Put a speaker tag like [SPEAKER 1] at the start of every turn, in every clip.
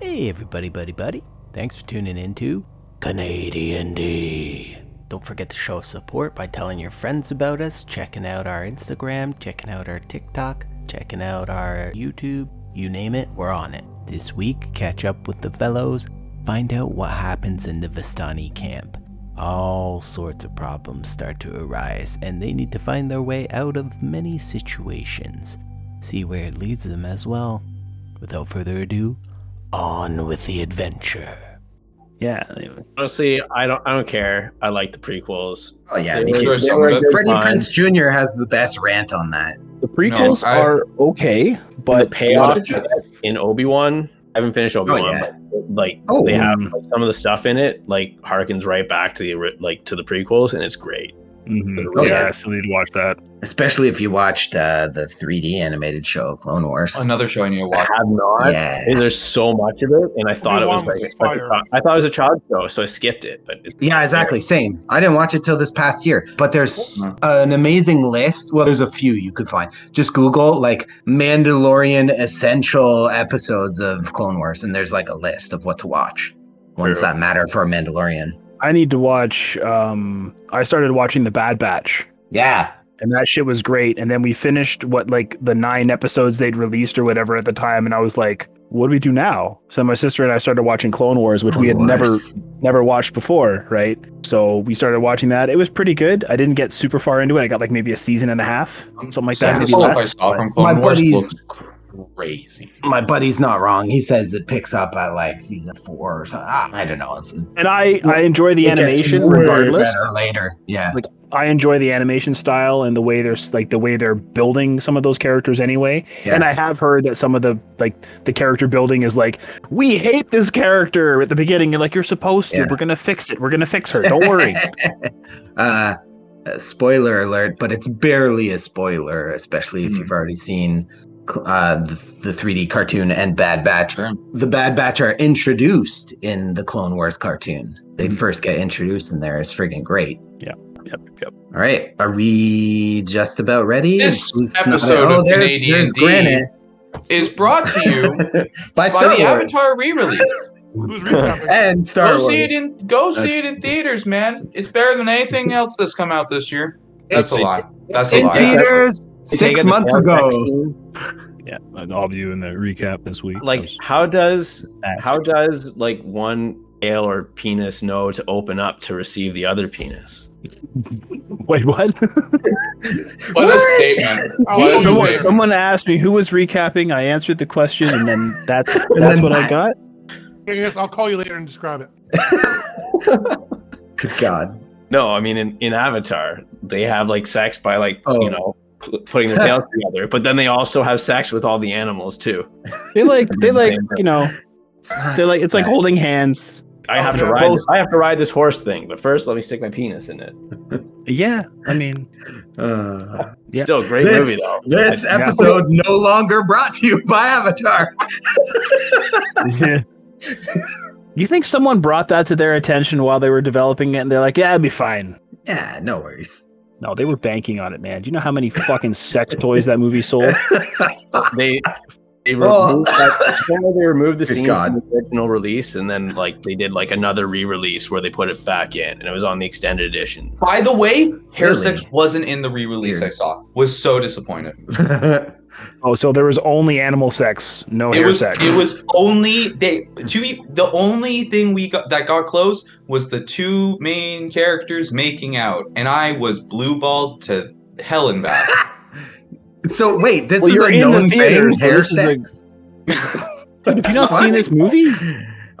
[SPEAKER 1] Hey, everybody, buddy, buddy. Thanks for tuning in to Canadian D. Don't forget to show us support by telling your friends about us, checking out our Instagram, checking out our TikTok, checking out our YouTube. You name it, we're on it. This week, catch up with the fellows, find out what happens in the Vistani camp. All sorts of problems start to arise, and they need to find their way out of many situations. See where it leads them as well. Without further ado, on with the adventure.
[SPEAKER 2] Yeah. Honestly, I don't. I don't care. I like the prequels.
[SPEAKER 3] Oh yeah,
[SPEAKER 2] They
[SPEAKER 3] me
[SPEAKER 2] were-
[SPEAKER 3] too.
[SPEAKER 4] they
[SPEAKER 3] They
[SPEAKER 4] were
[SPEAKER 3] were-
[SPEAKER 4] good
[SPEAKER 3] Freddie
[SPEAKER 2] fun.
[SPEAKER 3] Prince Jr. has the best rant on that.
[SPEAKER 2] The prequels
[SPEAKER 4] I-
[SPEAKER 2] are okay, but
[SPEAKER 4] The
[SPEAKER 2] payoff
[SPEAKER 4] prequels-
[SPEAKER 2] in Obi Wan. I haven't finished Obi Wan.
[SPEAKER 3] yeah.
[SPEAKER 2] but, like
[SPEAKER 3] Oh.
[SPEAKER 2] they have like, some of the stuff in it, like harkens right back to the ori- like to the prequels, and it's great.
[SPEAKER 5] Mhm.
[SPEAKER 2] Oh,
[SPEAKER 5] yeah,
[SPEAKER 3] yeah.
[SPEAKER 5] I still need to watch that.
[SPEAKER 3] Especially if you watched uh, the 3D animated show Clone Wars.
[SPEAKER 4] Another show I need to
[SPEAKER 2] I
[SPEAKER 4] watch.
[SPEAKER 2] have not.
[SPEAKER 3] Yeah.
[SPEAKER 2] And there's so much of it, and I thought it was
[SPEAKER 6] Obi-Wan was
[SPEAKER 2] like such a
[SPEAKER 6] fire.
[SPEAKER 2] child- I thought it was a child show, so I skipped it. But it's
[SPEAKER 3] Yeah, exactly. Same. I didn't watch it till this past year, but there's
[SPEAKER 5] Mm-hmm.
[SPEAKER 4] Mhm.
[SPEAKER 3] an amazing list. Well, there's a few you could find. Just Google like Mandalorian essential episodes of Clone Wars, and there's like a list of what to watch. Ones
[SPEAKER 2] True.
[SPEAKER 3] that matter for a Mandalorian.
[SPEAKER 5] I need to watch. Um, I started watching The Bad Batch,
[SPEAKER 3] Yeah.
[SPEAKER 5] and that shit was great. And then we finished what like the nine episodes they'd released or whatever at the time, and I was like, "What do we do now?" So my sister and I started watching Clone Wars, which we had
[SPEAKER 3] Clone
[SPEAKER 5] never
[SPEAKER 3] Wars.
[SPEAKER 5] never watched before, right? So we started watching that. It was pretty good. I didn't get super far into it. I got like maybe a season and a half, something like that.
[SPEAKER 3] Yeah,
[SPEAKER 5] maybe
[SPEAKER 3] so
[SPEAKER 4] I
[SPEAKER 5] less.
[SPEAKER 4] saw from
[SPEAKER 3] My
[SPEAKER 4] Clone Wars
[SPEAKER 3] buddies-
[SPEAKER 4] looks crazy.
[SPEAKER 3] My buddy's not wrong. He says it picks up at like season four or something. Ah, I don't know. It's,
[SPEAKER 5] And I I enjoy the
[SPEAKER 3] it gets
[SPEAKER 5] animation
[SPEAKER 3] way
[SPEAKER 5] regardless.
[SPEAKER 3] Better later. Yeah.
[SPEAKER 5] I enjoy the animation style and the way there's like the way they're building some of those characters anyway.
[SPEAKER 3] Yeah.
[SPEAKER 5] And I have heard that some of the like the character building is like, we hate this character at the beginning. You're like, you're supposed to.
[SPEAKER 3] Yeah.
[SPEAKER 5] We're gonna fix it. We're gonna fix her. Don't worry.
[SPEAKER 3] uh, uh, spoiler alert, but it's barely a spoiler, especially if
[SPEAKER 5] Hmm.
[SPEAKER 3] you've already seen cl- uh, the, the 3D cartoon and Bad Batch.
[SPEAKER 4] Sure.
[SPEAKER 3] The Bad Batch are introduced in the Clone Wars cartoon. They first get introduced in there. It's friggin' great.
[SPEAKER 5] Hmm. yep, yep.
[SPEAKER 3] All right, are we just about ready?
[SPEAKER 4] This
[SPEAKER 3] Who's
[SPEAKER 4] episode
[SPEAKER 3] oh,
[SPEAKER 4] of
[SPEAKER 3] there's,
[SPEAKER 4] Canadian
[SPEAKER 3] there's
[SPEAKER 4] D
[SPEAKER 3] Granite
[SPEAKER 4] Is brought to you
[SPEAKER 3] by
[SPEAKER 4] by
[SPEAKER 3] Star
[SPEAKER 4] the
[SPEAKER 3] Wars
[SPEAKER 4] Avatar re-release.
[SPEAKER 6] Who's recapping?
[SPEAKER 3] and Star
[SPEAKER 4] Go
[SPEAKER 3] Wars.
[SPEAKER 4] see it in go see it
[SPEAKER 3] That's-
[SPEAKER 4] in theaters, man. It's better than anything else that's come out this year. That's a lot. That's a
[SPEAKER 3] in
[SPEAKER 4] lot.
[SPEAKER 3] theaters
[SPEAKER 2] They
[SPEAKER 3] six
[SPEAKER 2] take it
[SPEAKER 3] months
[SPEAKER 2] to the
[SPEAKER 3] ago.
[SPEAKER 2] next-
[SPEAKER 5] Yeah, I'll be doing the recap this week.
[SPEAKER 2] Like, how does how does like one ale or penis know to open up to receive the other penis?
[SPEAKER 5] wait, what?
[SPEAKER 4] What a
[SPEAKER 3] What?
[SPEAKER 4] statement.
[SPEAKER 6] Oh,
[SPEAKER 3] Dude.
[SPEAKER 4] What a
[SPEAKER 3] Don't
[SPEAKER 5] someone,
[SPEAKER 3] worry.
[SPEAKER 4] statement.
[SPEAKER 5] someone asked me who was recapping. I answered the question, and then that's that's
[SPEAKER 3] then
[SPEAKER 5] what
[SPEAKER 3] I-
[SPEAKER 5] I got.
[SPEAKER 6] Yes, I'll call you later and describe it.
[SPEAKER 3] Good God.
[SPEAKER 2] No, I mean in, in Avatar, they have like sex by like
[SPEAKER 3] Oh.
[SPEAKER 2] you know p- putting their tails together, but then they also have sex with all the animals too.
[SPEAKER 5] They like they like you know they like it's like holding hands.
[SPEAKER 3] Oh,
[SPEAKER 2] I have to
[SPEAKER 6] yeah.
[SPEAKER 2] ride.
[SPEAKER 5] Both-
[SPEAKER 2] I have to ride this horse thing, but first let me stick my penis in it.
[SPEAKER 5] Yeah, I mean,
[SPEAKER 3] Uh,
[SPEAKER 5] Yeah.
[SPEAKER 2] Still a great
[SPEAKER 3] This-
[SPEAKER 2] movie though.
[SPEAKER 3] This
[SPEAKER 5] Yeah.
[SPEAKER 3] episode no longer brought to you by Avatar.
[SPEAKER 5] you think someone brought that to their attention while they were developing it, and they're like, "Yeah, it'd be fine."
[SPEAKER 3] Yeah, no worries.
[SPEAKER 5] No, they were banking on it, man. Do you know how many fucking sex toys that movie sold?
[SPEAKER 2] They they
[SPEAKER 3] Oh.
[SPEAKER 2] removed that, apparently they removed the
[SPEAKER 3] Good
[SPEAKER 2] scene
[SPEAKER 3] God.
[SPEAKER 2] from the original release, and then like they did like another re-release where they put it back in, and it was on the extended edition.
[SPEAKER 4] By the way, Hair
[SPEAKER 3] Really?
[SPEAKER 4] Sex wasn't in the re-release
[SPEAKER 3] Weird.
[SPEAKER 4] I saw. Was so disappointed.
[SPEAKER 5] Oh, so there was only animal sex, no
[SPEAKER 4] it
[SPEAKER 5] hair
[SPEAKER 4] was
[SPEAKER 5] sex.
[SPEAKER 4] it was only they to be the only thing we got that got close was the two main characters making out, and I was blue balled to hell and back.
[SPEAKER 3] so wait, this
[SPEAKER 5] Well,
[SPEAKER 3] is
[SPEAKER 5] you're
[SPEAKER 3] a
[SPEAKER 5] in the
[SPEAKER 3] known thing.
[SPEAKER 5] theaters, so
[SPEAKER 3] Hair
[SPEAKER 5] this is a-
[SPEAKER 3] sex.
[SPEAKER 5] Have you not
[SPEAKER 3] What?
[SPEAKER 5] seen this movie?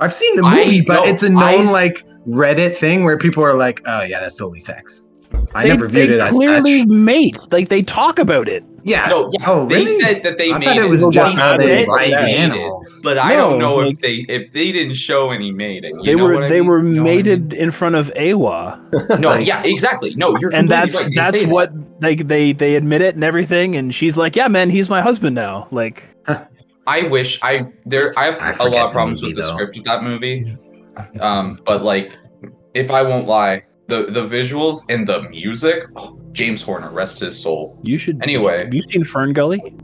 [SPEAKER 3] I've seen the
[SPEAKER 4] I
[SPEAKER 3] movie, but
[SPEAKER 4] know.
[SPEAKER 3] it's a known
[SPEAKER 4] I-
[SPEAKER 3] like Reddit thing where people are like, "Oh yeah, that's totally sex." I
[SPEAKER 5] They-
[SPEAKER 3] never viewed
[SPEAKER 5] they
[SPEAKER 3] it as
[SPEAKER 5] clearly
[SPEAKER 3] such.
[SPEAKER 5] mate. Like they talk about it.
[SPEAKER 3] Yeah.
[SPEAKER 4] No, yeah,
[SPEAKER 3] oh
[SPEAKER 4] they
[SPEAKER 3] really?
[SPEAKER 4] said that they
[SPEAKER 3] I
[SPEAKER 4] made
[SPEAKER 3] thought it was
[SPEAKER 5] Well,
[SPEAKER 3] just
[SPEAKER 5] they
[SPEAKER 3] how they
[SPEAKER 5] said
[SPEAKER 3] ride the
[SPEAKER 4] that they made it.
[SPEAKER 3] animals.
[SPEAKER 4] but I don't
[SPEAKER 5] No,
[SPEAKER 4] know
[SPEAKER 5] like-
[SPEAKER 4] if they if they didn't show any mating. you
[SPEAKER 5] They
[SPEAKER 4] know
[SPEAKER 5] were
[SPEAKER 4] what I
[SPEAKER 5] they
[SPEAKER 4] mean?
[SPEAKER 5] were
[SPEAKER 4] You know what I mean?
[SPEAKER 5] mated in front of Awa.
[SPEAKER 4] No, yeah, exactly. No, you're
[SPEAKER 5] and
[SPEAKER 4] completely
[SPEAKER 5] that's
[SPEAKER 4] right. They
[SPEAKER 5] that's
[SPEAKER 4] say that.
[SPEAKER 5] what like they they admit it and everything and she's like yeah man he's my husband now like
[SPEAKER 4] I wish I there I
[SPEAKER 3] I
[SPEAKER 4] have a
[SPEAKER 3] forget
[SPEAKER 4] lot
[SPEAKER 3] the
[SPEAKER 4] of problems
[SPEAKER 3] movie,
[SPEAKER 4] with the
[SPEAKER 3] though.
[SPEAKER 4] script of that movie. Um, but like if I won't lie, the the visuals and the music, oh, James Horner, rest his soul.
[SPEAKER 5] you should
[SPEAKER 4] Anyway.
[SPEAKER 5] you seen fern gully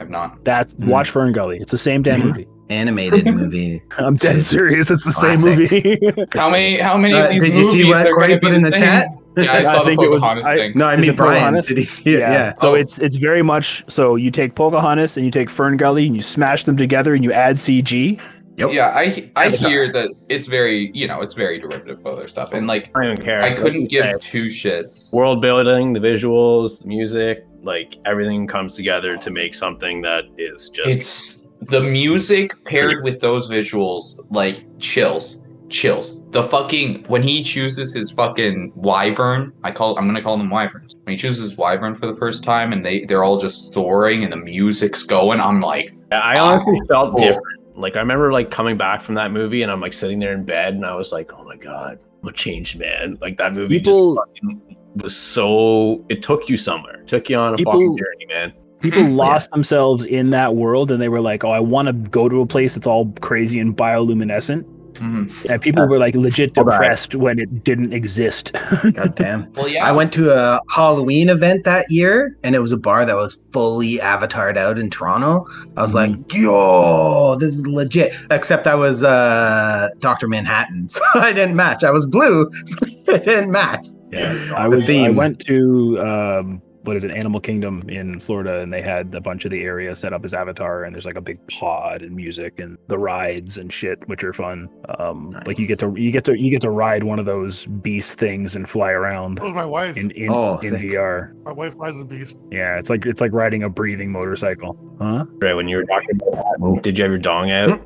[SPEAKER 4] I've not.
[SPEAKER 3] Hmm.
[SPEAKER 5] that watch fern gully it's the same damn
[SPEAKER 3] Mhm.
[SPEAKER 5] movie
[SPEAKER 3] animated movie.
[SPEAKER 5] I'm dead serious. It's the same
[SPEAKER 3] Classic.
[SPEAKER 5] movie.
[SPEAKER 4] How many? How many
[SPEAKER 3] Uh,
[SPEAKER 4] of these
[SPEAKER 3] did you
[SPEAKER 4] movies
[SPEAKER 3] see what
[SPEAKER 4] are going
[SPEAKER 3] Corey
[SPEAKER 4] to
[SPEAKER 3] put in the chat?
[SPEAKER 4] Yeah, I
[SPEAKER 5] I
[SPEAKER 4] saw the
[SPEAKER 5] think it was-
[SPEAKER 4] Pocahontas
[SPEAKER 5] I-
[SPEAKER 4] thing.
[SPEAKER 3] No, I
[SPEAKER 5] Is
[SPEAKER 3] mean
[SPEAKER 5] it
[SPEAKER 3] Brian.
[SPEAKER 5] Pocahontas?
[SPEAKER 3] Did he see it? Yeah.
[SPEAKER 5] So
[SPEAKER 4] Oh.
[SPEAKER 5] it's it's very much so you take Pocahontas and you take Fern Gully and you smash them together and you add CG.
[SPEAKER 3] Nope.
[SPEAKER 4] Yeah, I I
[SPEAKER 2] Avatar.
[SPEAKER 4] hear that it's very you know it's very derivative of other stuff, and like
[SPEAKER 2] I don't even care.
[SPEAKER 4] I
[SPEAKER 2] Like
[SPEAKER 4] couldn't
[SPEAKER 2] you
[SPEAKER 4] give
[SPEAKER 2] say,
[SPEAKER 4] two shits.
[SPEAKER 2] world building, the visuals, the music, like everything comes together to make something that is just
[SPEAKER 4] It's the music paired with those visuals, like chills, chills. The fucking when he chooses his fucking wyvern, I call I'm gonna call them wyverns. When he chooses wyvern for the first time, and they they're all just soaring, and the music's going, I'm like, oh.
[SPEAKER 2] I honestly felt
[SPEAKER 4] cool.
[SPEAKER 2] different. Like I remember like coming back from that movie and I'm like sitting there in bed and I was like, oh my god, I'm a changed man. Like that movie
[SPEAKER 5] People-
[SPEAKER 2] just fucking was so it took you somewhere. It took you on a
[SPEAKER 5] People-
[SPEAKER 2] fucking journey, man.
[SPEAKER 5] People
[SPEAKER 3] Hmm.
[SPEAKER 5] lost themselves in that world and they were like, "Oh, I want to go to a place that's all crazy and bioluminescent."
[SPEAKER 4] mhm.
[SPEAKER 5] And people were like legit
[SPEAKER 2] Hold on.
[SPEAKER 5] depressed when it didn't exist.
[SPEAKER 3] God damn.
[SPEAKER 4] well, yeah.
[SPEAKER 3] I went to a Halloween event that year, and it was a bar that was fully avatared out in Toronto. I was like, yo, this is legit. Except I was uh, Dr. Manhattan, so I didn't match. I was blue, I didn't match.
[SPEAKER 2] Yeah.
[SPEAKER 5] I was I
[SPEAKER 3] theme.
[SPEAKER 5] went to um, what is it Animal Kingdom in Florida and they had a bunch of the area set up as Avatar and there's like a big pod and music and the rides and shit which are fun. Um, Like you get to you get to you get to ride one of those beast things and fly around
[SPEAKER 6] That was my wife.
[SPEAKER 5] in in,
[SPEAKER 3] Oh,
[SPEAKER 5] in
[SPEAKER 3] sick.
[SPEAKER 5] VR.
[SPEAKER 6] My wife rides a beast.
[SPEAKER 5] Yeah, it's like it's like riding a breathing motorcycle. Huh?
[SPEAKER 2] Right, when you were talking about that, did you have your dong out?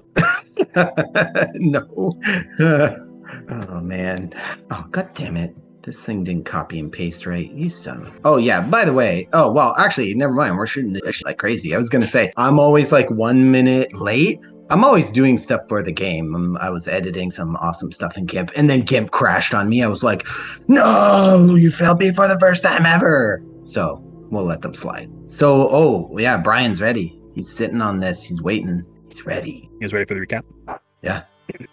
[SPEAKER 3] no. oh man. Oh god damn it. This thing didn't copy and paste right. You son of a- Oh yeah, by the way. Oh well, actually, never mind. We're shooting this shit like crazy. I was gonna say I'm always like one minute late. I'm always doing stuff for the game. Um, I was editing some awesome stuff in GIMP, and then GIMP crashed on me. I was like, "No, you failed me for the first time ever." So we'll let them slide. So, oh yeah, Brian's ready. He's sitting on this. He's waiting. He's ready.
[SPEAKER 5] You guys ready for the recap?
[SPEAKER 3] Yeah.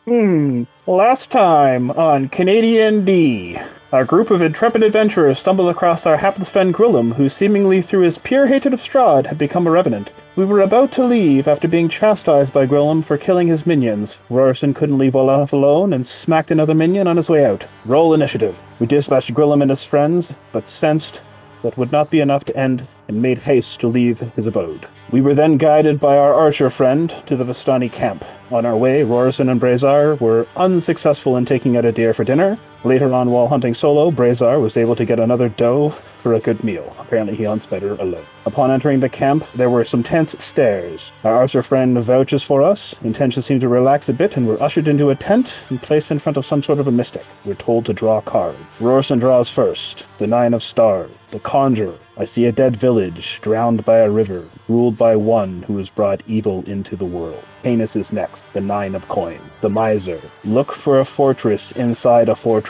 [SPEAKER 5] Hmm. Last time on Canadian D, a group of intrepid adventurers stumbled across our hapless friend Grillum, who seemingly through his pure hatred of Strahd had become a revenant. We were about to leave after being chastised by Grillum for killing his minions. Rorson couldn't leave Olaf alone and smacked another minion on his way out. Roll initiative. We dispatched Grillum and his friends, but sensed that would not be enough to end and made haste to leave his abode. We were then guided by our archer friend to the Vistani camp. On our way, Rorison and Brazar were unsuccessful in taking out a deer for dinner. Later on, while hunting solo, Brazar was able to get another doe for a good meal. Apparently, he hunts better alone. Upon entering the camp, there were some tense stares. Our archer friend vouches for us. Intentions seem to relax a bit, and we're ushered into a tent and placed in front of some sort of a mystic. We're told to draw a card. Rorson draws first. The Nine of Stars. The Conjurer. I see a dead village, drowned by a river, ruled by one who has brought evil into the world. Canis is next. The Nine of Coin. The Miser. Look for a fortress inside a fortress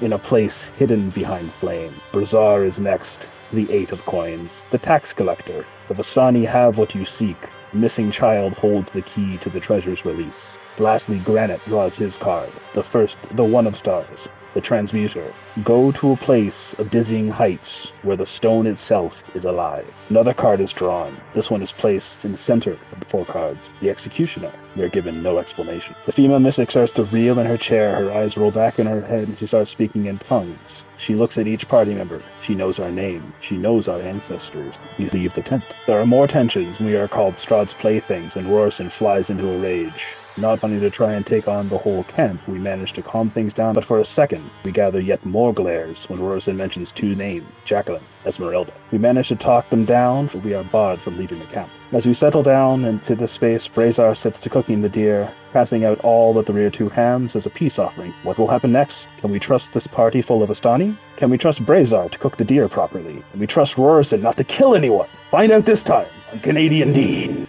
[SPEAKER 5] in a place hidden behind flame. Brazar is next, the Eight of Coins, the Tax Collector. The Vastani have what you seek. Missing child holds the key to the treasure's release. Lastly, Granite draws his card, the first, the One of Stars, the Transmuter. Go to a place of dizzying heights where the stone itself is alive. Another card is drawn. This one is placed in the center of the four cards. The Executioner. They're given no explanation. The female mystic starts to reel in her chair. Her eyes roll back in her head and she starts speaking in tongues. She looks at each party member. She knows our name. She knows our ancestors. We leave the tent. There are more tensions. We are called Strahd's playthings and Rorson flies into a rage. Not wanting to try and take on the whole camp, we manage to calm things down, but for a second, we gather yet more glares when Rorson mentions two names, Jacqueline, Esmeralda. We manage to talk them down, but we are barred from leaving the camp. As we settle down into the space, Brazar sits to cooking the deer, passing out all but the rear two hams as a peace offering. What will happen next? Can we trust this party full of Astani? Can we trust Brazar to cook the deer properly? Can we trust Rorson not to kill anyone? Find out this time on Canadian D.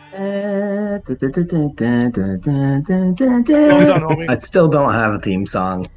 [SPEAKER 6] Well
[SPEAKER 3] I
[SPEAKER 6] done, homie.
[SPEAKER 3] still don't have a theme song.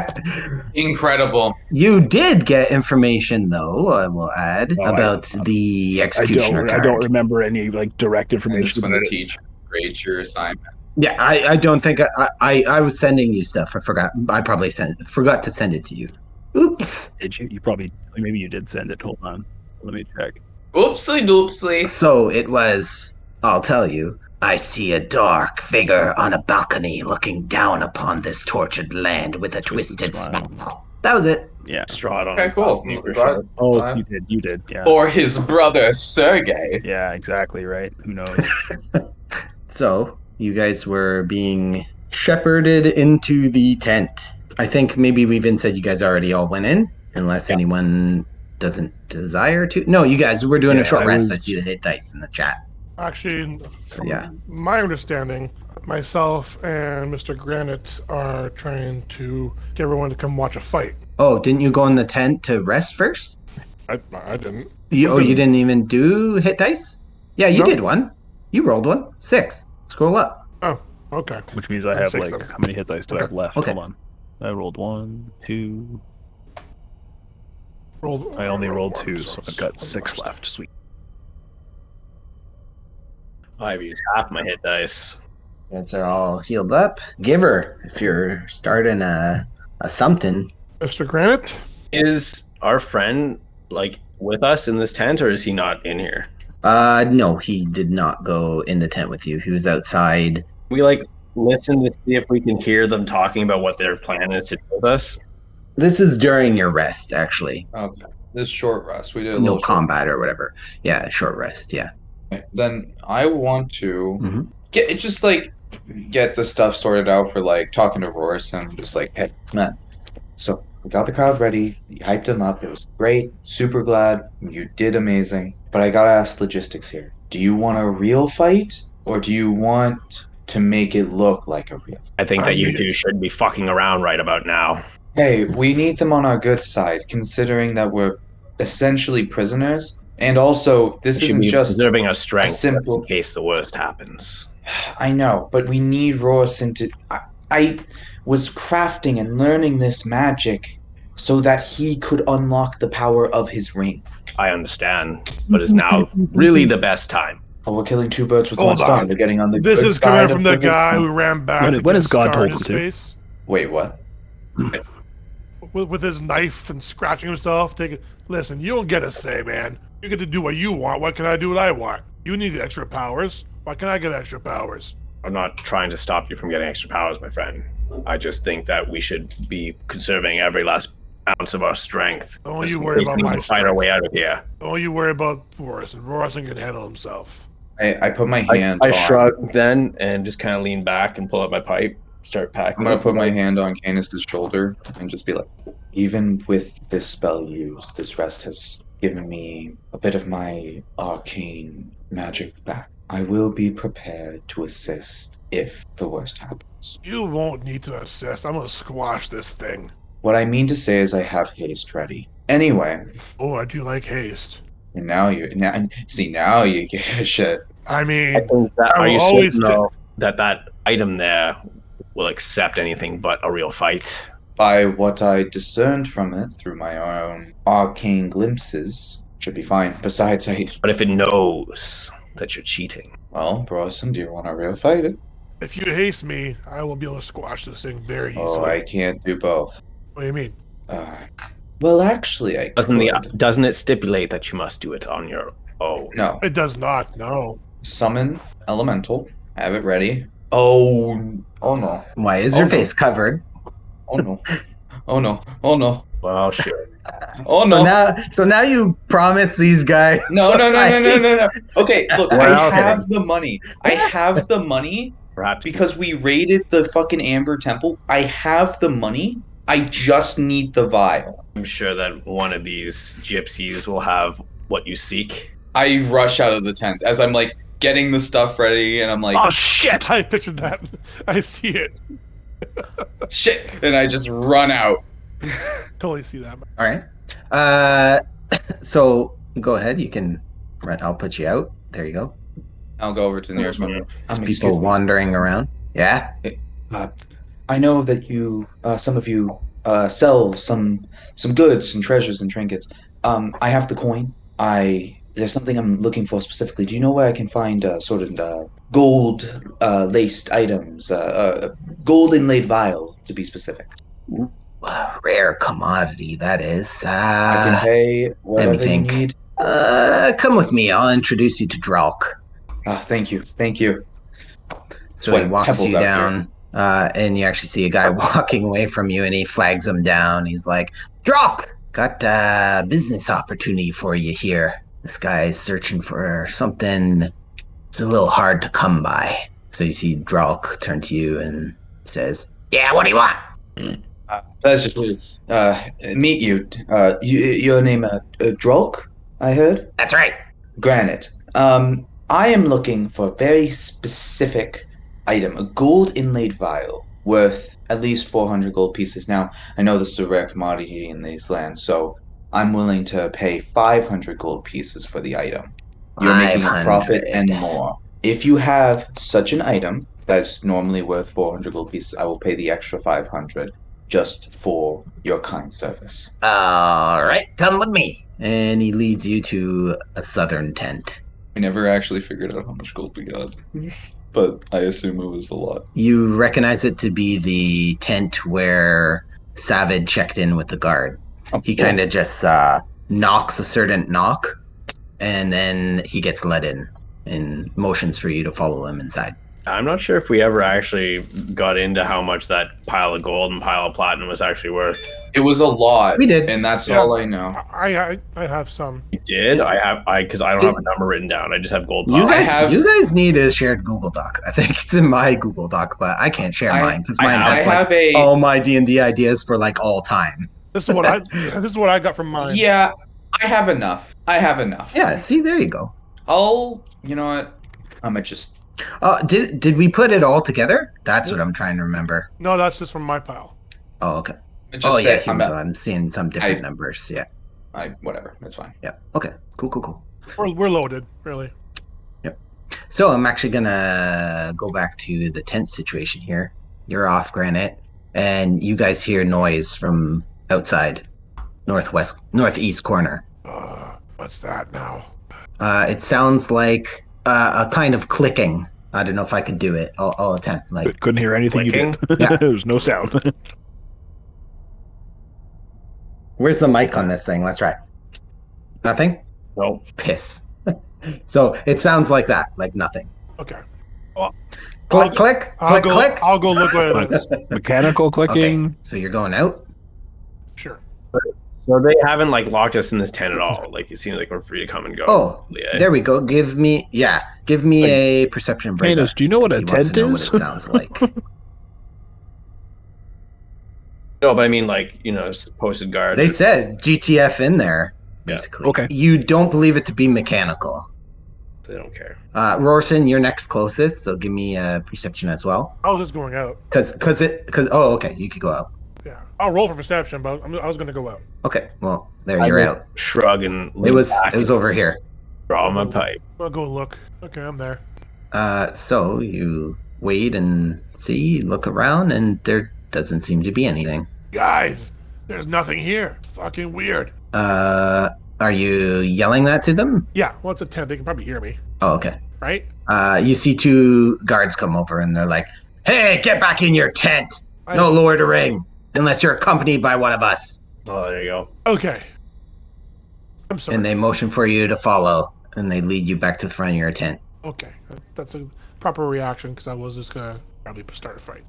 [SPEAKER 4] incredible.
[SPEAKER 3] you did get information, though, I will add,
[SPEAKER 5] Oh, I-
[SPEAKER 3] about the executioner
[SPEAKER 5] I don't,
[SPEAKER 3] card.
[SPEAKER 5] I don't remember any like direct
[SPEAKER 4] I just
[SPEAKER 5] information
[SPEAKER 4] want
[SPEAKER 5] about
[SPEAKER 4] to
[SPEAKER 5] it.
[SPEAKER 4] teach grade your assignment.
[SPEAKER 3] Yeah, I, I don't think I, I, I was sending you stuff. I forgot. I probably sent forgot to send it to you. Oops.
[SPEAKER 5] Did you? You probably maybe you did send it. Hold on, let me check.
[SPEAKER 4] Oopsie doopsie.
[SPEAKER 3] So it was. I'll tell you. I see a dark figure on a balcony looking down upon this tortured land with a
[SPEAKER 7] Twisted
[SPEAKER 3] twisted,
[SPEAKER 7] smile.
[SPEAKER 3] smile. That was it.
[SPEAKER 7] Yeah.
[SPEAKER 2] Strahd on.
[SPEAKER 4] Okay, cool.
[SPEAKER 2] on me for
[SPEAKER 4] Right.
[SPEAKER 2] sure.
[SPEAKER 7] Oh,
[SPEAKER 4] Uh,
[SPEAKER 7] you did. You did. Yeah.
[SPEAKER 4] Or his brother Sergey.
[SPEAKER 7] Yeah. Exactly. Right. Who knows?
[SPEAKER 3] So you guys were being shepherded into the tent. I think maybe we even said you guys already all went in, unless anyone doesn't desire to. No, you guys were doing
[SPEAKER 7] Yeah,
[SPEAKER 3] a short
[SPEAKER 7] I
[SPEAKER 3] rest.
[SPEAKER 7] was-
[SPEAKER 3] I see the hit dice in the chat.
[SPEAKER 6] Actually, from
[SPEAKER 3] Yeah.
[SPEAKER 6] my understanding, myself and Mr. Granite are trying to get everyone to come watch a fight.
[SPEAKER 3] Oh, didn't you go in the tent to rest first?
[SPEAKER 6] I, I didn't.
[SPEAKER 3] You, oh,
[SPEAKER 7] Mm-hmm.
[SPEAKER 3] you didn't even do hit dice? Yeah, you
[SPEAKER 6] No.
[SPEAKER 3] did one. You rolled one. Six. Scroll up.
[SPEAKER 6] Okay.
[SPEAKER 7] Which means I
[SPEAKER 6] I'd
[SPEAKER 7] have
[SPEAKER 6] say
[SPEAKER 7] like
[SPEAKER 6] so.
[SPEAKER 7] how many hit dice do I have left?
[SPEAKER 3] Okay.
[SPEAKER 7] Hold on. I rolled one, two.
[SPEAKER 6] Rolled,
[SPEAKER 7] I only rolled
[SPEAKER 6] one,
[SPEAKER 7] two, so I've got six
[SPEAKER 6] one
[SPEAKER 7] left. Sweet.
[SPEAKER 2] I've used half my hit dice.
[SPEAKER 3] Guys are all healed up. Give her if you're starting a, a something.
[SPEAKER 6] Mr. Granite,
[SPEAKER 2] Is our friend like with us in this tent, or is he not in here?
[SPEAKER 3] Uh, no, he did not go in the tent with you. He was outside.
[SPEAKER 2] We like listen to see if we can hear them talking about what their plan is to do with us.
[SPEAKER 3] This is during your rest, actually.
[SPEAKER 4] Okay. This short rest. We did a
[SPEAKER 3] No
[SPEAKER 4] little short
[SPEAKER 3] combat or whatever. Yeah, short rest. Yeah.
[SPEAKER 4] Okay, Then I want to
[SPEAKER 3] Mhm.
[SPEAKER 4] get it just like get the stuff sorted out for like talking to Roris and just like, hey, man. So we got the crowd ready. You hyped them up. It was great. Super glad. You did amazing. But I gotta ask logistics here. Do you want a real fight or do you want to make it look like a real?
[SPEAKER 2] I think that you two should be fucking around right about now.
[SPEAKER 4] Hey, we need them on our good side, considering that we're essentially prisoners. And also, this
[SPEAKER 2] We should
[SPEAKER 4] isn't
[SPEAKER 2] be
[SPEAKER 4] just
[SPEAKER 2] preserving our strength
[SPEAKER 4] a simple-
[SPEAKER 2] just in case the worst happens.
[SPEAKER 4] I know, but we need Rorson to. I, I was crafting and learning this magic so that he could unlock the power of his ring.
[SPEAKER 2] I understand, but it's now really the best time.
[SPEAKER 4] But Oh, we're killing two birds with
[SPEAKER 6] Hold
[SPEAKER 4] one stone.
[SPEAKER 6] on.
[SPEAKER 4] We're getting on the
[SPEAKER 6] this
[SPEAKER 4] good
[SPEAKER 6] is coming
[SPEAKER 4] side
[SPEAKER 6] from
[SPEAKER 4] of
[SPEAKER 6] the
[SPEAKER 4] the
[SPEAKER 6] guy
[SPEAKER 4] wisdom.
[SPEAKER 6] who ran back.
[SPEAKER 7] What-
[SPEAKER 6] to
[SPEAKER 7] what
[SPEAKER 6] get
[SPEAKER 7] has God
[SPEAKER 6] Scar
[SPEAKER 7] told
[SPEAKER 6] in
[SPEAKER 7] you
[SPEAKER 6] his
[SPEAKER 7] to?
[SPEAKER 6] Face
[SPEAKER 4] Wait, what?
[SPEAKER 6] with, with his knife and scratching himself. Taking, listen, you don't get a say, man. You get to do what you want. Why can I do what I want? You need extra powers. Why can I get extra powers?
[SPEAKER 2] I'm not trying to stop you from getting extra powers, my friend. I just think that we should be conserving every last ounce of our strength.
[SPEAKER 6] Don't
[SPEAKER 2] just
[SPEAKER 6] you
[SPEAKER 2] in
[SPEAKER 6] worry
[SPEAKER 2] case
[SPEAKER 6] about
[SPEAKER 2] we
[SPEAKER 6] my
[SPEAKER 2] can fight our way
[SPEAKER 6] strength.
[SPEAKER 2] out of here.
[SPEAKER 6] Don't you worry about Roris, and Roris can handle himself.
[SPEAKER 4] I, I put my
[SPEAKER 2] I,
[SPEAKER 4] hand.
[SPEAKER 2] I
[SPEAKER 4] on,
[SPEAKER 2] shrug Uh, then and just kind of lean back and pull out my pipe, start packing.
[SPEAKER 4] I'm gonna
[SPEAKER 2] up.
[SPEAKER 4] put my hand on Canis's shoulder and just be like, even with this spell used, this rest has given me a bit of my arcane magic back. I will be prepared to assist if the worst happens.
[SPEAKER 6] You won't need to assist. I'm gonna squash this thing.
[SPEAKER 4] What I mean to say is I have haste ready. Anyway,
[SPEAKER 6] Oh, I do like haste.
[SPEAKER 4] and now you now see now you give a shit.
[SPEAKER 6] I
[SPEAKER 2] I
[SPEAKER 6] mean,
[SPEAKER 2] think that
[SPEAKER 6] I
[SPEAKER 2] I always
[SPEAKER 6] will always
[SPEAKER 2] know that that item there will accept anything but a real fight.
[SPEAKER 4] By what I discerned from it through my own arcane glimpses, should be fine. Besides, I
[SPEAKER 2] But if it knows that you're cheating,
[SPEAKER 4] well, Brawson, do you want to real fight it?
[SPEAKER 6] if you haste me, I will be able to squash this thing very easily.
[SPEAKER 4] Oh, I can't do both.
[SPEAKER 6] What do you mean?
[SPEAKER 4] Uh, well, actually, I
[SPEAKER 2] doesn't the,
[SPEAKER 4] could.
[SPEAKER 2] doesn't it stipulate that you must do it on your own?
[SPEAKER 4] no
[SPEAKER 6] It does not. No.
[SPEAKER 4] summon elemental. Have it ready. Oh, oh no,
[SPEAKER 3] Why is
[SPEAKER 4] Oh,
[SPEAKER 3] your
[SPEAKER 4] no.
[SPEAKER 3] face covered?
[SPEAKER 4] oh no, oh no, oh no,
[SPEAKER 2] Well, sure.
[SPEAKER 4] oh no.
[SPEAKER 3] So now, so now you promise these guys.
[SPEAKER 4] no, no, no, no, no, no, no. Okay, look,
[SPEAKER 3] We're
[SPEAKER 4] I
[SPEAKER 3] all
[SPEAKER 4] have the money. I have the money
[SPEAKER 2] Perhaps
[SPEAKER 4] because we raided the fucking Amber Temple. I have the money. I just need the vial.
[SPEAKER 2] I'm sure that one of these gypsies will have what you seek.
[SPEAKER 4] I rush out of the tent as I'm like getting the stuff ready, and I'm like,
[SPEAKER 7] Oh shit!
[SPEAKER 6] I pictured that. I see it.
[SPEAKER 4] shit, and I just run out.
[SPEAKER 6] Totally see that.
[SPEAKER 3] All right. Uh, so go ahead. You can. Right, I'll put you out. There you go.
[SPEAKER 4] I'll go over to the nearest one.
[SPEAKER 3] It's
[SPEAKER 4] Um, excuse
[SPEAKER 3] people
[SPEAKER 4] me.
[SPEAKER 3] wandering around. Yeah.
[SPEAKER 4] Uh, I know that you, uh, some of you, uh, sell some some goods and treasures and trinkets. Um, I have the coin. I there's something I'm looking for specifically. Do you know where I can find uh, sort of uh, gold uh, laced items, uh, uh, gold inlaid vial to be specific?
[SPEAKER 3] Wow, rare commodity that is.
[SPEAKER 4] I can
[SPEAKER 3] Uh,
[SPEAKER 4] pay whatever you
[SPEAKER 3] think.
[SPEAKER 4] need.
[SPEAKER 3] uh, come with me. I'll introduce you to Dralk.
[SPEAKER 4] Ah, thank you, thank you.
[SPEAKER 3] So he
[SPEAKER 4] Sweating
[SPEAKER 3] walks
[SPEAKER 4] pebbles
[SPEAKER 3] you
[SPEAKER 4] out
[SPEAKER 3] down, uh, and you actually see a guy walking away from you, and he flags him down. He's like, "Drop! Got a business opportunity for you here. This guy's searching for something. It's a little hard to come by." So you see Dralk turn to you and says, "Yeah, what do you want?"
[SPEAKER 4] Uh, pleasure to uh, meet you. Uh, you your name, uh, uh, Drolk, I heard?
[SPEAKER 3] That's right.
[SPEAKER 4] Granite. Um, I am looking for a very specific item, a gold inlaid vial worth at least 400 gold pieces. Now, I know this is a rare commodity in these lands, so I'm willing to pay 500 gold pieces for the item. You're making a profit
[SPEAKER 3] 500.
[SPEAKER 4] and more. If you have such an item that's normally worth 400 gold pieces, I will pay the extra 500 just for your kind service.
[SPEAKER 3] All right, come with me. And he leads you to a southern tent.
[SPEAKER 4] We never actually figured out how much gold we got, but I assume it was a lot.
[SPEAKER 3] You recognize it to be the tent where Savid checked in with the guard. He kind of just uh, knocks a certain knock, and then he gets let in and motions for you to follow him inside.
[SPEAKER 2] I'm not sure if we ever actually got into how much that pile of gold and pile of platinum was actually worth.
[SPEAKER 4] It was a lot.
[SPEAKER 3] We did.
[SPEAKER 4] and that's
[SPEAKER 6] Yeah.
[SPEAKER 4] all I know.
[SPEAKER 6] I, I I have some.
[SPEAKER 2] You did I have I because I don't have a number written down. I just have gold.
[SPEAKER 3] You
[SPEAKER 2] pile.
[SPEAKER 3] guys,
[SPEAKER 4] have-
[SPEAKER 3] you guys need a shared Google Doc. I think it's in my Google Doc, but I can't share
[SPEAKER 4] I-
[SPEAKER 3] mine because
[SPEAKER 2] I
[SPEAKER 3] mine
[SPEAKER 2] have-
[SPEAKER 4] I
[SPEAKER 3] has like
[SPEAKER 4] have a
[SPEAKER 3] all my D and D ideas for like all time.
[SPEAKER 6] This is what I this is what I got from mine.
[SPEAKER 4] yeah. I have enough. I have enough.
[SPEAKER 3] Yeah, see, there you go.
[SPEAKER 4] I'll. You know what? I'm gonna just.
[SPEAKER 3] Uh, did did we put it all together? That's what I'm trying to remember.
[SPEAKER 6] No, that's just from my pile.
[SPEAKER 3] Oh, okay.
[SPEAKER 4] I'ma just
[SPEAKER 3] oh,
[SPEAKER 4] say
[SPEAKER 3] yeah.
[SPEAKER 4] I'm,
[SPEAKER 3] Human,
[SPEAKER 4] a-
[SPEAKER 3] I'm seeing some different
[SPEAKER 4] I-
[SPEAKER 3] numbers. Yeah.
[SPEAKER 4] I whatever. That's fine.
[SPEAKER 3] Yeah. Okay. Cool. Cool. Cool.
[SPEAKER 6] We're, we're loaded, really.
[SPEAKER 3] So I'm actually gonna go back to the tent situation here. You're off granite, and you guys hear noise from outside, northwest, northeast corner.
[SPEAKER 6] Uh, what's that now?
[SPEAKER 3] Uh, it sounds like uh, a kind of clicking. I don't know if I could do it. I'll, I'll attempt. Like,
[SPEAKER 7] Couldn't hear anything you did.
[SPEAKER 3] Yeah.
[SPEAKER 7] there was no sound.
[SPEAKER 3] where's the mic on this thing? Let's try. Nothing.
[SPEAKER 2] No.
[SPEAKER 3] Piss. so it sounds like that, like nothing.
[SPEAKER 6] Okay.
[SPEAKER 3] Click,
[SPEAKER 6] I'll-
[SPEAKER 3] click,
[SPEAKER 6] I'll
[SPEAKER 3] click,
[SPEAKER 6] go
[SPEAKER 3] click.
[SPEAKER 6] I'll go look what it is.
[SPEAKER 7] Mechanical clicking.
[SPEAKER 3] So you're going out.
[SPEAKER 6] Sure.
[SPEAKER 2] So they haven't like locked us in this tent at all. Like it seems like we're free to come and go.
[SPEAKER 3] Oh,
[SPEAKER 2] Yeah.
[SPEAKER 3] there we go. Give me, yeah, give me
[SPEAKER 7] Like-
[SPEAKER 3] a perception break.
[SPEAKER 7] Canis, do you know what a
[SPEAKER 3] he wants
[SPEAKER 7] tent
[SPEAKER 3] to know what
[SPEAKER 7] is?
[SPEAKER 3] it sounds like.
[SPEAKER 2] No, but I mean like you know s- posted guard.
[SPEAKER 3] they said GTF in there,
[SPEAKER 2] Yeah.
[SPEAKER 3] basically.
[SPEAKER 7] Okay.
[SPEAKER 3] You don't believe it to be mechanical.
[SPEAKER 2] they don't care.
[SPEAKER 3] Uh, Rorson, you're next closest, so give me a perception as well.
[SPEAKER 6] I was just going out.
[SPEAKER 3] Cause, cause it, cause oh, okay, you could go out.
[SPEAKER 6] Yeah. I'll roll for perception, but I'm, I was going to go out.
[SPEAKER 3] Okay, well there
[SPEAKER 7] I
[SPEAKER 3] you're
[SPEAKER 7] will-
[SPEAKER 3] out.
[SPEAKER 2] Shrug and
[SPEAKER 3] It
[SPEAKER 2] lean
[SPEAKER 3] was,
[SPEAKER 2] back
[SPEAKER 3] it was over here.
[SPEAKER 2] and draw my pipe.
[SPEAKER 6] I'll go look. Okay, I'm there.
[SPEAKER 3] Uh, so you wait and see, look around, and there doesn't seem to be anything.
[SPEAKER 6] Guys, there's nothing here. Fucking weird.
[SPEAKER 3] Uh, are you yelling that to them?
[SPEAKER 6] Yeah, well, it's a tent. They can probably hear me,
[SPEAKER 3] Oh, okay.
[SPEAKER 6] right?
[SPEAKER 3] Uh, you see two guards come over and they're like, "Hey, get back in your tent!
[SPEAKER 6] I-
[SPEAKER 3] No Lord of the Ring, unless you're accompanied by one of us."
[SPEAKER 2] Oh, there you go.
[SPEAKER 6] Okay. I'm sorry.
[SPEAKER 3] And they motion for you to follow, and they lead you back to the front of your tent.
[SPEAKER 6] okay. That's a proper reaction because I was just going to probably start a fight.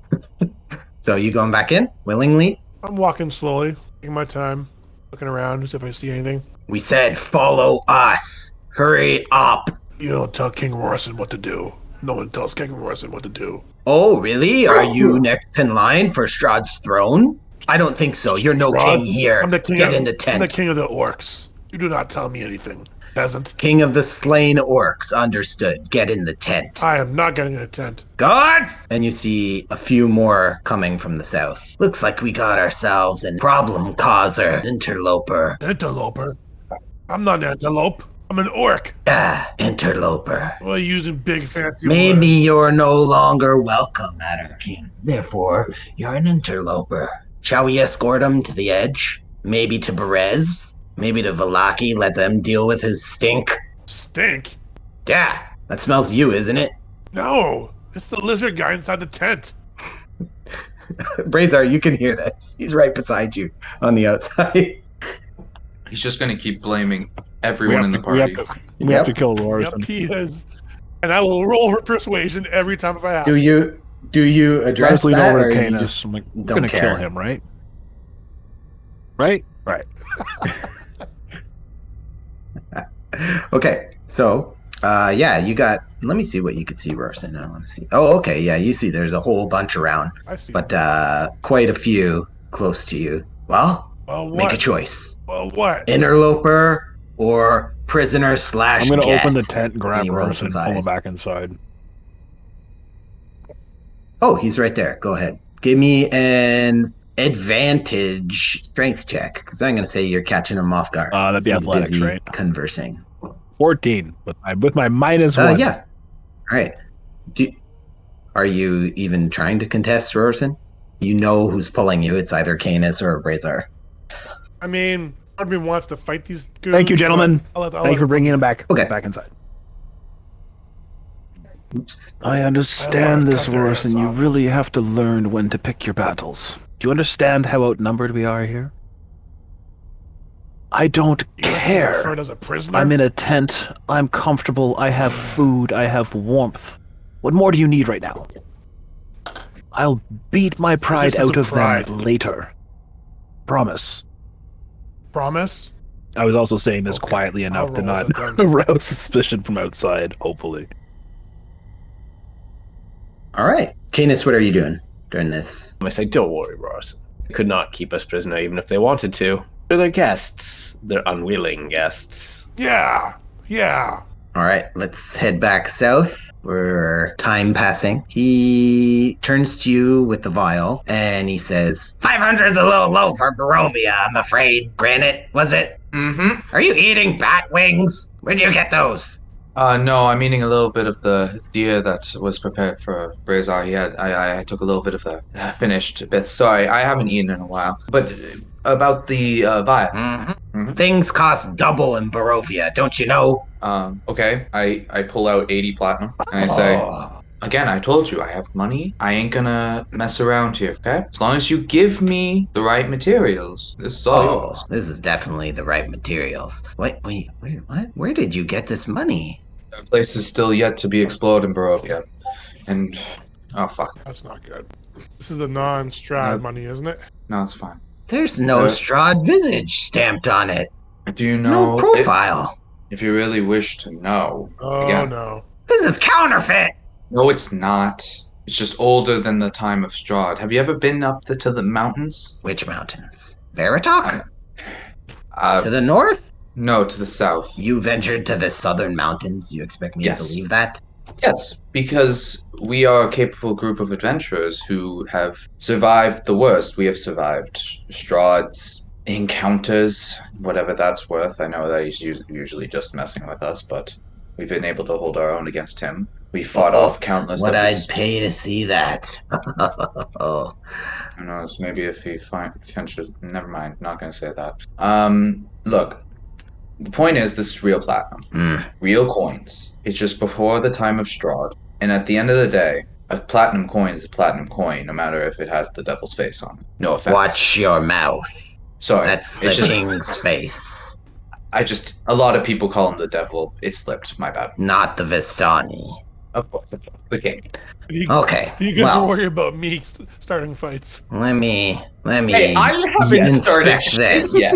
[SPEAKER 3] So you going back in willingly?
[SPEAKER 6] I'm walking slowly, taking my time, looking around, see if I see anything.
[SPEAKER 3] We said, "Follow us! Hurry up!"
[SPEAKER 6] You don't tell King Rorson what to do. No one tells King Rorson what to do.
[SPEAKER 3] Oh, really? Are you next in line for Strahd's throne? I don't think so. You're no
[SPEAKER 6] Strahd?
[SPEAKER 3] king here.
[SPEAKER 6] I'm the king
[SPEAKER 3] Get
[SPEAKER 6] of,
[SPEAKER 3] in the
[SPEAKER 6] I'm
[SPEAKER 3] tent.
[SPEAKER 6] the king of the orcs. You do not tell me anything, peasant.
[SPEAKER 3] King of the slain orcs, understood. Get in the tent.
[SPEAKER 6] I am not getting in a tent.
[SPEAKER 3] Guards! And you see a few more coming from the south. Looks like we got ourselves a problem causer, interloper.
[SPEAKER 6] Anteloper? I'm not an antelope. I'm an orc.
[SPEAKER 3] Ah, interloper.
[SPEAKER 6] Well, you're using big fancy
[SPEAKER 3] Maybe
[SPEAKER 6] words.
[SPEAKER 3] you're no longer welcome at our camp. Therefore, you're an interloper. Shall we escort him to the edge? Maybe to Berez? Maybe to Valaki, let them deal with his stink?
[SPEAKER 6] Stink?
[SPEAKER 3] Yeah, that smells you, isn't it?
[SPEAKER 6] No. It's the lizard guy inside the tent.
[SPEAKER 3] Brazar, you can hear this. He's right beside you on the outside.
[SPEAKER 4] He's just gonna keep blaming
[SPEAKER 7] We
[SPEAKER 4] everyone
[SPEAKER 7] have
[SPEAKER 4] in the
[SPEAKER 7] to- we have
[SPEAKER 4] party.
[SPEAKER 7] to- We have to kill Lorison.
[SPEAKER 6] Yep, he is. and I will roll for persuasion every time if I have.
[SPEAKER 3] Do
[SPEAKER 6] to.
[SPEAKER 3] you do you address
[SPEAKER 7] Leslie
[SPEAKER 3] that,
[SPEAKER 7] over
[SPEAKER 3] or
[SPEAKER 7] to
[SPEAKER 3] you
[SPEAKER 7] Canis.
[SPEAKER 3] just
[SPEAKER 7] I'm like, we're
[SPEAKER 3] don't
[SPEAKER 7] gonna
[SPEAKER 3] care.
[SPEAKER 7] kill him, right? Right? Right.
[SPEAKER 3] okay, so uh, yeah, you got. Let me see what you could see, Rorson. I want to see. Oh, okay, yeah, you see. There's a whole bunch around,
[SPEAKER 6] I see.
[SPEAKER 3] but uh, quite a few close to you. Well,
[SPEAKER 6] well,
[SPEAKER 3] make a
[SPEAKER 6] what?
[SPEAKER 3] choice:
[SPEAKER 6] Well, what?
[SPEAKER 3] interloper or prisoner slash.
[SPEAKER 7] I'm gonna open the
[SPEAKER 3] guest.
[SPEAKER 7] tent, and
[SPEAKER 3] And
[SPEAKER 7] grab
[SPEAKER 3] he
[SPEAKER 7] Rose,
[SPEAKER 3] rolls
[SPEAKER 7] and
[SPEAKER 3] his
[SPEAKER 7] pull him
[SPEAKER 3] eyes.
[SPEAKER 7] back inside.
[SPEAKER 3] Oh, he's right there. Go ahead. Give me an advantage strength check because I'm gonna say you're catching him off guard.
[SPEAKER 7] Uh, that'd be
[SPEAKER 3] He's
[SPEAKER 7] athletics,
[SPEAKER 3] busy
[SPEAKER 7] right?
[SPEAKER 3] Conversing.
[SPEAKER 7] 14 with my with my minus
[SPEAKER 3] Uh,
[SPEAKER 7] one.
[SPEAKER 3] yeah. All right. Do, are you even trying to contest Rorson? You know who's pulling you. It's either Canis or Brazar.
[SPEAKER 6] I mean, part of me wants to fight these. Goons,
[SPEAKER 7] Thank you, gentlemen.
[SPEAKER 6] but I'll let, I'll
[SPEAKER 7] Thank you for
[SPEAKER 6] let-
[SPEAKER 7] bringing him back.
[SPEAKER 3] Okay.
[SPEAKER 7] Back inside.
[SPEAKER 3] Oops.
[SPEAKER 7] I
[SPEAKER 6] I
[SPEAKER 7] understand
[SPEAKER 6] wanna
[SPEAKER 7] this,
[SPEAKER 6] cut their
[SPEAKER 7] Rorson.
[SPEAKER 6] heads
[SPEAKER 7] You
[SPEAKER 6] off.
[SPEAKER 7] really have to learn when to pick your battles. Do you understand how outnumbered we are here? I don't
[SPEAKER 6] You reckon you're
[SPEAKER 7] care.
[SPEAKER 6] referred as a prisoner.
[SPEAKER 7] I'm in a tent. I'm comfortable. I have food. I have warmth. What more do you need right now? I'll beat my pride
[SPEAKER 6] Resistance
[SPEAKER 7] out of
[SPEAKER 6] of pride.
[SPEAKER 7] them later. Promise.
[SPEAKER 6] promise.
[SPEAKER 7] I was also saying this
[SPEAKER 6] Okay,
[SPEAKER 7] quietly enough
[SPEAKER 6] I'll
[SPEAKER 7] to
[SPEAKER 6] roll
[SPEAKER 7] not
[SPEAKER 6] with it then.
[SPEAKER 7] arouse suspicion from outside, hopefully.
[SPEAKER 3] All right. Canis, what are you doing during this?
[SPEAKER 2] I say, don't worry, Ross. They could not keep us prisoner even if they wanted to. They're their guests. They're unwilling guests.
[SPEAKER 6] Yeah, yeah.
[SPEAKER 3] All right. Let's head back south. We're time passing. He turns to you with the vial and he says, 500's a little low for Barovia, I'm afraid. Granite, was it?
[SPEAKER 4] Mm-hmm.
[SPEAKER 3] Are you eating bat wings? Where'd you get those?
[SPEAKER 4] Uh, no, I'm eating a little bit of the deer that was prepared for Brazar. He had I, I took a little bit of the uh, finished bits. Sorry, I haven't eaten in a while. But uh, about the uh, vial.
[SPEAKER 3] Mm-hmm.
[SPEAKER 4] Mhm.
[SPEAKER 3] Things cost double in Barovia, don't you know?
[SPEAKER 4] Um, okay, I I pull out 80 platinum and I say.
[SPEAKER 3] Oh.
[SPEAKER 4] Again, I told you I have money. I ain't gonna mess around here, okay? As long as you give me the right materials, this is all
[SPEAKER 3] Oh,
[SPEAKER 4] yours.
[SPEAKER 3] this is definitely the right materials. What? Wait, wait, what? Where did you get this money?
[SPEAKER 4] The place is still yet to be explored in Barovia. And oh fuck.
[SPEAKER 6] That's not good. This is the
[SPEAKER 4] No.
[SPEAKER 6] non-strad money, isn't it?
[SPEAKER 4] No, it's fine.
[SPEAKER 3] There's no
[SPEAKER 4] Uh,
[SPEAKER 3] Strahd visage stamped on it.
[SPEAKER 4] Do you know
[SPEAKER 3] No,
[SPEAKER 4] if-
[SPEAKER 3] profile.
[SPEAKER 4] If, you really wish to know.
[SPEAKER 6] Oh
[SPEAKER 4] Yeah.
[SPEAKER 6] no.
[SPEAKER 3] This is counterfeit.
[SPEAKER 4] No, it's not. It's just older than the time of Strahd. Have you ever been up the, to the mountains?
[SPEAKER 3] Which mountains? Veritok?
[SPEAKER 4] Uh,
[SPEAKER 3] to the north?
[SPEAKER 4] no, to the south.
[SPEAKER 3] You ventured to the southern mountains. You expect me
[SPEAKER 4] Yes.
[SPEAKER 3] to believe that?
[SPEAKER 4] Yes, because we are a capable group of adventurers who have survived the worst. We have survived Strahd's encounters, whatever that's worth. I know that he's us- usually just messing with us, but we've been able to hold our own against him. We fought
[SPEAKER 3] Oh,
[SPEAKER 4] off countless.
[SPEAKER 3] What
[SPEAKER 4] of
[SPEAKER 3] I'd
[SPEAKER 4] his-
[SPEAKER 3] pay to see that. oh,
[SPEAKER 4] Who knows? Maybe if he find ventures. Never mind. Not going to say that. Um, look. The point is, this is real platinum.
[SPEAKER 3] Hmm.
[SPEAKER 4] real coins. It's just before the time of Strahd. And at the end of the day, a platinum coin is a platinum coin, no matter if it has the devil's face on it. No offense.
[SPEAKER 3] watch your mouth.
[SPEAKER 4] Sorry.
[SPEAKER 3] That's the
[SPEAKER 4] It's just-
[SPEAKER 3] king's face,
[SPEAKER 4] I just, a lot of people call him the devil. It slipped. My bad.
[SPEAKER 3] not the Vistani.
[SPEAKER 4] Of course. The king.
[SPEAKER 6] You,
[SPEAKER 7] Oh,
[SPEAKER 3] Okay.
[SPEAKER 6] you guys
[SPEAKER 3] well,
[SPEAKER 6] are worried about me st- starting fights.
[SPEAKER 3] let me let me
[SPEAKER 4] haven't
[SPEAKER 3] inspect this.
[SPEAKER 4] Yeah.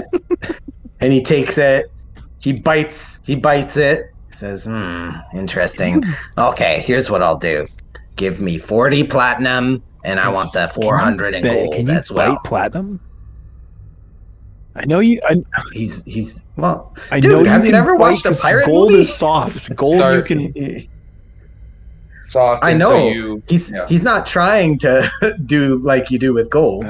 [SPEAKER 3] And he takes it. He bites. He bites it. Says, "Hmm, interesting. Okay, here's what I'll do. Give me 40 platinum, and I want the 400 in
[SPEAKER 7] Ba-
[SPEAKER 3] gold
[SPEAKER 7] can you
[SPEAKER 3] as well."
[SPEAKER 7] bite platinum? I know you. I,
[SPEAKER 3] He's he's well.
[SPEAKER 7] I
[SPEAKER 3] Dude,
[SPEAKER 7] know
[SPEAKER 3] have you
[SPEAKER 7] can
[SPEAKER 3] never watched
[SPEAKER 7] bite
[SPEAKER 3] a
[SPEAKER 7] 'cause
[SPEAKER 3] pirate
[SPEAKER 7] Gold
[SPEAKER 3] movie?
[SPEAKER 7] is soft. Gold
[SPEAKER 4] Sorry.
[SPEAKER 7] you can.
[SPEAKER 4] Soft.
[SPEAKER 3] I
[SPEAKER 4] and
[SPEAKER 3] know.
[SPEAKER 4] So you,
[SPEAKER 3] He's
[SPEAKER 4] Yeah.
[SPEAKER 3] he's not trying to do like you do with gold.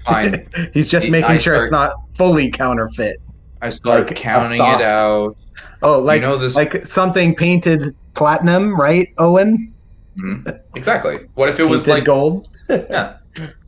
[SPEAKER 4] fine.
[SPEAKER 3] He's just
[SPEAKER 4] I-
[SPEAKER 3] making
[SPEAKER 4] I
[SPEAKER 3] sure it's not fully counterfeit.
[SPEAKER 4] I start
[SPEAKER 3] Like a
[SPEAKER 4] counting it
[SPEAKER 3] soft-
[SPEAKER 4] out.
[SPEAKER 3] Oh, like
[SPEAKER 4] you know this.
[SPEAKER 3] like something painted platinum, right, Owen?
[SPEAKER 4] Mhm. Exactly. What if it was
[SPEAKER 3] painted
[SPEAKER 4] like
[SPEAKER 3] gold.
[SPEAKER 4] yeah,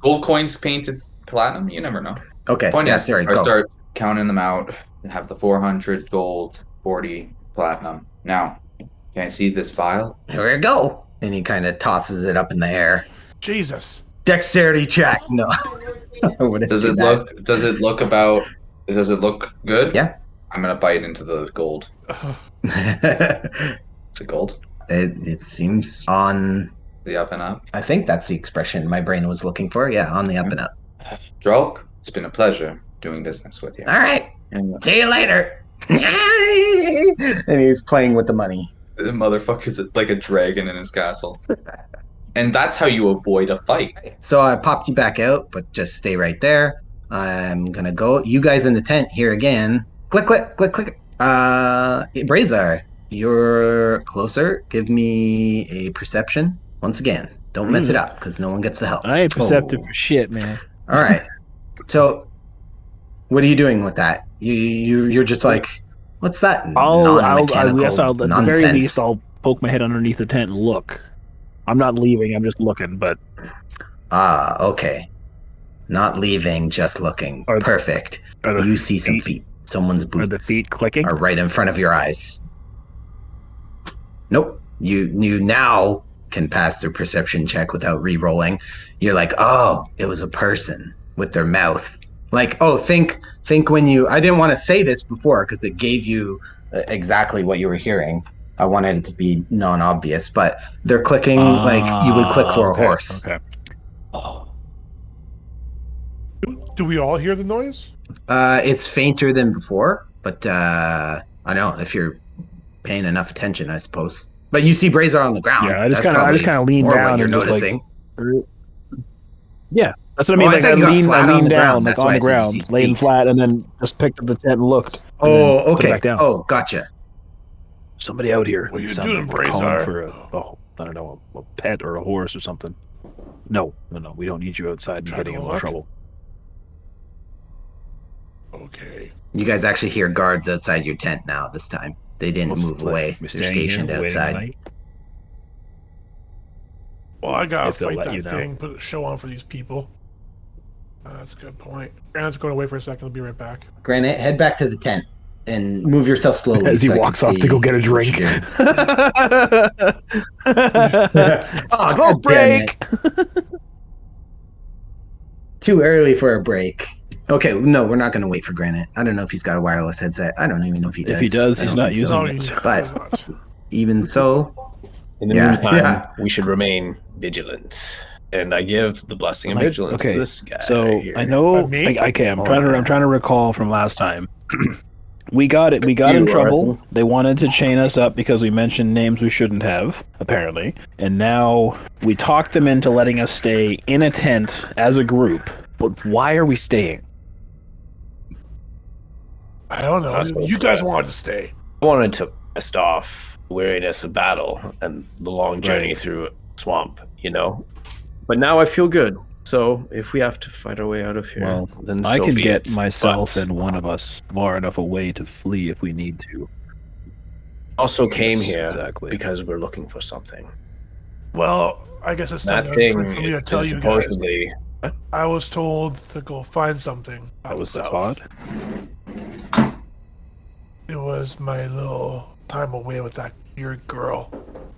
[SPEAKER 4] gold coins painted s- platinum? You never know.
[SPEAKER 3] Okay.
[SPEAKER 4] Point
[SPEAKER 3] yeah,
[SPEAKER 4] is,
[SPEAKER 3] sorry,
[SPEAKER 4] I
[SPEAKER 3] gold.
[SPEAKER 4] start counting them out. I have the 400 gold, 40 platinum. Now, can I see this vial?
[SPEAKER 3] Here we go. And he kind of tosses it up in the air.
[SPEAKER 6] Jesus.
[SPEAKER 3] Dexterity check. No. I wouldn't
[SPEAKER 4] Does
[SPEAKER 3] do
[SPEAKER 4] it
[SPEAKER 3] that.
[SPEAKER 4] look? Does it look about? Does it look good?
[SPEAKER 3] Yeah.
[SPEAKER 4] I'm gonna bite into the gold.
[SPEAKER 6] Ugh.
[SPEAKER 4] Is it gold?
[SPEAKER 3] It, it seems on.
[SPEAKER 4] The up and up.
[SPEAKER 3] I think that's the expression my brain was looking for. Yeah, on the up and up.
[SPEAKER 4] Drolk, it's been a pleasure doing business with you.
[SPEAKER 3] All right.
[SPEAKER 4] And
[SPEAKER 3] See you later. and he's playing with the money.
[SPEAKER 4] the motherfucker's like a dragon in his castle. and that's how you avoid a fight.
[SPEAKER 3] So I popped you back out, but just stay right there. I'm gonna go. You guys in the tent here again. Click, click, click, click. Uh, Brazar, you're closer. Give me a perception once again. Don't mess it up because no one gets the help.
[SPEAKER 5] Hmm. I ain't perceptive for shit, man.
[SPEAKER 3] All right. So, what are you doing with that? You you you're just like, what's that?
[SPEAKER 5] I'll, I'll, I guess I'll,
[SPEAKER 3] non-mechanical
[SPEAKER 5] at the very
[SPEAKER 3] nonsense?
[SPEAKER 5] least, I'll poke my head underneath the tent and look. I'm not leaving. I'm just looking. But
[SPEAKER 3] Ah, okay. Not leaving, just looking.
[SPEAKER 5] Are-
[SPEAKER 3] Perfect.
[SPEAKER 5] are the
[SPEAKER 3] You see some
[SPEAKER 5] feet-
[SPEAKER 3] feet. Someone's boots
[SPEAKER 5] are the feet clicking?
[SPEAKER 3] are right in front of your eyes. Nope. You you now can pass their perception check without re-rolling. You're like, oh, it was a person with their mouth. Like, oh, think think when you. I didn't want to say this before because it gave you uh, exactly what you were hearing. I wanted it to be non-obvious, but they're clicking like you would click for a
[SPEAKER 5] Ah, okay,
[SPEAKER 3] horse.
[SPEAKER 5] Okay.
[SPEAKER 6] Do, do we all hear the noise?
[SPEAKER 3] Uh, it's fainter than before, but uh, I don't know if you're paying enough attention, I suppose. But you see Brazar on the ground.
[SPEAKER 5] Yeah, I just
[SPEAKER 3] That's
[SPEAKER 5] kind of I just
[SPEAKER 3] probably
[SPEAKER 5] kind of lean
[SPEAKER 3] more what
[SPEAKER 5] down
[SPEAKER 3] you're
[SPEAKER 5] and just like
[SPEAKER 3] noticing.
[SPEAKER 5] Yeah, that's what I
[SPEAKER 3] Oh,
[SPEAKER 5] mean.
[SPEAKER 3] I
[SPEAKER 5] like
[SPEAKER 3] thought
[SPEAKER 5] I,
[SPEAKER 3] you got
[SPEAKER 5] lean,
[SPEAKER 3] flat
[SPEAKER 5] I
[SPEAKER 3] on
[SPEAKER 5] lean
[SPEAKER 3] the
[SPEAKER 5] down,
[SPEAKER 3] ground.
[SPEAKER 5] like
[SPEAKER 3] That's
[SPEAKER 5] on
[SPEAKER 3] why
[SPEAKER 5] the
[SPEAKER 3] I said you
[SPEAKER 5] ground,
[SPEAKER 3] see
[SPEAKER 5] laying
[SPEAKER 3] feet.
[SPEAKER 5] flat, and then just picked up the tent and looked. and then
[SPEAKER 3] oh,
[SPEAKER 5] put it
[SPEAKER 3] okay.
[SPEAKER 5] Back down.
[SPEAKER 3] Oh, gotcha.
[SPEAKER 5] somebody out here.
[SPEAKER 6] What are you
[SPEAKER 5] Something.
[SPEAKER 6] doing,
[SPEAKER 5] We're calling
[SPEAKER 6] Brazar?
[SPEAKER 5] For a, oh, I don't know, a, a pet or a horse or something. No, no, no. We don't need you outside and
[SPEAKER 6] Trying
[SPEAKER 5] getting
[SPEAKER 6] to
[SPEAKER 5] in more
[SPEAKER 6] look.
[SPEAKER 5] trouble.
[SPEAKER 6] Okay.
[SPEAKER 3] You guys actually hear guards outside your tent now. This time they didn't
[SPEAKER 5] What's
[SPEAKER 3] move
[SPEAKER 5] the plan?
[SPEAKER 3] away.
[SPEAKER 5] We're
[SPEAKER 3] They're
[SPEAKER 5] staying here,
[SPEAKER 3] stationed
[SPEAKER 5] we're waiting
[SPEAKER 3] outside.
[SPEAKER 5] tonight?
[SPEAKER 6] Well, I gotta
[SPEAKER 5] If they'll
[SPEAKER 6] fight
[SPEAKER 5] let
[SPEAKER 6] that
[SPEAKER 5] you know.
[SPEAKER 6] thing, put a show on for these people. Uh, that's a good point. Grant's going away for a second. I'll be right back.
[SPEAKER 3] Granite, head back to the tent and move yourself slowly.
[SPEAKER 5] As he
[SPEAKER 3] so I can
[SPEAKER 5] walks off
[SPEAKER 3] see
[SPEAKER 5] to go get a
[SPEAKER 3] what
[SPEAKER 5] drink.
[SPEAKER 3] you're doing. Oh,
[SPEAKER 5] Smoke
[SPEAKER 3] God damn
[SPEAKER 5] break!
[SPEAKER 3] it. Too early for a break. Okay, no, we're not going to wait for Granite. I don't know if he's got a wireless headset. I don't even know if he does.
[SPEAKER 5] If he does,
[SPEAKER 3] I
[SPEAKER 5] he's
[SPEAKER 3] don't
[SPEAKER 5] not
[SPEAKER 3] think
[SPEAKER 5] using
[SPEAKER 6] No,
[SPEAKER 5] it.
[SPEAKER 6] he's-
[SPEAKER 3] but-
[SPEAKER 6] he's not.
[SPEAKER 3] Even so,
[SPEAKER 2] In the
[SPEAKER 3] Yeah,
[SPEAKER 2] meantime,
[SPEAKER 3] yeah.
[SPEAKER 2] we should remain vigilant. And I give the blessing of
[SPEAKER 5] Like,
[SPEAKER 2] vigilance
[SPEAKER 5] okay,
[SPEAKER 2] to this guy.
[SPEAKER 5] So
[SPEAKER 2] here.
[SPEAKER 5] I know.
[SPEAKER 6] By me?
[SPEAKER 5] Like, okay, I'm
[SPEAKER 3] Oh,
[SPEAKER 5] trying to.
[SPEAKER 3] yeah.
[SPEAKER 5] I'm trying to recall from last time. we got it. We got in
[SPEAKER 2] You,
[SPEAKER 5] trouble.
[SPEAKER 2] Arthur.
[SPEAKER 5] They wanted to chain us up because we mentioned names we shouldn't have, apparently. And now we talked them into letting us stay in a tent as a group. But why are we staying?
[SPEAKER 6] I don't know.
[SPEAKER 2] That's
[SPEAKER 6] You guys wanted to stay.
[SPEAKER 2] I wanted to test off weariness of battle and the long journey
[SPEAKER 5] Right.
[SPEAKER 2] through swamp, you know. But now I feel good. So if we have to fight our way out of here,
[SPEAKER 5] Well,
[SPEAKER 2] then
[SPEAKER 5] I
[SPEAKER 2] so
[SPEAKER 5] can
[SPEAKER 2] be
[SPEAKER 5] get
[SPEAKER 2] it.
[SPEAKER 5] myself
[SPEAKER 2] But
[SPEAKER 5] and one of us far enough away to flee if we need to.
[SPEAKER 2] also came
[SPEAKER 5] Yes,
[SPEAKER 2] here
[SPEAKER 5] exactly.
[SPEAKER 2] because we're looking for something.
[SPEAKER 6] Well, I guess it's time
[SPEAKER 2] That
[SPEAKER 6] for
[SPEAKER 2] thing
[SPEAKER 6] for me to
[SPEAKER 2] is
[SPEAKER 6] tell you guys.
[SPEAKER 2] supposedly
[SPEAKER 6] I was told to go find something.
[SPEAKER 5] That was the
[SPEAKER 6] myself.
[SPEAKER 5] thought.
[SPEAKER 6] It was my little time away with that weird girl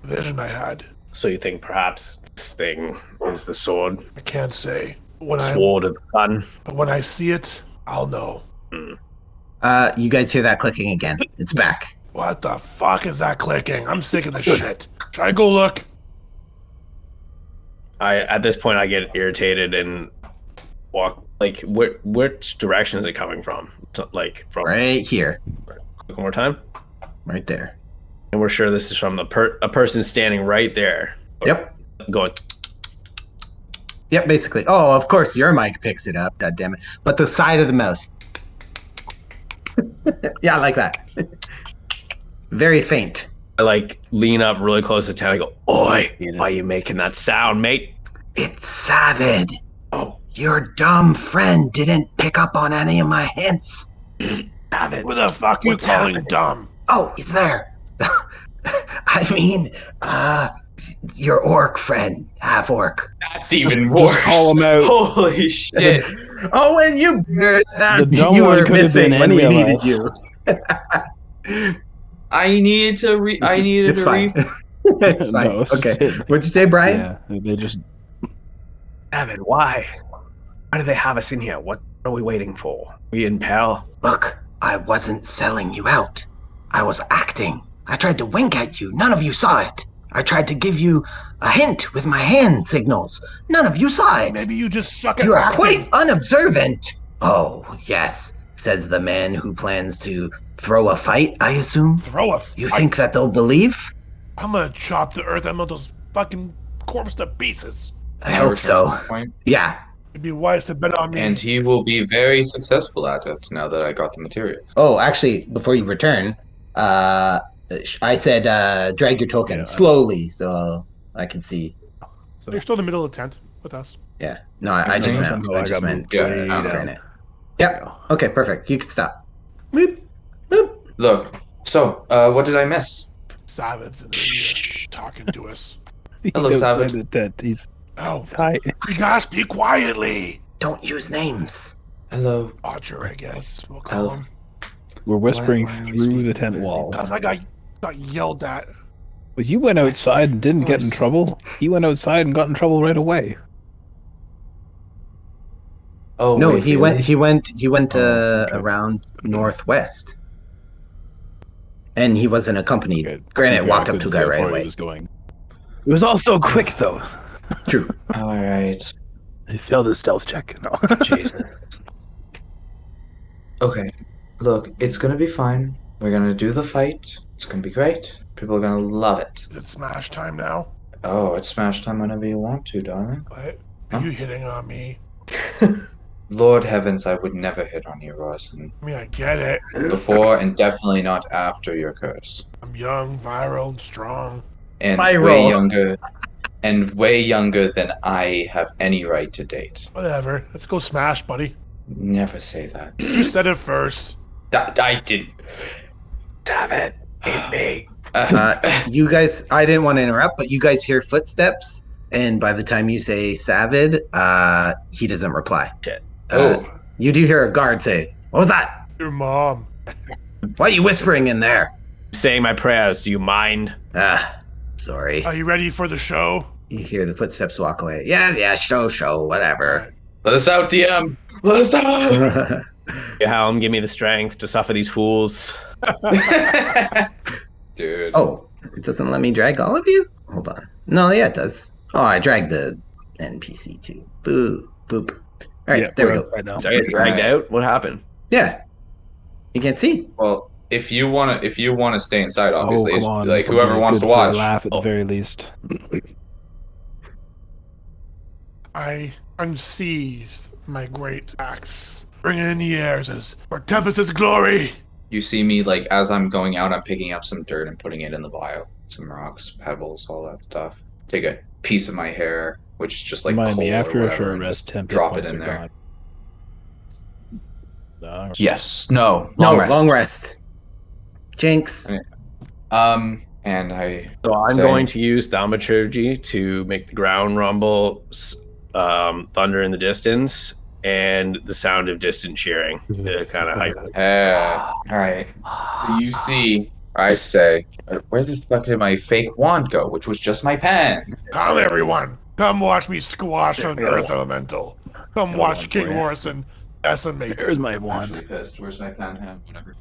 [SPEAKER 6] vision I had.
[SPEAKER 2] so you think perhaps this thing is the sword
[SPEAKER 6] I can't say. When I
[SPEAKER 2] sword of the sun.
[SPEAKER 6] when I see it, I'll know.
[SPEAKER 3] uh, you guys hear that clicking again. It's back.
[SPEAKER 6] What the fuck is that clicking? I'm sick of this shit. Should I go look?
[SPEAKER 2] I at this point I get irritated and walk like wh- which direction is it coming from? So, like from
[SPEAKER 3] Right here.
[SPEAKER 2] one more time?
[SPEAKER 3] Right there.
[SPEAKER 2] and we're sure this is from the per- a person standing right there.
[SPEAKER 3] Yep.
[SPEAKER 2] Going,
[SPEAKER 3] Yep, basically. Oh, of course, your mic picks it up. God damn it. But the side of the mouse. yeah, I like that. Very faint.
[SPEAKER 2] I like lean up really close to town. I go, "Oi,
[SPEAKER 5] You know.
[SPEAKER 2] why you making that sound, mate?"
[SPEAKER 3] It's Savid.
[SPEAKER 2] Oh,
[SPEAKER 3] Your dumb friend didn't pick up on any of my hints. Savid.
[SPEAKER 6] Who the fuck you
[SPEAKER 3] What's
[SPEAKER 6] calling
[SPEAKER 3] happening?
[SPEAKER 6] dumb?
[SPEAKER 3] Oh, he's there. I mean, uh, your orc friend, half orc.
[SPEAKER 4] That's even worse.
[SPEAKER 5] call 'em out.
[SPEAKER 4] Holy shit.
[SPEAKER 3] Oh, and you, the
[SPEAKER 5] dumb
[SPEAKER 3] you
[SPEAKER 5] one
[SPEAKER 3] were
[SPEAKER 5] could have been
[SPEAKER 3] missing when
[SPEAKER 5] any
[SPEAKER 3] we
[SPEAKER 5] of
[SPEAKER 3] needed
[SPEAKER 5] us.
[SPEAKER 3] you.
[SPEAKER 4] I needed to re I needed
[SPEAKER 3] It's
[SPEAKER 4] to
[SPEAKER 3] fine.
[SPEAKER 4] re
[SPEAKER 3] it's fine.
[SPEAKER 5] No, it's
[SPEAKER 3] okay.
[SPEAKER 5] just-
[SPEAKER 3] What'd you say, Brian?
[SPEAKER 5] yeah, they just
[SPEAKER 2] Evan, why? Why do they have us in here? What are we waiting for? we in peril?
[SPEAKER 3] Look, I wasn't selling you out. I was acting. I tried to wink at you. None of you saw it. I tried to give you a hint with my hand signals. None of you saw it.
[SPEAKER 6] Maybe you just suck at
[SPEAKER 3] You are
[SPEAKER 6] acting.
[SPEAKER 3] quite unobservant. Oh, yes, says the man who plans to throw a fight, I assume.
[SPEAKER 6] Throw a.
[SPEAKER 3] You think that they'll believe?
[SPEAKER 6] I'm gonna chop the Earth Elemental's fucking corpse to pieces.
[SPEAKER 3] I hope so.
[SPEAKER 4] Point.
[SPEAKER 3] Yeah.
[SPEAKER 6] It'd be wise to bet on me.
[SPEAKER 4] And he will be very successful at it now that I got the materials.
[SPEAKER 3] Oh, actually, before you return, uh, I said uh, drag your token slowly so I can see.
[SPEAKER 6] You're still in the middle of the tent with us.
[SPEAKER 3] Yeah. No, I, I
[SPEAKER 7] Okay.
[SPEAKER 3] just meant.
[SPEAKER 7] Somehow
[SPEAKER 3] I
[SPEAKER 7] I
[SPEAKER 3] just
[SPEAKER 7] got
[SPEAKER 3] meant.
[SPEAKER 4] moved way
[SPEAKER 3] uh,
[SPEAKER 4] down.
[SPEAKER 3] granite. Yep. Okay. Perfect. You can stop. Boop. Boop.
[SPEAKER 4] Look, so uh, what did I miss?
[SPEAKER 6] Savage in the ear, talking to us.
[SPEAKER 7] He's
[SPEAKER 4] Hello,
[SPEAKER 7] outside
[SPEAKER 4] Savage.
[SPEAKER 7] the tent. He's
[SPEAKER 6] Oh,
[SPEAKER 7] hi.
[SPEAKER 6] you guys speak quietly.
[SPEAKER 3] Don't use names.
[SPEAKER 4] Hello.
[SPEAKER 6] Archer, I guess we'll call
[SPEAKER 4] Oh.
[SPEAKER 6] him.
[SPEAKER 7] We're whispering
[SPEAKER 4] why are we
[SPEAKER 7] through
[SPEAKER 4] speaking
[SPEAKER 7] the tent
[SPEAKER 4] like
[SPEAKER 7] wall.
[SPEAKER 6] Cause I got got yelled at.
[SPEAKER 7] But you went outside and didn't get in
[SPEAKER 4] course.
[SPEAKER 7] trouble. He went outside and got in trouble right away.
[SPEAKER 4] Oh
[SPEAKER 3] No,
[SPEAKER 4] wait,
[SPEAKER 3] he
[SPEAKER 4] really?
[SPEAKER 3] went. He went. He went uh,
[SPEAKER 7] Oh, okay.
[SPEAKER 3] around northwest, and he wasn't accompanied.
[SPEAKER 7] Okay.
[SPEAKER 3] Granite
[SPEAKER 7] Okay, I
[SPEAKER 3] walked up to
[SPEAKER 7] couldn't
[SPEAKER 3] a
[SPEAKER 7] see how
[SPEAKER 3] guy right
[SPEAKER 7] far he
[SPEAKER 3] away.
[SPEAKER 7] was going. It was all so quick though.
[SPEAKER 3] True.
[SPEAKER 4] All right.
[SPEAKER 7] He failed his stealth check. No.
[SPEAKER 4] Jesus. Okay. Look, it's gonna be fine. We're gonna do the fight. It's gonna be great. People are gonna love it.
[SPEAKER 6] Is it smash time now?
[SPEAKER 4] Oh, it's smash time whenever you want to, darling.
[SPEAKER 6] What? Are you hitting on me?
[SPEAKER 4] Lord heavens, I would never hit on you, Rosin.
[SPEAKER 6] I mean, I get it.
[SPEAKER 4] Before and definitely not after your curse.
[SPEAKER 6] I'm young, viral, and strong.
[SPEAKER 4] And
[SPEAKER 3] Viral.
[SPEAKER 4] way younger and way younger than I have any right to date.
[SPEAKER 6] Whatever. Let's go smash, buddy.
[SPEAKER 4] Never say that.
[SPEAKER 6] You said it first.
[SPEAKER 4] That I did.
[SPEAKER 2] Damn it. Leave me.
[SPEAKER 4] Uh,
[SPEAKER 3] Uh, you guys, I didn't want to interrupt, but you guys hear footsteps, and by the time you say "Savid," uh, he doesn't reply.
[SPEAKER 2] Shit.
[SPEAKER 3] Uh,
[SPEAKER 4] oh,
[SPEAKER 3] You do hear a guard say, "What was that?
[SPEAKER 6] Your mom.
[SPEAKER 3] Why are you whispering in there?"
[SPEAKER 2] Saying my prayers. Do you mind?
[SPEAKER 3] Ah, sorry.
[SPEAKER 4] Uh,
[SPEAKER 6] Are you ready for the show?
[SPEAKER 3] You hear the footsteps walk away. Yeah, yeah, show, show, whatever.
[SPEAKER 4] let us out, DM. Let us out.
[SPEAKER 2] You helm, give me the strength to suffer these fools.
[SPEAKER 7] Uh-huh.
[SPEAKER 4] Dude.
[SPEAKER 3] oh, it doesn't let me drag all of you? Hold on. No, yeah, it does. Oh, I dragged the NPC too. Boo, boop. All right,
[SPEAKER 7] Yeah,
[SPEAKER 3] there we
[SPEAKER 7] we're outside
[SPEAKER 3] go.
[SPEAKER 7] now.
[SPEAKER 2] Did I get dragged out? What happened?
[SPEAKER 3] Yeah. You can't see?
[SPEAKER 4] Well, if you wanna, if you wanna stay inside, obviously,
[SPEAKER 7] oh,
[SPEAKER 4] it's,
[SPEAKER 7] come on,
[SPEAKER 4] like
[SPEAKER 7] this will
[SPEAKER 4] whoever
[SPEAKER 7] be
[SPEAKER 4] wants
[SPEAKER 7] good
[SPEAKER 4] to
[SPEAKER 7] for a
[SPEAKER 4] watch.
[SPEAKER 7] Laugh at
[SPEAKER 2] Oh.
[SPEAKER 7] the very least.
[SPEAKER 6] I unsheathe my great axe. Bring it in the air says, for Tempest's glory.
[SPEAKER 4] You see me like as I'm going out, I'm picking up some dirt and putting it in the vial, some rocks, pebbles, all that stuff. Take a piece of my hair, which is just like
[SPEAKER 7] Remind
[SPEAKER 4] coal
[SPEAKER 7] me
[SPEAKER 4] or
[SPEAKER 7] after a
[SPEAKER 4] whatever,
[SPEAKER 7] short
[SPEAKER 4] and
[SPEAKER 7] rest, temp hit
[SPEAKER 4] drop it
[SPEAKER 7] points
[SPEAKER 4] in
[SPEAKER 7] are
[SPEAKER 4] there.
[SPEAKER 7] gone. All right.
[SPEAKER 4] Yes. No. Long
[SPEAKER 3] no,
[SPEAKER 4] rest.
[SPEAKER 3] Oh, long rest. Jinx.
[SPEAKER 4] Um, and I
[SPEAKER 2] So I'm
[SPEAKER 4] Same.
[SPEAKER 2] going to use thaumaturgy to make the ground rumble, s- um, thunder in the distance, and the sound of distant cheering to kind of hype.
[SPEAKER 4] Uh, all right. So you see, I say, where the fuck did my fake wand go? Which was just my pen.
[SPEAKER 6] Come, everyone. Come watch me squash an Earth Elemental. Come watch King Morrison decimate.
[SPEAKER 7] There's my wand.
[SPEAKER 4] Actually pissed. Where's my pen? Huh, Whatever.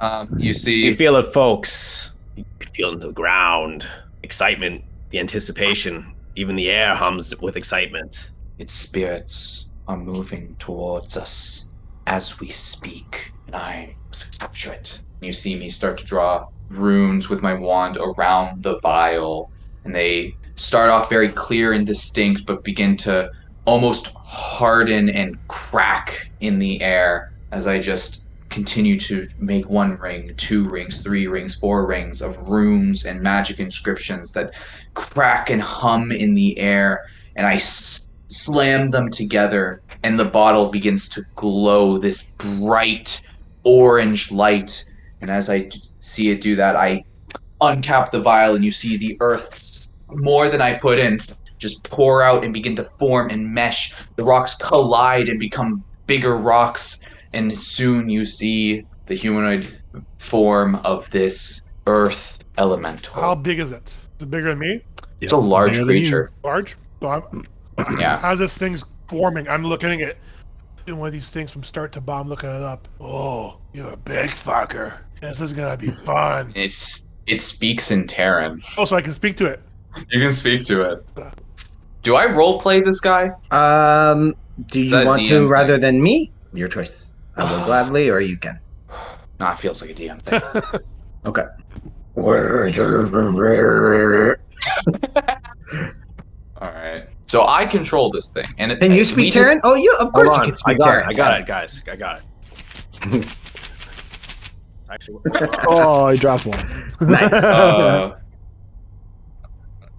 [SPEAKER 4] Um, you see,
[SPEAKER 2] You feel it, folks. You can feel it into the ground. Excitement, the anticipation, even the air hums with excitement.
[SPEAKER 4] its spirits are moving towards us as we speak, and I must capture it. You see me start to draw runes with my wand around the vial, and they start off very clear and distinct, but begin to almost harden and crack in the air as I just continue to make one ring, two rings, three rings, four rings of runes and magic inscriptions that crack and hum in the air and I s- slam them together, and the bottle begins to glow this bright orange light. And as I d- see it do that, I uncap the vial, and you see the earth s- more than I put in just pour out and begin to form and mesh. The rocks collide and become bigger rocks, and soon you see the humanoid form of this earth elemental.
[SPEAKER 6] How big is it? Is it bigger than me?
[SPEAKER 4] it's a large
[SPEAKER 7] Bigger than you.
[SPEAKER 4] creature.
[SPEAKER 6] Large? So I'm,
[SPEAKER 4] Yeah.
[SPEAKER 6] How's this thing's forming? I'm looking at doing one of these things from start to bottom, looking it up. Oh, you're a big fucker. This is gonna be fun.
[SPEAKER 4] It's It speaks in Terran.
[SPEAKER 6] Oh, so I can speak to it.
[SPEAKER 4] You can speak to it. Do I roleplay this guy?
[SPEAKER 3] Um, do you
[SPEAKER 4] That
[SPEAKER 3] want
[SPEAKER 4] DM
[SPEAKER 3] to
[SPEAKER 4] thing.
[SPEAKER 3] rather than me? Your choice. I will gladly, or you can.
[SPEAKER 4] Nah, it feels like a DM thing.
[SPEAKER 3] Okay. Can
[SPEAKER 4] All right. So I control this thing, and it,
[SPEAKER 3] you
[SPEAKER 4] we
[SPEAKER 3] speak
[SPEAKER 4] just-
[SPEAKER 3] Terran? Oh, you of course
[SPEAKER 2] Hold
[SPEAKER 3] you
[SPEAKER 2] on,
[SPEAKER 3] can speak
[SPEAKER 2] I got
[SPEAKER 3] Terran.
[SPEAKER 2] it. I got it, guys. I got it. It's Actually,
[SPEAKER 7] Oh, I dropped one.
[SPEAKER 3] Nice.
[SPEAKER 4] Uh,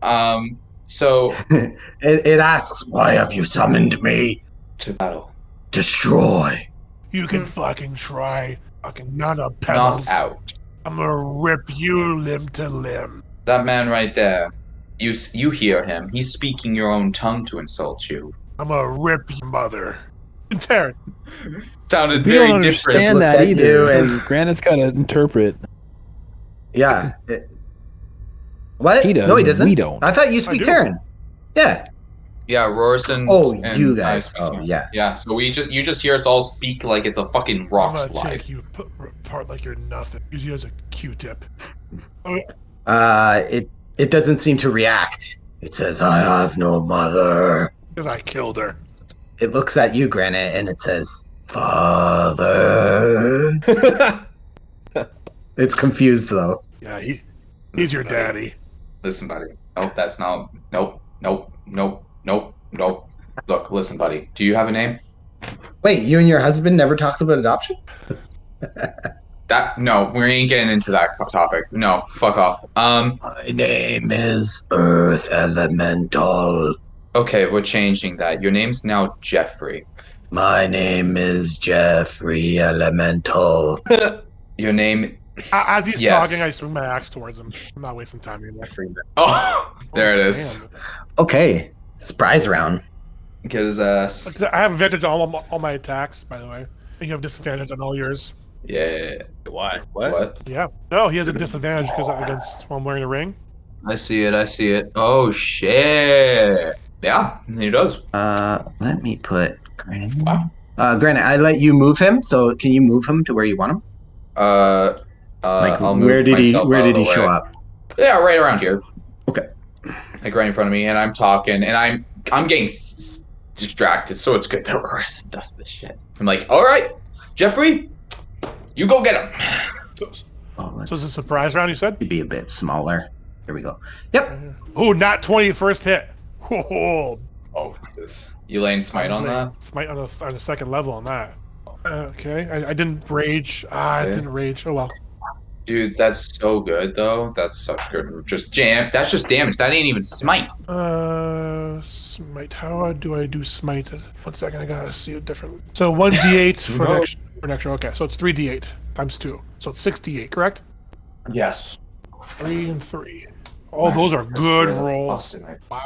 [SPEAKER 4] um. So
[SPEAKER 3] it, it asks, "Why have you summoned me?
[SPEAKER 4] to battle,
[SPEAKER 3] Destroy."
[SPEAKER 6] You can fucking try. Fucking not a
[SPEAKER 4] not
[SPEAKER 6] pebbles.
[SPEAKER 4] out.
[SPEAKER 6] I'm gonna rip you limb to limb.
[SPEAKER 4] That man right there. You s- you hear him? He's speaking your own tongue to insult you.
[SPEAKER 6] I'm gonna rip your mother. And Terran,
[SPEAKER 4] Sounded
[SPEAKER 7] We
[SPEAKER 4] very
[SPEAKER 7] don't
[SPEAKER 4] different.
[SPEAKER 7] understand
[SPEAKER 3] looks
[SPEAKER 7] that
[SPEAKER 3] at
[SPEAKER 7] either.
[SPEAKER 3] you and-
[SPEAKER 7] because Granite's got to interpret.
[SPEAKER 3] Yeah. it- what?
[SPEAKER 7] He does.
[SPEAKER 3] no, he
[SPEAKER 7] and
[SPEAKER 3] doesn't.
[SPEAKER 7] We don't.
[SPEAKER 3] I thought you speak
[SPEAKER 6] do.
[SPEAKER 3] Terran. Yeah.
[SPEAKER 4] Yeah, Rorson.
[SPEAKER 3] Oh,
[SPEAKER 4] Mm, and
[SPEAKER 3] you
[SPEAKER 4] I
[SPEAKER 3] guys.
[SPEAKER 4] speak
[SPEAKER 3] Oh,
[SPEAKER 4] Terran.
[SPEAKER 3] yeah.
[SPEAKER 4] Yeah. So we just you just hear us all speak like it's a fucking rock
[SPEAKER 6] I'm gonna
[SPEAKER 4] slide.
[SPEAKER 6] take you p- apart like you're nothing. Use you as a Q-tip.
[SPEAKER 3] Uh, it it doesn't seem to react. It says, "I have no mother."
[SPEAKER 6] Because I killed her.
[SPEAKER 3] It looks at you, Granite, and it says, "Father." it's confused though.
[SPEAKER 6] Yeah, he, he's your
[SPEAKER 4] Listen, buddy.
[SPEAKER 6] daddy.
[SPEAKER 4] Listen, buddy. Nope, that's not. Nope, nope, nope, nope, nope. Look, listen, buddy. Do you have a name?
[SPEAKER 3] Wait, you and your husband never talked about adoption?
[SPEAKER 4] That no, we ain't getting into that topic. No, fuck off. Um,
[SPEAKER 3] My name is Earth Elemental.
[SPEAKER 4] okay, we're changing that. Your name's now Jeffrey.
[SPEAKER 3] My name is Jeffrey Elemental.
[SPEAKER 4] Your name.
[SPEAKER 6] A- As he's
[SPEAKER 4] Yes.
[SPEAKER 6] talking, I swing my axe towards him. I'm not wasting time anymore.
[SPEAKER 4] Oh, there it is.
[SPEAKER 6] Damn.
[SPEAKER 3] Okay, surprise round.
[SPEAKER 4] Get his ass.
[SPEAKER 6] 'Cause I have advantage on all my, all my attacks, by the way. And you have disadvantage on all yours.
[SPEAKER 4] Yeah.
[SPEAKER 2] why? What?
[SPEAKER 4] What?
[SPEAKER 6] Yeah. No, he has a disadvantage because against I'm wearing a ring.
[SPEAKER 4] I see it. I see it. Oh shit. Yeah, he does.
[SPEAKER 3] Uh, let me put Granite.
[SPEAKER 4] Wow.
[SPEAKER 3] Uh, Granite, I let you move him. So can you move him to where you want him?
[SPEAKER 4] Uh, uh
[SPEAKER 3] Like,
[SPEAKER 4] I'll move
[SPEAKER 3] where did he?
[SPEAKER 4] myself
[SPEAKER 3] Where
[SPEAKER 4] out of
[SPEAKER 3] did
[SPEAKER 4] the
[SPEAKER 3] he show
[SPEAKER 4] way.
[SPEAKER 3] up?
[SPEAKER 4] Yeah, right around here.
[SPEAKER 3] Okay.
[SPEAKER 4] Like right in front of me, and I'm talking, and I'm I'm getting s- distracted, so it's good that Rorson does this shit. I'm like, all right, Jeffrey, you go get him.
[SPEAKER 6] So,
[SPEAKER 3] Oh, let's
[SPEAKER 6] so it's a surprise round, you said?
[SPEAKER 3] be a bit smaller. Here we go. Yep.
[SPEAKER 6] Oh, not 20 first hit. Oh,
[SPEAKER 4] Oh, this Elaine smite on that. Oh.
[SPEAKER 6] Smite on a, on a second level on that. Okay. I, I didn't rage. Ah, I
[SPEAKER 4] Yeah.
[SPEAKER 6] didn't rage. Oh, well.
[SPEAKER 4] Dude, that's so good though. That's such good. Just jam. That's just damage. That ain't even smite.
[SPEAKER 6] Uh, smite. How do I do smite? One second, I gotta see a different. So one d8 for
[SPEAKER 4] No.
[SPEAKER 6] an extra. For an extra. Okay, so it's three d8 times two. So it's six d8, correct?
[SPEAKER 4] Yes.
[SPEAKER 6] Three and three. Oh, those are good rolls. Wow.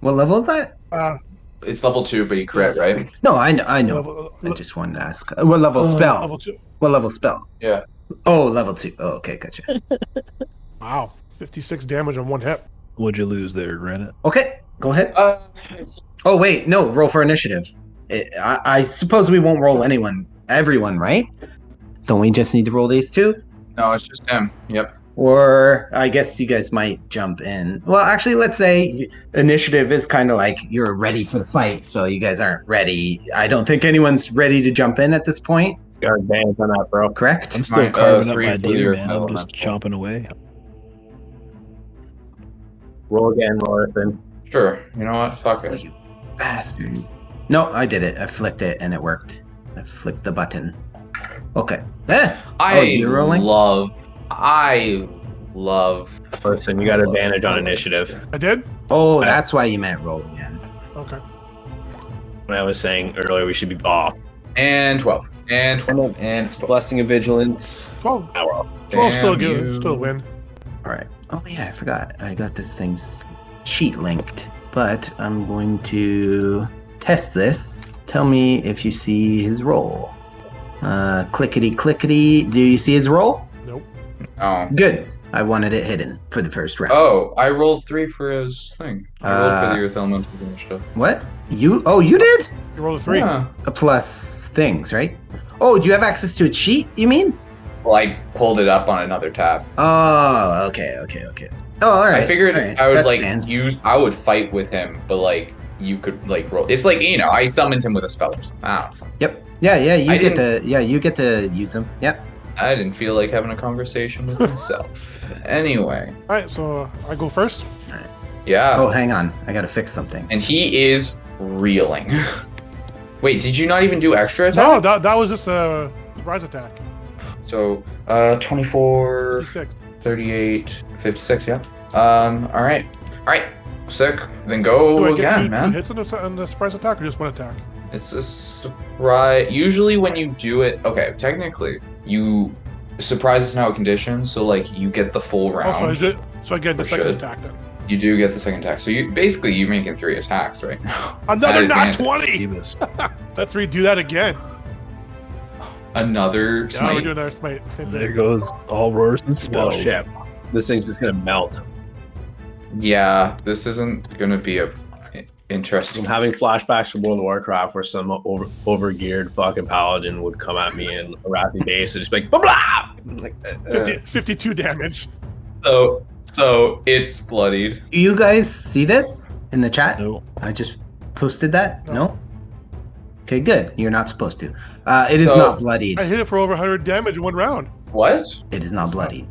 [SPEAKER 3] What level is that?
[SPEAKER 6] Uh,
[SPEAKER 4] It's level two, but you crit, right?
[SPEAKER 3] No, I know. I know.
[SPEAKER 6] level,
[SPEAKER 3] I just wanted to ask. Uh, What level spell?
[SPEAKER 6] level two.
[SPEAKER 3] What level spell?
[SPEAKER 4] Yeah.
[SPEAKER 3] Oh, level two. Oh, okay, gotcha.
[SPEAKER 6] Wow. 56 damage on one hit.
[SPEAKER 7] Would you lose there, Granite?
[SPEAKER 3] Okay, go ahead.
[SPEAKER 4] Uh,
[SPEAKER 3] Oh wait, no, roll for initiative. It, I, I suppose we won't roll anyone, everyone, right? Don't we just need to roll these two?
[SPEAKER 4] no, it's just him. Yep.
[SPEAKER 3] Or I guess you guys might jump in. Well, actually, let's say initiative is kind of like you're ready for the fight, so you guys aren't ready. I don't think anyone's ready to jump in at this point.
[SPEAKER 2] Got advantage on that, bro.
[SPEAKER 3] Correct?
[SPEAKER 7] I'm still
[SPEAKER 4] My, uh,
[SPEAKER 7] carving up
[SPEAKER 4] three
[SPEAKER 7] my
[SPEAKER 4] for
[SPEAKER 7] deer,
[SPEAKER 4] your
[SPEAKER 7] man. I'm just
[SPEAKER 4] elemental.
[SPEAKER 7] chomping away.
[SPEAKER 2] Roll again, Morrison.
[SPEAKER 4] Sure. You know what? Fuck
[SPEAKER 3] Oh,
[SPEAKER 4] it.
[SPEAKER 3] you bastard. No, I did it. I flicked it and it worked. I flicked the button. Okay. Eh,
[SPEAKER 4] I
[SPEAKER 3] Oh, you're rolling?
[SPEAKER 4] love. I love.
[SPEAKER 2] Morrison, you got advantage on initiative.
[SPEAKER 6] I did?
[SPEAKER 3] Oh, that's why you meant roll again.
[SPEAKER 6] Okay.
[SPEAKER 2] When I was saying earlier, we should be off.
[SPEAKER 4] And twelve. And twelve. And twelve.
[SPEAKER 2] Blessing of vigilance.
[SPEAKER 6] 12.
[SPEAKER 2] Now we're off.
[SPEAKER 6] 12 still
[SPEAKER 4] Damn
[SPEAKER 6] good.
[SPEAKER 4] you.
[SPEAKER 6] Still a win.
[SPEAKER 3] All right. Oh yeah, I forgot. I got this thing's cheat linked, but I'm going to test this. Tell me if you see his roll. Uh, clickety clickety. Do you see his roll?
[SPEAKER 4] Oh.
[SPEAKER 3] Good. I wanted it hidden for the first round.
[SPEAKER 4] Oh, I rolled three for his thing. I rolled
[SPEAKER 3] Uh,
[SPEAKER 4] for the Earth Elemental damage stuff.
[SPEAKER 3] What? You? Oh, you did?
[SPEAKER 6] You rolled a three.
[SPEAKER 4] Yeah.
[SPEAKER 3] A plus things, right? Oh, do you have access to a cheat? You mean?
[SPEAKER 4] Well, I pulled it up on another tab.
[SPEAKER 3] Oh, okay, okay, okay. Oh, all right.
[SPEAKER 4] I figured
[SPEAKER 3] all right,
[SPEAKER 4] I would
[SPEAKER 3] that
[SPEAKER 4] like
[SPEAKER 3] stands.
[SPEAKER 4] use. I would fight with him, but like you could like roll. It's like you know, I summoned him with a spell. Or something. Ah, I don't know.
[SPEAKER 3] Yep. Yeah, yeah. You
[SPEAKER 4] I
[SPEAKER 3] get to yeah. You get to use them. Yep.
[SPEAKER 4] I didn't feel like having a conversation with myself. anyway,
[SPEAKER 6] All right, so uh, I go first.
[SPEAKER 4] yeah,
[SPEAKER 3] Oh, hang on. I gotta fix something.
[SPEAKER 4] and he is reeling. Wait, did you not even do extra attack?
[SPEAKER 6] No, that, that was just a surprise attack.
[SPEAKER 4] So, uh, 24,
[SPEAKER 6] D6.
[SPEAKER 4] 38, 56, yeah. Um, all right. All right. Sick. Then go
[SPEAKER 6] Do I get
[SPEAKER 4] again,
[SPEAKER 6] two, two
[SPEAKER 4] man.
[SPEAKER 6] hits on the, on the surprise attack or just one attack?
[SPEAKER 4] It's a surprise. Usually, when you do it, okay, technically, you. Surprise is now a condition, so, like, you get the full
[SPEAKER 6] Oh,
[SPEAKER 4] round.
[SPEAKER 6] so I, did, so I get the
[SPEAKER 4] Or
[SPEAKER 6] second
[SPEAKER 4] should.
[SPEAKER 6] attack then.
[SPEAKER 4] you do get the second attack. So, you basically, you're making three attacks right now.
[SPEAKER 6] Another
[SPEAKER 4] Added
[SPEAKER 6] not
[SPEAKER 4] advantage.
[SPEAKER 6] 20! Let's redo that again.
[SPEAKER 4] Another
[SPEAKER 6] Yeah, we're
[SPEAKER 4] smite.
[SPEAKER 6] doing another smite. Same
[SPEAKER 7] There
[SPEAKER 6] thing.
[SPEAKER 7] goes all roars and
[SPEAKER 2] Well,
[SPEAKER 7] spells.
[SPEAKER 2] shit. This thing's just gonna melt.
[SPEAKER 4] yeah, this isn't going to be a
[SPEAKER 2] I'm
[SPEAKER 4] interesting.
[SPEAKER 2] having flashbacks from World of Warcraft where some over overgeared fucking paladin would come at me in a wrapping base and just be like blah blah. I'm Like, uh,
[SPEAKER 6] 50, 52 damage.
[SPEAKER 4] So, so it's bloodied.
[SPEAKER 3] Do you guys see this in the chat?
[SPEAKER 7] No.
[SPEAKER 3] I just posted that.
[SPEAKER 6] No.
[SPEAKER 3] No. Okay, good. You're not supposed to. Uh, it is
[SPEAKER 4] So-
[SPEAKER 3] not bloodied.
[SPEAKER 6] I hit it for over 100 damage in one round.
[SPEAKER 4] What?
[SPEAKER 3] It is not bloodied.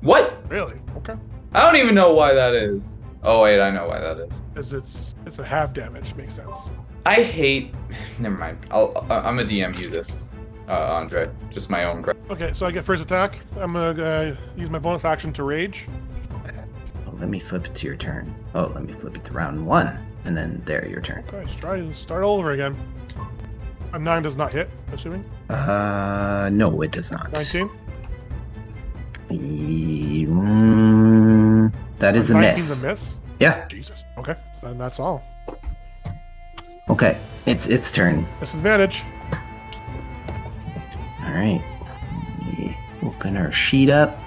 [SPEAKER 4] What?
[SPEAKER 6] Really? Okay.
[SPEAKER 4] I don't even know why that is. Oh wait, I know why that is.
[SPEAKER 6] Because it's it's a half damage. Makes sense.
[SPEAKER 4] I hate. Never mind. I'll. I- I'm gonna DM you this, uh, Andre. Just my own. Gra-
[SPEAKER 6] Okay, so I get first attack. I'm gonna uh, use my bonus action to rage.
[SPEAKER 3] Oh, let me flip it to your turn. Oh, let me flip it to round one, and then there, your turn.
[SPEAKER 6] Okay, let's try and start all over again. A nine does not hit. Assuming
[SPEAKER 3] Uh, no, it does not.
[SPEAKER 6] nineteen.
[SPEAKER 3] E- mm, that is a
[SPEAKER 6] 19's
[SPEAKER 3] miss.
[SPEAKER 6] a miss.
[SPEAKER 3] Yeah.
[SPEAKER 6] Jesus. Okay, and that's all.
[SPEAKER 3] Okay. It's its turn.
[SPEAKER 6] Disadvantage.
[SPEAKER 3] All right. Let me Open our sheet up.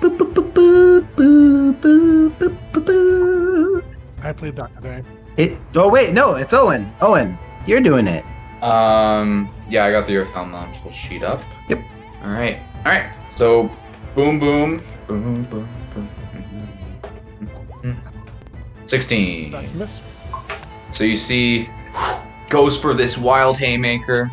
[SPEAKER 3] Boop, boop, boop, boop, boop, boop, boop, boop, boop.
[SPEAKER 6] I played that today.
[SPEAKER 3] It. Oh wait, no, it's Owen. Owen, you're doing it.
[SPEAKER 4] um. Yeah, I got the Earth Helm Launchable sheet up.
[SPEAKER 3] Yep.
[SPEAKER 4] All right. All right. So, boom, boom, boom, boom, boom. mhm. Sixteen.
[SPEAKER 6] That's a miss.
[SPEAKER 4] So you see, goes for this wild haymaker,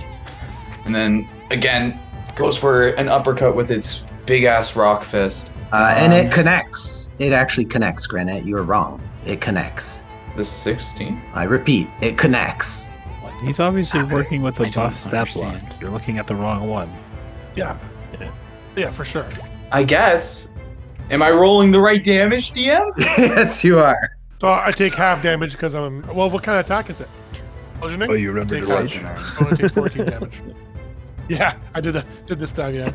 [SPEAKER 4] and then again goes for an uppercut with its big ass rock fist.
[SPEAKER 3] Uh, and
[SPEAKER 4] Um.
[SPEAKER 3] it connects. It actually connects, Granite. You were wrong. It connects.
[SPEAKER 4] The 16?
[SPEAKER 3] I repeat, it connects.
[SPEAKER 4] What the
[SPEAKER 7] He's obviously
[SPEAKER 4] I-
[SPEAKER 7] working with
[SPEAKER 4] I
[SPEAKER 7] a
[SPEAKER 4] don't
[SPEAKER 7] buff stat
[SPEAKER 4] understand.
[SPEAKER 7] block. You're looking at the wrong one.
[SPEAKER 6] Yeah.
[SPEAKER 7] Yeah.
[SPEAKER 6] Yeah, for sure.
[SPEAKER 4] I guess. Am I rolling the right damage, DM?
[SPEAKER 3] yes, you are.
[SPEAKER 6] So I take half damage because I'm. Well, what kind of attack is it? Bludgeoning.
[SPEAKER 7] Oh, you remember
[SPEAKER 6] Take
[SPEAKER 7] the
[SPEAKER 6] half
[SPEAKER 7] rage?
[SPEAKER 6] damage. I only take 14 damage. Yeah, I did that. Did this time. Yeah.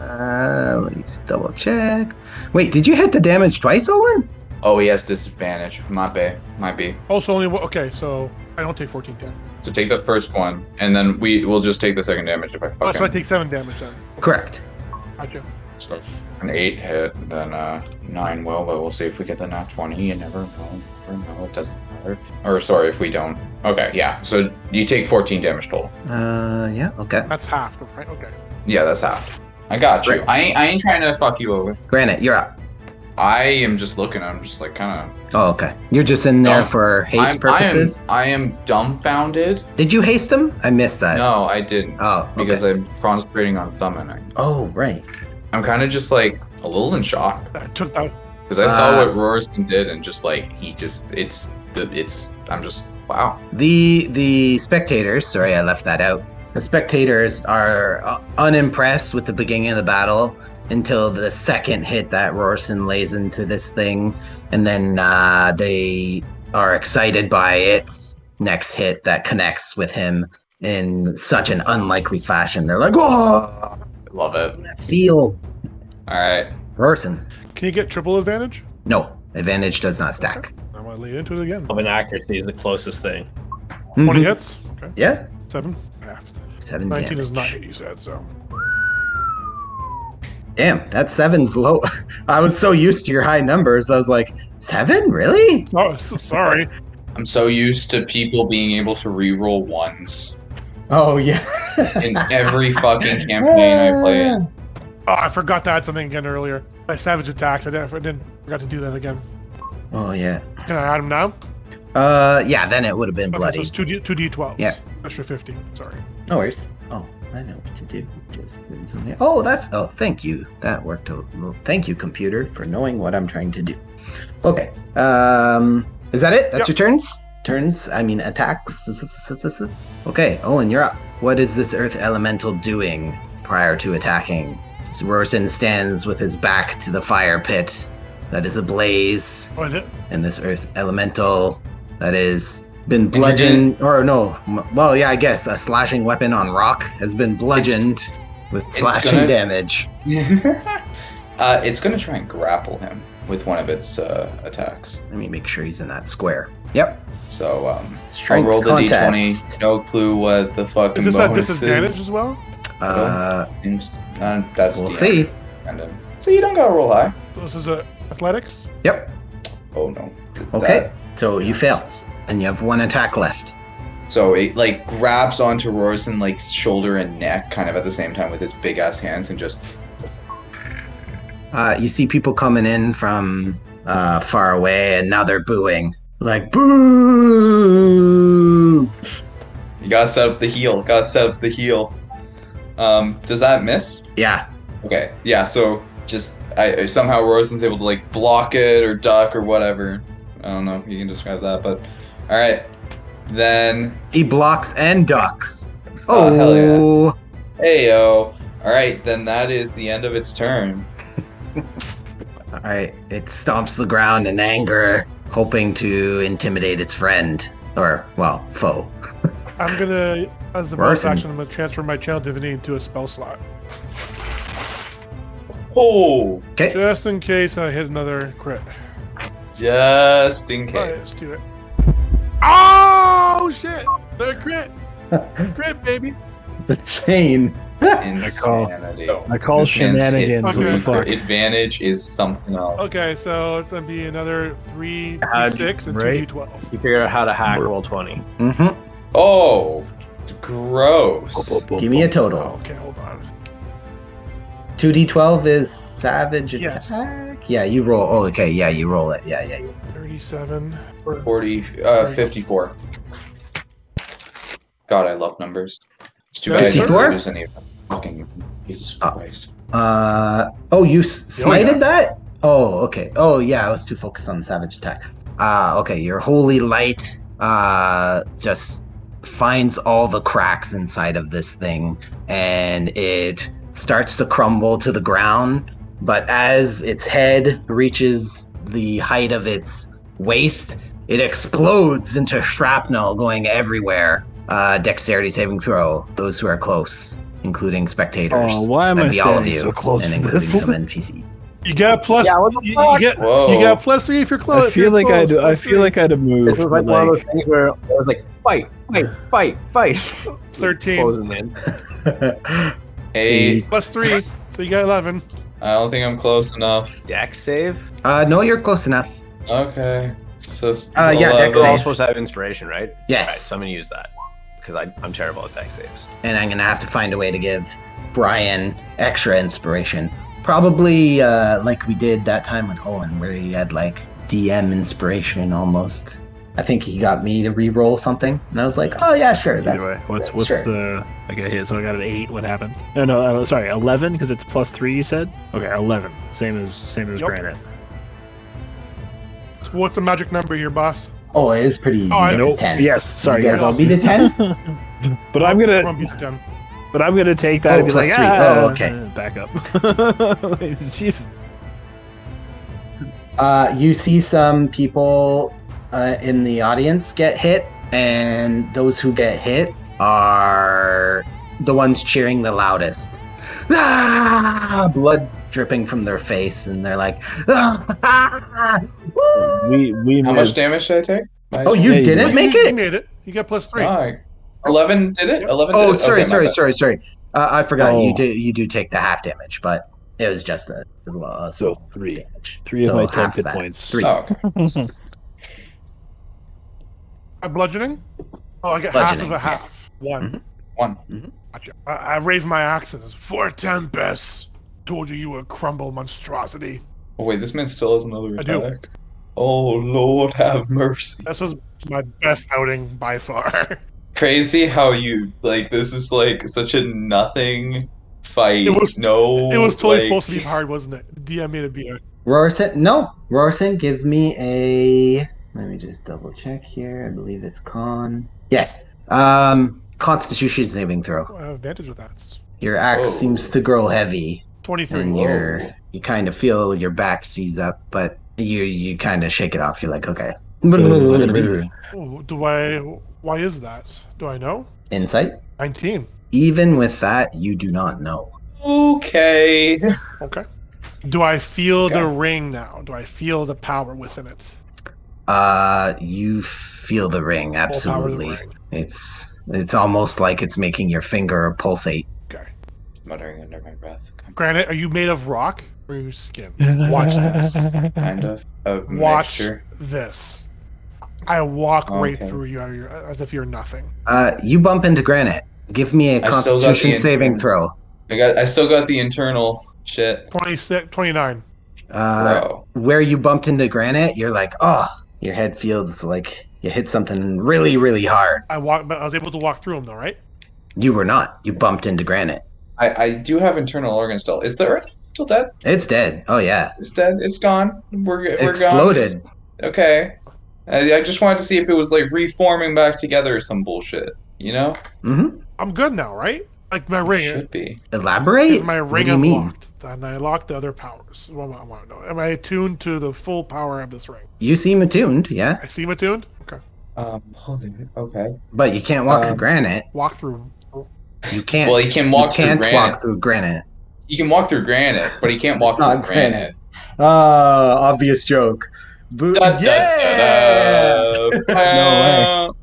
[SPEAKER 3] Uh, let me just double check. Wait, did you hit the damage twice, Owen?
[SPEAKER 4] Oh, he has disadvantage. Might be. Might be.
[SPEAKER 6] Also, only one- okay. So I don't take 14 damage.
[SPEAKER 4] So take the first one, and then we will just take the second damage if I
[SPEAKER 6] Oh,
[SPEAKER 4] fucking.
[SPEAKER 6] so I take seven damage then.
[SPEAKER 3] Correct.
[SPEAKER 6] Gotcha.
[SPEAKER 4] so if an eight hit, then uh nine will, but we'll see if we get the nat twenty. You never know. Never know. It doesn't matter. Or sorry, if we don't. Okay, yeah. So you take fourteen damage total.
[SPEAKER 3] Uh, yeah. Okay.
[SPEAKER 6] That's half, right? Okay.
[SPEAKER 4] Yeah, that's half. I got you.
[SPEAKER 3] Right.
[SPEAKER 4] I ain't, I ain't trying to fuck you over.
[SPEAKER 3] Granite, you're up.
[SPEAKER 4] I am just looking. I'm just like kind of.
[SPEAKER 3] Oh, okay. You're just in there
[SPEAKER 4] No,
[SPEAKER 3] for haste
[SPEAKER 4] I'm,
[SPEAKER 3] purposes.
[SPEAKER 4] I am, I am dumbfounded.
[SPEAKER 3] Did you haste him? I missed that.
[SPEAKER 4] No, I didn't.
[SPEAKER 3] Oh, okay.
[SPEAKER 4] because I'm concentrating on summoning.
[SPEAKER 3] oh, right.
[SPEAKER 4] I'm kind of just like a little in shock
[SPEAKER 6] I took that.
[SPEAKER 4] because I saw
[SPEAKER 3] Ah.
[SPEAKER 4] what Roriston did and just like he just it's the it's I'm just wow.
[SPEAKER 3] The the spectators, sorry, I left that out. The spectators are uh, unimpressed with the beginning of the battle until the second hit that Rorson lays into this thing, and then uh, they are excited by its next hit that connects with him in such an unlikely fashion. They're like, "Oh,
[SPEAKER 4] Love it.
[SPEAKER 3] feel
[SPEAKER 4] All right.
[SPEAKER 3] Rorson."
[SPEAKER 6] Can you get triple advantage?
[SPEAKER 3] No, advantage does not stack.
[SPEAKER 6] I'm gonna lead into it again.
[SPEAKER 2] of inaccuracy is the closest thing.
[SPEAKER 6] 20
[SPEAKER 3] Mhm.
[SPEAKER 6] hits. Okay.
[SPEAKER 3] Yeah,
[SPEAKER 6] Seven. Half.
[SPEAKER 3] seven.
[SPEAKER 6] 19
[SPEAKER 3] damage.
[SPEAKER 6] is not hit, you said, so.
[SPEAKER 3] Damn, that seven's low. I was so used to your high numbers. I was like, seven? Really?
[SPEAKER 6] Oh, so sorry.
[SPEAKER 4] I'm so used to people being able to re-roll ones
[SPEAKER 3] Oh, yeah.
[SPEAKER 4] in every fucking campaign I play.
[SPEAKER 6] Oh, I forgot to add something again earlier. My savage attacks. I didn't, I didn't forgot to do that again.
[SPEAKER 3] Oh yeah.
[SPEAKER 6] Can I add them now?
[SPEAKER 3] Uh, yeah. Then it would have been
[SPEAKER 6] Okay, so
[SPEAKER 3] bloody.
[SPEAKER 6] it's two D two D twelves.
[SPEAKER 3] Yeah.
[SPEAKER 6] Extra fifty. Sorry.
[SPEAKER 3] No worries. Oh, I know what to do. Just did something. Oh, that's. Oh, thank you. That worked a little. Thank you, computer, for knowing what I'm trying to do. Okay. Um, is that it? That's
[SPEAKER 6] Yep.
[SPEAKER 3] your turns. Turns. I mean, attacks. Okay, Owen, you're up. What is this Earth Elemental doing prior to attacking? Rorson stands with his back to the fire pit that is ablaze
[SPEAKER 6] Oh, I did.
[SPEAKER 3] and this earth elemental that is been
[SPEAKER 4] you're
[SPEAKER 3] bludgeoned or no m- well yeah i guess a slashing weapon on rock has been bludgeoned with slashing
[SPEAKER 4] gonna-
[SPEAKER 3] damage
[SPEAKER 4] uh, it's gonna try and grapple him with one of its uh, attacks.
[SPEAKER 3] let me make sure he's in that square yep
[SPEAKER 4] So um, I'll
[SPEAKER 3] strength
[SPEAKER 4] roll the
[SPEAKER 3] contest
[SPEAKER 4] d20. No clue what the fucking
[SPEAKER 6] Is this at
[SPEAKER 4] bonus
[SPEAKER 6] disadvantage
[SPEAKER 4] is.
[SPEAKER 6] as well?
[SPEAKER 3] uh
[SPEAKER 4] And, uh, that's
[SPEAKER 3] we'll
[SPEAKER 4] the
[SPEAKER 3] see
[SPEAKER 4] random. So you don't gotta roll high.
[SPEAKER 6] So This is a athletics.
[SPEAKER 3] yep
[SPEAKER 4] Oh no. Uh,
[SPEAKER 3] okay
[SPEAKER 4] That-
[SPEAKER 3] so you fail and you have one attack left
[SPEAKER 4] so it like grabs onto Rorson like shoulder and neck kind of at the same time with his big ass hands and just
[SPEAKER 3] uh you see people coming in from uh far away and now they're booing like boo
[SPEAKER 4] you gotta set up the heel. Gotta set up the heel. Um, does that miss?
[SPEAKER 3] yeah
[SPEAKER 4] Okay. Yeah. So just I somehow Rosen's able to like block it or duck or whatever. I don't know. if You can describe that, but all right. Then
[SPEAKER 3] he blocks and ducks
[SPEAKER 4] Oh, hell yeah.
[SPEAKER 3] oh
[SPEAKER 4] heyo. All right. Then that is the end of its turn.
[SPEAKER 3] All right, it stomps the ground in anger, hoping to intimidate its friend or well, foe.
[SPEAKER 6] I'm gonna as the bonus
[SPEAKER 3] Rorson.
[SPEAKER 6] action. I'm gonna transfer my channel divinity into a spell slot,
[SPEAKER 4] Oh,
[SPEAKER 3] Okay,
[SPEAKER 6] just in case I hit another crit.
[SPEAKER 4] just in
[SPEAKER 6] Alright, let's
[SPEAKER 4] case.
[SPEAKER 6] do it. Oh shit! Another crit. Crit, baby.
[SPEAKER 3] the chain.
[SPEAKER 7] call.
[SPEAKER 4] Insanity.
[SPEAKER 7] I call
[SPEAKER 4] This man's hit.
[SPEAKER 7] shenanigans. What
[SPEAKER 6] Okay.
[SPEAKER 7] the fuck?
[SPEAKER 4] Advantage is something else.
[SPEAKER 6] Okay, so it's gonna be another three d
[SPEAKER 2] How'd you-
[SPEAKER 6] six and two d
[SPEAKER 2] right?
[SPEAKER 6] twelve.
[SPEAKER 2] You figured out how to hack roll twenty.
[SPEAKER 3] Mm-hmm.
[SPEAKER 4] Oh, gross.
[SPEAKER 3] Give me a
[SPEAKER 6] Oh,
[SPEAKER 3] total.
[SPEAKER 6] okay, hold on.
[SPEAKER 3] Two d twelve is savage
[SPEAKER 6] Yes.
[SPEAKER 3] attack. Yeah, you roll. Oh, okay. Yeah, you roll it. Yeah, yeah. yeah.
[SPEAKER 6] Thirty-seven.
[SPEAKER 4] 40, uh, 54. God, I love numbers. It's too bad I didn't
[SPEAKER 3] 54?
[SPEAKER 4] notice any of them. Fucking Jesus
[SPEAKER 3] Oh.
[SPEAKER 4] Christ.
[SPEAKER 3] Uh oh, you s-
[SPEAKER 6] Oh, yeah.
[SPEAKER 3] smited that. Oh, okay. Oh, yeah. I was too focused on savage attack. Uh okay. Your holy light uh just finds all the cracks inside of this thing, and it starts to crumble to the ground. But as its head reaches the height of its waist, it explodes into shrapnel going everywhere. Uh, dexterity saving throw. Those who are close, including spectators.
[SPEAKER 7] Oh, why am I
[SPEAKER 3] That'd be all of
[SPEAKER 7] standing
[SPEAKER 3] you,
[SPEAKER 7] so close
[SPEAKER 3] and
[SPEAKER 7] to
[SPEAKER 3] including
[SPEAKER 7] this?
[SPEAKER 3] some NPC.
[SPEAKER 6] You get plus.
[SPEAKER 2] Yeah, what the
[SPEAKER 6] you, you
[SPEAKER 2] fuck?
[SPEAKER 6] get.
[SPEAKER 4] Whoa.
[SPEAKER 6] You get plus three if you're close.
[SPEAKER 7] I
[SPEAKER 6] if
[SPEAKER 7] feel
[SPEAKER 6] you're
[SPEAKER 7] like
[SPEAKER 6] close,
[SPEAKER 7] I'd. I
[SPEAKER 6] plus
[SPEAKER 7] feel
[SPEAKER 6] three.
[SPEAKER 7] like I'd have
[SPEAKER 2] This
[SPEAKER 7] moved.
[SPEAKER 2] was
[SPEAKER 7] but,
[SPEAKER 2] like one of
[SPEAKER 7] like,
[SPEAKER 2] those things where I was like, fight, fight, fight, fight.
[SPEAKER 6] thirteen
[SPEAKER 2] Closing in.
[SPEAKER 4] Eight.
[SPEAKER 6] plus three, so you got eleven.
[SPEAKER 4] I don't think I'm close enough.
[SPEAKER 2] Dex save.
[SPEAKER 3] uh, no, you're close enough.
[SPEAKER 4] Okay. So,
[SPEAKER 3] Uh, yeah, dex
[SPEAKER 2] We're all
[SPEAKER 3] save.
[SPEAKER 2] supposed to have inspiration, right? All right,
[SPEAKER 3] Yes,
[SPEAKER 2] so I'm gonna use that because I I'm terrible at dex saves.
[SPEAKER 3] and I'm gonna have to find a way to give Brian extra inspiration. Probably uh, like we did that time with Owen, where he had like DM inspiration almost. I think he got me to re-roll something, and I was like, "Oh yeah, sure."
[SPEAKER 7] Either
[SPEAKER 3] That's
[SPEAKER 7] way, what's
[SPEAKER 3] that's
[SPEAKER 7] what's
[SPEAKER 3] sure.
[SPEAKER 7] the? I got hit, so I got an eight. What happened? No, no, uh, sorry, eleven because it's plus three. You said okay, eleven. Same as same as
[SPEAKER 6] Yup.
[SPEAKER 7] granite.
[SPEAKER 6] So what's the magic number here, boss?
[SPEAKER 3] Oh, it is pretty easy.
[SPEAKER 6] Oh, I
[SPEAKER 3] it's
[SPEAKER 6] know.
[SPEAKER 3] a ten.
[SPEAKER 7] Yes, sorry,
[SPEAKER 3] You
[SPEAKER 7] yes.
[SPEAKER 3] guys all beat a ten.
[SPEAKER 7] but I'm
[SPEAKER 6] Come
[SPEAKER 7] gonna
[SPEAKER 6] on, piece of ten.
[SPEAKER 7] but I'm gonna take that
[SPEAKER 3] Oh,
[SPEAKER 7] and be
[SPEAKER 3] plus
[SPEAKER 7] like,
[SPEAKER 3] three.
[SPEAKER 7] ah,
[SPEAKER 3] Oh, okay.
[SPEAKER 7] uh, back up. Jesus.
[SPEAKER 3] Uh, you see some people uh, in the audience get hit, and those who get hit are the ones cheering the loudest. Ah! Blood dripping from their face, and they're like, ah! Woo!
[SPEAKER 7] We we
[SPEAKER 4] how
[SPEAKER 7] moved.
[SPEAKER 4] much damage did I take? My-
[SPEAKER 3] "Oh, you
[SPEAKER 7] Hey,
[SPEAKER 3] didn't make
[SPEAKER 6] You- You
[SPEAKER 3] it?
[SPEAKER 6] made it. You get plus
[SPEAKER 3] Ah.
[SPEAKER 6] three.
[SPEAKER 4] My- 11 did it?
[SPEAKER 6] Yep.
[SPEAKER 4] 11 did
[SPEAKER 3] Oh,
[SPEAKER 4] it?
[SPEAKER 3] sorry,
[SPEAKER 4] Okay, my
[SPEAKER 3] sorry,
[SPEAKER 4] bad.
[SPEAKER 3] sorry, sorry. Uh, I forgot. You
[SPEAKER 7] Oh.
[SPEAKER 3] do you do take the half damage, but it was just a,
[SPEAKER 7] So
[SPEAKER 3] a small
[SPEAKER 7] three.
[SPEAKER 3] damage.
[SPEAKER 7] Three
[SPEAKER 3] So
[SPEAKER 7] of my
[SPEAKER 3] half
[SPEAKER 7] ten
[SPEAKER 3] of
[SPEAKER 7] hit
[SPEAKER 3] that.
[SPEAKER 7] points.
[SPEAKER 3] Three.
[SPEAKER 4] Oh, okay.
[SPEAKER 6] i bludgeoning. Oh, I get half of
[SPEAKER 3] Bludgeoning,
[SPEAKER 6] a half.
[SPEAKER 3] yes.
[SPEAKER 6] One.
[SPEAKER 4] One.
[SPEAKER 6] Gotcha. I, I raise my axes for Tempest. Told you you were a crumble monstrosity.
[SPEAKER 4] Oh wait, this man still has another
[SPEAKER 6] I do.
[SPEAKER 4] attack. Oh Lord, have mercy!
[SPEAKER 6] This is my best outing by far.
[SPEAKER 4] Crazy how you like this is like such a nothing fight.
[SPEAKER 6] It was-
[SPEAKER 4] no,
[SPEAKER 6] it was totally
[SPEAKER 4] like-
[SPEAKER 6] supposed to be hard, wasn't it? DM made it be hard.
[SPEAKER 3] Rorson, no, Rorson, give me a. Let me just double check here. I believe it's con. Yes. Um, Constitution saving throw.
[SPEAKER 6] I have advantage with that. It's
[SPEAKER 3] Your axe
[SPEAKER 4] Oh.
[SPEAKER 3] seems to grow heavy,
[SPEAKER 6] 23.
[SPEAKER 3] and
[SPEAKER 4] Whoa.
[SPEAKER 3] your you kind of feel your back seize up, but you you kind of shake it off. You're like, okay. Insight.
[SPEAKER 6] Oh, Do I. Why is that? Do I know? 19.
[SPEAKER 3] Even with that, you do not know.
[SPEAKER 4] Okay.
[SPEAKER 6] Okay. Do I feel
[SPEAKER 4] Okay.
[SPEAKER 6] the ring now? Do I feel the power within it?
[SPEAKER 3] Uh, you feel the ring
[SPEAKER 6] All power of the
[SPEAKER 3] absolutely.
[SPEAKER 6] ring.
[SPEAKER 3] It's it's almost like it's making your finger pulsate.
[SPEAKER 6] Okay.
[SPEAKER 4] Muttering under my breath,
[SPEAKER 6] Granite, are you made of rock or are you skin? Watch this.
[SPEAKER 4] kind of a
[SPEAKER 6] Watch
[SPEAKER 4] mixture.
[SPEAKER 6] this. I walk right
[SPEAKER 4] Okay.
[SPEAKER 6] through you out of your- as if you're nothing.
[SPEAKER 3] Uh, you bump into granite. Give me a
[SPEAKER 4] I still got the
[SPEAKER 3] Constitution saving
[SPEAKER 4] injury.
[SPEAKER 3] throw.
[SPEAKER 4] I got. I still got the internal shit.
[SPEAKER 6] 26, 29.
[SPEAKER 3] Uh,
[SPEAKER 4] Bro.
[SPEAKER 3] where you bumped into granite, you're like, oh, your head feels like you hit something really, really hard.
[SPEAKER 6] I walk, but I was able to walk through him though, right?
[SPEAKER 3] You were not. You bumped into granite.
[SPEAKER 4] I, I do have internal organ still. Is the Earth still dead?
[SPEAKER 3] It's dead. Oh yeah,
[SPEAKER 4] It's dead. It's gone. We're, we're gone.
[SPEAKER 3] exploded.
[SPEAKER 4] Okay. I, I just wanted to see if it was like reforming back together or some bullshit. You know,
[SPEAKER 3] Mm-hmm.
[SPEAKER 6] I'm good now, right? Like my
[SPEAKER 4] It
[SPEAKER 6] ring
[SPEAKER 4] should be.
[SPEAKER 3] Elaborate.
[SPEAKER 6] is my
[SPEAKER 3] what
[SPEAKER 6] ring
[SPEAKER 3] do you mean?
[SPEAKER 6] unlocked, and I lock the other powers. Well, I want to know. Am I attuned to the full power of this ring?
[SPEAKER 3] You seem attuned, yeah,
[SPEAKER 6] I seem attuned. Okay,
[SPEAKER 4] Um, hold it. Okay.
[SPEAKER 3] but you can't walk
[SPEAKER 4] Um,
[SPEAKER 3] through granite.
[SPEAKER 6] walk through.
[SPEAKER 3] You can't.
[SPEAKER 4] Well, he can walk
[SPEAKER 3] you
[SPEAKER 4] through
[SPEAKER 3] can't
[SPEAKER 4] granite.
[SPEAKER 3] walk through granite.
[SPEAKER 4] You can walk through granite, but he can't walk
[SPEAKER 3] It's not
[SPEAKER 4] through granite.
[SPEAKER 3] Uh, obvious joke. Boo-
[SPEAKER 4] Da, da, da,
[SPEAKER 3] yeah.
[SPEAKER 4] da.
[SPEAKER 3] No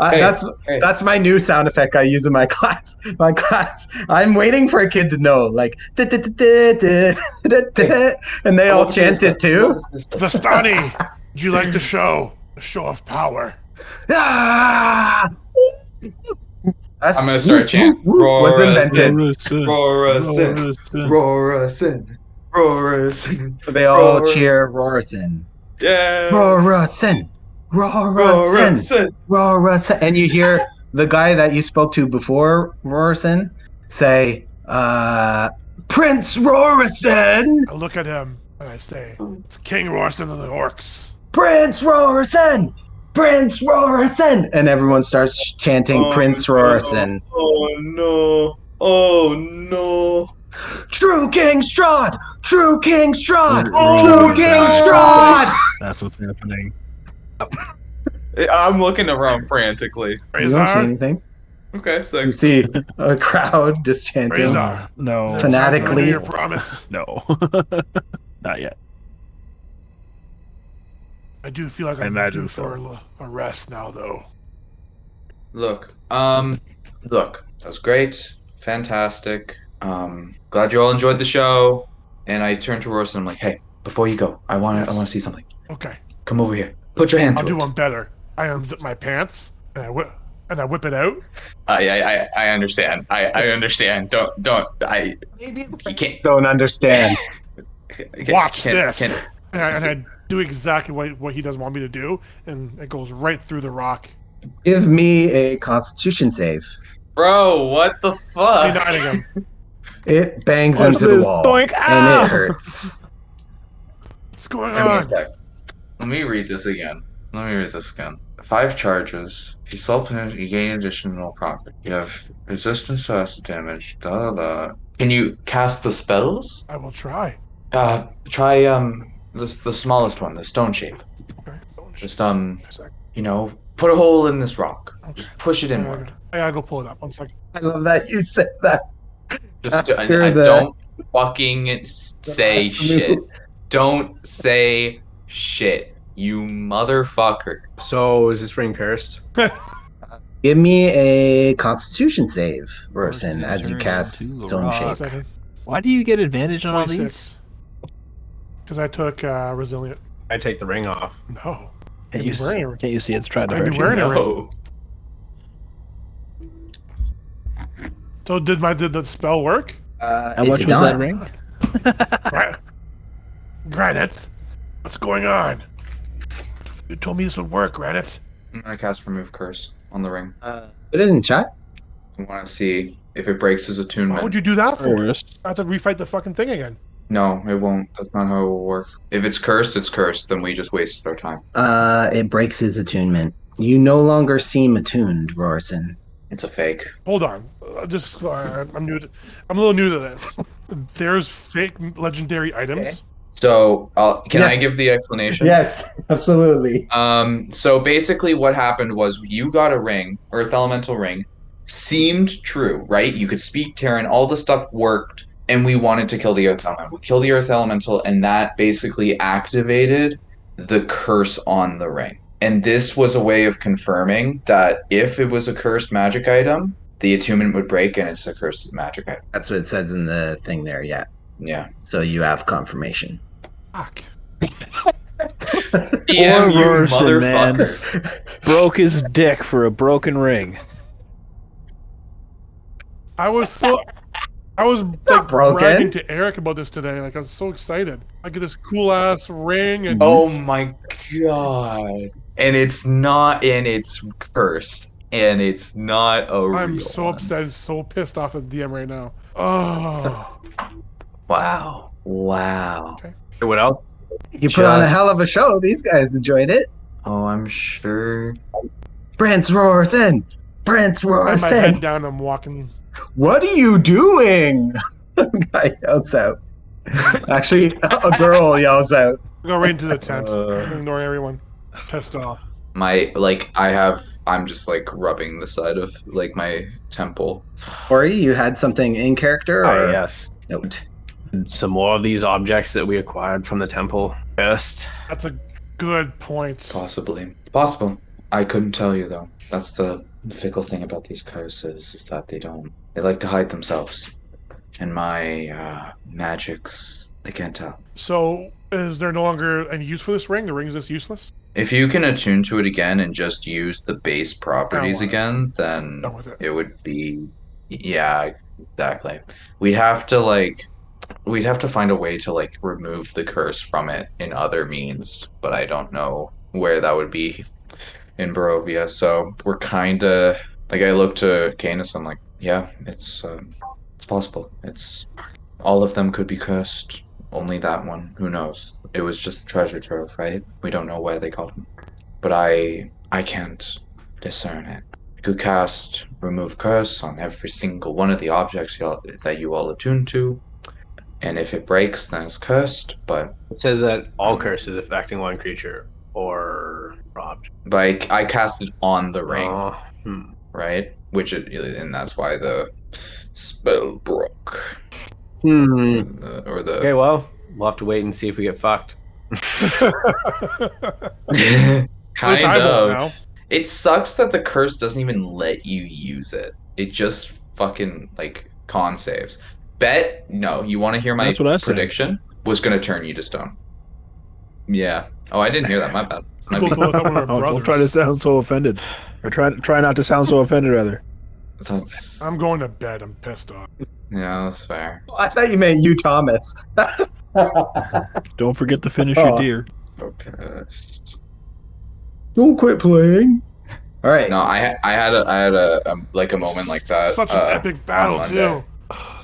[SPEAKER 3] Uh,
[SPEAKER 4] Hey,
[SPEAKER 3] that's
[SPEAKER 4] hey.
[SPEAKER 3] that's my new sound effect I use in my class. My class. I'm waiting for a kid to know, like, "Duh, duh, duh, duh, duh, duh, duh," and they all
[SPEAKER 4] What was
[SPEAKER 3] chant
[SPEAKER 4] this?
[SPEAKER 3] it too.
[SPEAKER 4] What was this?
[SPEAKER 6] Vastani, would you like to show a show of power?
[SPEAKER 3] Ah! That's-
[SPEAKER 4] I'm gonna start chanting.
[SPEAKER 3] Was
[SPEAKER 4] Roar,
[SPEAKER 3] invented.
[SPEAKER 4] Rorison. Rorison. Rorison.
[SPEAKER 3] They all
[SPEAKER 4] Roar.
[SPEAKER 3] cheer Rorison.
[SPEAKER 4] Yeah.
[SPEAKER 3] Rorison. Rorison.
[SPEAKER 4] Rorison.
[SPEAKER 3] Rorison. And you hear the guy that you spoke to before, Rorison, say, uh, Prince Rorison.
[SPEAKER 6] I look at him and I say, "It's King Rorson of the Orcs."
[SPEAKER 3] Prince Rorison! Prince Rorison! And everyone starts chanting
[SPEAKER 4] Oh,
[SPEAKER 3] Prince
[SPEAKER 4] no.
[SPEAKER 3] Rorison.
[SPEAKER 4] Oh no. Oh no.
[SPEAKER 3] True King Strahd! True King Strahd!
[SPEAKER 7] Oh,
[SPEAKER 3] True
[SPEAKER 7] no.
[SPEAKER 3] King Strahd!
[SPEAKER 7] That's what's happening.
[SPEAKER 4] I'm looking around frantically.
[SPEAKER 3] You don't see
[SPEAKER 6] Razar,
[SPEAKER 3] anything.
[SPEAKER 4] Okay,
[SPEAKER 3] You
[SPEAKER 4] so
[SPEAKER 3] see a crowd just chanting.
[SPEAKER 6] Razor.
[SPEAKER 7] No.
[SPEAKER 6] is it time to
[SPEAKER 3] Fanatically.
[SPEAKER 6] renew your promise.
[SPEAKER 7] No. Not yet.
[SPEAKER 6] I do feel like
[SPEAKER 7] I
[SPEAKER 6] I'm
[SPEAKER 7] imagine
[SPEAKER 6] due
[SPEAKER 7] so.
[SPEAKER 6] for a l- a rest now, though.
[SPEAKER 4] look. Um look, that was great. Fantastic. Um glad you all enjoyed the show. And I turn to Royce and I'm like, hey, before you go, I wanna I
[SPEAKER 6] Yes.
[SPEAKER 4] wanna see something.
[SPEAKER 6] Okay,
[SPEAKER 4] Come over here. Put your hand
[SPEAKER 6] I'll
[SPEAKER 4] to
[SPEAKER 6] do
[SPEAKER 4] it.
[SPEAKER 6] one better. I unzip my pants and I whip and I whip it out.
[SPEAKER 4] I, I I I understand. I, I understand. Don't don't I you can't,
[SPEAKER 3] Don't understand.
[SPEAKER 4] can't
[SPEAKER 6] Watch
[SPEAKER 4] can't-
[SPEAKER 6] this.
[SPEAKER 4] can't-
[SPEAKER 6] and, I, and I do exactly what, what he doesn't want me to do, and it goes right through the rock.
[SPEAKER 3] Give me a Constitution save.
[SPEAKER 4] Bro, what the
[SPEAKER 6] Be
[SPEAKER 4] fuck?
[SPEAKER 6] nine again.
[SPEAKER 3] It bangs
[SPEAKER 7] Watch
[SPEAKER 3] into the
[SPEAKER 7] this.
[SPEAKER 3] wall.
[SPEAKER 7] Doink.
[SPEAKER 3] And
[SPEAKER 7] Ah!
[SPEAKER 3] it hurts.
[SPEAKER 6] What's going
[SPEAKER 4] Give me a
[SPEAKER 6] on?
[SPEAKER 4] sec. Let me read this again. Let me read this again. Five charges. If you self you gain additional property. You have resistance to acid damage. Da da da. Can you cast the spells?
[SPEAKER 6] I will try.
[SPEAKER 4] Uh, try um the the smallest one, the stone shape.
[SPEAKER 6] Okay.
[SPEAKER 4] Just um,
[SPEAKER 6] One sec.
[SPEAKER 4] you know, put a hole in this rock.
[SPEAKER 6] Okay.
[SPEAKER 4] Just push it
[SPEAKER 6] Sorry,
[SPEAKER 4] inward.
[SPEAKER 6] I gotta go pull it up. One second.
[SPEAKER 3] I love that you said that.
[SPEAKER 4] Just do- I,
[SPEAKER 3] After
[SPEAKER 4] I
[SPEAKER 3] the-
[SPEAKER 4] don't fucking say shit. Don't say shit. You motherfucker.
[SPEAKER 2] So is this ring cursed?
[SPEAKER 3] Give me a Constitution save, Rorson,
[SPEAKER 1] Rorson,
[SPEAKER 3] as you
[SPEAKER 1] turn
[SPEAKER 3] cast
[SPEAKER 1] into a
[SPEAKER 3] Stone
[SPEAKER 1] rock.
[SPEAKER 6] One
[SPEAKER 3] Shake.
[SPEAKER 6] second.
[SPEAKER 7] Why do you get advantage on all these?
[SPEAKER 6] Twenty-six. Because I took uh, resilient.
[SPEAKER 2] I take the ring off.
[SPEAKER 6] No.
[SPEAKER 7] Can't you,
[SPEAKER 6] I'd be
[SPEAKER 7] s-
[SPEAKER 6] wearing-
[SPEAKER 7] can't you see it's trying to
[SPEAKER 6] I'd be
[SPEAKER 7] hurt you?
[SPEAKER 6] wearing
[SPEAKER 4] No.
[SPEAKER 6] it. So did my did the spell work?
[SPEAKER 3] Uh,
[SPEAKER 7] How
[SPEAKER 3] it's
[SPEAKER 7] much was
[SPEAKER 3] done.
[SPEAKER 7] that ring?
[SPEAKER 6] Gran- Granite, what's going on? You told me this would work, Granite.
[SPEAKER 4] I'm gonna cast remove curse on the ring.
[SPEAKER 3] Uh, put it in chat.
[SPEAKER 4] I want to see if it breaks his
[SPEAKER 6] Why
[SPEAKER 4] attunement.
[SPEAKER 6] would you do that for?
[SPEAKER 7] First.
[SPEAKER 6] I have to refight the fucking thing again.
[SPEAKER 4] No, it won't. That's not how it will work. If it's cursed, it's cursed. Then we just wasted our time.
[SPEAKER 3] Uh, it breaks his attunement. You no longer seem attuned, Rorson.
[SPEAKER 4] It's a fake.
[SPEAKER 6] Hold on, uh, just uh, I'm new. To, I'm a little new to this. There's fake legendary items.
[SPEAKER 4] So, uh, can
[SPEAKER 3] Yeah.
[SPEAKER 4] I give the explanation?
[SPEAKER 3] Yes, absolutely.
[SPEAKER 4] Um, so basically, what happened was you got a ring, Earth Elemental ring, seemed true, right? You could speak Terran, all the stuff worked, and we wanted to kill the Earth Elemental. We killed the Earth Elemental, and that basically activated the curse on the ring. And this was a way of confirming that if it was a cursed magic item, the attunement would break, and it's a cursed magic item.
[SPEAKER 3] That's what it says in the thing there. Yeah.
[SPEAKER 4] Yeah.
[SPEAKER 3] So you have confirmation.
[SPEAKER 6] Fuck.
[SPEAKER 4] Damn you,
[SPEAKER 7] Rorson, man.
[SPEAKER 4] motherfucker.
[SPEAKER 7] Broke his dick for a broken ring.
[SPEAKER 6] I was so. I was
[SPEAKER 3] not
[SPEAKER 6] like,
[SPEAKER 3] broken.
[SPEAKER 6] bragging to Eric about this today. Like I was so excited. I get this cool ass ring and
[SPEAKER 4] Oh my god. And it's not, and it's cursed. And it's not a
[SPEAKER 6] I'm
[SPEAKER 4] real
[SPEAKER 6] so
[SPEAKER 4] one.
[SPEAKER 6] upset. I'm so pissed off at DM right now. Oh,
[SPEAKER 4] Wow. Wow.
[SPEAKER 2] What else?
[SPEAKER 3] You put on a
[SPEAKER 4] Just-
[SPEAKER 3] hell of a show. These guys enjoyed it.
[SPEAKER 4] Oh, I'm sure.
[SPEAKER 3] Prince Rorson. Prince
[SPEAKER 6] I have my head
[SPEAKER 3] Rorson.
[SPEAKER 6] down. I'm walking.
[SPEAKER 3] What are you doing? Guy yells out. Actually, a girl yells out.
[SPEAKER 6] I go right into the tent. I'm ignoring everyone. Pissed off.
[SPEAKER 4] My, like, I have, I'm just like rubbing the side of, like, my temple.
[SPEAKER 3] Corey, you had something in character or
[SPEAKER 2] Ah, yes.
[SPEAKER 3] note?
[SPEAKER 2] Some more of these objects that we acquired from the temple. First,
[SPEAKER 6] That's a good point.
[SPEAKER 4] Possibly. Possible. I couldn't tell you, though. That's the fickle thing about these curses, is that they don't, they like to hide themselves. And my, uh, magics, they can't tell.
[SPEAKER 6] So, is there no longer any use for this ring? The ring is just useless.
[SPEAKER 4] If you can attune to it again and just use the base properties
[SPEAKER 6] want it.
[SPEAKER 4] again, then
[SPEAKER 6] Done with it.
[SPEAKER 4] it would be yeah, exactly. We'd have to like we'd have to find a way to like remove the curse from it in other means, but I don't know where that would be in Barovia. So we're kind of like I look to Canis, I'm like, yeah, it's um, it's possible. It's all of them could be cursed. Only that one. Who knows? It was just a treasure trove, right? We don't know where they got them. But I I can't discern it. I could cast remove curse on every single one of the objects y'all, that you all attuned to, and if it breaks, then it's cursed. But
[SPEAKER 2] it says that all curses affecting one creature or object.
[SPEAKER 4] but I, I cast it on the ring,
[SPEAKER 2] Oh, hmm.
[SPEAKER 4] right? Which it, and that's why the spell broke,
[SPEAKER 2] Hmm.
[SPEAKER 4] Uh, or the
[SPEAKER 2] Okay, well, we'll have to wait and see if we get fucked.
[SPEAKER 6] At least
[SPEAKER 4] kind
[SPEAKER 6] I
[SPEAKER 4] of.
[SPEAKER 6] won't now.
[SPEAKER 4] It sucks that the curse doesn't even let you use it. It just fucking like con saves. Bet no. You want to hear my
[SPEAKER 7] That's what I said.
[SPEAKER 4] prediction? Was going to turn you to stone. Yeah. Oh, I didn't hear that. My bad. My
[SPEAKER 6] People
[SPEAKER 4] bad.
[SPEAKER 6] thought
[SPEAKER 5] Oh,
[SPEAKER 6] we were
[SPEAKER 7] Don't, Oh, don't try to
[SPEAKER 6] brothers.
[SPEAKER 7] sound so offended. Or try try not to sound so offended rather.
[SPEAKER 4] That's,
[SPEAKER 6] I'm going to bed. I'm pissed off.
[SPEAKER 4] yeah, that's fair.
[SPEAKER 3] I thought you meant you, Thomas.
[SPEAKER 7] Don't forget to finish your
[SPEAKER 3] Oh.
[SPEAKER 7] deer.
[SPEAKER 4] So pissed.
[SPEAKER 3] Don't quit playing. All right.
[SPEAKER 4] No, I I had a I had a, um like a moment like that.
[SPEAKER 6] Such an
[SPEAKER 4] uh,
[SPEAKER 6] epic battle
[SPEAKER 4] on
[SPEAKER 6] too.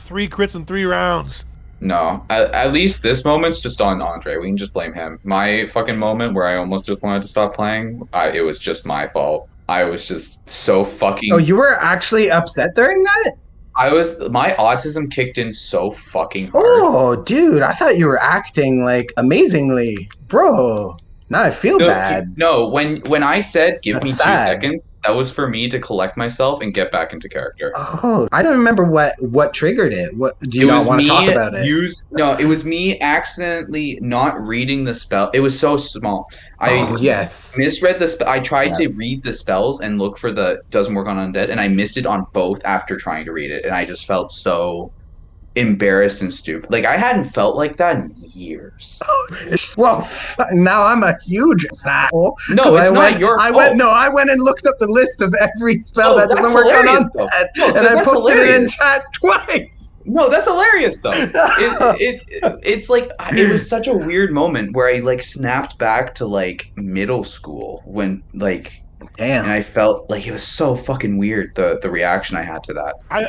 [SPEAKER 6] Three crits in three rounds.
[SPEAKER 4] No, at, at least this moment's just on Andre. We can just blame him. My fucking moment where I almost just wanted to stop playing, I, it was just my fault. I was just so fucking.
[SPEAKER 3] Oh, you were actually upset during that?
[SPEAKER 4] I was my autism kicked in so fucking hard.
[SPEAKER 3] Oh, dude, I thought you were acting like amazingly. Bro, now I feel
[SPEAKER 4] no,
[SPEAKER 3] bad.
[SPEAKER 4] no, when when I said give me
[SPEAKER 3] That's
[SPEAKER 4] two
[SPEAKER 3] sad.
[SPEAKER 4] seconds, that was for me to collect myself and get back into character.
[SPEAKER 3] Oh, I don't remember what what triggered it. What do you
[SPEAKER 4] it
[SPEAKER 3] not
[SPEAKER 4] was
[SPEAKER 3] want
[SPEAKER 4] me
[SPEAKER 3] to talk about it?
[SPEAKER 4] Use, no, it was me accidentally not reading the spell. It was so small. I
[SPEAKER 3] oh, yes.
[SPEAKER 4] misread the spe- I tried to read the spells and look for the doesn't work on undead and I missed it on both after trying to read it and I just felt so embarrassed and stupid. Like I hadn't felt like that in years.
[SPEAKER 3] Oh, Well, f- now I'm a huge asshole.
[SPEAKER 4] No,
[SPEAKER 3] 'cause
[SPEAKER 4] it's
[SPEAKER 3] I
[SPEAKER 4] not
[SPEAKER 3] went,
[SPEAKER 4] your
[SPEAKER 3] I
[SPEAKER 4] fault.
[SPEAKER 3] went. No, I went and looked up the list of every spell
[SPEAKER 4] Oh,
[SPEAKER 3] that
[SPEAKER 4] that's
[SPEAKER 3] doesn't work on
[SPEAKER 4] hilarious,
[SPEAKER 3] undead,
[SPEAKER 4] though. No,
[SPEAKER 3] and I
[SPEAKER 4] that's
[SPEAKER 3] posted it in
[SPEAKER 4] hilarious.
[SPEAKER 3] chat twice.
[SPEAKER 4] No, that's hilarious though. It, it it's like it was such a weird moment where I like snapped back to like middle school when like and
[SPEAKER 3] Damn.
[SPEAKER 4] I felt like it was so fucking weird the the reaction I had to that.
[SPEAKER 6] I-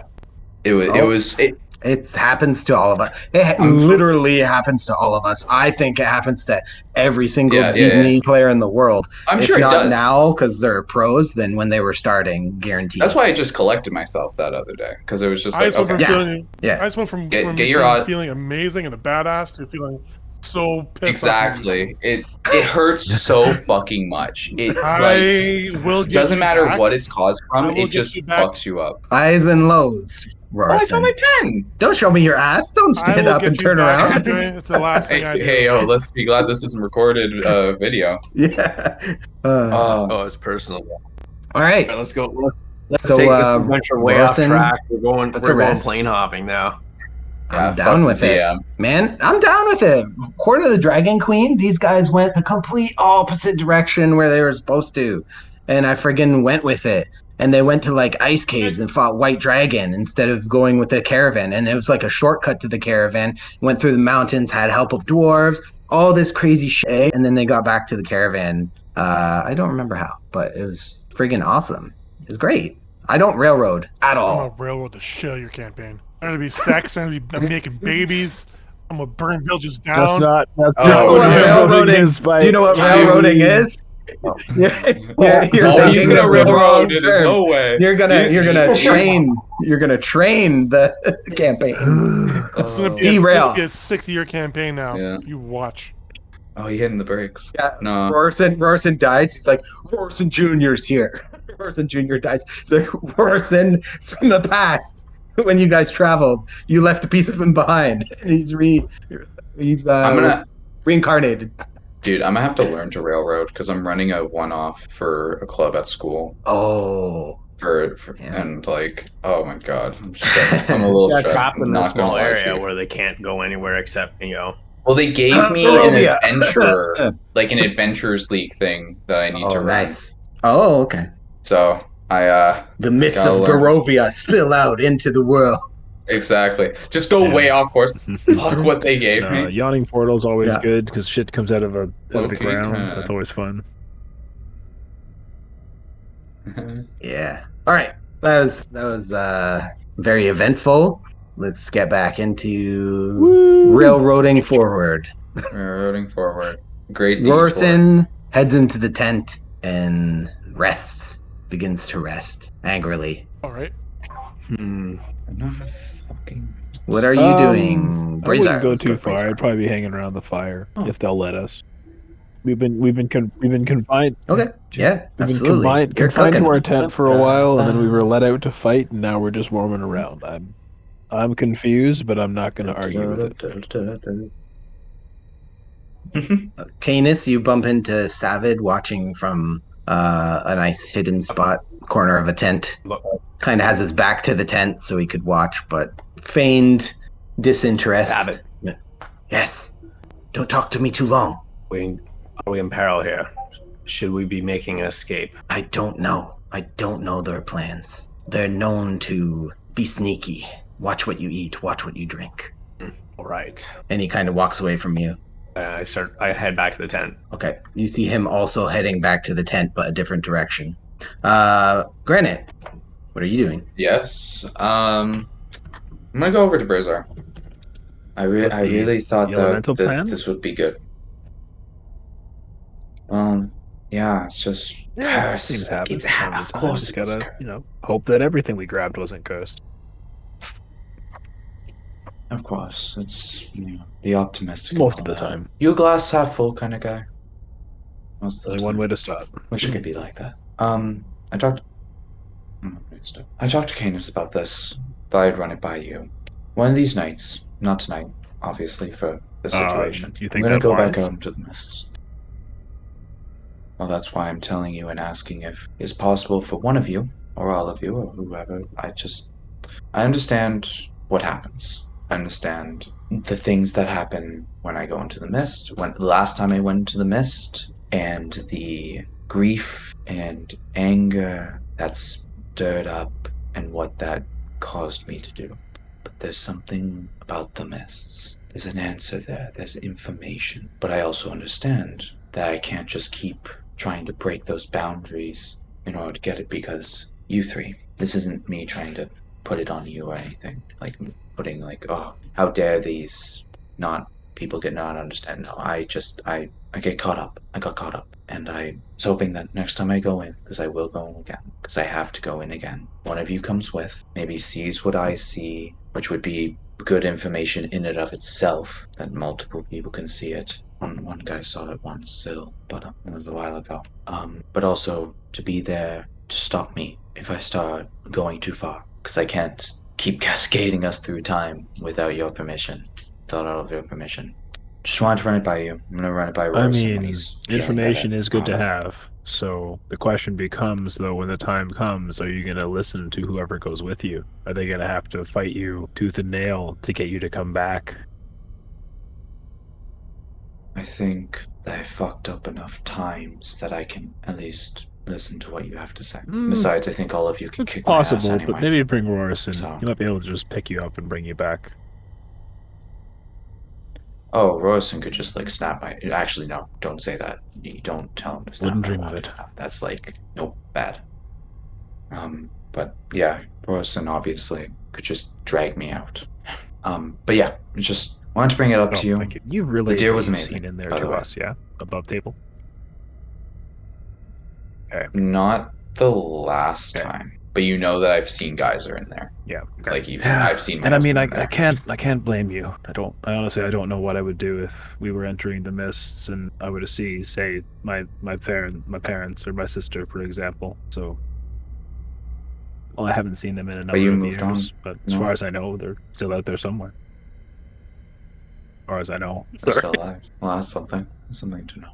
[SPEAKER 4] it was it
[SPEAKER 3] Oh.
[SPEAKER 4] was it,
[SPEAKER 3] It happens to all of us. It ha- literally happens to all of us. I think it happens to every single
[SPEAKER 4] Yeah,
[SPEAKER 3] yeah,
[SPEAKER 4] yeah,
[SPEAKER 3] player in the world.
[SPEAKER 4] I'm
[SPEAKER 3] if
[SPEAKER 4] sure it
[SPEAKER 3] not
[SPEAKER 4] does.
[SPEAKER 3] now because they're pros than when they were starting, guaranteed.
[SPEAKER 4] That's why I just collected myself that other day because it was just
[SPEAKER 6] I
[SPEAKER 4] like
[SPEAKER 6] just went
[SPEAKER 4] okay.
[SPEAKER 6] from
[SPEAKER 3] Yeah,
[SPEAKER 6] feeling,
[SPEAKER 3] yeah.
[SPEAKER 6] I just went from,
[SPEAKER 4] Get-
[SPEAKER 6] from
[SPEAKER 4] get your
[SPEAKER 6] feeling,
[SPEAKER 4] odd-
[SPEAKER 6] feeling amazing and a badass to feeling so pissed. off.
[SPEAKER 4] Exactly. It it hurts so fucking much. It like,
[SPEAKER 6] I will. Get
[SPEAKER 4] doesn't
[SPEAKER 6] you
[SPEAKER 4] matter
[SPEAKER 6] back.
[SPEAKER 4] what it's caused
[SPEAKER 6] I
[SPEAKER 4] from.
[SPEAKER 6] will
[SPEAKER 4] It
[SPEAKER 6] get
[SPEAKER 4] just
[SPEAKER 6] you back.
[SPEAKER 4] fucks you up.
[SPEAKER 3] Highs and lows,
[SPEAKER 4] Oh, I
[SPEAKER 3] Rorson.
[SPEAKER 4] found my pen.
[SPEAKER 3] Don't show me your ass. Don't
[SPEAKER 6] I
[SPEAKER 3] stand
[SPEAKER 6] will
[SPEAKER 3] up
[SPEAKER 6] get
[SPEAKER 3] and
[SPEAKER 6] you
[SPEAKER 3] turn
[SPEAKER 6] back,
[SPEAKER 3] around.
[SPEAKER 6] Andre. It's the last
[SPEAKER 4] Hey,
[SPEAKER 6] thing I do.
[SPEAKER 4] hey, yo, let's be glad this isn't recorded uh, video.
[SPEAKER 3] yeah. Uh,
[SPEAKER 4] Uh,
[SPEAKER 2] Oh, it's personal. All
[SPEAKER 3] all right.
[SPEAKER 2] right, let's go. Let's
[SPEAKER 3] Let's so,
[SPEAKER 2] take this
[SPEAKER 3] uh,
[SPEAKER 2] adventure way off
[SPEAKER 3] Wilson,
[SPEAKER 2] track. We're going.
[SPEAKER 3] put
[SPEAKER 2] We're
[SPEAKER 3] the
[SPEAKER 2] going
[SPEAKER 3] rest.
[SPEAKER 2] plane hopping now.
[SPEAKER 4] yeah, Oh,
[SPEAKER 3] I'm down
[SPEAKER 4] fuck
[SPEAKER 3] with
[SPEAKER 4] the
[SPEAKER 3] it.
[SPEAKER 4] DM.
[SPEAKER 3] man. I'm down with it. Court of the Dragon Queen, these guys went the complete opposite direction where they were supposed to. And I friggin' went with it. And they went to like ice caves and fought White Dragon instead of going with the caravan. And it was like a shortcut to the caravan. Went through the mountains, had help of dwarves, all this crazy shit. And then they got back to the caravan. Uh, I don't remember how, but it was friggin' awesome. It was great. I don't railroad at
[SPEAKER 6] I'm
[SPEAKER 3] all.
[SPEAKER 6] gonna railroad the shit out of your campaign. I'm gonna be sex. I'm gonna be I'm making babies. I'm gonna burn villages down.
[SPEAKER 7] That's not. That's
[SPEAKER 4] Oh,
[SPEAKER 7] not what
[SPEAKER 4] yeah.
[SPEAKER 7] railroading
[SPEAKER 3] Railroading.
[SPEAKER 7] is. By
[SPEAKER 3] Do you know what
[SPEAKER 4] Dude.
[SPEAKER 3] railroading is? Yeah, yeah, you're
[SPEAKER 4] oh, he's
[SPEAKER 3] thinking
[SPEAKER 4] gonna
[SPEAKER 3] of the wrong
[SPEAKER 4] railroad it. There's
[SPEAKER 3] term.
[SPEAKER 4] no way.
[SPEAKER 3] You're gonna
[SPEAKER 4] You-
[SPEAKER 3] you're gonna
[SPEAKER 4] you-
[SPEAKER 3] train you're gonna train the campaign.
[SPEAKER 6] It's gonna be,
[SPEAKER 4] Oh.
[SPEAKER 6] it's
[SPEAKER 3] Derail.
[SPEAKER 6] gonna be a six-year campaign now.
[SPEAKER 4] Yeah.
[SPEAKER 6] You watch.
[SPEAKER 4] Oh, he hitting the brakes.
[SPEAKER 3] Yeah.
[SPEAKER 4] No.
[SPEAKER 3] Rorson Rorson dies. He's like Rorson Junior's here. Rorson Junior dies. He's like Rorson from the past. When you guys traveled, you left a piece of him behind, and he's re he's uh,
[SPEAKER 4] I'm gonna-
[SPEAKER 3] what's- reincarnated.
[SPEAKER 4] Dude, I'm gonna have to learn to railroad because I'm running a one-off for a club at school.
[SPEAKER 3] Oh,
[SPEAKER 4] For, for
[SPEAKER 3] Yeah.
[SPEAKER 4] and like, oh my god, I'm, just, I'm a little
[SPEAKER 1] Got
[SPEAKER 4] stressed.
[SPEAKER 1] trapped in
[SPEAKER 4] not
[SPEAKER 1] this
[SPEAKER 4] gonna
[SPEAKER 2] Small
[SPEAKER 4] lie to
[SPEAKER 2] area
[SPEAKER 4] you.
[SPEAKER 2] where they can't go anywhere except you know.
[SPEAKER 4] Well, they gave me an
[SPEAKER 3] Barovia.
[SPEAKER 4] adventure, like an Adventures League thing that I need to
[SPEAKER 3] oh,
[SPEAKER 4] run.
[SPEAKER 3] nice. Oh, okay.
[SPEAKER 4] So I, uh,
[SPEAKER 3] The myths
[SPEAKER 4] Gotta
[SPEAKER 3] of
[SPEAKER 4] learn.
[SPEAKER 3] Barovia spill out into the world.
[SPEAKER 4] exactly. Just go
[SPEAKER 7] Yeah.
[SPEAKER 4] way off course. Fuck what they gave
[SPEAKER 7] Uh,
[SPEAKER 4] me.
[SPEAKER 7] yawning portal's always
[SPEAKER 3] Yeah.
[SPEAKER 7] good because shit comes out of, a, out of the
[SPEAKER 4] Okay,
[SPEAKER 7] ground.
[SPEAKER 4] uh,
[SPEAKER 7] That's always fun.
[SPEAKER 3] Yeah. All right. That was that was uh very eventful. Let's get back into railroading forward.
[SPEAKER 4] Railroading forward. Great. detour.
[SPEAKER 3] Rorson heads into the tent and rests. Begins to rest angrily.
[SPEAKER 6] All right.
[SPEAKER 2] Hmm.
[SPEAKER 4] I'm not a fucking.
[SPEAKER 3] What are you
[SPEAKER 7] Um,
[SPEAKER 3] doing,
[SPEAKER 7] I wouldn't
[SPEAKER 3] Brizar?
[SPEAKER 7] go
[SPEAKER 3] Let's
[SPEAKER 7] too far.
[SPEAKER 3] Brizar.
[SPEAKER 7] I'd probably be hanging around the fire if they'll let us. We've been we've been con- we've been confined
[SPEAKER 3] Okay. Yeah.
[SPEAKER 7] we've been
[SPEAKER 3] absolutely.
[SPEAKER 7] confined,
[SPEAKER 3] You're
[SPEAKER 7] confined to
[SPEAKER 3] cooking.
[SPEAKER 7] our tent for a while, and then we were let out to fight, and now we're just warming around. I'm I'm confused, but I'm not going to argue with it.
[SPEAKER 3] Canis, you bump into Savid watching from uh, a nice hidden spot, corner of a tent.
[SPEAKER 2] Look.
[SPEAKER 3] Kind of has his back to the tent so he could watch, but feigned disinterest.
[SPEAKER 2] Savid.
[SPEAKER 3] Yes. Don't talk to me too long.
[SPEAKER 2] We are we in peril here? Should we be making an escape?
[SPEAKER 3] I don't know. I don't know their plans. They're known to be sneaky. Watch what you eat, watch what you drink.
[SPEAKER 2] All right.
[SPEAKER 3] And he kind of walks away from you.
[SPEAKER 2] I start. I head back to the tent.
[SPEAKER 3] Okay. You see him also heading back to the tent, but a different direction. Uh, Granite, what are you doing?
[SPEAKER 4] Yes. Um, I'm gonna go over to Brizar. I re-
[SPEAKER 7] With
[SPEAKER 4] I
[SPEAKER 7] the-
[SPEAKER 4] really thought
[SPEAKER 7] the
[SPEAKER 4] that,
[SPEAKER 7] elemental
[SPEAKER 4] that
[SPEAKER 7] plan?
[SPEAKER 4] this would be good. Um. Yeah. It's just. Yes,
[SPEAKER 7] Things happen.
[SPEAKER 4] It's ha-
[SPEAKER 7] all the
[SPEAKER 4] of
[SPEAKER 7] time.
[SPEAKER 4] course.
[SPEAKER 7] Just
[SPEAKER 4] It's
[SPEAKER 7] gotta,
[SPEAKER 4] cursed.
[SPEAKER 7] you know, hope that everything we grabbed wasn't cursed.
[SPEAKER 4] Of course. It's you know, be optimistic.
[SPEAKER 7] Most
[SPEAKER 4] and
[SPEAKER 7] of the
[SPEAKER 4] all that.
[SPEAKER 7] time,
[SPEAKER 4] You a glass half full kind of guy. Most of the
[SPEAKER 7] only
[SPEAKER 4] time.
[SPEAKER 7] one way to stop.
[SPEAKER 4] Wish I could be like that. Um, I talked. I'm not gonna stop. I talked to Canis about this. Thought I'd run it by you. One of these nights, not tonight, obviously, for the
[SPEAKER 7] Uh,
[SPEAKER 4] situation.
[SPEAKER 7] do you think
[SPEAKER 4] I'm gonna
[SPEAKER 7] that
[SPEAKER 4] go back
[SPEAKER 7] wise?
[SPEAKER 4] out into the mists. Well, that's why I'm telling you and asking if it's possible for one of you, or all of you, or whoever. I just, I understand what happens. I understand the things that happen when I go into the mist. When the last time I went into the mist, and the grief and anger that stirred up, and what that caused me to do. but there's something about the mists. There's an answer there, there's information. But I also understand that I can't just keep trying to break those boundaries in order to get it because you three, this isn't me trying to put it on you or anything. Like putting like, oh, how dare these not people get not understand. No, I just I I get caught up. I got caught up, and I was hoping that next time I go in, because I will go in again, because I have to go in again. One of you comes with, maybe sees what I see, which would be good information in and of itself that multiple people can see it. One one guy saw it once, still, but um, it was a while ago. Um, but also to be there to stop me if I start going too far, because I can't keep cascading us through time without your permission thought out of your permission. Just wanted to run it by you. I'm gonna run it by Rose.
[SPEAKER 5] I
[SPEAKER 4] when
[SPEAKER 5] mean,
[SPEAKER 4] he's feeling
[SPEAKER 5] information
[SPEAKER 4] better.
[SPEAKER 5] is good to
[SPEAKER 4] Um,
[SPEAKER 5] have. So the question becomes, though, when the time comes, are you going to listen to whoever goes with you? Are they going to have to fight you tooth and nail to get you to come back?
[SPEAKER 4] I think that I fucked up enough times that I can at least listen to what you have to say.
[SPEAKER 5] Hmm.
[SPEAKER 4] Besides, I think all of you can
[SPEAKER 5] It's
[SPEAKER 4] kick
[SPEAKER 5] possible,
[SPEAKER 4] my ass anyway.
[SPEAKER 5] but maybe bring Roris in.
[SPEAKER 4] So-
[SPEAKER 5] He might be able to just pick you up and bring you back.
[SPEAKER 4] Oh, Royson could just like snap my. Actually, no, don't say that. You don't tell him to snap.
[SPEAKER 5] Wouldn't
[SPEAKER 4] my
[SPEAKER 5] dream of
[SPEAKER 4] watch.
[SPEAKER 5] it.
[SPEAKER 4] That's like nope, bad. Um, but yeah, Royson obviously could just drag me out. Um, but yeah, just wanted to bring it up
[SPEAKER 5] Oh,
[SPEAKER 4] to you.
[SPEAKER 5] thank you. You really
[SPEAKER 4] The deer was
[SPEAKER 5] have
[SPEAKER 4] amazing,
[SPEAKER 5] seen in there
[SPEAKER 4] by
[SPEAKER 5] to
[SPEAKER 4] the way.
[SPEAKER 5] us, yeah? Above table.
[SPEAKER 4] Not the last
[SPEAKER 5] Okay.
[SPEAKER 4] time, but you know that I've seen geyser in there.
[SPEAKER 5] Yeah. okay.
[SPEAKER 4] Like you've, I've seen. my
[SPEAKER 5] and I mean, I,
[SPEAKER 4] husband in
[SPEAKER 5] I
[SPEAKER 4] there.
[SPEAKER 5] can't, I can't blame you. I don't, I honestly, I don't know what I would do if we were entering the mists and I were to see, say, my my parent, my parents, or my sister, for example. So, well, I haven't seen them in a number
[SPEAKER 4] you
[SPEAKER 5] of
[SPEAKER 4] moved
[SPEAKER 5] years,
[SPEAKER 4] on.
[SPEAKER 5] but as
[SPEAKER 4] No.
[SPEAKER 5] far as I know, they're still out there somewhere. As far as I know,
[SPEAKER 4] I'm still alive. Well, that's something. That's something to know.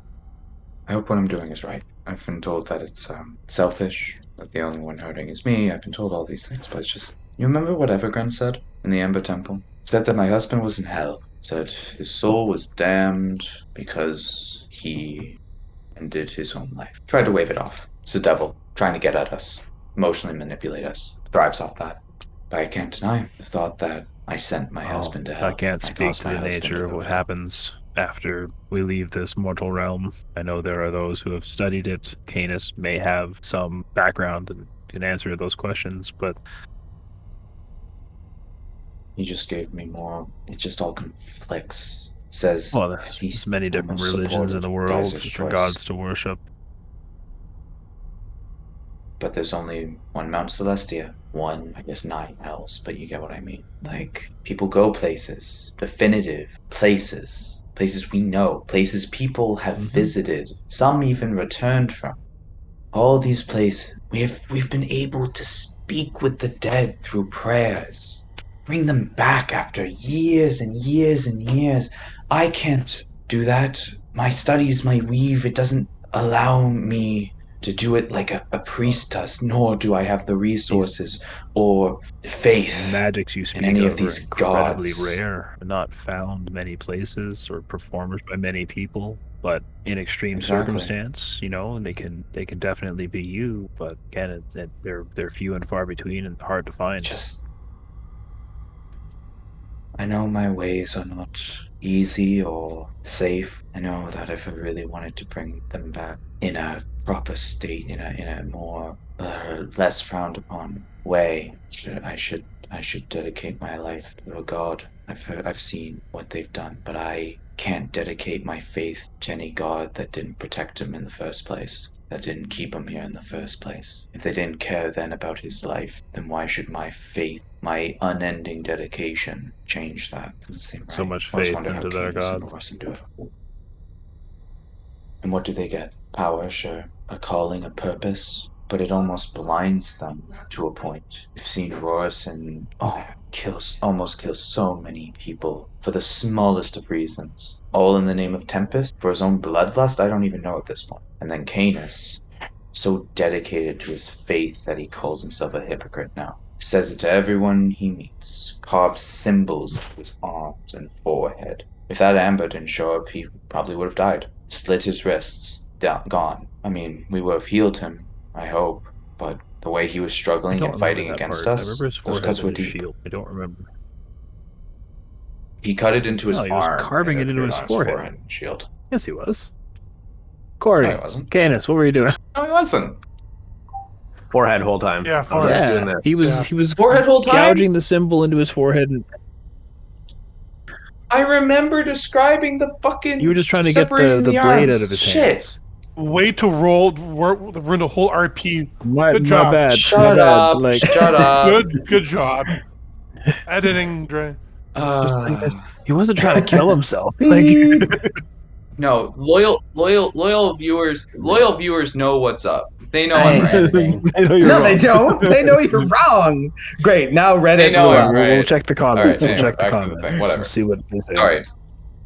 [SPEAKER 4] I hope what I'm doing is right. I've been told that it's um, selfish, that the only one hurting is me. I've been told all these things, but it's just. You remember what Evergrande said in the Ember Temple? Said that my husband was in hell. Said his soul was damned because he ended his own life. Tried to wave it off. It's the devil trying to get at us, emotionally manipulate us. Thrives off that. But I can't deny the thought that I sent my
[SPEAKER 5] Well,
[SPEAKER 4] husband to hell.
[SPEAKER 5] Oh, I can't speak
[SPEAKER 4] caused
[SPEAKER 5] to
[SPEAKER 4] my
[SPEAKER 5] the
[SPEAKER 4] husband
[SPEAKER 5] nature of
[SPEAKER 4] go
[SPEAKER 5] what
[SPEAKER 4] to hell.
[SPEAKER 5] happens after we leave this mortal realm. I know there are those who have studied it. Canis may have some background and can answer those questions, but
[SPEAKER 4] He just gave me more. It just all conflicts. Says
[SPEAKER 5] well, there's
[SPEAKER 4] he's
[SPEAKER 5] many different
[SPEAKER 4] almost
[SPEAKER 5] religions in
[SPEAKER 4] supported
[SPEAKER 5] the world
[SPEAKER 4] Geyser's
[SPEAKER 5] for
[SPEAKER 4] choice.
[SPEAKER 5] gods to worship.
[SPEAKER 4] but there's only one Mount Celestia, one I guess nine hells, but you get what I mean. Like people go places, definitive places, places we know, places people have
[SPEAKER 5] Mhm.
[SPEAKER 4] visited, some even returned from. All these places we have we've been able to speak with the dead through prayers. Bring them back after years and years and years. I can't do that. My studies, my weave, it doesn't allow me to do it like a, a priest does, nor do I have the resources or faith.
[SPEAKER 5] Magics you speak
[SPEAKER 4] any
[SPEAKER 5] of,
[SPEAKER 4] of these
[SPEAKER 5] are incredibly
[SPEAKER 4] gods.
[SPEAKER 5] rare, not found many places or performed by many people. But in extreme
[SPEAKER 4] Exactly.
[SPEAKER 5] circumstance, you know, they can they can definitely be you. But again, it, it, they're they're few and far between and hard to find.
[SPEAKER 4] Just. I know my ways are not easy or safe. I know that if I really wanted to bring them back in a proper state, in a, in a more uh, less frowned upon way, should, I should I should dedicate my life to a god. I've heard, I've seen what they've done, but I can't dedicate my faith to any god that didn't protect him in the first place, that didn't keep him here in the first place. If they didn't care then about his life, then why should my faith, my unending dedication, change that? Doesn't seem
[SPEAKER 5] So
[SPEAKER 4] right.
[SPEAKER 5] much
[SPEAKER 4] I always
[SPEAKER 5] faith
[SPEAKER 4] wonder how
[SPEAKER 5] into their
[SPEAKER 4] Cain and
[SPEAKER 5] gods.
[SPEAKER 4] Orson do it. And what do they get? Power, sure, a calling, a purpose, but it almost blinds them to a point. I've seen Roris and oh, kills almost kills so many people for the smallest of reasons, all in the name of Tempest for his own bloodlust. I don't even know at this point. And then Canis, so dedicated to his faith that he calls himself a hypocrite now. Says it to everyone he meets, carves symbols to his arms and forehead. If that Amber didn't show up, he probably would have died. Slit his wrists, down, gone. I mean, we would have healed him, I hope, but the way he was
[SPEAKER 5] I
[SPEAKER 4] struggling
[SPEAKER 5] don't
[SPEAKER 4] and fighting
[SPEAKER 5] remember that
[SPEAKER 4] against
[SPEAKER 5] part. I
[SPEAKER 4] us,
[SPEAKER 5] remember his
[SPEAKER 4] those
[SPEAKER 5] forehead
[SPEAKER 4] cuts
[SPEAKER 5] and
[SPEAKER 4] were
[SPEAKER 5] his
[SPEAKER 4] deep.
[SPEAKER 5] shield. I don't remember.
[SPEAKER 4] He cut it into his
[SPEAKER 5] No, he was
[SPEAKER 4] arm.
[SPEAKER 5] carving
[SPEAKER 4] and
[SPEAKER 5] it into
[SPEAKER 4] appeared
[SPEAKER 5] his
[SPEAKER 4] on
[SPEAKER 5] forehead.
[SPEAKER 4] and Shield.
[SPEAKER 5] Yes, he was.
[SPEAKER 4] No,
[SPEAKER 5] Corey,
[SPEAKER 4] he wasn't.
[SPEAKER 5] Canis, what were you doing?
[SPEAKER 4] No, he wasn't.
[SPEAKER 2] Forehead whole time.
[SPEAKER 6] Yeah,
[SPEAKER 2] I was
[SPEAKER 6] forehead.
[SPEAKER 2] doing that.
[SPEAKER 5] he was
[SPEAKER 6] Yeah.
[SPEAKER 5] he was
[SPEAKER 4] Forehead whole time?
[SPEAKER 5] gouging the symbol into his forehead, and
[SPEAKER 4] I remember describing the fucking.
[SPEAKER 5] you were just trying to get the,
[SPEAKER 4] Separating
[SPEAKER 5] the,
[SPEAKER 4] the
[SPEAKER 5] blade
[SPEAKER 4] arms.
[SPEAKER 5] out of his
[SPEAKER 4] Shit.
[SPEAKER 5] hands.
[SPEAKER 6] Way to roll, we're, we're in a whole RP.
[SPEAKER 5] My,
[SPEAKER 6] Good
[SPEAKER 5] my
[SPEAKER 6] job.
[SPEAKER 5] bad. my
[SPEAKER 4] shut
[SPEAKER 5] bad.
[SPEAKER 4] up!
[SPEAKER 5] Like
[SPEAKER 4] shut up!
[SPEAKER 6] Good, good job. Editing, Dre.
[SPEAKER 4] Uh,
[SPEAKER 5] he wasn't trying to kill himself. Like
[SPEAKER 4] no, loyal, loyal, loyal viewers. Loyal viewers know what's up. They know I'm right.
[SPEAKER 5] I know you're
[SPEAKER 3] no,
[SPEAKER 5] wrong.
[SPEAKER 3] they don't. They know you're wrong. Great. Now Reddit.
[SPEAKER 4] They know
[SPEAKER 3] blew
[SPEAKER 4] I'm
[SPEAKER 3] up.
[SPEAKER 5] We'll,
[SPEAKER 4] right.
[SPEAKER 5] we'll check the comments.
[SPEAKER 4] anyway,
[SPEAKER 5] we'll check the
[SPEAKER 4] back to the
[SPEAKER 5] comments.
[SPEAKER 4] thing, whatever.
[SPEAKER 5] We'll see what they say.
[SPEAKER 4] All right.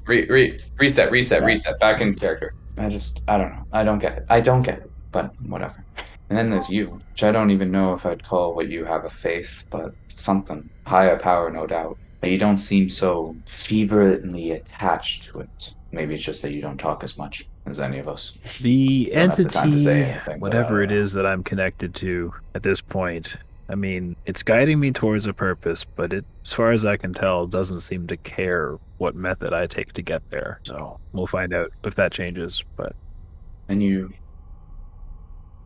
[SPEAKER 4] Re- re- reset, reset, reset. Back in character. I just, I don't know. I don't get it. I don't get it. But whatever. And then there's you, which I don't even know if I'd call what you have a faith, but something higher power, no doubt. But you don't seem so fervently attached to it. Maybe it's just that you don't talk as much as any of us.
[SPEAKER 5] The
[SPEAKER 4] don't have the time to say
[SPEAKER 5] entity,
[SPEAKER 4] anything,
[SPEAKER 5] whatever
[SPEAKER 4] but, uh,
[SPEAKER 5] it is that I'm connected to at this point, I mean, it's guiding me towards a purpose, but it, as far as I can tell, doesn't seem to care what method I take to get there. So we'll find out if that changes. But
[SPEAKER 4] And you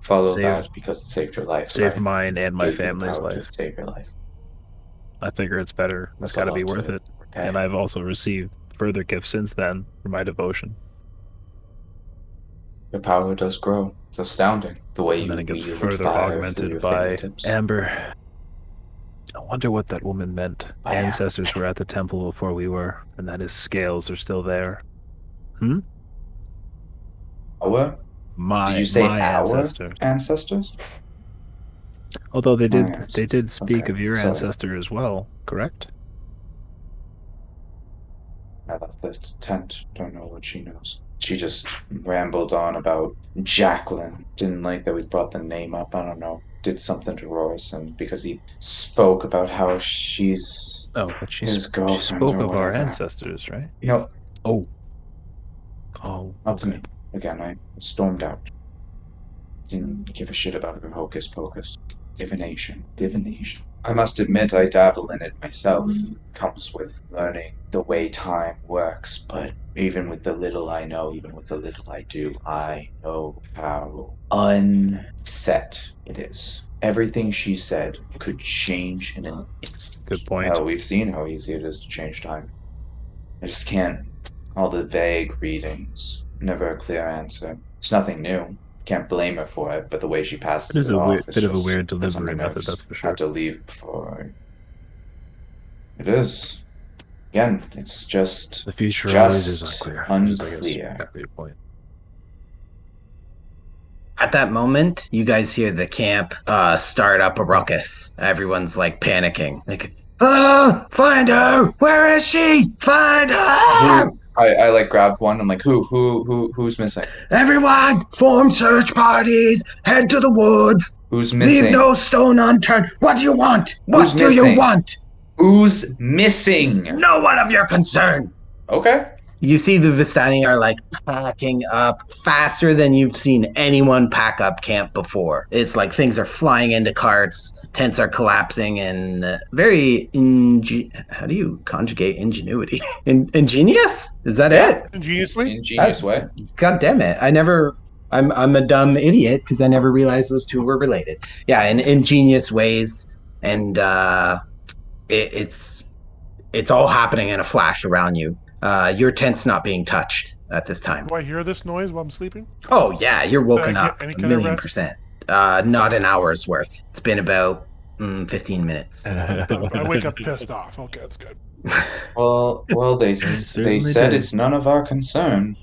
[SPEAKER 4] follow
[SPEAKER 5] Save-
[SPEAKER 4] that because it saved your life.
[SPEAKER 5] save
[SPEAKER 4] right?
[SPEAKER 5] mine and my
[SPEAKER 4] Gave you the
[SPEAKER 5] family's
[SPEAKER 4] power to
[SPEAKER 5] life.
[SPEAKER 4] Save your life.
[SPEAKER 5] I figure it's better. It's
[SPEAKER 4] That's
[SPEAKER 5] got to
[SPEAKER 4] a
[SPEAKER 5] be
[SPEAKER 4] lot
[SPEAKER 5] worth
[SPEAKER 4] to
[SPEAKER 5] it.
[SPEAKER 4] repay.
[SPEAKER 5] And I've also received further gifts since then for my devotion.
[SPEAKER 4] Your power does grow. It's astounding. The way
[SPEAKER 5] and
[SPEAKER 4] you
[SPEAKER 5] then it gets
[SPEAKER 4] wield
[SPEAKER 5] further
[SPEAKER 4] fire through
[SPEAKER 5] augmented
[SPEAKER 4] your
[SPEAKER 5] by
[SPEAKER 4] fingertips.
[SPEAKER 5] Amber. I wonder what that woman meant.
[SPEAKER 4] By
[SPEAKER 5] My ancestors were at the temple before we were, and that his scales are still there.
[SPEAKER 4] Our
[SPEAKER 5] My,
[SPEAKER 4] Did you say
[SPEAKER 5] my
[SPEAKER 4] our?
[SPEAKER 5] ancestor.
[SPEAKER 4] ancestors?
[SPEAKER 5] Although they did,
[SPEAKER 4] Ours.
[SPEAKER 5] they did speak
[SPEAKER 4] Okay,
[SPEAKER 5] of your
[SPEAKER 4] sorry.
[SPEAKER 5] ancestor as well, correct?
[SPEAKER 4] I left the tent. Don't know what she knows. She just rambled on about Jacqueline. Didn't like that we brought the name up. I don't know. Did something to Royce, and because he spoke about how she's
[SPEAKER 5] Oh, but she,
[SPEAKER 4] his
[SPEAKER 5] s- she
[SPEAKER 4] girlfriend.
[SPEAKER 5] spoke
[SPEAKER 4] or
[SPEAKER 5] of our
[SPEAKER 4] whatever.
[SPEAKER 5] ancestors, right?
[SPEAKER 4] No,
[SPEAKER 5] Oh. Oh,
[SPEAKER 4] Not to
[SPEAKER 5] okay.
[SPEAKER 4] me. Again, I stormed out. Didn't give a shit about her hocus pocus. Divination. Divination. I must admit, I dabble in it myself. Comes with learning the way time works, but even with the little I know, even with the little I do, I know how unset it is. Everything she said could change in an instant.
[SPEAKER 5] Good point.
[SPEAKER 4] Hell, Oh, we've seen how easy it is to change time. I just can't. All the vague readings, never a clear answer. It's nothing new. Can't blame her for it, but the way she passes
[SPEAKER 5] It is
[SPEAKER 4] it
[SPEAKER 5] a
[SPEAKER 4] off
[SPEAKER 5] weird,
[SPEAKER 4] is
[SPEAKER 5] bit of a
[SPEAKER 4] just
[SPEAKER 5] weird delivery
[SPEAKER 4] something
[SPEAKER 5] method,
[SPEAKER 4] I've
[SPEAKER 5] that's for sure.
[SPEAKER 4] Had to leave before. I... It is. Again, it's just
[SPEAKER 5] The future always is
[SPEAKER 4] just
[SPEAKER 5] unclear. which is, I guess,
[SPEAKER 4] unclear.
[SPEAKER 5] exactly your point.
[SPEAKER 3] At that moment, you guys hear the camp uh, start up a ruckus. Everyone's like panicking. Like, oh, find her! Where is she? Find her!
[SPEAKER 4] Who- I, I like grabbed one. I'm like, who, who, who, who's missing?
[SPEAKER 3] Everyone, form search parties. Head to the woods.
[SPEAKER 4] Who's missing?
[SPEAKER 3] Leave no stone unturned. What do you want? What
[SPEAKER 4] Who's
[SPEAKER 3] do
[SPEAKER 4] missing?
[SPEAKER 3] you want?
[SPEAKER 4] Who's missing?
[SPEAKER 3] No one of your concern.
[SPEAKER 4] Okay.
[SPEAKER 3] You see the Vistani are like packing up faster than you've seen anyone pack up camp before. It's like things are flying into carts, tents are collapsing, and uh, very inge- how do you conjugate ingenuity? In- ingenious? Is that it?
[SPEAKER 6] Ingeniously?
[SPEAKER 4] Ingenious way.
[SPEAKER 3] God damn it! I never. I'm I'm a dumb idiot because I never realized those two were related. Yeah, in ingenious ways, and uh, it, it's it's all happening in a flash around you. Uh, your tent's not being touched at this time.
[SPEAKER 6] Do I hear this noise while I'm sleeping?
[SPEAKER 3] Oh yeah, you're woken
[SPEAKER 6] Uh,
[SPEAKER 3] up
[SPEAKER 6] any
[SPEAKER 3] a
[SPEAKER 6] kind of
[SPEAKER 3] million
[SPEAKER 6] rest?
[SPEAKER 3] percent. Uh, not an hour's worth. It's been about mm, 15 minutes.
[SPEAKER 6] Uh, I wake up pissed off. Okay, that's good.
[SPEAKER 4] Well, well, they s-
[SPEAKER 5] certainly
[SPEAKER 4] they said
[SPEAKER 5] did.
[SPEAKER 4] it's none of our concern.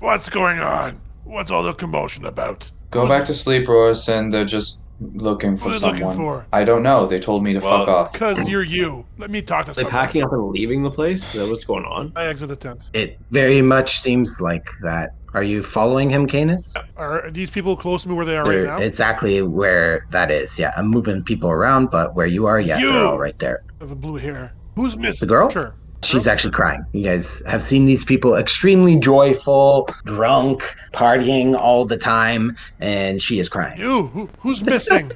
[SPEAKER 6] What's going on? What's all the commotion about?
[SPEAKER 4] Go back to sleep, Rorison. They're just looking for
[SPEAKER 6] What are they
[SPEAKER 4] someone.
[SPEAKER 6] looking for?
[SPEAKER 4] I don't know. They told me to fuck
[SPEAKER 6] Well,
[SPEAKER 4] off.
[SPEAKER 6] because you're you. Let me talk to
[SPEAKER 2] Are they
[SPEAKER 6] someone.
[SPEAKER 2] packing up and leaving the place? Is that what's going on?
[SPEAKER 6] I exit the tent.
[SPEAKER 3] It very much seems like that. Are you following him, Canis?
[SPEAKER 6] Are these people close to me where they are
[SPEAKER 3] They're
[SPEAKER 6] right now?
[SPEAKER 3] exactly where that is. Yeah, I'm moving people around, but where you are, yeah, they're
[SPEAKER 6] You!
[SPEAKER 3] all right there.
[SPEAKER 6] The blue hair. Who's missing?
[SPEAKER 3] The girl?
[SPEAKER 6] Sure.
[SPEAKER 3] She's actually crying. You guys have seen these people extremely joyful, drunk, partying all the time, and she is crying.
[SPEAKER 6] You. Who, who's missing?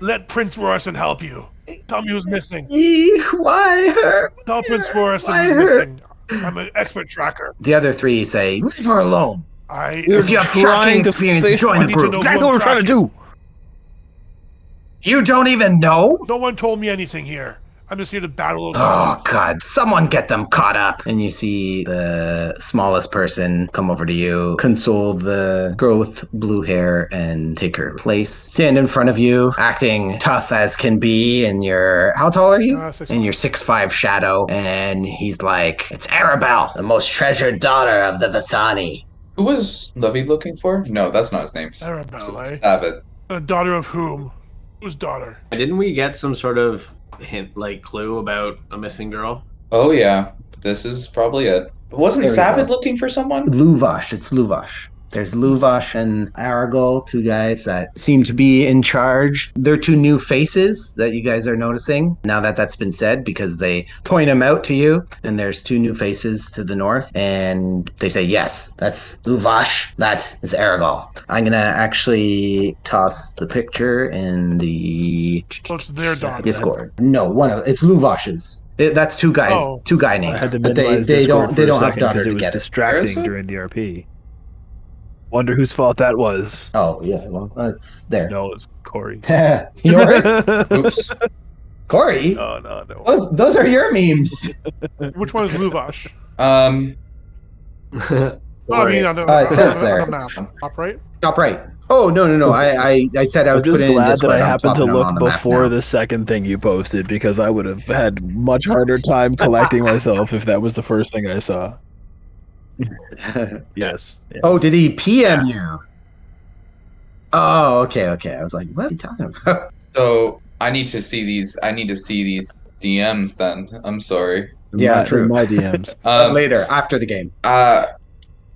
[SPEAKER 6] Let Prince Rorson help you. Tell me who's missing.
[SPEAKER 3] Eee, Why her?
[SPEAKER 6] Tell Prince Forrest
[SPEAKER 3] Why
[SPEAKER 6] who's
[SPEAKER 3] her?
[SPEAKER 6] missing. I'm an expert tracker.
[SPEAKER 3] The other three say, "Leave her alone."
[SPEAKER 6] I
[SPEAKER 3] If you have tracking experience, join the
[SPEAKER 6] need to
[SPEAKER 3] group.
[SPEAKER 6] know-
[SPEAKER 7] Exactly what we're trying to do.
[SPEAKER 3] You don't even know?
[SPEAKER 6] no one told me anything here. I'm just here to battle.
[SPEAKER 3] Oh god, someone get them caught up. And you see the smallest person come over to you, console the girl with blue hair and take her place. Stand in front of you, acting tough as can be, and you're how tall are you?
[SPEAKER 6] Uh, six
[SPEAKER 3] in your six five shadow, and he's like, It's Arabelle, the most treasured daughter of the Vasani.
[SPEAKER 4] Who was Levy looking for? No, that's not his name. S-
[SPEAKER 6] Arabella, eh?
[SPEAKER 4] Have it.
[SPEAKER 6] A daughter of whom? Whose daughter?
[SPEAKER 2] Didn't we get some sort of hint, like clue about a missing girl?
[SPEAKER 4] Oh yeah, this is probably it. Wasn't
[SPEAKER 3] There we
[SPEAKER 4] Savid
[SPEAKER 3] go.
[SPEAKER 4] looking for someone?
[SPEAKER 3] Luvash. It's Luvash. There's Luvash and Aragol, two guys that seem to be in charge. They're two new faces that you guys are noticing now that that's been said because they point them out to you. And there's two new faces to the north, and they say, "Yes, that's Luvash. That is Aragol." I'm gonna actually toss the picture in the
[SPEAKER 6] So it's their daughter.
[SPEAKER 3] Discord. No, one of it's Luvash's. It, that's two guys,
[SPEAKER 6] Oh.
[SPEAKER 3] two guy
[SPEAKER 5] I
[SPEAKER 3] names,
[SPEAKER 5] had to
[SPEAKER 3] but they
[SPEAKER 5] minimize
[SPEAKER 3] they
[SPEAKER 5] Discord
[SPEAKER 3] don't they
[SPEAKER 5] for a
[SPEAKER 3] don't have
[SPEAKER 5] second 'cause
[SPEAKER 3] daughter
[SPEAKER 5] it was
[SPEAKER 3] together.
[SPEAKER 5] distracting
[SPEAKER 4] it?
[SPEAKER 5] during the RP. Wonder whose fault that was.
[SPEAKER 3] Oh yeah, well that's there.
[SPEAKER 5] No, it's Corey.
[SPEAKER 3] Yours,
[SPEAKER 4] Oops.
[SPEAKER 3] Corey.
[SPEAKER 5] No, no, no.
[SPEAKER 3] Those those are your memes.
[SPEAKER 6] Which one is Luvash?
[SPEAKER 4] um.
[SPEAKER 6] No, I mean, on the,
[SPEAKER 3] Uh, it says
[SPEAKER 6] on
[SPEAKER 3] there.
[SPEAKER 6] the map, top right.
[SPEAKER 3] Top right. Oh no no no! I I, I said I
[SPEAKER 5] I'm
[SPEAKER 3] was
[SPEAKER 5] just
[SPEAKER 3] putting in
[SPEAKER 5] glad that
[SPEAKER 3] Discord.
[SPEAKER 5] I
[SPEAKER 3] I'm
[SPEAKER 5] happened to
[SPEAKER 3] plopping them
[SPEAKER 5] look
[SPEAKER 3] on the map
[SPEAKER 5] before
[SPEAKER 3] now.
[SPEAKER 5] the second thing you posted because I would have had much harder time collecting myself if that was the first thing I saw. Yes.
[SPEAKER 3] oh, did he PM you? Oh okay okay. I was like, what are you talking about?
[SPEAKER 4] So I need to see these. I need to see these DMs. Then I'm sorry.
[SPEAKER 3] Yeah, true. Uh,
[SPEAKER 5] My DMs.
[SPEAKER 4] Um,
[SPEAKER 3] Later after the game.
[SPEAKER 4] uh,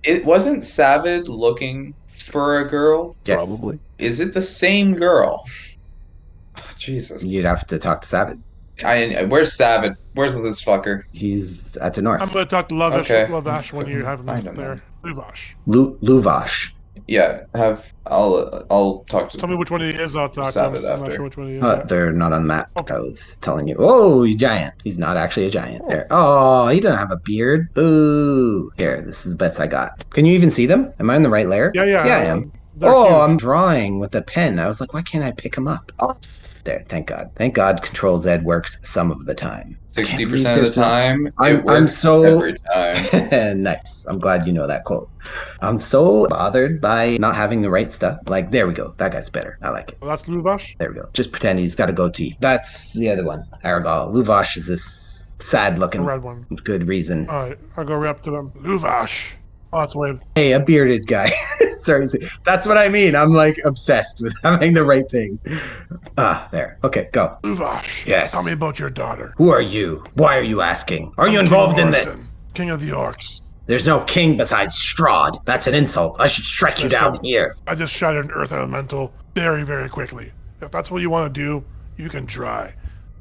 [SPEAKER 4] it wasn't Savid looking for a girl.
[SPEAKER 3] Yes.
[SPEAKER 5] Probably.
[SPEAKER 4] Is it the same girl? Oh, Jesus.
[SPEAKER 3] You'd have to talk to Savid.
[SPEAKER 4] I where's Savid? Where's this fucker?
[SPEAKER 3] He's at the north.
[SPEAKER 6] I'm going to talk to Luvash,
[SPEAKER 4] Okay.
[SPEAKER 6] Luvash when you have
[SPEAKER 4] I
[SPEAKER 6] him
[SPEAKER 4] don't
[SPEAKER 6] there. Luvash.
[SPEAKER 3] Lu- Luvash.
[SPEAKER 4] Yeah, have I'll I'll talk to
[SPEAKER 6] Tell me which one he is. I'll talk to him.
[SPEAKER 4] Sabbath
[SPEAKER 6] I'm not
[SPEAKER 4] after.
[SPEAKER 6] sure which one he is.
[SPEAKER 3] Uh, they're not on the map.
[SPEAKER 6] Okay.
[SPEAKER 3] I was telling you. Oh, you giant. He's not actually a giant. There. Oh, he doesn't have a beard. Ooh. Here, this is the best I got. Can you even see them? Am I in the right layer?
[SPEAKER 6] yeah, yeah. um,
[SPEAKER 3] Yeah, I am.
[SPEAKER 6] They're
[SPEAKER 3] Oh,
[SPEAKER 6] huge.
[SPEAKER 3] I'm drawing with a pen. I was like, why can't I pick him up? Oh, there. Thank God. Thank God Control Z works some of the time.
[SPEAKER 4] sixty percent of the time.
[SPEAKER 3] I'm,
[SPEAKER 4] it
[SPEAKER 3] I'm
[SPEAKER 4] works
[SPEAKER 3] so
[SPEAKER 4] every time.
[SPEAKER 3] nice. I'm glad you know that quote. I'm so bothered by not having the right stuff. Like, there we go. That guy's better. I like it.
[SPEAKER 6] Well, that's Luvash.
[SPEAKER 3] There we go. Just pretend he's got a goatee. That's the other one. Aragal. Luvash is this sad
[SPEAKER 6] The
[SPEAKER 3] looking
[SPEAKER 6] red one.
[SPEAKER 3] good reason.
[SPEAKER 6] All right. I'll go right up to them. Luvash. Oh, that's wave.
[SPEAKER 3] Hey, a bearded guy. Sorry. see, That's what I mean. I'm like obsessed with having the right thing. Ah, there. Okay, go.
[SPEAKER 6] Luvash.
[SPEAKER 3] Yes.
[SPEAKER 6] Tell me about your daughter.
[SPEAKER 3] Who are you? Why are you asking? Are you
[SPEAKER 6] I'm
[SPEAKER 3] involved in
[SPEAKER 6] King of
[SPEAKER 3] this?
[SPEAKER 6] Orson, King of the Orcs.
[SPEAKER 3] There's no king besides Strahd. That's an insult. I should strike you
[SPEAKER 6] Listen.
[SPEAKER 3] down here.
[SPEAKER 6] I just shattered an Earth Elemental very, very quickly. If that's what you want to do, you can try.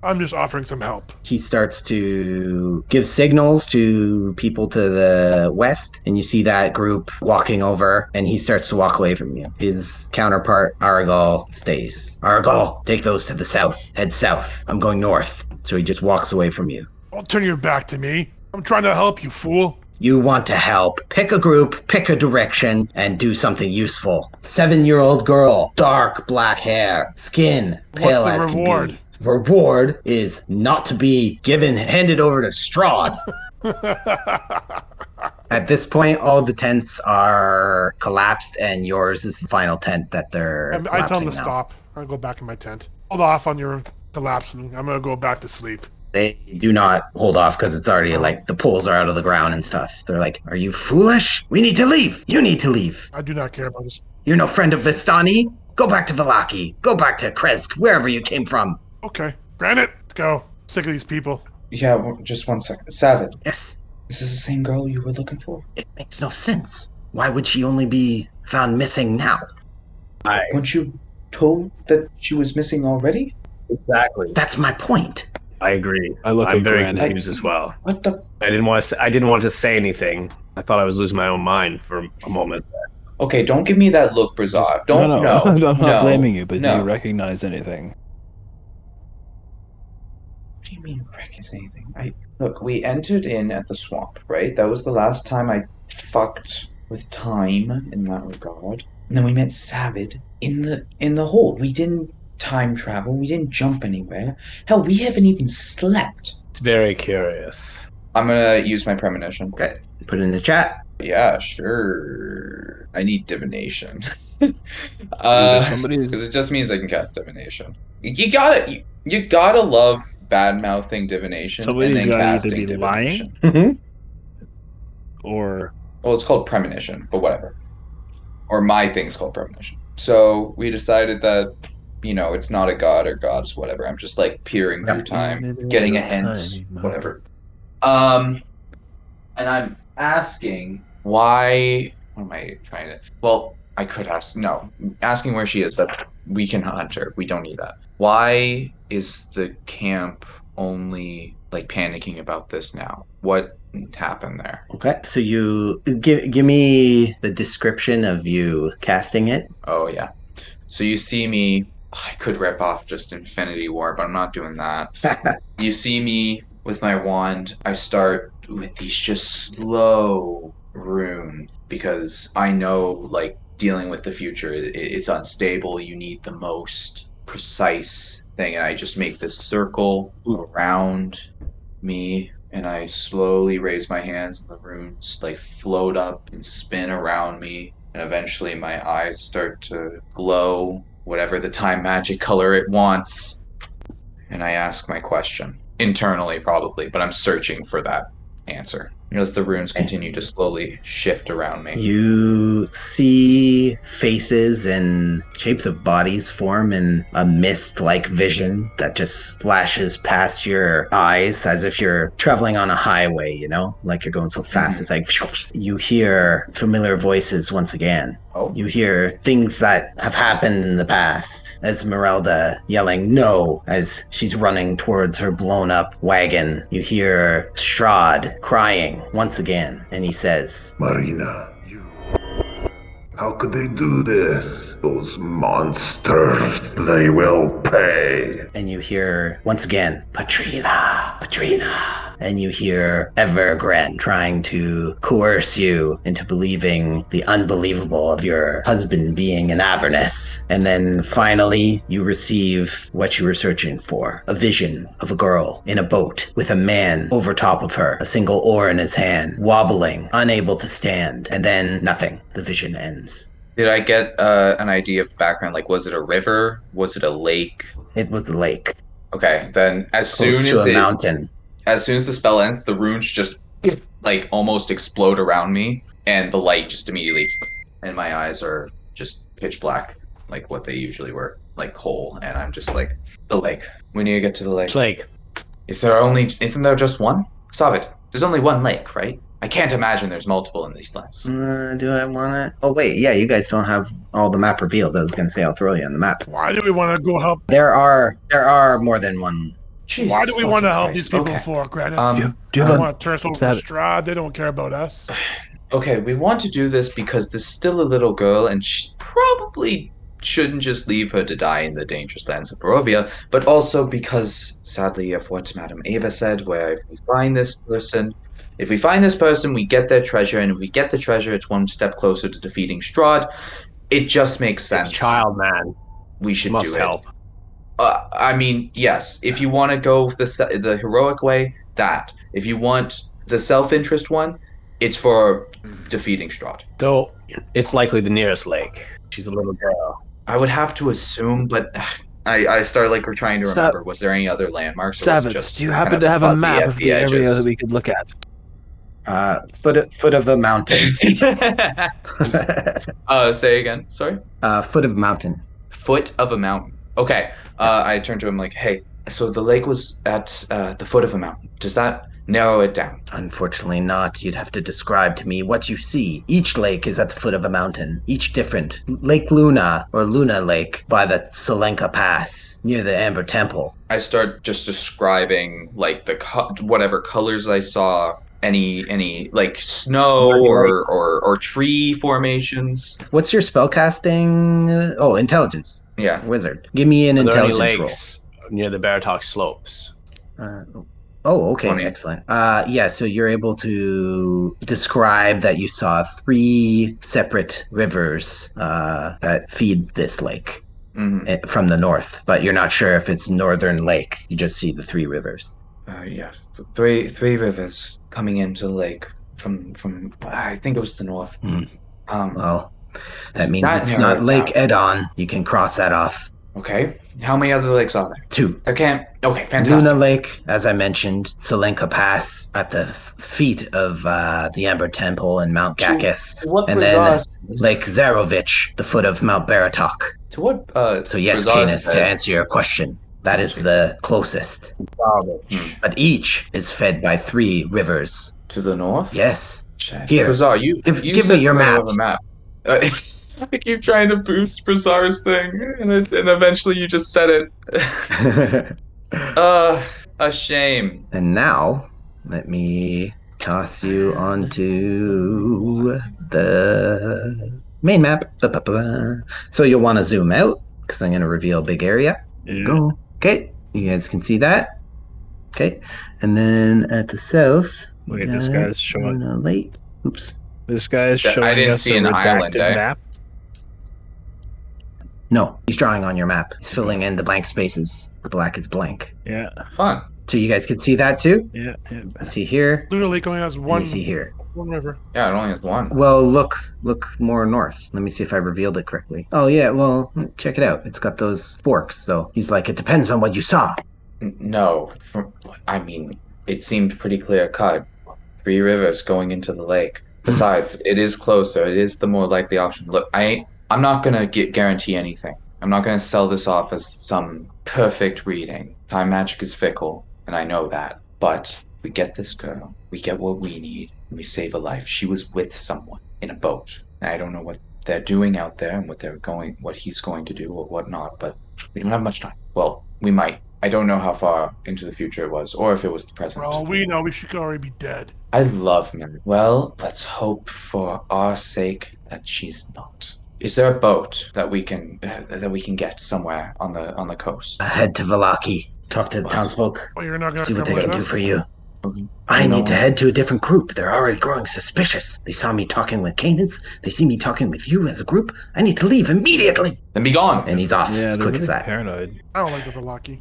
[SPEAKER 6] I'm just offering some help.
[SPEAKER 3] he starts to give signals to people to the west and you see that group walking over and he starts to walk away from you his counterpart aragal stays aragal take those to the south head south i'm going north so he just walks away from you
[SPEAKER 6] Don't Oh, turn your back to me. I'm trying to help you, fool.
[SPEAKER 3] you want to help pick a group pick a direction and do something useful seven year old girl dark black hair skin
[SPEAKER 6] What's
[SPEAKER 3] pale
[SPEAKER 6] the
[SPEAKER 3] as can be.
[SPEAKER 6] reward?
[SPEAKER 3] reward is not to be given handed over to strahd At this point, all the tents are collapsed, and yours is the final tent that they're.
[SPEAKER 6] I, I tell them
[SPEAKER 3] collapsing
[SPEAKER 6] to
[SPEAKER 3] now.
[SPEAKER 6] stop. I'll go back in my tent. Hold off on your collapsing. I'm gonna go back to sleep.
[SPEAKER 3] They do not hold off because it's already like the poles are out of the ground and stuff. They're like, "Are you foolish? We need to leave. You need to leave.
[SPEAKER 6] I do not care about this.
[SPEAKER 3] You're no friend of Vistani. Go back to Valaki. Go back to Kresk, wherever you came from."
[SPEAKER 6] Okay, granted. Let's go. Sick of these people.
[SPEAKER 4] Yeah, w- just one second. Savid,
[SPEAKER 3] Yes,
[SPEAKER 4] is this the same girl you were looking for?
[SPEAKER 3] it makes no sense. Why would she only be found missing now?
[SPEAKER 4] Weren't you told that she was missing already?
[SPEAKER 2] Exactly.
[SPEAKER 3] That's my point.
[SPEAKER 2] I agree.
[SPEAKER 5] I look
[SPEAKER 2] I'm
[SPEAKER 5] at
[SPEAKER 2] very
[SPEAKER 5] Gran.
[SPEAKER 2] confused as well.
[SPEAKER 4] What the?
[SPEAKER 2] I didn't want to. Say, I didn't want to say anything. I thought I was losing my own mind for a moment.
[SPEAKER 4] Okay, don't give me that look, Brazar. Don't
[SPEAKER 5] no,
[SPEAKER 4] no.
[SPEAKER 5] no, I'm not
[SPEAKER 4] no,
[SPEAKER 5] blaming you, but do
[SPEAKER 4] no.
[SPEAKER 5] you recognize anything?
[SPEAKER 4] do you mean wreck is anything? I look. We entered in at the swamp, right? That was the last time I fucked with time in that regard. And then we met Savid in the in the hold. We didn't time travel. We didn't jump anywhere. Hell, we haven't even slept.
[SPEAKER 2] It's very curious.
[SPEAKER 4] I'm gonna use my premonition.
[SPEAKER 3] Okay. Put it in the chat.
[SPEAKER 4] Yeah, sure. I need divination. uh, because it just means I can cast divination. You gotta, you, you gotta love bad mouthing divination
[SPEAKER 5] Somebody's
[SPEAKER 4] and then
[SPEAKER 5] gotta either
[SPEAKER 4] casting
[SPEAKER 5] be lying-
[SPEAKER 4] divination.
[SPEAKER 5] Or
[SPEAKER 4] Well, it's called premonition, but whatever. Or my thing's called premonition. So we decided that, you know, it's not a god or gods, whatever. I'm just like peering through time, getting a hint, whatever. Um, and I'm asking why. What am I trying to? Well, I could ask. No, asking where she is, but we can hunt her. We don't need that. Why is the camp only like panicking about this now? What happened there?
[SPEAKER 3] Okay. So you give give me the description of you casting it.
[SPEAKER 4] Oh yeah. So you see me. I could rip off just Infinity War, but I'm not doing that. you see me with my wand. I start with these just slow runes because I know like dealing with the future i- i it's unstable. You need the most precise thing, and I just make this circle around me. And I slowly raise my hands, and the runes like float up and spin around me and eventually my eyes start to glow whatever the time magic color it wants and i ask my question internally probably but i'm searching for that answer as the runes continue to slowly shift around me
[SPEAKER 3] You see faces and shapes of bodies form in a mist like vision that just flashes past your eyes as if you're traveling on a highway, you know? Like you're going so fast. It's like you hear familiar voices once again.
[SPEAKER 4] oh
[SPEAKER 3] You hear things that have happened in the past. Esmeralda yelling no as she's running towards her blown up wagon. You hear Strahd crying once again, and he says,
[SPEAKER 8] Marina, you. How could they do this? Those monsters, they will pay.
[SPEAKER 3] and you hear once again Patrina, Patrina, and you hear Evergrande trying to coerce you into believing the unbelievable of your husband being an Avernus. And then finally, you receive what you were searching for a vision of a girl in a boat with a man over top of her, a single oar in his hand, wobbling, unable to stand, and then nothing. The vision ends.
[SPEAKER 4] did i get uh, an idea of background like was it a river was it a lake
[SPEAKER 3] It was a lake
[SPEAKER 4] okay then as
[SPEAKER 3] close
[SPEAKER 4] soon
[SPEAKER 3] to
[SPEAKER 4] as
[SPEAKER 3] a
[SPEAKER 4] it,
[SPEAKER 3] mountain.
[SPEAKER 4] as soon as the spell ends the runes just like almost explode around me and the light just immediately and my eyes are just pitch black like what they usually were like coal and i'm just like the lake we need to get to the lake
[SPEAKER 1] It's like,
[SPEAKER 4] is there only isn't there just one Savit, there's only one lake right i can't imagine there's multiple in these lands
[SPEAKER 3] Uh, do I want to? Oh wait, yeah, you guys don't have all the map revealed. I was gonna say I'll throw you on the map.
[SPEAKER 6] Why do we want to go help?
[SPEAKER 3] There are there are more than one.
[SPEAKER 4] Jesus
[SPEAKER 6] Why do we want to
[SPEAKER 4] fucking
[SPEAKER 6] help
[SPEAKER 4] Christ.
[SPEAKER 6] these people
[SPEAKER 4] okay.
[SPEAKER 6] for, Granite?
[SPEAKER 4] Um,
[SPEAKER 6] I
[SPEAKER 4] Yeah.
[SPEAKER 5] do you have
[SPEAKER 6] don't
[SPEAKER 5] a,
[SPEAKER 6] want to turn us over
[SPEAKER 5] that-
[SPEAKER 6] to Strahd. They don't care about us.
[SPEAKER 4] okay, we want to do this because there's still a little girl, and she probably shouldn't just leave her to die in the dangerous lands of Barovia, but also because, sadly, of what Madame Ava said, where if we find this person, if we find this person, we get their treasure, and if we get the treasure, it's one step closer to defeating Strahd. It just makes sense.
[SPEAKER 2] Child man
[SPEAKER 4] we should
[SPEAKER 2] must
[SPEAKER 4] do it.
[SPEAKER 2] help.
[SPEAKER 4] Uh, I mean, yes. If you want to go the se- the heroic way, that. If you want the self interest one, it's for defeating Strahd.
[SPEAKER 2] So it's likely the nearest lake. She's a little girl.
[SPEAKER 4] I would have to assume, but I, I start like we're trying to
[SPEAKER 5] Sav-
[SPEAKER 4] remember. was there any other landmarks? or was it
[SPEAKER 5] Savitz,
[SPEAKER 4] just
[SPEAKER 5] do you
[SPEAKER 4] kind
[SPEAKER 5] happen
[SPEAKER 4] of
[SPEAKER 5] to have a
[SPEAKER 4] fuzzy
[SPEAKER 5] map
[SPEAKER 4] at
[SPEAKER 5] of the area
[SPEAKER 4] edges?
[SPEAKER 5] that we could look at?
[SPEAKER 3] Uh, foot foot of a mountain.
[SPEAKER 4] uh, say again. Sorry.
[SPEAKER 3] uh, foot of mountain.
[SPEAKER 4] Foot of a mountain. Okay. Uh, I turned to him like, hey. So the lake was at uh, the foot of a mountain. Does that narrow it down?
[SPEAKER 3] Unfortunately, not. You'd have to describe to me what you see. Each lake is at the foot of a mountain, each different. Lake Luna or Luna Lake by the Solenka Pass near the Amber Temple.
[SPEAKER 4] I start just describing like the co- whatever colors I saw, any any like snow or, or or tree formations.
[SPEAKER 3] What's your spellcasting? Oh, intelligence
[SPEAKER 4] Yeah.
[SPEAKER 3] wizard. Give me an
[SPEAKER 2] Are there any
[SPEAKER 3] intelligence roll.
[SPEAKER 2] lakes near the Beartalk slopes?
[SPEAKER 3] Uh, oh, okay,
[SPEAKER 4] Twenty.
[SPEAKER 3] excellent. Uh, yeah, so you're able to describe that you saw three separate rivers uh, that feed this lake
[SPEAKER 4] Mhm.
[SPEAKER 3] eh, from the north, but you're not sure if it's northern lake. You just see the three rivers.
[SPEAKER 4] Uh, yes, th- three three rivers coming into the lake from from I think it was the north.
[SPEAKER 3] Hmm.
[SPEAKER 4] Um,
[SPEAKER 3] Well, that
[SPEAKER 4] It's
[SPEAKER 3] means
[SPEAKER 4] not
[SPEAKER 3] it's
[SPEAKER 4] narrow
[SPEAKER 3] not
[SPEAKER 4] down.
[SPEAKER 3] Lake Edon. You can cross that off.
[SPEAKER 4] okay, how many other lakes are there?
[SPEAKER 3] Two.
[SPEAKER 4] I can't. Okay, fantastic.
[SPEAKER 3] Luna Lake, as I mentioned, Selenka Pass at the f- feet of uh, the Amber Temple and Mount
[SPEAKER 4] Two.
[SPEAKER 3] Gakus.
[SPEAKER 4] To what
[SPEAKER 3] and then-
[SPEAKER 4] Brazos-
[SPEAKER 3] Lake Zarovich, the foot of Mount Baratok.
[SPEAKER 4] to what? Uh,
[SPEAKER 3] So yes,
[SPEAKER 4] Brazos
[SPEAKER 3] Canis, to
[SPEAKER 4] said-
[SPEAKER 3] answer your question, that is the closest. But each is fed by three rivers.
[SPEAKER 4] to the north.
[SPEAKER 3] Yes.
[SPEAKER 4] Check.
[SPEAKER 3] Here.
[SPEAKER 4] Brazar, you,
[SPEAKER 3] Give-
[SPEAKER 4] you
[SPEAKER 3] give me
[SPEAKER 4] said
[SPEAKER 3] your
[SPEAKER 4] you
[SPEAKER 3] map.
[SPEAKER 4] have a map. Uh, I keep trying to boost Brazar's thing, and it, and eventually you just said it.
[SPEAKER 3] and
[SPEAKER 4] uh, a shame.
[SPEAKER 3] now, let me toss you onto the main map. Ba-ba-ba. So you'll want to zoom out because I'm going to reveal a big area. Go. Okay. You guys can see that. Okay. And then at the south,
[SPEAKER 5] Look at this guy's showing.
[SPEAKER 3] Luna Lake. Oops.
[SPEAKER 5] This guy's
[SPEAKER 4] Yeah, I
[SPEAKER 5] showing
[SPEAKER 4] didn't
[SPEAKER 5] us
[SPEAKER 4] see
[SPEAKER 5] a
[SPEAKER 4] an
[SPEAKER 5] redacted
[SPEAKER 4] island, eh?
[SPEAKER 5] map.
[SPEAKER 3] No, he's drawing on your map. He's filling in the blank spaces. The black is blank.
[SPEAKER 5] Yeah,
[SPEAKER 4] Fun.
[SPEAKER 3] So you guys can see that too.
[SPEAKER 5] yeah, yeah.
[SPEAKER 3] You see here.
[SPEAKER 6] Lunar Lake only has
[SPEAKER 3] and
[SPEAKER 6] one
[SPEAKER 3] You see here.
[SPEAKER 6] one river.
[SPEAKER 4] Yeah, it only has one.
[SPEAKER 3] Well, look, look more north. Let me see if I revealed it correctly. Oh yeah. Well, check it out. It's got those forks. So he's like, it depends on what you saw.
[SPEAKER 4] N- No, from- I mean it seemed pretty clear cut. Three rivers going into the lake. Besides, it is closer. It is the more likely option. Look, I I'm not gonna gu- guarantee anything. I'm not gonna sell this off as some perfect reading. Time magic is fickle, and I know that. But we get this girl. We get what we need, and we save a life. She was with someone in a boat. And I don't know what they're doing out there and what they're going, what he's going to do or whatnot. But we don't have much time. Well, we might. I don't know how far into the future it was, or if it was the
[SPEAKER 6] For
[SPEAKER 4] present.
[SPEAKER 6] all we know, we should already be dead.
[SPEAKER 4] I love Mary. Well, let's hope for our sake that she's not. Is there a boat that we can uh, that we can get somewhere on the on the coast?
[SPEAKER 3] Uh, Head to Valaki. Talk to the townsfolk.
[SPEAKER 6] Well, you're not gonna
[SPEAKER 3] See what
[SPEAKER 6] come
[SPEAKER 3] they
[SPEAKER 6] with
[SPEAKER 3] can do
[SPEAKER 6] us?
[SPEAKER 3] for you.
[SPEAKER 4] Okay.
[SPEAKER 3] I need to
[SPEAKER 4] No.
[SPEAKER 3] head to a different group. They're already growing suspicious. They saw me talking with Cadence. They see me talking with you as a group. I need to leave immediately.
[SPEAKER 4] Then be gone.
[SPEAKER 3] And he's off
[SPEAKER 5] yeah
[SPEAKER 3] as
[SPEAKER 5] they're
[SPEAKER 3] quick
[SPEAKER 5] really
[SPEAKER 3] as that.
[SPEAKER 5] paranoid.
[SPEAKER 6] I don't like the Valaki.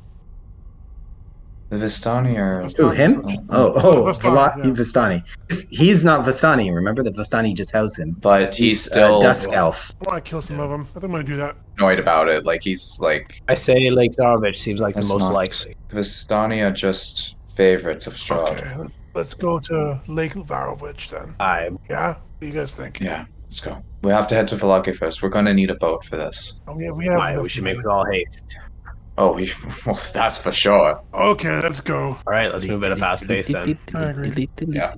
[SPEAKER 4] The Vistani are
[SPEAKER 6] Let's
[SPEAKER 3] Who,
[SPEAKER 6] talk
[SPEAKER 3] him?
[SPEAKER 6] to them.
[SPEAKER 3] Oh, oh,
[SPEAKER 6] Vastani,
[SPEAKER 3] Vela-
[SPEAKER 6] yeah.
[SPEAKER 3] Vistani. He's- He's not Vistani. Remember that Vistani just housed him.
[SPEAKER 4] but he's, still
[SPEAKER 3] a Dusk Elf.
[SPEAKER 6] I want to kill some of them. I think I'm gonna do that.
[SPEAKER 4] annoyed about it. Like he's like
[SPEAKER 1] I say Lake Zarovich seems like
[SPEAKER 4] That's
[SPEAKER 1] the most
[SPEAKER 4] not-
[SPEAKER 1] likely.
[SPEAKER 4] the Vistani are just favorites of Strahd.
[SPEAKER 6] Okay, let's, let's go to Lake Varovich then.
[SPEAKER 1] I
[SPEAKER 6] Yeah? What do you guys think?
[SPEAKER 4] Yeah, let's go. We have to head to Valaki first. We're gonna need a boat for this.
[SPEAKER 6] Oh, yeah, we have
[SPEAKER 1] Aye,
[SPEAKER 6] enough
[SPEAKER 1] we should
[SPEAKER 6] money.
[SPEAKER 1] make with all haste.
[SPEAKER 4] Oh, we, well, that's for sure.
[SPEAKER 6] Okay, let's go.
[SPEAKER 1] All right, let's move at a fast pace then.
[SPEAKER 6] I agree.
[SPEAKER 4] Yeah.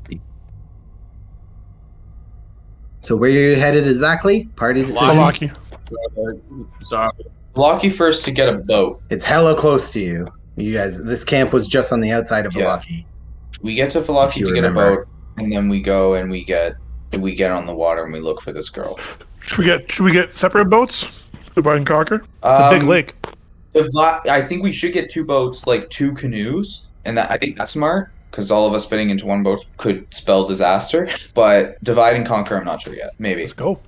[SPEAKER 3] So where you headed exactly? Party decision.
[SPEAKER 6] Valaki.
[SPEAKER 1] Sorry.
[SPEAKER 4] Valaki first to get a boat.
[SPEAKER 3] It's hella close to you. You guys, this camp was just on the outside of
[SPEAKER 4] Yeah.
[SPEAKER 3] Velaki.
[SPEAKER 4] We get to Falafel
[SPEAKER 3] If you
[SPEAKER 4] to get a
[SPEAKER 3] remember.
[SPEAKER 4] boat, and then we go and we get we get on the water and we look for this girl.
[SPEAKER 6] Should we get should we get separate boats? Divide and conquer? It's a big
[SPEAKER 4] Um,
[SPEAKER 6] lake.
[SPEAKER 4] the Vla- I think we should get two boats, like two canoes, and that, I think that's smart because all of us fitting into one boat could spell disaster. But divide and conquer, I'm not sure yet. Maybe.
[SPEAKER 6] Let's go.
[SPEAKER 1] All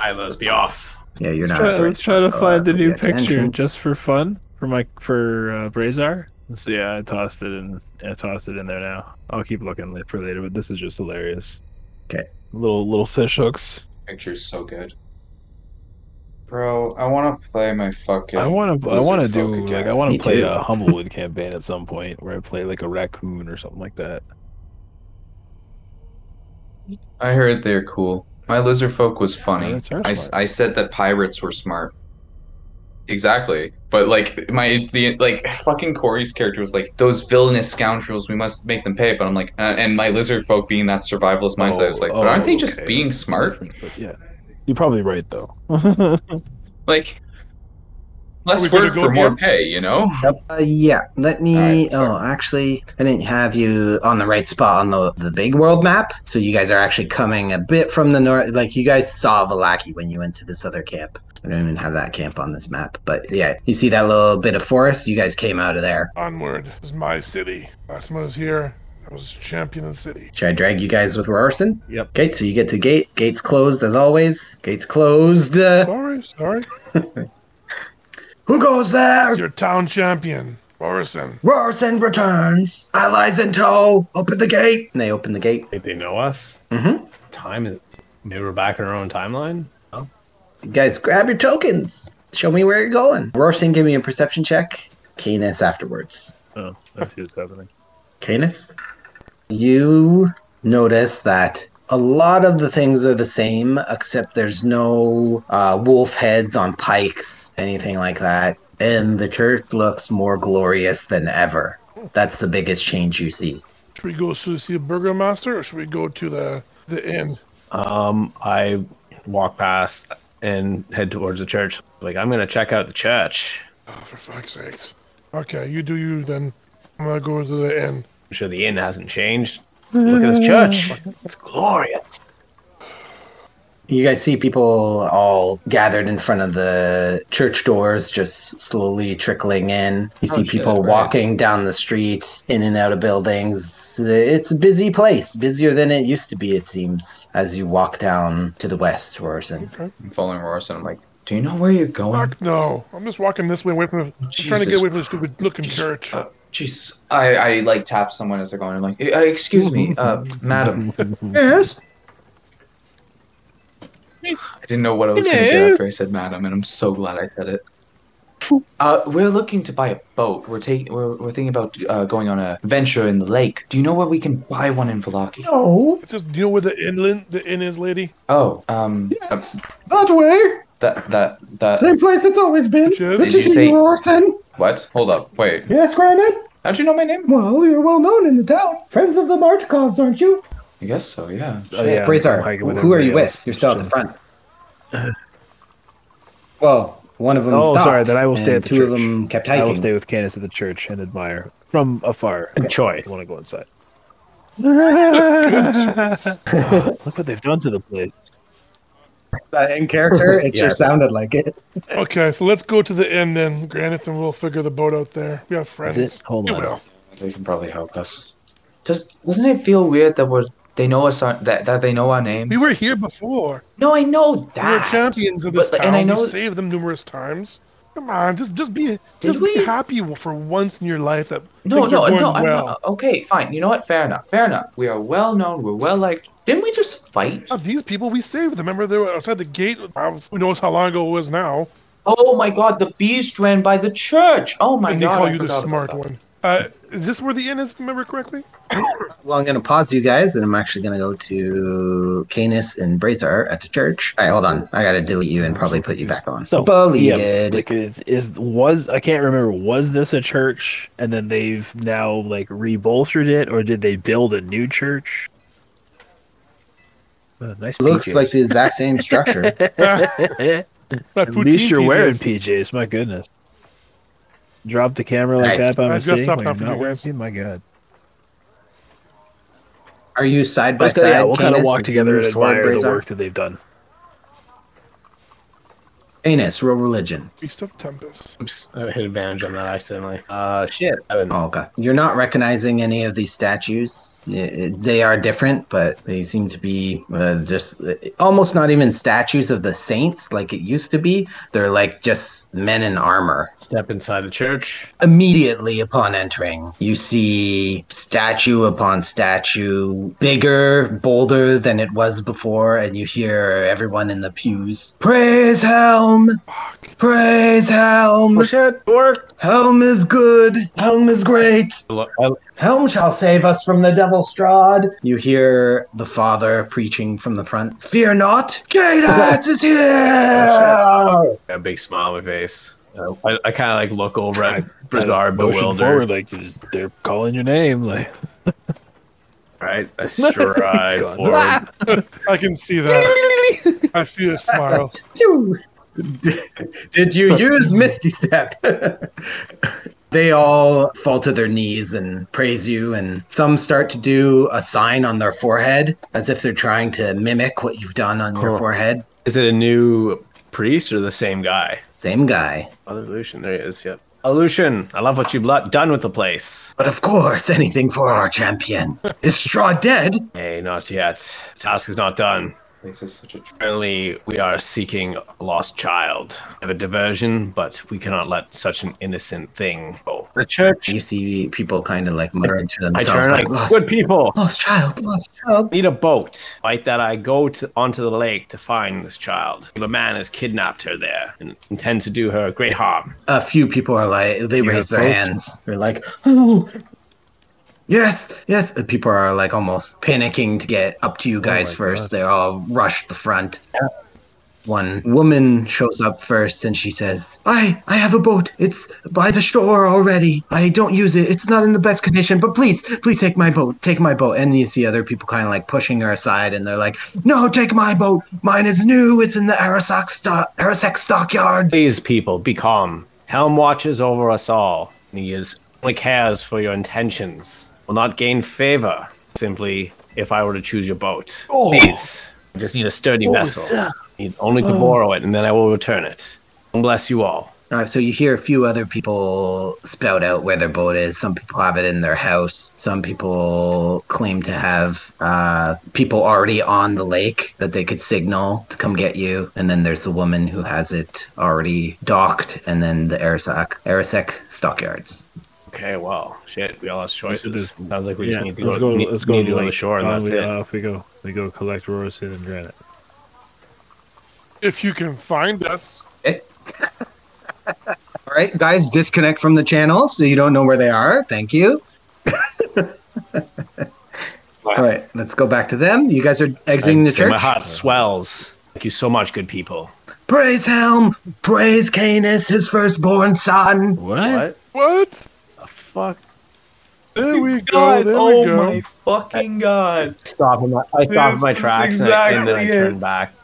[SPEAKER 1] right, let's be off.
[SPEAKER 3] Yeah, you're not.
[SPEAKER 5] Try-
[SPEAKER 3] authorized
[SPEAKER 5] let's try to
[SPEAKER 3] go
[SPEAKER 5] find
[SPEAKER 3] up
[SPEAKER 5] the new
[SPEAKER 3] at
[SPEAKER 5] picture
[SPEAKER 3] entrance.
[SPEAKER 5] just for fun for my for uh, Brazar. So yeah, I tossed it in. I tossed it in there now. I'll keep looking la- for later, but this is just hilarious.
[SPEAKER 3] 'Kay.
[SPEAKER 5] Little little fish hooks.
[SPEAKER 4] Picture's so good. Bro, I want to play my fucking.
[SPEAKER 5] I want to. I
[SPEAKER 4] Blizzard
[SPEAKER 5] want to
[SPEAKER 4] folk
[SPEAKER 5] do
[SPEAKER 4] again.
[SPEAKER 5] like I want
[SPEAKER 3] Me
[SPEAKER 5] to play
[SPEAKER 3] too.
[SPEAKER 5] a Humblewood campaign at some point where I play like a raccoon or something like that.
[SPEAKER 4] I heard they're cool. My lizard folk was funny.
[SPEAKER 5] Pirates are
[SPEAKER 4] I,
[SPEAKER 5] smart.
[SPEAKER 4] I said that pirates were smart. Exactly, but like my the like fucking Corey's character was like those villainous scoundrels. We must make them pay. But I'm like, uh, and my lizard folk being that survivalist mindset, I was like,
[SPEAKER 5] Oh,
[SPEAKER 4] but aren't they
[SPEAKER 5] oh,
[SPEAKER 4] just
[SPEAKER 5] okay,
[SPEAKER 4] being
[SPEAKER 5] that's
[SPEAKER 4] smart?
[SPEAKER 5] different, but yeah, you're probably right though.
[SPEAKER 4] Like,
[SPEAKER 6] Are we
[SPEAKER 4] less
[SPEAKER 6] gonna
[SPEAKER 4] work
[SPEAKER 6] go
[SPEAKER 4] for more
[SPEAKER 6] again?
[SPEAKER 4] pay, you know?
[SPEAKER 3] Uh, yeah, let me.
[SPEAKER 4] Alright,
[SPEAKER 3] oh,
[SPEAKER 4] sorry.
[SPEAKER 3] actually, I didn't have you on the right spot on the the big world map. So you guys are actually coming a bit from the north. Like you guys saw Valaki when you went to this other camp. I don't even have that camp on this map. But yeah, you see that little bit of forest? You guys came out of there.
[SPEAKER 6] Onward This is my city. Last one was here. I was champion of the city.
[SPEAKER 3] Should I drag you guys with Rorson?
[SPEAKER 5] Yep.
[SPEAKER 3] Okay, so you get to gate. Gate's closed as always. Gate's closed. Uh,
[SPEAKER 6] Sorry, sorry.
[SPEAKER 3] who goes there?
[SPEAKER 6] It's your town champion, Morrison.
[SPEAKER 3] Rorson returns. Allies in tow. Open the gate. And they open the gate.
[SPEAKER 2] Think they know us?
[SPEAKER 3] Mhm.
[SPEAKER 2] Time is. Maybe we're back in our own timeline.
[SPEAKER 3] You guys grab your tokens. Show me where you're going. Rorson, give me a perception check. Canis afterwards.
[SPEAKER 5] Oh, that shit's happening.
[SPEAKER 3] Canis, you notice that a lot of the things are the same, except there's no uh, wolf heads on pikes, anything like that. And the church looks more glorious than ever. That's the biggest change you see.
[SPEAKER 6] Should we go to see the burgomaster or should we go to the the inn?
[SPEAKER 2] Um, I walk past and head towards the church. Like I'm gonna check out the church.
[SPEAKER 6] Oh, for fuck's sakes. Okay, you do you then. I'm gonna go to the inn.
[SPEAKER 2] I'm sure the inn hasn't changed. Look at this church. It's glorious.
[SPEAKER 3] You guys see people all gathered in front of the church doors, just slowly trickling in. You see
[SPEAKER 4] Oh, shit,
[SPEAKER 3] people
[SPEAKER 4] right.
[SPEAKER 3] walking down the street, in and out of buildings. It's a busy place, busier than it used to be, it seems, as you walk down to the west, Rorson.
[SPEAKER 4] I'm following Roris and I'm like, do you know where you're going?
[SPEAKER 6] Fuck no. I'm just walking this way away from the. I'm trying to
[SPEAKER 4] Jesus
[SPEAKER 6] get away from the stupid looking church.
[SPEAKER 4] Uh, Jesus. I, I like tap someone as they're going. I'm like, "Eh, uh, excuse me, uh, madam.
[SPEAKER 5] Oh,
[SPEAKER 4] yes. I didn't know what I was going to do after I said madam, and I'm so glad I said it. Uh, we're looking to buy a boat. We're taking. We're, we're thinking about uh, going on a venture in the lake. Do you know where we can buy one in Valaki?
[SPEAKER 6] It's just, do you know where the inland the inn is, lady?
[SPEAKER 4] Oh, um, uh,
[SPEAKER 3] That way!
[SPEAKER 4] that that that.
[SPEAKER 3] place it's always been.
[SPEAKER 6] Just-
[SPEAKER 4] Did you say-
[SPEAKER 3] Rorson.
[SPEAKER 4] What? Hold up. Wait.
[SPEAKER 3] Yes, granted.
[SPEAKER 4] How'd you know my name?
[SPEAKER 3] Well, you're well known in the town. Friends of the Marchkovs, aren't you?
[SPEAKER 4] I guess so. Yeah.
[SPEAKER 5] Oh, yeah,
[SPEAKER 3] Brazar,
[SPEAKER 5] I'm hiking with
[SPEAKER 3] who are you
[SPEAKER 5] everybody
[SPEAKER 3] with?
[SPEAKER 5] else.
[SPEAKER 3] You're still at the front. Well, one of them.
[SPEAKER 5] Oh,
[SPEAKER 3] stopped,
[SPEAKER 5] sorry, then I will stay
[SPEAKER 3] and
[SPEAKER 5] at the
[SPEAKER 3] Two of
[SPEAKER 5] church.
[SPEAKER 3] them kept
[SPEAKER 5] I
[SPEAKER 3] hiking.
[SPEAKER 5] will stay with Candace at the church and admire from afar. Enjoy. I want to go inside. Look what they've done to the place.
[SPEAKER 3] That in character, it sure
[SPEAKER 2] Yes.
[SPEAKER 3] sounded like it.
[SPEAKER 6] Okay, so let's go to the inn then, Granite, and we'll figure the boat out there. We have friends.
[SPEAKER 5] it? Hold
[SPEAKER 6] you
[SPEAKER 5] on.
[SPEAKER 6] will.
[SPEAKER 4] They can probably help us. Does doesn't it feel weird that we're they know us our, that that they know our names?
[SPEAKER 6] We were here before.
[SPEAKER 4] no, I know
[SPEAKER 6] We were
[SPEAKER 4] that.
[SPEAKER 6] champions of this
[SPEAKER 4] But-
[SPEAKER 6] town.
[SPEAKER 4] and I know-
[SPEAKER 6] We saved them numerous times. Come on, just just be just
[SPEAKER 4] we?
[SPEAKER 6] be happy for once in your life that
[SPEAKER 4] no,
[SPEAKER 6] things
[SPEAKER 4] no,
[SPEAKER 6] are going
[SPEAKER 4] no. I'm
[SPEAKER 6] well.
[SPEAKER 4] not, okay, fine. You know what? Fair enough. Fair enough. We are well known. We're well liked. Didn't we just fight?
[SPEAKER 6] Now, these people we saved. them. Remember, they were outside the gate. uh, Who knows how long ago it was now?
[SPEAKER 4] Oh my God! The beast ran by the church. Oh my
[SPEAKER 6] and they
[SPEAKER 4] God!
[SPEAKER 6] call
[SPEAKER 4] I
[SPEAKER 6] you the
[SPEAKER 4] forgot about
[SPEAKER 6] smart
[SPEAKER 4] that.
[SPEAKER 6] one. Uh, is this where the inn is? Remember correctly?
[SPEAKER 3] Well, I'm going to pause you guys, and I'm actually going to go to Canis and Brazar at the church. All right, hold on. I got to delete you and probably put you back on.
[SPEAKER 5] So
[SPEAKER 3] deleted.
[SPEAKER 5] Yeah, like is, is was I can't remember was this a church and then they've now like rebolstered it or did they build a new church? Uh, nice.
[SPEAKER 3] Looks
[SPEAKER 5] PJs.
[SPEAKER 3] like the exact same structure.
[SPEAKER 6] My
[SPEAKER 5] At least
[SPEAKER 6] Ah, poutine
[SPEAKER 5] you're wearing
[SPEAKER 6] PJs.
[SPEAKER 5] PJs. My goodness. Drop the camera like
[SPEAKER 3] Nice.
[SPEAKER 5] that by
[SPEAKER 6] I dressed
[SPEAKER 5] mistake.
[SPEAKER 6] up
[SPEAKER 5] when
[SPEAKER 6] now
[SPEAKER 5] you're
[SPEAKER 6] for
[SPEAKER 5] not
[SPEAKER 6] you
[SPEAKER 5] wearing
[SPEAKER 6] guys.
[SPEAKER 5] PJs? My God.
[SPEAKER 3] Are you side by
[SPEAKER 5] Let's go,
[SPEAKER 3] side?
[SPEAKER 5] yeah, we'll kind of
[SPEAKER 3] Canis,
[SPEAKER 5] walk
[SPEAKER 3] as you
[SPEAKER 5] together
[SPEAKER 3] move
[SPEAKER 5] and
[SPEAKER 3] toward
[SPEAKER 5] admire the
[SPEAKER 3] Brazar?
[SPEAKER 5] work that they've done.
[SPEAKER 3] Canis, roll religion.
[SPEAKER 6] Feast of Tempest.
[SPEAKER 2] Oops, I hit advantage on that accidentally. Uh, shit. I would
[SPEAKER 3] Oh, okay. You're not recognizing any of these statues. Eh, They are different, but they seem to be uh, just eh, almost not even statues of the saints like it used to be. They're like just men in armor.
[SPEAKER 2] step inside the church.
[SPEAKER 3] Immediately upon entering, you see statue upon statue, bigger, bolder than it was before, and you hear everyone in the pews Praise Helm! Praise Helm!
[SPEAKER 2] Oh, shit, work.
[SPEAKER 3] Helm is good! Helm is great! Helm shall save us from the devil Strahd. You hear the father preaching from the front. Fear not, Jadis is here.
[SPEAKER 2] a big smile on my face. Uh, I, I kind of like look over at
[SPEAKER 5] Bizarre,
[SPEAKER 2] Brazar bewildered.
[SPEAKER 5] Forward, like they're calling your name. Like
[SPEAKER 2] Right, I stride
[SPEAKER 5] gone.
[SPEAKER 2] forward.
[SPEAKER 6] I can see that. I see the smile.
[SPEAKER 3] Did you use Misty Step? they all fall to their knees and praise you, and some start to do a sign on their forehead as if they're trying to mimic what you've done on your forehead.
[SPEAKER 2] Is it a new priest or the same guy?
[SPEAKER 3] Same guy.
[SPEAKER 2] Father Lucian, there he is. Yep. Lucian, I love what you've lot- done with the place.
[SPEAKER 3] But of course, anything for our champion. Is Straw dead?
[SPEAKER 2] Hey, not yet. Task is not done.
[SPEAKER 4] This is such a tr-
[SPEAKER 2] Currently, we are seeking a lost child. We have a diversion, but we cannot let such an innocent thing go. The church.
[SPEAKER 3] You see people kind of like muttering to
[SPEAKER 2] I
[SPEAKER 3] themselves,
[SPEAKER 2] turn
[SPEAKER 3] like,
[SPEAKER 2] like,
[SPEAKER 3] lost,
[SPEAKER 2] good people.
[SPEAKER 3] lost child, lost child.
[SPEAKER 2] Need a boat. Fight that I go to, onto the lake to find this child. The man has kidnapped her there and intends to do her great harm.
[SPEAKER 3] A few people are like, they raise their
[SPEAKER 5] approach.
[SPEAKER 3] hands. They're like, oh, yes, yes. The People are like almost panicking to get up to you guys first. They all rush the front. One woman shows up first and she says, I, I have a boat. It's by the shore already. I don't use it. It's not in the best condition, but please, please take my boat. Take my boat. And you see other people kind of like pushing her aside and they're like, No, take my boat. Mine is new. It's in the Arasaka stock, Arasaka stockyards.
[SPEAKER 2] Please, people, be calm. Helm watches over us all, and he is only cares for your intentions. Will not gain favor simply if I were to choose your boat.
[SPEAKER 3] Oh.
[SPEAKER 2] Please, I just need a sturdy vessel. Need only to
[SPEAKER 3] Oh.
[SPEAKER 2] borrow it, and then I will return it. And bless you all.
[SPEAKER 3] All right, Uh, so you hear a few other people spout out where their boat is. Some people have it in their house. Some people claim to have uh, people already on the lake that they could signal to come get you. And then there's the woman who has it already docked, and then the Arasak, Arasek stockyards.
[SPEAKER 2] Okay, well, shit, we all have choices.
[SPEAKER 5] Yes,
[SPEAKER 2] Sounds like we just
[SPEAKER 5] yeah,
[SPEAKER 2] need to
[SPEAKER 5] let's
[SPEAKER 2] go,
[SPEAKER 5] go.
[SPEAKER 2] ne-
[SPEAKER 5] let's go uh,
[SPEAKER 2] need
[SPEAKER 5] to
[SPEAKER 2] to go to the
[SPEAKER 5] lake.
[SPEAKER 2] shore, and
[SPEAKER 5] On
[SPEAKER 2] that's
[SPEAKER 5] we,
[SPEAKER 2] it.
[SPEAKER 5] Off we go. We go collect Rorosin and Granite.
[SPEAKER 6] If you can find us,
[SPEAKER 3] All right, guys, disconnect from the channel so you don't know where they are. Thank you. All right, let's go back to them. You guys are exiting the
[SPEAKER 2] So
[SPEAKER 3] church.
[SPEAKER 2] my heart swells. Thank you so much, good people.
[SPEAKER 3] Praise Helm! Praise Canis, his firstborn son!
[SPEAKER 2] What?
[SPEAKER 6] what?
[SPEAKER 2] Fuck.
[SPEAKER 6] There we go. There
[SPEAKER 4] oh
[SPEAKER 6] we go.
[SPEAKER 4] my fucking god!
[SPEAKER 2] Stop in my, I stop in my
[SPEAKER 4] This is
[SPEAKER 2] tracks and, I, and then I
[SPEAKER 4] exactly it.
[SPEAKER 2] turn back.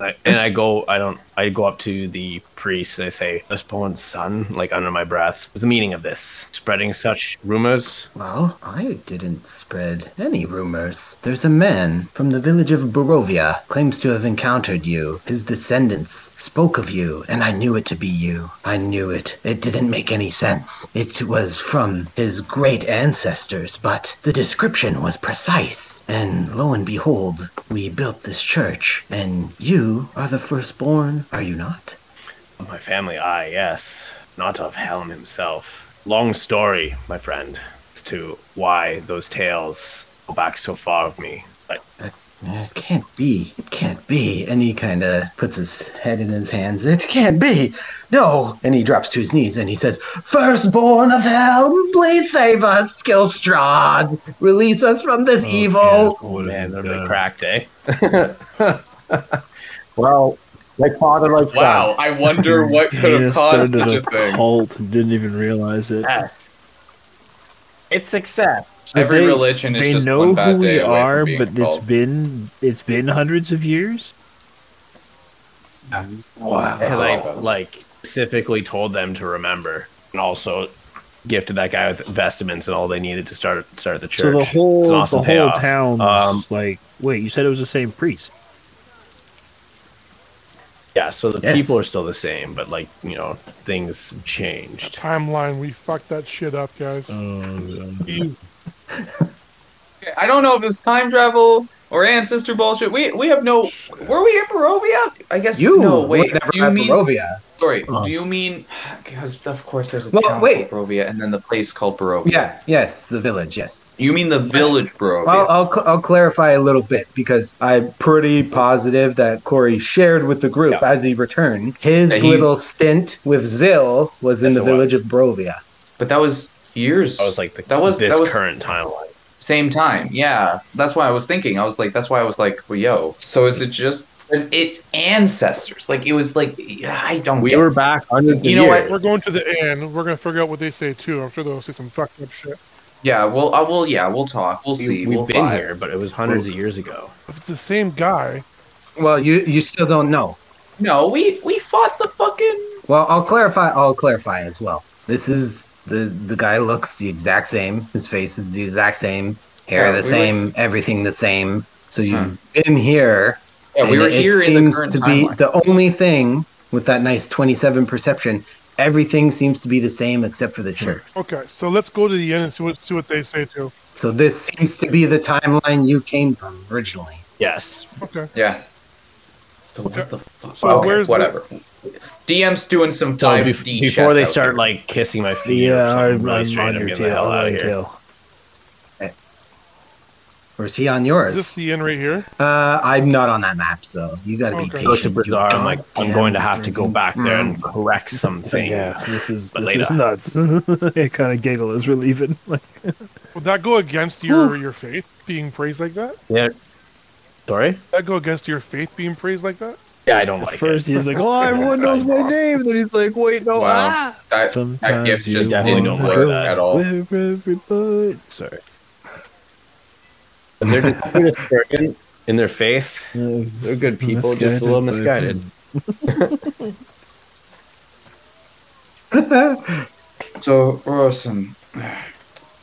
[SPEAKER 2] I, and I go, I don't, I go up to the priest and I say, this born's son, like under my breath. What's the meaning of this? Spreading such rumors?
[SPEAKER 3] Well, I didn't spread any rumors. There's a man from the village of Barovia claims to have encountered you. His descendants spoke of you, and I knew it to be you. I knew it. It didn't make any sense. It was from his great ancestors, but the description was precise. And lo and behold, we built this church, and you are the firstborn, are you not?
[SPEAKER 2] Of my family, I, yes. Not of Helm himself. Long story, my friend, as to why those tales go back so far of me. Like,
[SPEAKER 3] It can't be. It can't be. And he kind of puts his head in his hands. It can't be. No. And he drops to his knees and he says, Firstborn of Helm, please save us, Skillstrad. Release us from this evil.
[SPEAKER 2] Oh man, that'd
[SPEAKER 4] uh,
[SPEAKER 2] be cracked, eh? well,
[SPEAKER 1] Like father, like
[SPEAKER 4] Wow, I wonder what could have caused such a thing.
[SPEAKER 5] cult. Didn't even realize it.
[SPEAKER 2] yes. It's success.
[SPEAKER 4] Every
[SPEAKER 5] they-
[SPEAKER 4] religion is
[SPEAKER 5] they
[SPEAKER 4] just
[SPEAKER 5] know
[SPEAKER 4] one bad
[SPEAKER 5] who
[SPEAKER 4] day
[SPEAKER 5] we
[SPEAKER 4] away from
[SPEAKER 5] are,
[SPEAKER 4] being
[SPEAKER 5] but it's
[SPEAKER 4] involved.
[SPEAKER 5] been it's been hundreds of years.
[SPEAKER 2] Wow. Because I like specifically told them to remember, and also gifted that guy with vestments and all they needed to start start the church.
[SPEAKER 5] So the
[SPEAKER 2] It's an
[SPEAKER 5] whole
[SPEAKER 2] awesome
[SPEAKER 5] the whole
[SPEAKER 2] payoff.
[SPEAKER 5] town's
[SPEAKER 2] Um,
[SPEAKER 5] like, wait, you said it was the same priest.
[SPEAKER 2] yeah. So the
[SPEAKER 3] Yes.
[SPEAKER 2] people are still the same, but like you know, things have changed.
[SPEAKER 6] Timeline. We fucked that shit up, guys.
[SPEAKER 4] Oh,
[SPEAKER 2] Mm.
[SPEAKER 4] I don't know if it's time travel or ancestor bullshit. We we have no. Were we in Barovia? I guess
[SPEAKER 3] You
[SPEAKER 4] no.
[SPEAKER 3] were
[SPEAKER 4] Wait,
[SPEAKER 3] never
[SPEAKER 4] do you
[SPEAKER 3] at
[SPEAKER 4] mean?
[SPEAKER 3] Barovia.
[SPEAKER 4] Sorry,
[SPEAKER 1] Um,
[SPEAKER 4] do you mean? Because of course there's a
[SPEAKER 3] Well,
[SPEAKER 4] town
[SPEAKER 3] wait.
[SPEAKER 4] called Barovia, and then the place called Barovia.
[SPEAKER 3] Yeah, yes, the village, yes.
[SPEAKER 4] You mean the village Barovia?
[SPEAKER 3] I'll, I'll, cl- I'll clarify a little bit because I'm pretty positive that Corey shared with the group as he returned. His
[SPEAKER 4] That he-
[SPEAKER 3] little stint with Zill was in
[SPEAKER 2] Yes,
[SPEAKER 3] the
[SPEAKER 2] it was.
[SPEAKER 3] village of Barovia.
[SPEAKER 4] but that was years.
[SPEAKER 2] I was like, the,
[SPEAKER 4] That was-
[SPEAKER 2] this
[SPEAKER 4] that was-
[SPEAKER 2] current timeline.
[SPEAKER 4] Same time, yeah. That's why I was thinking. I was like, that's why I was like, well, yo. So is it just it's ancestors? Like it was like I don't.
[SPEAKER 1] We
[SPEAKER 4] get
[SPEAKER 1] were
[SPEAKER 4] it.
[SPEAKER 1] back under the
[SPEAKER 4] You know
[SPEAKER 1] year.
[SPEAKER 4] what?
[SPEAKER 6] We're going to the inn. We're gonna figure out what they say too. I'm sure they'll say some fucked up shit.
[SPEAKER 4] Yeah. Well, I will. Yeah, we'll talk. We'll see.
[SPEAKER 2] We, we've
[SPEAKER 4] we'll
[SPEAKER 2] been
[SPEAKER 4] vibe.
[SPEAKER 2] here, but it was hundreds of years ago.
[SPEAKER 6] If it's the same guy,
[SPEAKER 3] Well, you, you still don't know.
[SPEAKER 4] No, we we fought the fucking.
[SPEAKER 3] Well, I'll clarify. I'll clarify as well. This is the the guy looks the exact same. His face is the exact same. Hair
[SPEAKER 4] Yeah,
[SPEAKER 3] the
[SPEAKER 4] we were- Hmm.
[SPEAKER 3] same. Everything the same. So you've been here.
[SPEAKER 4] Yeah, we
[SPEAKER 3] and
[SPEAKER 4] were
[SPEAKER 3] it
[SPEAKER 4] here in the
[SPEAKER 3] seems
[SPEAKER 4] current
[SPEAKER 3] to be
[SPEAKER 4] timeline.
[SPEAKER 3] the only thing with that nice 27 perception, everything seems to be the same except for the
[SPEAKER 4] Hmm.
[SPEAKER 3] church.
[SPEAKER 6] Okay, so let's go to the end and see what see what they say too.
[SPEAKER 3] So this seems to be the timeline you came from originally.
[SPEAKER 2] Yes.
[SPEAKER 6] Okay,
[SPEAKER 4] Yeah.
[SPEAKER 6] so
[SPEAKER 4] okay,
[SPEAKER 6] where's the-
[SPEAKER 4] whatever. DM's doing some
[SPEAKER 2] So
[SPEAKER 4] time.
[SPEAKER 2] bef- before they start like kissing my feet,
[SPEAKER 5] Yeah,
[SPEAKER 2] yeah,
[SPEAKER 5] I-
[SPEAKER 2] uh, I'm really
[SPEAKER 5] I'm
[SPEAKER 2] straight,
[SPEAKER 5] on
[SPEAKER 2] I'm
[SPEAKER 5] your
[SPEAKER 2] getting the hell
[SPEAKER 5] tail. I'm
[SPEAKER 2] out of
[SPEAKER 5] on
[SPEAKER 2] here.
[SPEAKER 5] your tail.
[SPEAKER 3] Or is he on
[SPEAKER 6] is this
[SPEAKER 3] yours?
[SPEAKER 6] the end right here?
[SPEAKER 3] Uh, I'm not on that map, so you got to be
[SPEAKER 6] Okay.
[SPEAKER 2] Go to
[SPEAKER 3] patient. you
[SPEAKER 2] Bazaar. I'm like, I'm
[SPEAKER 3] goddamn
[SPEAKER 2] going to have to go
[SPEAKER 3] freaking-
[SPEAKER 2] back there and correct some things.
[SPEAKER 5] Yeah, this is
[SPEAKER 2] But
[SPEAKER 5] this is nuts. I kind of giggle as we're leaving. Like,
[SPEAKER 6] Would that go against your your faith being praised like that?
[SPEAKER 2] Yeah. Sorry?
[SPEAKER 6] Would that go against your faith being praised like that?
[SPEAKER 2] Yeah, I don't like
[SPEAKER 5] first
[SPEAKER 2] it.
[SPEAKER 5] he's like, "Oh, everyone knows my name," then he's like, "Wait, no, ah,
[SPEAKER 4] Wow. That, that
[SPEAKER 5] Sometimes
[SPEAKER 4] gift
[SPEAKER 5] you
[SPEAKER 4] just
[SPEAKER 2] definitely
[SPEAKER 4] didn't
[SPEAKER 2] don't
[SPEAKER 4] work
[SPEAKER 2] like that.
[SPEAKER 4] at all.
[SPEAKER 5] Where everybody? Sorry.
[SPEAKER 2] They're just, they're just arrogant in their faith. They're good people, just a little misguided.
[SPEAKER 4] So, Rosen,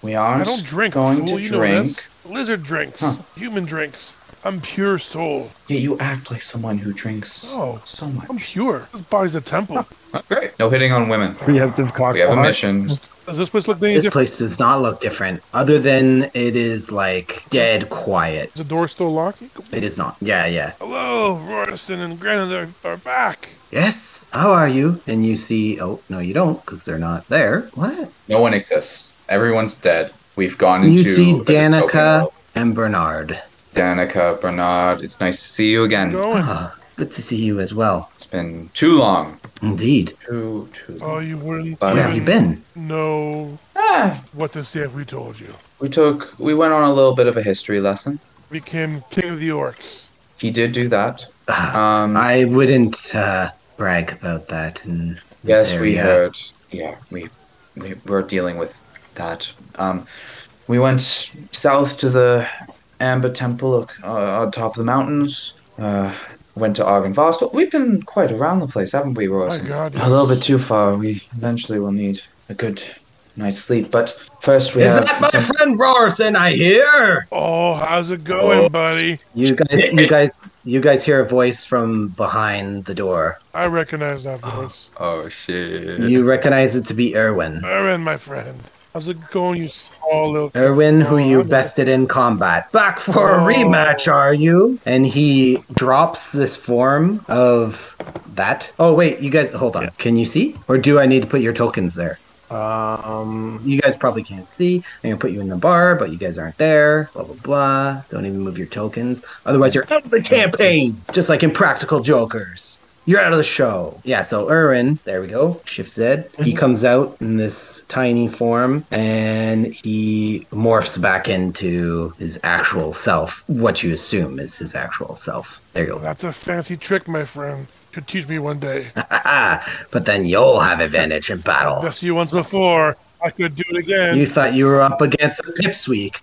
[SPEAKER 4] we
[SPEAKER 6] I
[SPEAKER 4] aren't
[SPEAKER 6] don't drink.
[SPEAKER 4] going
[SPEAKER 6] fool,
[SPEAKER 4] to
[SPEAKER 6] you Know
[SPEAKER 4] drink.
[SPEAKER 6] this. Lizard drinks.
[SPEAKER 4] Huh.
[SPEAKER 6] Human drinks. I'm pure soul.
[SPEAKER 4] Yeah, you act like someone who drinks
[SPEAKER 6] Oh.
[SPEAKER 4] so much.
[SPEAKER 6] I'm pure. This body's a temple.
[SPEAKER 4] Great. No hitting on women.
[SPEAKER 5] Preemptive cock.
[SPEAKER 4] We have a
[SPEAKER 5] block.
[SPEAKER 4] mission.
[SPEAKER 6] Does this place look any
[SPEAKER 3] This
[SPEAKER 6] different?
[SPEAKER 3] place does not look different, other than it is like dead quiet.
[SPEAKER 6] Is the door still locked?
[SPEAKER 3] It is not. Yeah, yeah.
[SPEAKER 6] Hello, Royston and Granite are, are back.
[SPEAKER 3] Yes. How are you? And you see, oh no, you don't, because they're not there. What?
[SPEAKER 4] No one exists. Everyone's dead. We've gone into
[SPEAKER 3] You see
[SPEAKER 4] a dystopian
[SPEAKER 3] Danica
[SPEAKER 4] world.
[SPEAKER 3] and Bernard.
[SPEAKER 4] Danica, Bernard, it's nice to see you again.
[SPEAKER 6] Going.
[SPEAKER 3] Ah, good to see you as well.
[SPEAKER 4] It's been too long.
[SPEAKER 3] Indeed.
[SPEAKER 4] Too, too long.
[SPEAKER 6] Oh, you wouldn't
[SPEAKER 4] Where
[SPEAKER 3] Where
[SPEAKER 4] have
[SPEAKER 3] have you
[SPEAKER 6] even
[SPEAKER 3] been?
[SPEAKER 6] know
[SPEAKER 4] Ah,
[SPEAKER 6] what to say if we told you.
[SPEAKER 4] we took, we went on a little bit of a history lesson.
[SPEAKER 6] Became king of the orcs.
[SPEAKER 4] He did do that.
[SPEAKER 3] Ah,
[SPEAKER 4] Um,
[SPEAKER 3] I wouldn't uh, brag about that. In this
[SPEAKER 4] yes, we
[SPEAKER 3] area.
[SPEAKER 4] heard. Yeah, we, we were dealing with that. Um, we went south to the Amber Temple uh, on top of the mountains. Uh, went to Argon Vostok. We've been quite around the place, haven't we, Royce?
[SPEAKER 6] My God,
[SPEAKER 4] A little
[SPEAKER 6] yes.
[SPEAKER 4] bit too far. We eventually will need a good night's sleep. But first, we
[SPEAKER 3] Is
[SPEAKER 4] have
[SPEAKER 3] that my
[SPEAKER 4] some-
[SPEAKER 3] friend Rorson? I hear.
[SPEAKER 6] Oh, how's it going, buddy?
[SPEAKER 3] You guys, you guys, you guys hear a voice from behind the door.
[SPEAKER 6] I recognize that
[SPEAKER 3] Ah.
[SPEAKER 6] voice.
[SPEAKER 4] Oh shit!
[SPEAKER 3] You recognize it to be Erwin.
[SPEAKER 6] Erwin, my friend. How's it going, you small little
[SPEAKER 3] Erwin, who you bested in combat. Back for a
[SPEAKER 6] Oh.
[SPEAKER 3] rematch, are you? And he drops this form of that. Oh, wait, you guys, hold on. Can you see? Or do I need to put your tokens there?
[SPEAKER 2] Um,
[SPEAKER 3] You guys probably can't see. I'm going to put you in the bar, but you guys aren't there. Blah, blah, blah. Don't even move your tokens. Otherwise, you're out of the campaign, just like in Practical Jokers. You're out of the show. Yeah, so Erwin, there we go. Shift Z. He comes out in this tiny form and he morphs back into his actual self, what you assume is his actual self. There you go.
[SPEAKER 6] That's a fancy trick, my friend. Could teach me one day.
[SPEAKER 3] Ah. but then you'll have advantage in battle.
[SPEAKER 6] Best you once before. I could do it again
[SPEAKER 3] You thought you were up against a pipsqueak.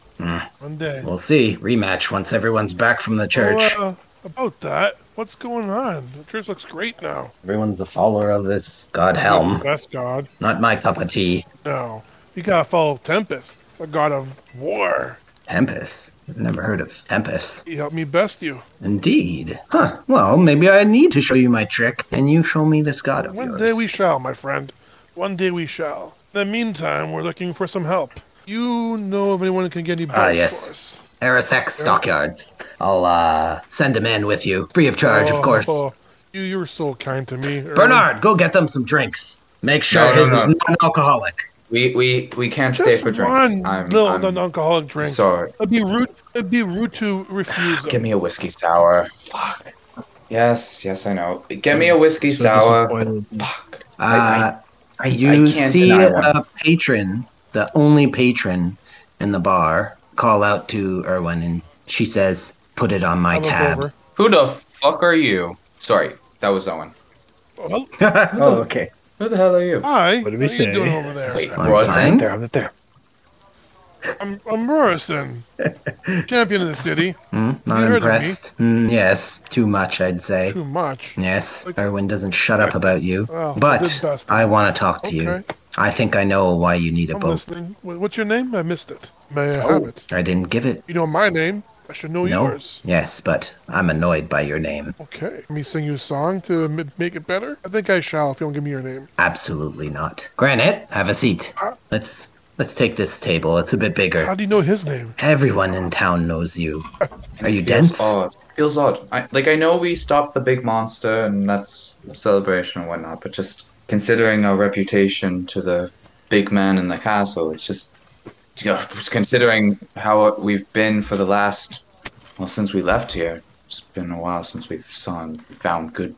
[SPEAKER 6] one day.
[SPEAKER 3] We'll see. Rematch once everyone's back from the church.
[SPEAKER 6] Oh, uh, about that, what's going on? The church looks great now.
[SPEAKER 3] Everyone's a follower of this god helm.
[SPEAKER 6] Bless God.
[SPEAKER 3] Not my cup of tea.
[SPEAKER 6] No, you gotta follow Tempest, the god of war.
[SPEAKER 3] Tempest. I've never heard of Tempest.
[SPEAKER 6] He helped me best you.
[SPEAKER 3] Indeed. Huh. Well, maybe I need to show you my trick, and you show me this god of
[SPEAKER 6] One
[SPEAKER 3] yours.
[SPEAKER 6] day we shall, my friend. One day we shall. In the meantime, we're looking for some help. You know of anyone who can get any boats
[SPEAKER 3] yes.
[SPEAKER 6] for us?
[SPEAKER 3] Arisex Stockyards. I'll uh, send a man with you, free of charge,
[SPEAKER 6] Oh,
[SPEAKER 3] of course.
[SPEAKER 6] oh, you, you were so kind to me. Erwin.
[SPEAKER 3] Bernard, go get them some drinks. Make sure
[SPEAKER 4] No, no,
[SPEAKER 3] his is
[SPEAKER 4] no.
[SPEAKER 3] non-alcoholic.
[SPEAKER 4] We we we can't
[SPEAKER 6] Just
[SPEAKER 4] stay for drinks.
[SPEAKER 6] one
[SPEAKER 4] I'm,
[SPEAKER 6] little
[SPEAKER 4] I'm
[SPEAKER 6] non-alcoholic drink.
[SPEAKER 4] sorry.
[SPEAKER 6] It'd be rude. It'd be rude to refuse.
[SPEAKER 4] Get
[SPEAKER 6] them.
[SPEAKER 4] me a whiskey sour. Fuck. Yes, yes, I know. Get me a whiskey sour. Fuck. I-
[SPEAKER 3] Uh,
[SPEAKER 4] I,
[SPEAKER 3] you
[SPEAKER 4] I can't
[SPEAKER 3] see
[SPEAKER 4] deny one.
[SPEAKER 3] a patron, the only patron in the bar, call out to Erwin, and she says, "Put it on my
[SPEAKER 6] I look
[SPEAKER 3] tab."
[SPEAKER 6] over.
[SPEAKER 4] Who the fuck are you? Sorry, that was Owen.
[SPEAKER 6] Oh,
[SPEAKER 3] oh, okay.
[SPEAKER 4] Who the hell are you?
[SPEAKER 6] hi.
[SPEAKER 5] What did we
[SPEAKER 6] are
[SPEAKER 5] say?
[SPEAKER 6] you doing over there?
[SPEAKER 4] Wait,
[SPEAKER 3] I'm
[SPEAKER 4] Rosen?
[SPEAKER 3] fine.
[SPEAKER 5] there, I'm there.
[SPEAKER 6] I'm, I'm Morrison, champion of the city.
[SPEAKER 3] Hmm, not
[SPEAKER 6] You heard of
[SPEAKER 3] impressed. Hmm, yes, too much, I'd say.
[SPEAKER 6] Too much.
[SPEAKER 3] Yes,
[SPEAKER 6] Like-
[SPEAKER 3] Erwin doesn't shut up about you,
[SPEAKER 6] Well, good
[SPEAKER 3] but
[SPEAKER 6] bastard.
[SPEAKER 3] I want to talk to you.
[SPEAKER 6] Okay.
[SPEAKER 3] I think I know why you need a
[SPEAKER 6] I'm
[SPEAKER 3] boat.
[SPEAKER 4] Oh.
[SPEAKER 6] listening. Wh- What's your name? I missed it. May I have it?
[SPEAKER 3] I didn't give it.
[SPEAKER 6] You know my name. I should know
[SPEAKER 3] No.
[SPEAKER 6] yours.
[SPEAKER 3] Yes, but I'm annoyed by your name.
[SPEAKER 6] Okay. Let me sing you a song to m- make it better. I think I shall if you don't give me your name.
[SPEAKER 3] Absolutely not. Granite, have a seat. Let's let's take this table. It's a bit
[SPEAKER 6] How
[SPEAKER 3] bigger.
[SPEAKER 6] do you know his name?
[SPEAKER 3] Everyone in town knows you. Are you
[SPEAKER 4] Feels
[SPEAKER 3] dense?
[SPEAKER 4] Odd. Feels odd. I, like I know we stopped the big monster and that's a celebration and whatnot, but just considering our reputation to the big man in the castle, it's just yeah, just considering how we've been for the last well since we left here. It's been a while since we've saw and found good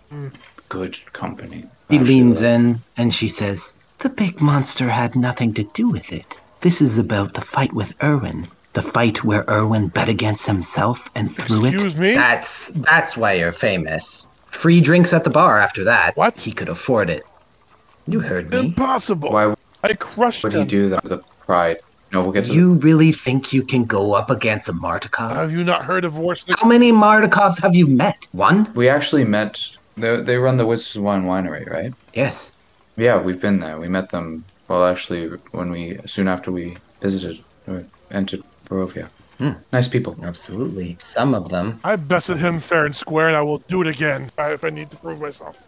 [SPEAKER 4] good company.
[SPEAKER 3] She leans in and she says, The big monster had nothing to do with it. This is about the fight with Erwin. The fight where Erwin bet against himself and threw
[SPEAKER 6] Excuse
[SPEAKER 3] it.
[SPEAKER 6] me?
[SPEAKER 3] That's that's why you're famous. Free drinks at the bar after that.
[SPEAKER 6] What?
[SPEAKER 3] He could afford it. You heard me.
[SPEAKER 6] Impossible.
[SPEAKER 4] Why
[SPEAKER 6] I crushed
[SPEAKER 4] would he
[SPEAKER 6] him.
[SPEAKER 4] do that with the pride? No, we'll get to
[SPEAKER 3] You really think you can go up against a Martikov?
[SPEAKER 6] Have you not heard of Warsnick?
[SPEAKER 3] How many Martikovs have you met? One?
[SPEAKER 4] the, we actually met they, they run the Wizards of Wine Winery, right?
[SPEAKER 3] Yes.
[SPEAKER 4] Yeah, we've been there. We met them. Well, actually, when we soon after we visited or entered Barovia.
[SPEAKER 3] Hmm.
[SPEAKER 4] Nice people.
[SPEAKER 3] Absolutely. Some of them.
[SPEAKER 6] I bested him fair and square, and I will do it again uh, if I need to prove myself.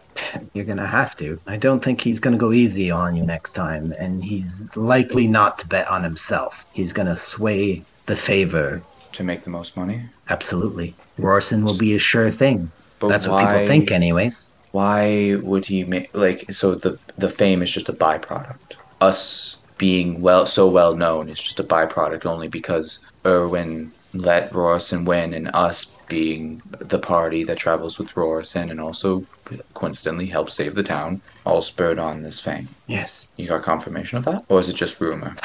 [SPEAKER 3] You're gonna have to. I don't think he's gonna go easy on you next time, and he's likely not to bet on himself. He's gonna sway the favor.
[SPEAKER 4] To make the most money.
[SPEAKER 3] Absolutely. Rorson will be a sure thing.
[SPEAKER 4] But
[SPEAKER 3] That's what people
[SPEAKER 4] why-
[SPEAKER 3] think, anyways.
[SPEAKER 4] Why would he make like so? The the fame is just a byproduct. Us being well so well known is just a byproduct only because Irwin let Rorison win, and us being the party that travels with Rorison and also coincidentally helped save the town, all spurred on this fame.
[SPEAKER 3] Yes.
[SPEAKER 4] You got confirmation of that, or is it just rumor?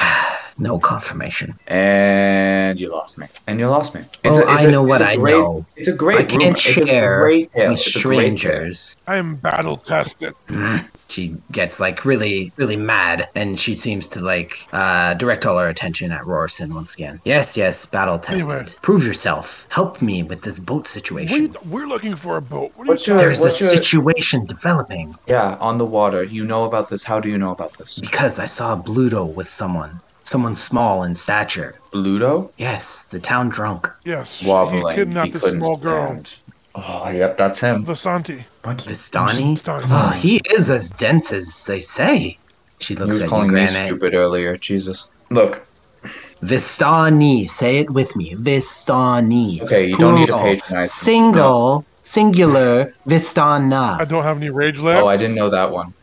[SPEAKER 3] No confirmation.
[SPEAKER 4] And you lost me. And you lost me.
[SPEAKER 3] Oh, I know what
[SPEAKER 4] I
[SPEAKER 3] I know.
[SPEAKER 4] It's a great.
[SPEAKER 3] I can't
[SPEAKER 4] rumor.
[SPEAKER 3] share
[SPEAKER 4] it's a great tale.
[SPEAKER 3] with
[SPEAKER 4] It's a great tale.
[SPEAKER 3] strangers.
[SPEAKER 6] I am battle tested.
[SPEAKER 3] She gets like really, really mad, and she seems to like uh, direct all her attention at Rorson once again. Yes, yes, battle tested.
[SPEAKER 6] Anyway.
[SPEAKER 3] Prove yourself. Help me with this boat
[SPEAKER 6] We,
[SPEAKER 3] situation.
[SPEAKER 6] we're looking for a boat. What are you
[SPEAKER 4] What's your,
[SPEAKER 3] There's a
[SPEAKER 4] what's your,
[SPEAKER 3] situation developing.
[SPEAKER 4] Yeah, on the water. You know about this. How do you know about this?
[SPEAKER 3] Because I saw Bluto with someone. Someone small in stature.
[SPEAKER 4] Bluto?
[SPEAKER 3] Yes, the town drunk.
[SPEAKER 6] Yes,
[SPEAKER 4] Wobbling.
[SPEAKER 6] he kidnapped a small girl.
[SPEAKER 4] stand. Oh, yep, that's him.
[SPEAKER 6] Vasanti.
[SPEAKER 4] What?
[SPEAKER 3] Vistani?
[SPEAKER 6] Vistani.
[SPEAKER 3] Oh, he is as dense as they say. She
[SPEAKER 4] He
[SPEAKER 3] looks
[SPEAKER 4] was
[SPEAKER 3] at you,
[SPEAKER 4] calling me
[SPEAKER 3] Granite.
[SPEAKER 4] stupid earlier. Jesus. Look,
[SPEAKER 3] Vistani. Say it with me. Vistani.
[SPEAKER 4] Okay, you don't need to
[SPEAKER 3] Plural.
[SPEAKER 4] patronize me.
[SPEAKER 3] Single, singular,
[SPEAKER 6] I
[SPEAKER 3] Vistana.
[SPEAKER 6] don't have any rage left.
[SPEAKER 4] oh, I didn't know that one.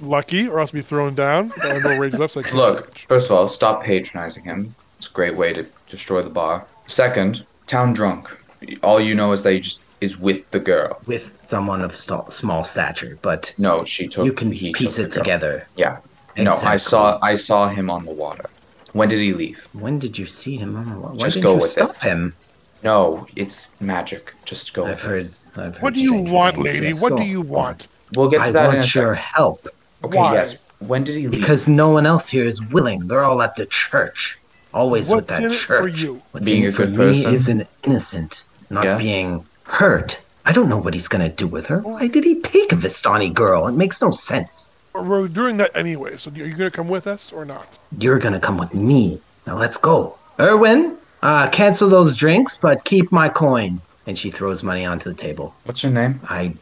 [SPEAKER 6] Lucky, or else be thrown down. I have no rage left. So I can't
[SPEAKER 4] Look, first of all, stop patronizing him. It's a great way to destroy the bar. Second, town drunk. All you know is that he just is with the girl.
[SPEAKER 3] With someone of st- small stature, but
[SPEAKER 4] No, she took.
[SPEAKER 3] you can
[SPEAKER 4] he
[SPEAKER 3] piece
[SPEAKER 4] took
[SPEAKER 3] it
[SPEAKER 4] the girl.
[SPEAKER 3] together.
[SPEAKER 4] Yeah. No, I
[SPEAKER 3] Exactly.
[SPEAKER 4] saw. I saw him on the water. When did he leave?
[SPEAKER 3] When did you see him? Why
[SPEAKER 4] Just
[SPEAKER 3] didn't
[SPEAKER 4] go
[SPEAKER 3] you
[SPEAKER 4] with
[SPEAKER 3] stop
[SPEAKER 4] it.
[SPEAKER 3] him?
[SPEAKER 4] No, it's magic. Just go.
[SPEAKER 3] I've heard. I've heard
[SPEAKER 6] What do you
[SPEAKER 3] stranger
[SPEAKER 6] want,
[SPEAKER 3] things.
[SPEAKER 6] lady?
[SPEAKER 3] Yes,
[SPEAKER 6] What
[SPEAKER 3] go.
[SPEAKER 6] do you want?
[SPEAKER 4] We'll get to
[SPEAKER 3] I
[SPEAKER 4] that in a
[SPEAKER 3] want
[SPEAKER 4] sec.
[SPEAKER 3] your help.
[SPEAKER 4] Okay,
[SPEAKER 6] Why?
[SPEAKER 4] yes. When did he leave?
[SPEAKER 3] Because no one else here is willing. They're all at the church. Always with
[SPEAKER 6] What's
[SPEAKER 3] that
[SPEAKER 6] in it for
[SPEAKER 3] church.
[SPEAKER 6] you?
[SPEAKER 3] What's
[SPEAKER 4] Being
[SPEAKER 3] in
[SPEAKER 4] a
[SPEAKER 3] it for
[SPEAKER 4] good
[SPEAKER 3] me
[SPEAKER 4] person?
[SPEAKER 3] is an innocent, not
[SPEAKER 4] Yeah.
[SPEAKER 3] being hurt. I don't know what he's gonna do with her. Why did he take a Vistani girl? It makes no sense.
[SPEAKER 6] We're doing that anyway. So are you gonna come with us or not?
[SPEAKER 3] You're gonna come with me. Now let's go. Erwin, uh, cancel those drinks, but keep my coin. And she throws money onto the table.
[SPEAKER 4] What's your name?
[SPEAKER 3] I,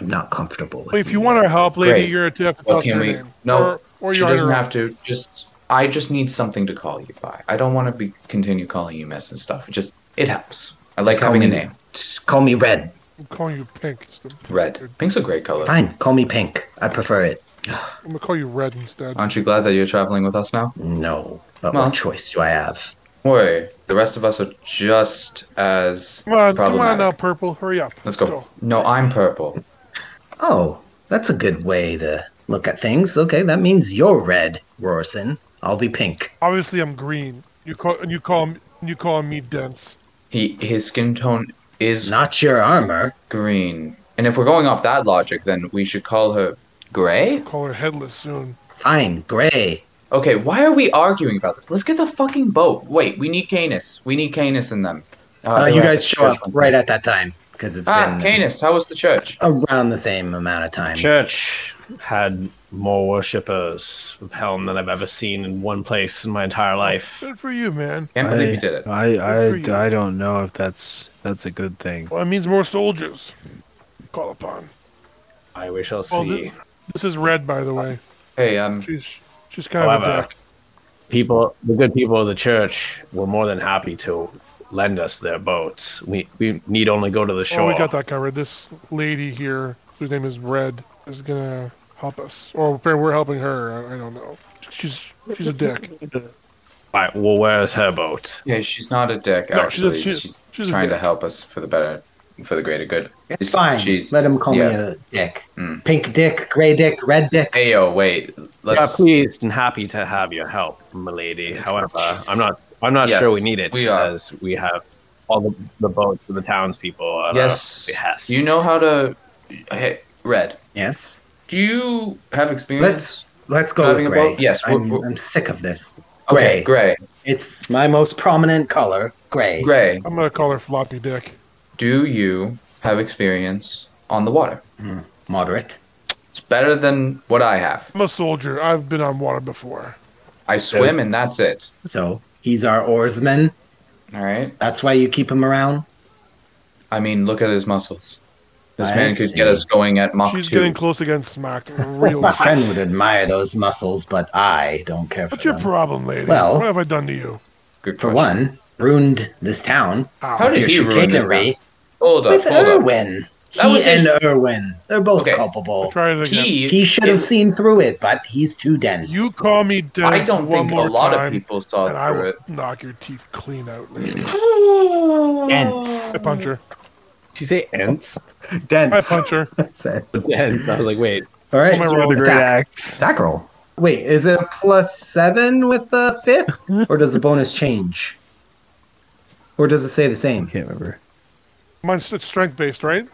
[SPEAKER 3] I'm not comfortable with
[SPEAKER 6] Wait, if you want our help, lady,
[SPEAKER 4] Great.
[SPEAKER 6] you're gonna have to tell
[SPEAKER 4] Well,
[SPEAKER 6] us your
[SPEAKER 4] can we?
[SPEAKER 6] name.
[SPEAKER 4] No,
[SPEAKER 6] or, or
[SPEAKER 4] she
[SPEAKER 6] you're on
[SPEAKER 4] doesn't
[SPEAKER 6] your
[SPEAKER 4] have to. Just I just need something to call you by. I don't want to be continue calling you Miss and stuff. It just it helps. I like
[SPEAKER 3] Just call
[SPEAKER 4] having a
[SPEAKER 3] me-
[SPEAKER 4] name.
[SPEAKER 3] Just call me Red.
[SPEAKER 6] I'm calling you pink.
[SPEAKER 4] Red. Pink's a great color.
[SPEAKER 3] Fine, call me Pink. I prefer it.
[SPEAKER 6] I'm gonna call you red instead.
[SPEAKER 4] Aren't you glad that you're traveling with us now?
[SPEAKER 3] No. But
[SPEAKER 4] Well.
[SPEAKER 3] what choice do I have?
[SPEAKER 4] Wait, the rest of us are just as
[SPEAKER 6] Come on, come on
[SPEAKER 4] problematic.
[SPEAKER 6] now, purple. Hurry up.
[SPEAKER 4] Let's go. No, I'm purple.
[SPEAKER 3] Oh, that's a good way to look at things. Okay, that means you're red, Rorson. I'll be pink.
[SPEAKER 6] Obviously, I'm green. You call and you call me- you call me dense.
[SPEAKER 4] He his skin tone is
[SPEAKER 3] Not your armor.
[SPEAKER 4] green. And if we're going off that logic, then we should call her gray.
[SPEAKER 6] Call her headless soon.
[SPEAKER 3] Fine, gray.
[SPEAKER 4] Okay, why are we arguing about this? Let's get the fucking boat. Wait, we need Canis. We need Canis in them. Ah,
[SPEAKER 3] Uh,
[SPEAKER 4] they
[SPEAKER 3] you
[SPEAKER 4] were at
[SPEAKER 3] guys
[SPEAKER 4] the
[SPEAKER 3] show up
[SPEAKER 4] church one
[SPEAKER 3] right
[SPEAKER 4] time.
[SPEAKER 3] at that time because it's
[SPEAKER 4] Ah,
[SPEAKER 3] been
[SPEAKER 4] Canis, how was the church?
[SPEAKER 3] around the same amount of time.
[SPEAKER 2] Church had more worshippers of Helm than I've ever seen in one place in my entire life.
[SPEAKER 6] Good for you, man.
[SPEAKER 4] Can't believe you did it.
[SPEAKER 5] I I,
[SPEAKER 6] Good for you.
[SPEAKER 5] I don't know if that's that's a good thing.
[SPEAKER 6] Well, it means more soldiers. Call upon.
[SPEAKER 2] I we shall
[SPEAKER 6] Well,
[SPEAKER 2] see.
[SPEAKER 6] thi- This is red, by the way.
[SPEAKER 4] Hey, um,
[SPEAKER 6] She's she's kind of a
[SPEAKER 2] However,
[SPEAKER 6] dick.
[SPEAKER 2] people, the good people of the church, were more than happy to lend us their boats. We we need only go to the
[SPEAKER 6] Oh,
[SPEAKER 2] shore.
[SPEAKER 6] we got that covered. This lady here, whose name is Red, is gonna help us, or we're helping her. I, I don't know. She's she's a dick.
[SPEAKER 2] All right, well, where's her boat?
[SPEAKER 4] yeah, she's not a dick.
[SPEAKER 6] No, she's a-
[SPEAKER 4] actually,
[SPEAKER 6] she's-
[SPEAKER 4] she's,
[SPEAKER 6] she's a
[SPEAKER 4] trying to
[SPEAKER 6] dick.
[SPEAKER 4] help us for the better, for the greater good.
[SPEAKER 9] It's fine.
[SPEAKER 4] She's
[SPEAKER 9] Let him call me
[SPEAKER 4] yeah.
[SPEAKER 9] a dick.
[SPEAKER 4] Mm.
[SPEAKER 9] Pink dick, gray dick, red dick.
[SPEAKER 4] Hey, yo, wait.
[SPEAKER 2] We are
[SPEAKER 4] Let's.
[SPEAKER 2] pleased and happy to have your help, milady. However, I'm not. I'm not
[SPEAKER 4] Yes,
[SPEAKER 2] sure we need it
[SPEAKER 4] we are.
[SPEAKER 2] as we have all the, the boats for the townspeople. At
[SPEAKER 4] Yes.
[SPEAKER 2] our behest.
[SPEAKER 4] You know how to. Hey, Red.
[SPEAKER 9] Yes.
[SPEAKER 4] Do you have
[SPEAKER 9] Let's
[SPEAKER 4] experience?
[SPEAKER 9] let's go
[SPEAKER 4] Driving
[SPEAKER 9] with
[SPEAKER 4] a
[SPEAKER 9] gray.
[SPEAKER 4] boat? Yes, we're-
[SPEAKER 9] I'm,
[SPEAKER 4] we're-
[SPEAKER 9] I'm sick of this.
[SPEAKER 4] Okay, Gray.
[SPEAKER 9] It's my most prominent color, gray.
[SPEAKER 4] Gray.
[SPEAKER 6] I'm gonna call her floppy dick.
[SPEAKER 4] Do you have experience on the water?
[SPEAKER 9] Moderate.
[SPEAKER 4] It's better than what I have.
[SPEAKER 6] I'm a soldier. I've been on water before.
[SPEAKER 4] I swim and that's it.
[SPEAKER 9] So he's our oarsman.
[SPEAKER 4] All right.
[SPEAKER 9] That's why you keep him around.
[SPEAKER 4] I mean, look at his muscles. This
[SPEAKER 9] I
[SPEAKER 4] man could
[SPEAKER 9] see.
[SPEAKER 4] get us going at Mach
[SPEAKER 6] she's
[SPEAKER 4] 2.
[SPEAKER 6] getting close to getting smacked real
[SPEAKER 9] My
[SPEAKER 6] soon.
[SPEAKER 9] friend would admire those muscles, but I don't care for
[SPEAKER 6] What's your
[SPEAKER 9] them.
[SPEAKER 6] problem, lady?
[SPEAKER 9] Well-
[SPEAKER 6] what have I done to you?
[SPEAKER 4] Good
[SPEAKER 9] for
[SPEAKER 4] question.
[SPEAKER 9] one, ruined this town.
[SPEAKER 6] Ow.
[SPEAKER 4] How
[SPEAKER 9] with
[SPEAKER 4] did
[SPEAKER 9] your
[SPEAKER 4] he ruin this
[SPEAKER 9] chicanery
[SPEAKER 4] Hold up,
[SPEAKER 9] with
[SPEAKER 4] hold up.
[SPEAKER 9] Irwin.
[SPEAKER 4] That
[SPEAKER 9] He
[SPEAKER 4] was his-
[SPEAKER 9] and Irwin. They're both
[SPEAKER 4] Okay.
[SPEAKER 9] culpable.
[SPEAKER 6] Try it again.
[SPEAKER 4] He,
[SPEAKER 9] He should have
[SPEAKER 4] it-
[SPEAKER 9] seen through it, but he's too dense.
[SPEAKER 6] You call me dense
[SPEAKER 4] I don't
[SPEAKER 6] one
[SPEAKER 4] think a
[SPEAKER 6] more
[SPEAKER 4] lot
[SPEAKER 6] time,
[SPEAKER 4] of people saw
[SPEAKER 6] and I
[SPEAKER 4] through
[SPEAKER 6] will
[SPEAKER 4] it.
[SPEAKER 6] knock your teeth clean out, lady.
[SPEAKER 9] dense.
[SPEAKER 6] I punch her.
[SPEAKER 2] Did you say ants?
[SPEAKER 6] I
[SPEAKER 3] Dense.
[SPEAKER 6] punch her.
[SPEAKER 3] Said.
[SPEAKER 2] Ants. I was like, wait.
[SPEAKER 3] All right.
[SPEAKER 6] Am I wrong?
[SPEAKER 3] Attack. Attack roll. Wait, is it a plus seven with the fist, or does the bonus change, or does it stay the same?
[SPEAKER 7] Can't remember.
[SPEAKER 6] Mine's it's strength based, right?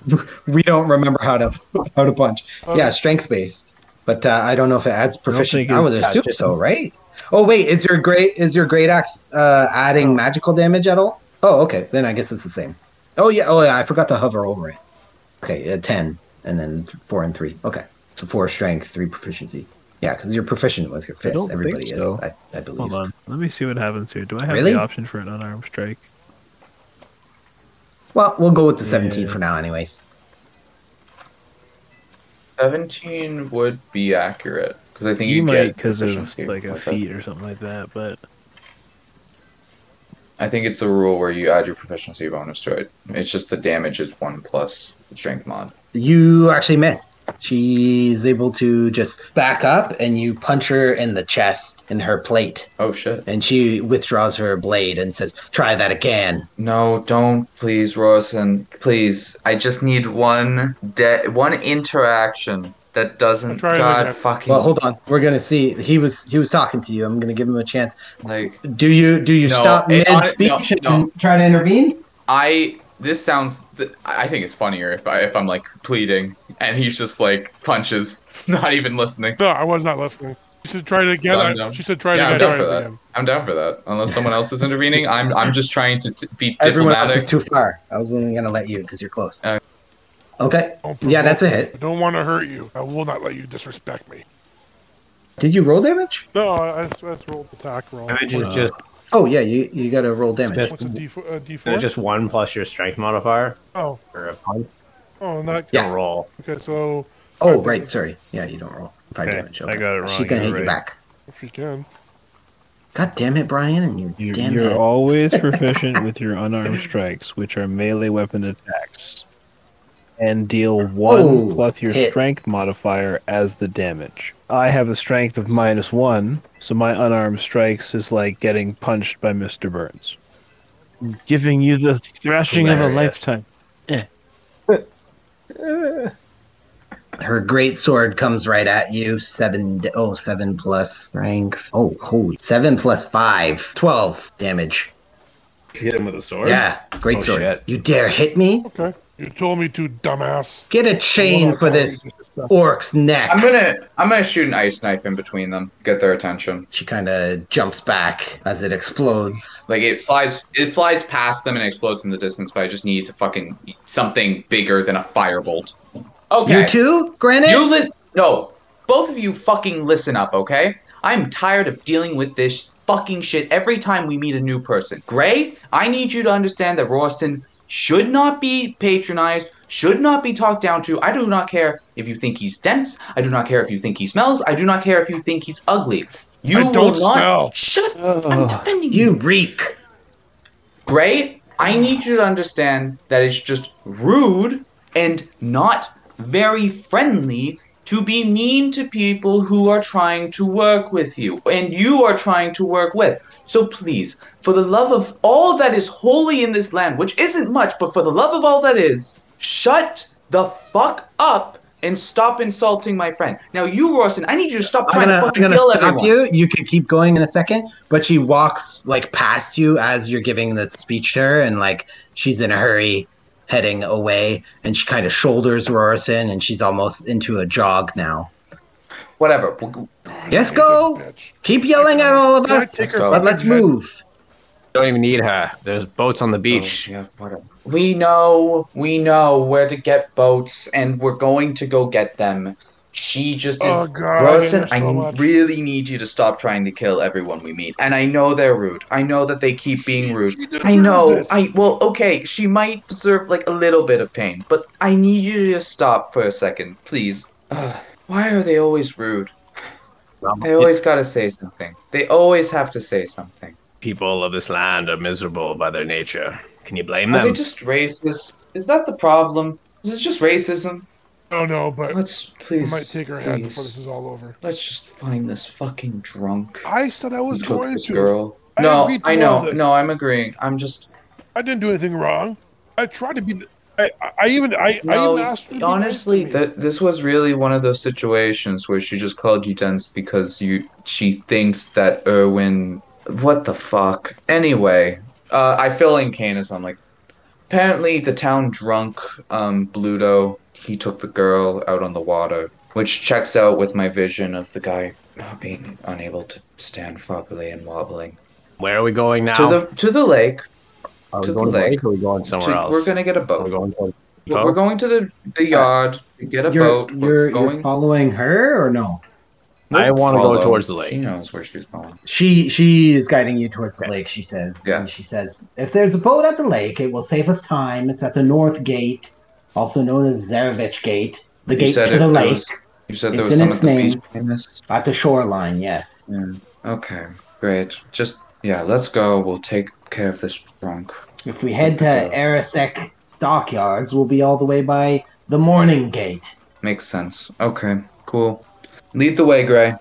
[SPEAKER 3] We don't remember how to how to punch.
[SPEAKER 6] Okay.
[SPEAKER 3] Yeah, strength based, but uh, I don't know if it adds proficiency.
[SPEAKER 7] think it
[SPEAKER 3] I would assume so, right? Oh wait, is your great is your great axe uh, adding magical damage at all? Oh, okay, then I guess it's the same. Oh yeah, oh yeah, I forgot to hover over it. Okay, uh, ten, and then th- four and three. Okay, so four strength, three proficiency. Yeah, because you're proficient with your fist.
[SPEAKER 7] don't
[SPEAKER 3] Everybody
[SPEAKER 7] think
[SPEAKER 3] is,
[SPEAKER 7] so.
[SPEAKER 3] I, I believe.
[SPEAKER 5] Hold on. Let me see what happens here. Do I have
[SPEAKER 3] Really?
[SPEAKER 5] the option for an unarmed strike?
[SPEAKER 3] Well, we'll go with the 17 for now, anyways.
[SPEAKER 4] 17 would be accurate. Because I think
[SPEAKER 5] You,
[SPEAKER 4] you,
[SPEAKER 5] might
[SPEAKER 4] get
[SPEAKER 5] because of
[SPEAKER 4] proficiency
[SPEAKER 5] like a
[SPEAKER 4] with that.
[SPEAKER 5] feat or something like that, but
[SPEAKER 4] I think it's a rule where you add your proficiency bonus to it. It's just the damage is 1 plus strength mod.
[SPEAKER 3] You actually miss. She's able to just back up, and you punch her in the chest in her plate,
[SPEAKER 4] Oh shit.
[SPEAKER 3] and she withdraws her blade and says, "Try that again."
[SPEAKER 4] No, don't please, Rosen. Please. I just need one de- one interaction that
[SPEAKER 6] I'll
[SPEAKER 4] doesn't
[SPEAKER 6] try it
[SPEAKER 4] God
[SPEAKER 6] again.
[SPEAKER 4] fucking
[SPEAKER 3] Well, hold on. We're gonna see. He was he was talking to you. I'm gonna give him a chance.
[SPEAKER 4] like
[SPEAKER 3] Do you do you
[SPEAKER 4] No,
[SPEAKER 3] stop
[SPEAKER 4] it-
[SPEAKER 3] mid speech
[SPEAKER 4] no, no.
[SPEAKER 3] and try to intervene?
[SPEAKER 4] I this sounds th- I think it's funnier if I if I'm like pleading and he's just like punches, not even listening.
[SPEAKER 6] No, I was not listening. She said try it again.
[SPEAKER 4] Done,
[SPEAKER 6] I-
[SPEAKER 4] done.
[SPEAKER 6] she said try it
[SPEAKER 4] Yeah, I'm
[SPEAKER 6] again.
[SPEAKER 4] down
[SPEAKER 6] try
[SPEAKER 4] for
[SPEAKER 6] it
[SPEAKER 4] that.
[SPEAKER 6] again.
[SPEAKER 4] I'm down for that. Unless someone else is intervening, I'm I'm just trying to t- be
[SPEAKER 3] Everyone else is
[SPEAKER 4] diplomatic.
[SPEAKER 3] too far. I was only gonna let you because you're close.
[SPEAKER 4] Uh,
[SPEAKER 3] okay.
[SPEAKER 6] Don't
[SPEAKER 3] Yeah,
[SPEAKER 6] provoke
[SPEAKER 3] that's a
[SPEAKER 6] me.
[SPEAKER 3] hit.
[SPEAKER 6] I don't want to hurt you. I will not let you disrespect me.
[SPEAKER 3] Did you roll damage?
[SPEAKER 6] No, I, I just I just rolled the attack roll.
[SPEAKER 2] Damage is just
[SPEAKER 3] Oh yeah, you you got to roll damage.
[SPEAKER 2] Just-
[SPEAKER 6] What's a D4? A
[SPEAKER 2] is it
[SPEAKER 6] D4?
[SPEAKER 2] just one plus your strength modifier
[SPEAKER 6] Oh,
[SPEAKER 2] or a punch
[SPEAKER 6] oh, not
[SPEAKER 3] Yeah.
[SPEAKER 2] Don't roll.
[SPEAKER 6] okay. So
[SPEAKER 3] Oh right, sorry. Yeah, you don't roll five
[SPEAKER 5] Okay,
[SPEAKER 3] damage.
[SPEAKER 5] I
[SPEAKER 3] Okay.
[SPEAKER 5] got it wrong,
[SPEAKER 3] She's gonna
[SPEAKER 5] you're
[SPEAKER 3] hit
[SPEAKER 5] right.
[SPEAKER 3] you back.
[SPEAKER 6] if you can,
[SPEAKER 3] God damn it, Brian, and your
[SPEAKER 5] you're,
[SPEAKER 3] damn
[SPEAKER 5] you're
[SPEAKER 3] head.
[SPEAKER 5] always proficient with your unarmed strikes, which are melee weapon attacks, and deal one
[SPEAKER 3] Oh,
[SPEAKER 5] plus your
[SPEAKER 3] hit.
[SPEAKER 5] strength modifier as the damage. I have a strength of minus one, so my unarmed strikes is like getting punched by Mister Burns, giving you the thrashing of
[SPEAKER 3] Hilarious.
[SPEAKER 5] a lifetime.
[SPEAKER 3] Her great sword comes right at you. Seven d- oh seven plus strength. Oh holy seven plus five. Twelve damage.
[SPEAKER 2] Did you hit him with a sword?
[SPEAKER 3] Yeah, great
[SPEAKER 2] Oh,
[SPEAKER 3] sword.
[SPEAKER 2] shit.
[SPEAKER 3] You dare hit me?
[SPEAKER 6] okay. You told me to, dumbass.
[SPEAKER 3] Get a chain
[SPEAKER 6] Well,
[SPEAKER 3] for
[SPEAKER 6] I
[SPEAKER 3] this
[SPEAKER 6] told you disrespect-
[SPEAKER 3] orc's neck.
[SPEAKER 4] I'm gonna I'm gonna shoot an ice knife in between them, get their attention.
[SPEAKER 3] she kind of jumps back as it explodes.
[SPEAKER 4] Like it flies, it flies past them and explodes in the distance. But I just need to fucking something bigger than a firebolt. Okay.
[SPEAKER 3] You too, Granite?
[SPEAKER 4] You li- no. Both of you fucking listen up, okay? I'm tired of dealing with this fucking shit every time we meet a new person. Gray, I need you to understand that Rawson should not be patronized, should not be talked down to. I do not care if you think he's dense. I do not care if you think he smells. I do not care if you think he's ugly. You
[SPEAKER 6] I don't
[SPEAKER 4] will not
[SPEAKER 6] smell.
[SPEAKER 4] shut. I'm defending you.
[SPEAKER 9] You reek.
[SPEAKER 4] Gray, I need you to understand that it's just rude and not very friendly to be mean to people who are trying to work with you and you are trying to work with. So please, for the love of all that is holy in this land, which isn't much, but for the love of all that is, shut the fuck up and stop insulting my friend. Now you, Rawson, I need you to stop
[SPEAKER 3] I'm
[SPEAKER 4] trying
[SPEAKER 3] gonna,
[SPEAKER 4] to
[SPEAKER 3] I'm
[SPEAKER 4] fucking
[SPEAKER 3] gonna
[SPEAKER 4] kill
[SPEAKER 3] stop
[SPEAKER 4] everyone.
[SPEAKER 3] you. You can keep going in a second, but she walks like past you as you're giving this speech to her, and like she's in a hurry, heading away, and she kind of shoulders Rorison, and she's almost into a jog now.
[SPEAKER 4] Whatever. We'll-
[SPEAKER 3] Yes, go.
[SPEAKER 6] Bitch.
[SPEAKER 3] Keep yelling at all of
[SPEAKER 6] Can I
[SPEAKER 3] us,
[SPEAKER 6] take her
[SPEAKER 3] but
[SPEAKER 4] fucking
[SPEAKER 3] let's
[SPEAKER 6] head?
[SPEAKER 3] move.
[SPEAKER 2] Don't even need her. There's boats
[SPEAKER 4] Oh.
[SPEAKER 2] on the beach.
[SPEAKER 4] Yeah, whatever. We know, we know where to get boats, and we're going to go get them. She just
[SPEAKER 6] Oh,
[SPEAKER 4] is.
[SPEAKER 6] God, I
[SPEAKER 4] Rosen,
[SPEAKER 6] hate her
[SPEAKER 4] I
[SPEAKER 6] so much.
[SPEAKER 4] really need you to stop trying to kill everyone we meet. And I know they're rude. I know that they keep being rude.
[SPEAKER 6] she
[SPEAKER 4] I know.
[SPEAKER 6] deserves it.
[SPEAKER 4] I well, okay. She might deserve like a little bit of pain, but I need you to just stop for a second, please. Ugh, why are they always rude? They always gotta say something. They always have to say something.
[SPEAKER 2] People of this land are miserable by their nature. Can you blame
[SPEAKER 4] Are they
[SPEAKER 2] them?
[SPEAKER 4] just racist? Is that the problem? Is it just racism?
[SPEAKER 6] I don't know, Oh, but
[SPEAKER 4] Let's
[SPEAKER 6] I
[SPEAKER 4] please.
[SPEAKER 6] might take her head
[SPEAKER 4] please.
[SPEAKER 6] before this is all over.
[SPEAKER 4] Let's just find this fucking drunk.
[SPEAKER 6] I said I was
[SPEAKER 4] who took
[SPEAKER 6] going
[SPEAKER 4] this
[SPEAKER 6] to.
[SPEAKER 4] girl.
[SPEAKER 6] I
[SPEAKER 4] no,
[SPEAKER 6] agreed to
[SPEAKER 4] I
[SPEAKER 6] all
[SPEAKER 4] know.
[SPEAKER 6] this.
[SPEAKER 4] No, I'm agreeing. I'm just.
[SPEAKER 6] I didn't do anything wrong. I tried to be. I, I- I even I, I
[SPEAKER 4] No,
[SPEAKER 6] even asked. her to be nice
[SPEAKER 4] honestly,
[SPEAKER 6] to me.
[SPEAKER 4] th- this was really one of those situations where she just called you dense because you she thinks that Erwin. What the fuck? Anyway, uh, I fill in Canis. I'm like, apparently the town drunk, um, Bluto. He took the girl out on the water, which checks out with my vision of the guy being unable to stand properly and wobbling.
[SPEAKER 2] Where are we going now?
[SPEAKER 4] to the to the lake.
[SPEAKER 2] are we
[SPEAKER 4] to the
[SPEAKER 2] going to the
[SPEAKER 4] lake.
[SPEAKER 2] lake or are we going somewhere
[SPEAKER 4] to-
[SPEAKER 2] else?
[SPEAKER 4] We're gonna get a
[SPEAKER 2] Are we
[SPEAKER 4] boat.
[SPEAKER 2] going to
[SPEAKER 4] We're we're going to the, the yard to get a boat. We're
[SPEAKER 3] you're,
[SPEAKER 4] going.
[SPEAKER 3] you're following her or no?
[SPEAKER 2] I want to
[SPEAKER 4] Follow.
[SPEAKER 2] go towards the
[SPEAKER 4] She
[SPEAKER 2] lake.
[SPEAKER 4] knows where she's going.
[SPEAKER 3] She she is guiding you towards the lake. She says,
[SPEAKER 4] Yeah.
[SPEAKER 3] and she says, if there's a boat at the lake, it will save us time. It's at the north gate, also known as Zarevich Gate, the
[SPEAKER 4] You
[SPEAKER 3] gate
[SPEAKER 4] said
[SPEAKER 3] to
[SPEAKER 4] it-
[SPEAKER 3] the
[SPEAKER 4] there
[SPEAKER 3] lake
[SPEAKER 4] was- You said there
[SPEAKER 3] It's in
[SPEAKER 4] was some
[SPEAKER 3] its
[SPEAKER 4] at the
[SPEAKER 3] name.
[SPEAKER 4] beach in this.
[SPEAKER 3] at the shoreline. Yes.
[SPEAKER 4] Yeah. Okay. Great. Just yeah. Let's go. We'll take care of this drunk.
[SPEAKER 3] If we head to Arasek Stockyards, we'll be all the way by the morning gate.
[SPEAKER 4] Makes sense. Okay. Cool. Lead the way, Gray.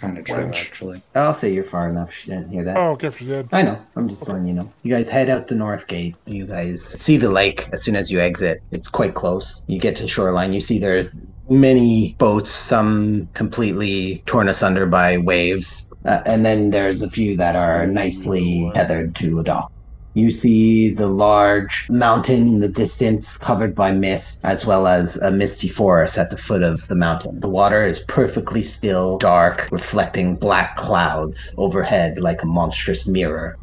[SPEAKER 4] Kind of true,
[SPEAKER 6] Wench.
[SPEAKER 4] actually.
[SPEAKER 3] I'll say Oh, you're far enough. She didn't hear that.
[SPEAKER 6] Oh, okay, she did.
[SPEAKER 3] I know. I'm just letting you know. You guys head out the north gate. You guys see the lake as soon as you exit. It's quite close. You get to the shoreline. You see there's many boats, some completely torn asunder by waves, uh, and then there's a few that are nicely tethered to a dock. You see the large mountain in the distance covered by mist, as well as a misty forest at the foot of the mountain. The water is perfectly still, dark, reflecting black clouds overhead like a monstrous mirror.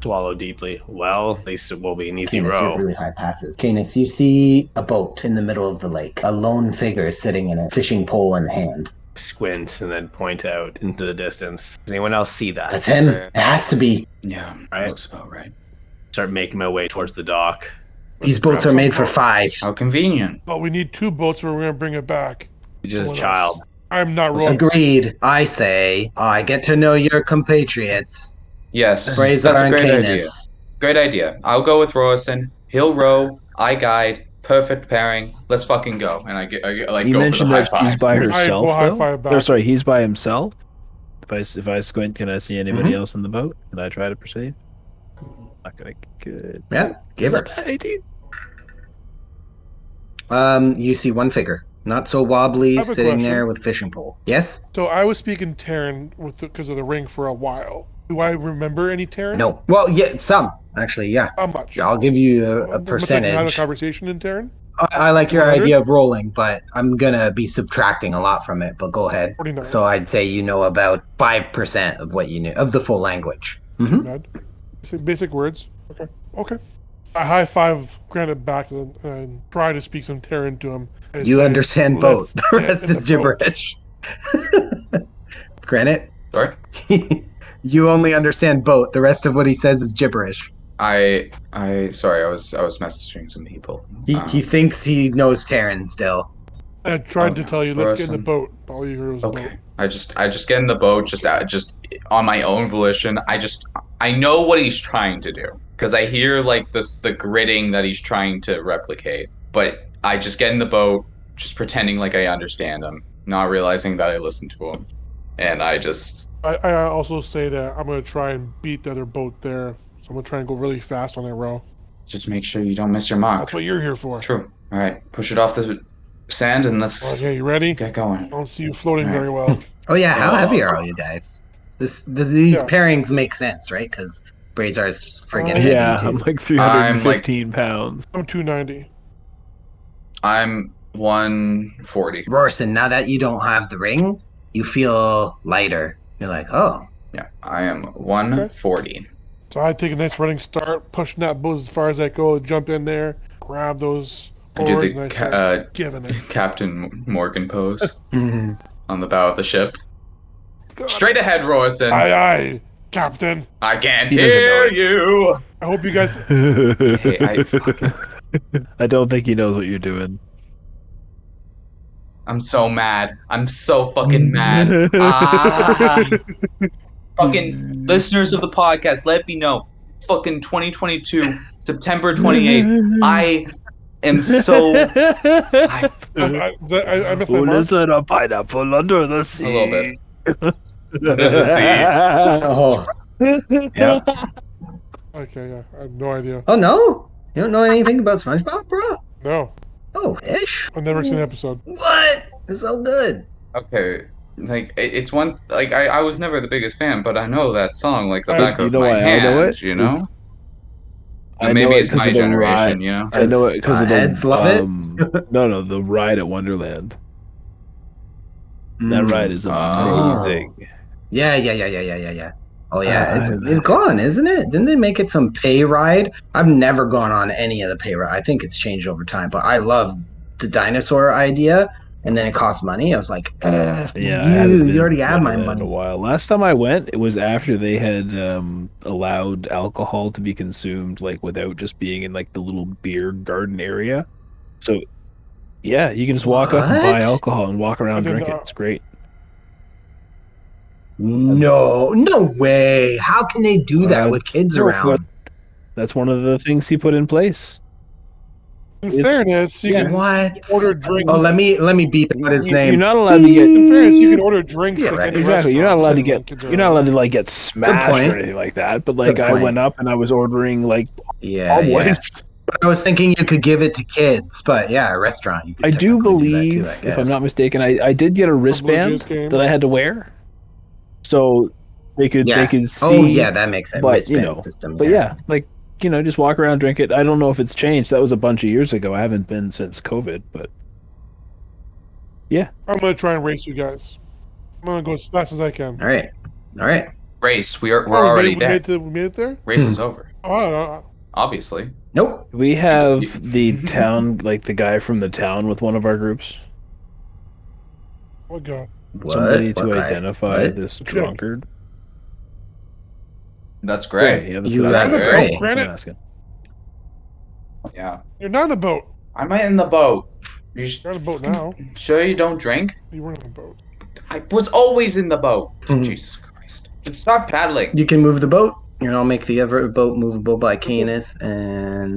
[SPEAKER 2] Swallow deeply. Well, at least it will be an easy
[SPEAKER 3] Canis, you
[SPEAKER 2] row.
[SPEAKER 3] have really high passes. Canis, you see a boat in the middle of the lake. A lone figure is sitting in a fishing pole in hand.
[SPEAKER 2] Squint and then point out into the distance. Does anyone else see that?
[SPEAKER 3] That's him. It has to be.
[SPEAKER 4] Yeah.
[SPEAKER 2] Right.
[SPEAKER 4] Looks about right.
[SPEAKER 2] Start making my way towards the dock.
[SPEAKER 3] These boats are made for five.
[SPEAKER 4] How convenient.
[SPEAKER 6] But we need two boats, or we're gonna bring it back.
[SPEAKER 2] He's just a
[SPEAKER 6] Someone
[SPEAKER 2] child.
[SPEAKER 6] else. I'm not wrong.
[SPEAKER 3] Agreed. I say, I get to know your compatriots.
[SPEAKER 4] Yes.
[SPEAKER 3] Razor
[SPEAKER 4] that's a
[SPEAKER 3] and
[SPEAKER 4] great idea.
[SPEAKER 3] Canis.
[SPEAKER 4] Great idea. I'll go with Roison. He'll row. I guide. Perfect pairing. Let's fucking go. And I get, I get like
[SPEAKER 7] you
[SPEAKER 4] go
[SPEAKER 7] mentioned
[SPEAKER 4] for the
[SPEAKER 7] that
[SPEAKER 4] high
[SPEAKER 7] she's
[SPEAKER 4] five.
[SPEAKER 7] by
[SPEAKER 6] will
[SPEAKER 7] herself.
[SPEAKER 6] high
[SPEAKER 7] though?
[SPEAKER 6] five back.
[SPEAKER 7] Or, sorry, he's by himself. If I s- if I squint, can I see anybody
[SPEAKER 3] Mm-hmm.
[SPEAKER 7] else in the boat? Can I try to perceive? Not gonna good.
[SPEAKER 3] Yeah, give her.
[SPEAKER 7] Eighteen.
[SPEAKER 3] Um, you see one figure, not so wobbly,
[SPEAKER 6] I have a
[SPEAKER 3] sitting
[SPEAKER 6] question.
[SPEAKER 3] there with fishing pole. Yes?
[SPEAKER 6] So I was speaking Terran with because of the ring for a while. Do I remember any Terran?
[SPEAKER 3] No. Well, yeah, some actually. Yeah,
[SPEAKER 6] How much?
[SPEAKER 3] I'll give you a,
[SPEAKER 6] Am
[SPEAKER 3] a
[SPEAKER 6] I taking Out of
[SPEAKER 3] percentage. I,
[SPEAKER 6] conversation in Terran.
[SPEAKER 3] I like your
[SPEAKER 6] 100?
[SPEAKER 3] idea of rolling, but I'm gonna be subtracting a lot from it. But go ahead.
[SPEAKER 6] 49.
[SPEAKER 3] So I'd say you know about five percent of what you knew of the full language. hmm
[SPEAKER 6] Bad. Basic, basic words. Okay. Okay. I high five Granite back and, and try to speak some Terran to him. and
[SPEAKER 3] You
[SPEAKER 6] say,
[SPEAKER 3] understand both. The
[SPEAKER 6] "Left
[SPEAKER 3] rest is
[SPEAKER 6] boat."
[SPEAKER 3] gibberish. Granite,
[SPEAKER 4] Sorry,
[SPEAKER 3] you only understand boat. The rest of what he says is gibberish.
[SPEAKER 4] I I sorry, I was I was messaging some people.
[SPEAKER 3] He,
[SPEAKER 4] Um,
[SPEAKER 6] Ah.
[SPEAKER 3] he thinks he knows Terran still.
[SPEAKER 6] I tried to tell you, let's get in the
[SPEAKER 4] Person.
[SPEAKER 6] boat. but All you heard was boat.
[SPEAKER 4] Okay. I just I just get in the boat just uh, just on my own volition. I just I know what he's trying to do because I hear like this the gritting that he's trying to replicate. But I just get in the boat, just pretending like I understand him, not realizing that I listened to him, and I just
[SPEAKER 6] I, I also say that I'm gonna try and beat the other boat there. So I'm gonna try and go really fast on that row.
[SPEAKER 4] just make sure you don't miss your mark.
[SPEAKER 6] That's what you're here for.
[SPEAKER 4] True. All right, push it off the sand and let's
[SPEAKER 6] Okay, you ready?
[SPEAKER 4] get going.
[SPEAKER 6] don't see you floating very well.
[SPEAKER 3] Oh yeah, how
[SPEAKER 4] Oh.
[SPEAKER 3] heavy are all you guys? This, this these
[SPEAKER 6] Yeah.
[SPEAKER 3] pairings make sense, right? Because Brazar is friggin'
[SPEAKER 6] Uh,
[SPEAKER 3] heavy
[SPEAKER 5] Yeah,
[SPEAKER 3] too.
[SPEAKER 5] I'm like
[SPEAKER 4] I'm, like-
[SPEAKER 5] 315 pounds.
[SPEAKER 6] I'm 290.
[SPEAKER 4] I'm 140.
[SPEAKER 3] Rorson, now that you don't have the ring, you feel lighter. You're like, oh,
[SPEAKER 4] Yeah, I am 140.
[SPEAKER 6] So I take a nice running start, pushing that boat as far as I go, jump in there, grab those
[SPEAKER 4] I do
[SPEAKER 6] oars,
[SPEAKER 4] the
[SPEAKER 6] and I
[SPEAKER 4] ca-
[SPEAKER 6] start
[SPEAKER 4] uh,
[SPEAKER 6] giving it.
[SPEAKER 4] Captain Morgan pose on the bow of the ship.
[SPEAKER 6] God.
[SPEAKER 4] Straight ahead, Royson. I,
[SPEAKER 6] Aye, aye, Captain.
[SPEAKER 4] can't
[SPEAKER 5] doesn't know
[SPEAKER 4] hear
[SPEAKER 5] it.
[SPEAKER 4] you.
[SPEAKER 6] I hope you guys.
[SPEAKER 4] Hey, I, fucking-
[SPEAKER 5] I don't think he knows what you're doing.
[SPEAKER 4] I'm so mad. I'm so fucking mad. Ah. fucking listeners of the podcast, let me know. Fucking 2022, September 28th. I am so. I,
[SPEAKER 6] I, I, I missed my
[SPEAKER 5] Who
[SPEAKER 6] mark.
[SPEAKER 5] lives in a pineapple under the sea?
[SPEAKER 4] little bit.
[SPEAKER 3] oh, yeah.
[SPEAKER 6] Okay, yeah, I have no idea.
[SPEAKER 3] oh no, you don't know anything about SpongeBob, bro?
[SPEAKER 6] No,
[SPEAKER 3] Oh, ish.
[SPEAKER 6] I've never seen an episode.
[SPEAKER 3] What? It's so good.
[SPEAKER 4] okay. Like it- it's one like I, I was never the biggest fan, but I know that song like the
[SPEAKER 6] I-
[SPEAKER 4] back
[SPEAKER 5] you
[SPEAKER 4] of
[SPEAKER 5] know
[SPEAKER 4] my
[SPEAKER 5] why I
[SPEAKER 4] hand.
[SPEAKER 5] know it?
[SPEAKER 4] You know,
[SPEAKER 5] It's- I
[SPEAKER 4] maybe
[SPEAKER 5] know it
[SPEAKER 4] it's
[SPEAKER 5] 'cause
[SPEAKER 4] my
[SPEAKER 5] of the
[SPEAKER 4] generation.
[SPEAKER 5] ride-
[SPEAKER 4] You know,
[SPEAKER 5] I know it because of the
[SPEAKER 3] Heads love it?
[SPEAKER 5] it. no, no, the ride at Wonderland. That ride is
[SPEAKER 4] Oh.
[SPEAKER 5] amazing.
[SPEAKER 3] Yeah, yeah, yeah, yeah, yeah, yeah, yeah. Oh yeah,
[SPEAKER 5] Uh,
[SPEAKER 3] it's
[SPEAKER 5] I-
[SPEAKER 3] it's gone, isn't it? Didn't they make it some pay ride? I've never gone on any of the pay ride. I think it's changed over time, but I love the dinosaur idea. And then it costs money. I was like, eh,
[SPEAKER 5] Yeah, I
[SPEAKER 3] you,
[SPEAKER 5] haven't been
[SPEAKER 3] you already have
[SPEAKER 5] to
[SPEAKER 3] my
[SPEAKER 5] Wonderland in a
[SPEAKER 3] money.
[SPEAKER 5] while. Last time I went, it was after they had um, allowed alcohol to be consumed, like without just being in like the little beer garden area. So, yeah, you can just walk up and
[SPEAKER 3] What?
[SPEAKER 5] buy alcohol and walk around
[SPEAKER 6] did
[SPEAKER 5] and drink it.
[SPEAKER 6] not-
[SPEAKER 5] It's great.
[SPEAKER 3] No, no way. How can they do that
[SPEAKER 5] Uh,
[SPEAKER 3] with kids
[SPEAKER 5] no,
[SPEAKER 3] around?
[SPEAKER 5] That's one of the things he put in place.
[SPEAKER 6] In
[SPEAKER 5] It's-
[SPEAKER 6] fairness, you can
[SPEAKER 3] What?
[SPEAKER 6] order drinks.
[SPEAKER 3] Oh, let me let me beep out his
[SPEAKER 5] You-
[SPEAKER 3] name.
[SPEAKER 5] You're not allowed to get
[SPEAKER 6] in fairness, you can order drinks.
[SPEAKER 3] Yeah,
[SPEAKER 6] at
[SPEAKER 3] right.
[SPEAKER 6] any
[SPEAKER 5] Exactly. You're not
[SPEAKER 6] restaurant,
[SPEAKER 5] allowed to get.
[SPEAKER 6] and kids are
[SPEAKER 5] You're not allowed to like get smashed
[SPEAKER 3] point.
[SPEAKER 5] or anything like that. But like, I
[SPEAKER 3] point.
[SPEAKER 5] went up and I was ordering like
[SPEAKER 3] yeah,
[SPEAKER 5] all
[SPEAKER 3] yeah.
[SPEAKER 5] boys.
[SPEAKER 3] I was thinking you could give it to kids, but yeah, a restaurant. You could
[SPEAKER 5] I do
[SPEAKER 3] technically do that
[SPEAKER 5] believe,
[SPEAKER 3] too, I
[SPEAKER 5] if I'm
[SPEAKER 3] guess.
[SPEAKER 5] not mistaken, I, I did get a
[SPEAKER 6] Blue Jays
[SPEAKER 5] wristband
[SPEAKER 6] game.
[SPEAKER 5] that I had to wear, so they could
[SPEAKER 3] Yeah.
[SPEAKER 5] they could see.
[SPEAKER 3] Oh yeah, that makes sense.
[SPEAKER 5] but, you
[SPEAKER 3] Wristband
[SPEAKER 5] know,
[SPEAKER 3] system.
[SPEAKER 5] But yeah, like you know, just walk around, drink it. I don't know if it's changed. That was a bunch of years ago. I haven't been since COVID, but
[SPEAKER 6] I'm gonna try and race you guys. I'm gonna go as fast as I can.
[SPEAKER 3] All right. All right.
[SPEAKER 4] race. We are we're
[SPEAKER 6] Oh, we
[SPEAKER 4] already
[SPEAKER 6] made,
[SPEAKER 4] there.
[SPEAKER 6] We made, to, we made it there.
[SPEAKER 4] Race is over.
[SPEAKER 6] Oh, I don't know.
[SPEAKER 4] Obviously.
[SPEAKER 3] Nope.
[SPEAKER 5] we have the town, like the guy from the town, with one of our groups.
[SPEAKER 6] What Oh, god?
[SPEAKER 3] What?
[SPEAKER 5] Somebody to
[SPEAKER 3] What guy?
[SPEAKER 5] identify
[SPEAKER 3] What?
[SPEAKER 5] this
[SPEAKER 6] Sure.
[SPEAKER 5] drunkard.
[SPEAKER 4] That's great.
[SPEAKER 5] Gray, Yeah, that's
[SPEAKER 3] You
[SPEAKER 5] what I-
[SPEAKER 3] have
[SPEAKER 4] a
[SPEAKER 5] Gray,
[SPEAKER 3] Gray.
[SPEAKER 5] that's what I'm
[SPEAKER 6] Granite.
[SPEAKER 5] asking.
[SPEAKER 4] Yeah.
[SPEAKER 6] You're not in a boat.
[SPEAKER 4] I might in the boat. You sh-
[SPEAKER 6] You're in a boat now.
[SPEAKER 4] sure you don't drink?
[SPEAKER 6] You weren't in a boat.
[SPEAKER 4] I was always in the boat.
[SPEAKER 5] Mm-hmm.
[SPEAKER 3] Mhm.
[SPEAKER 4] Jesus Christ. Just stop paddling.
[SPEAKER 3] You can move the boat, and I'll make the other boat movable by Canis and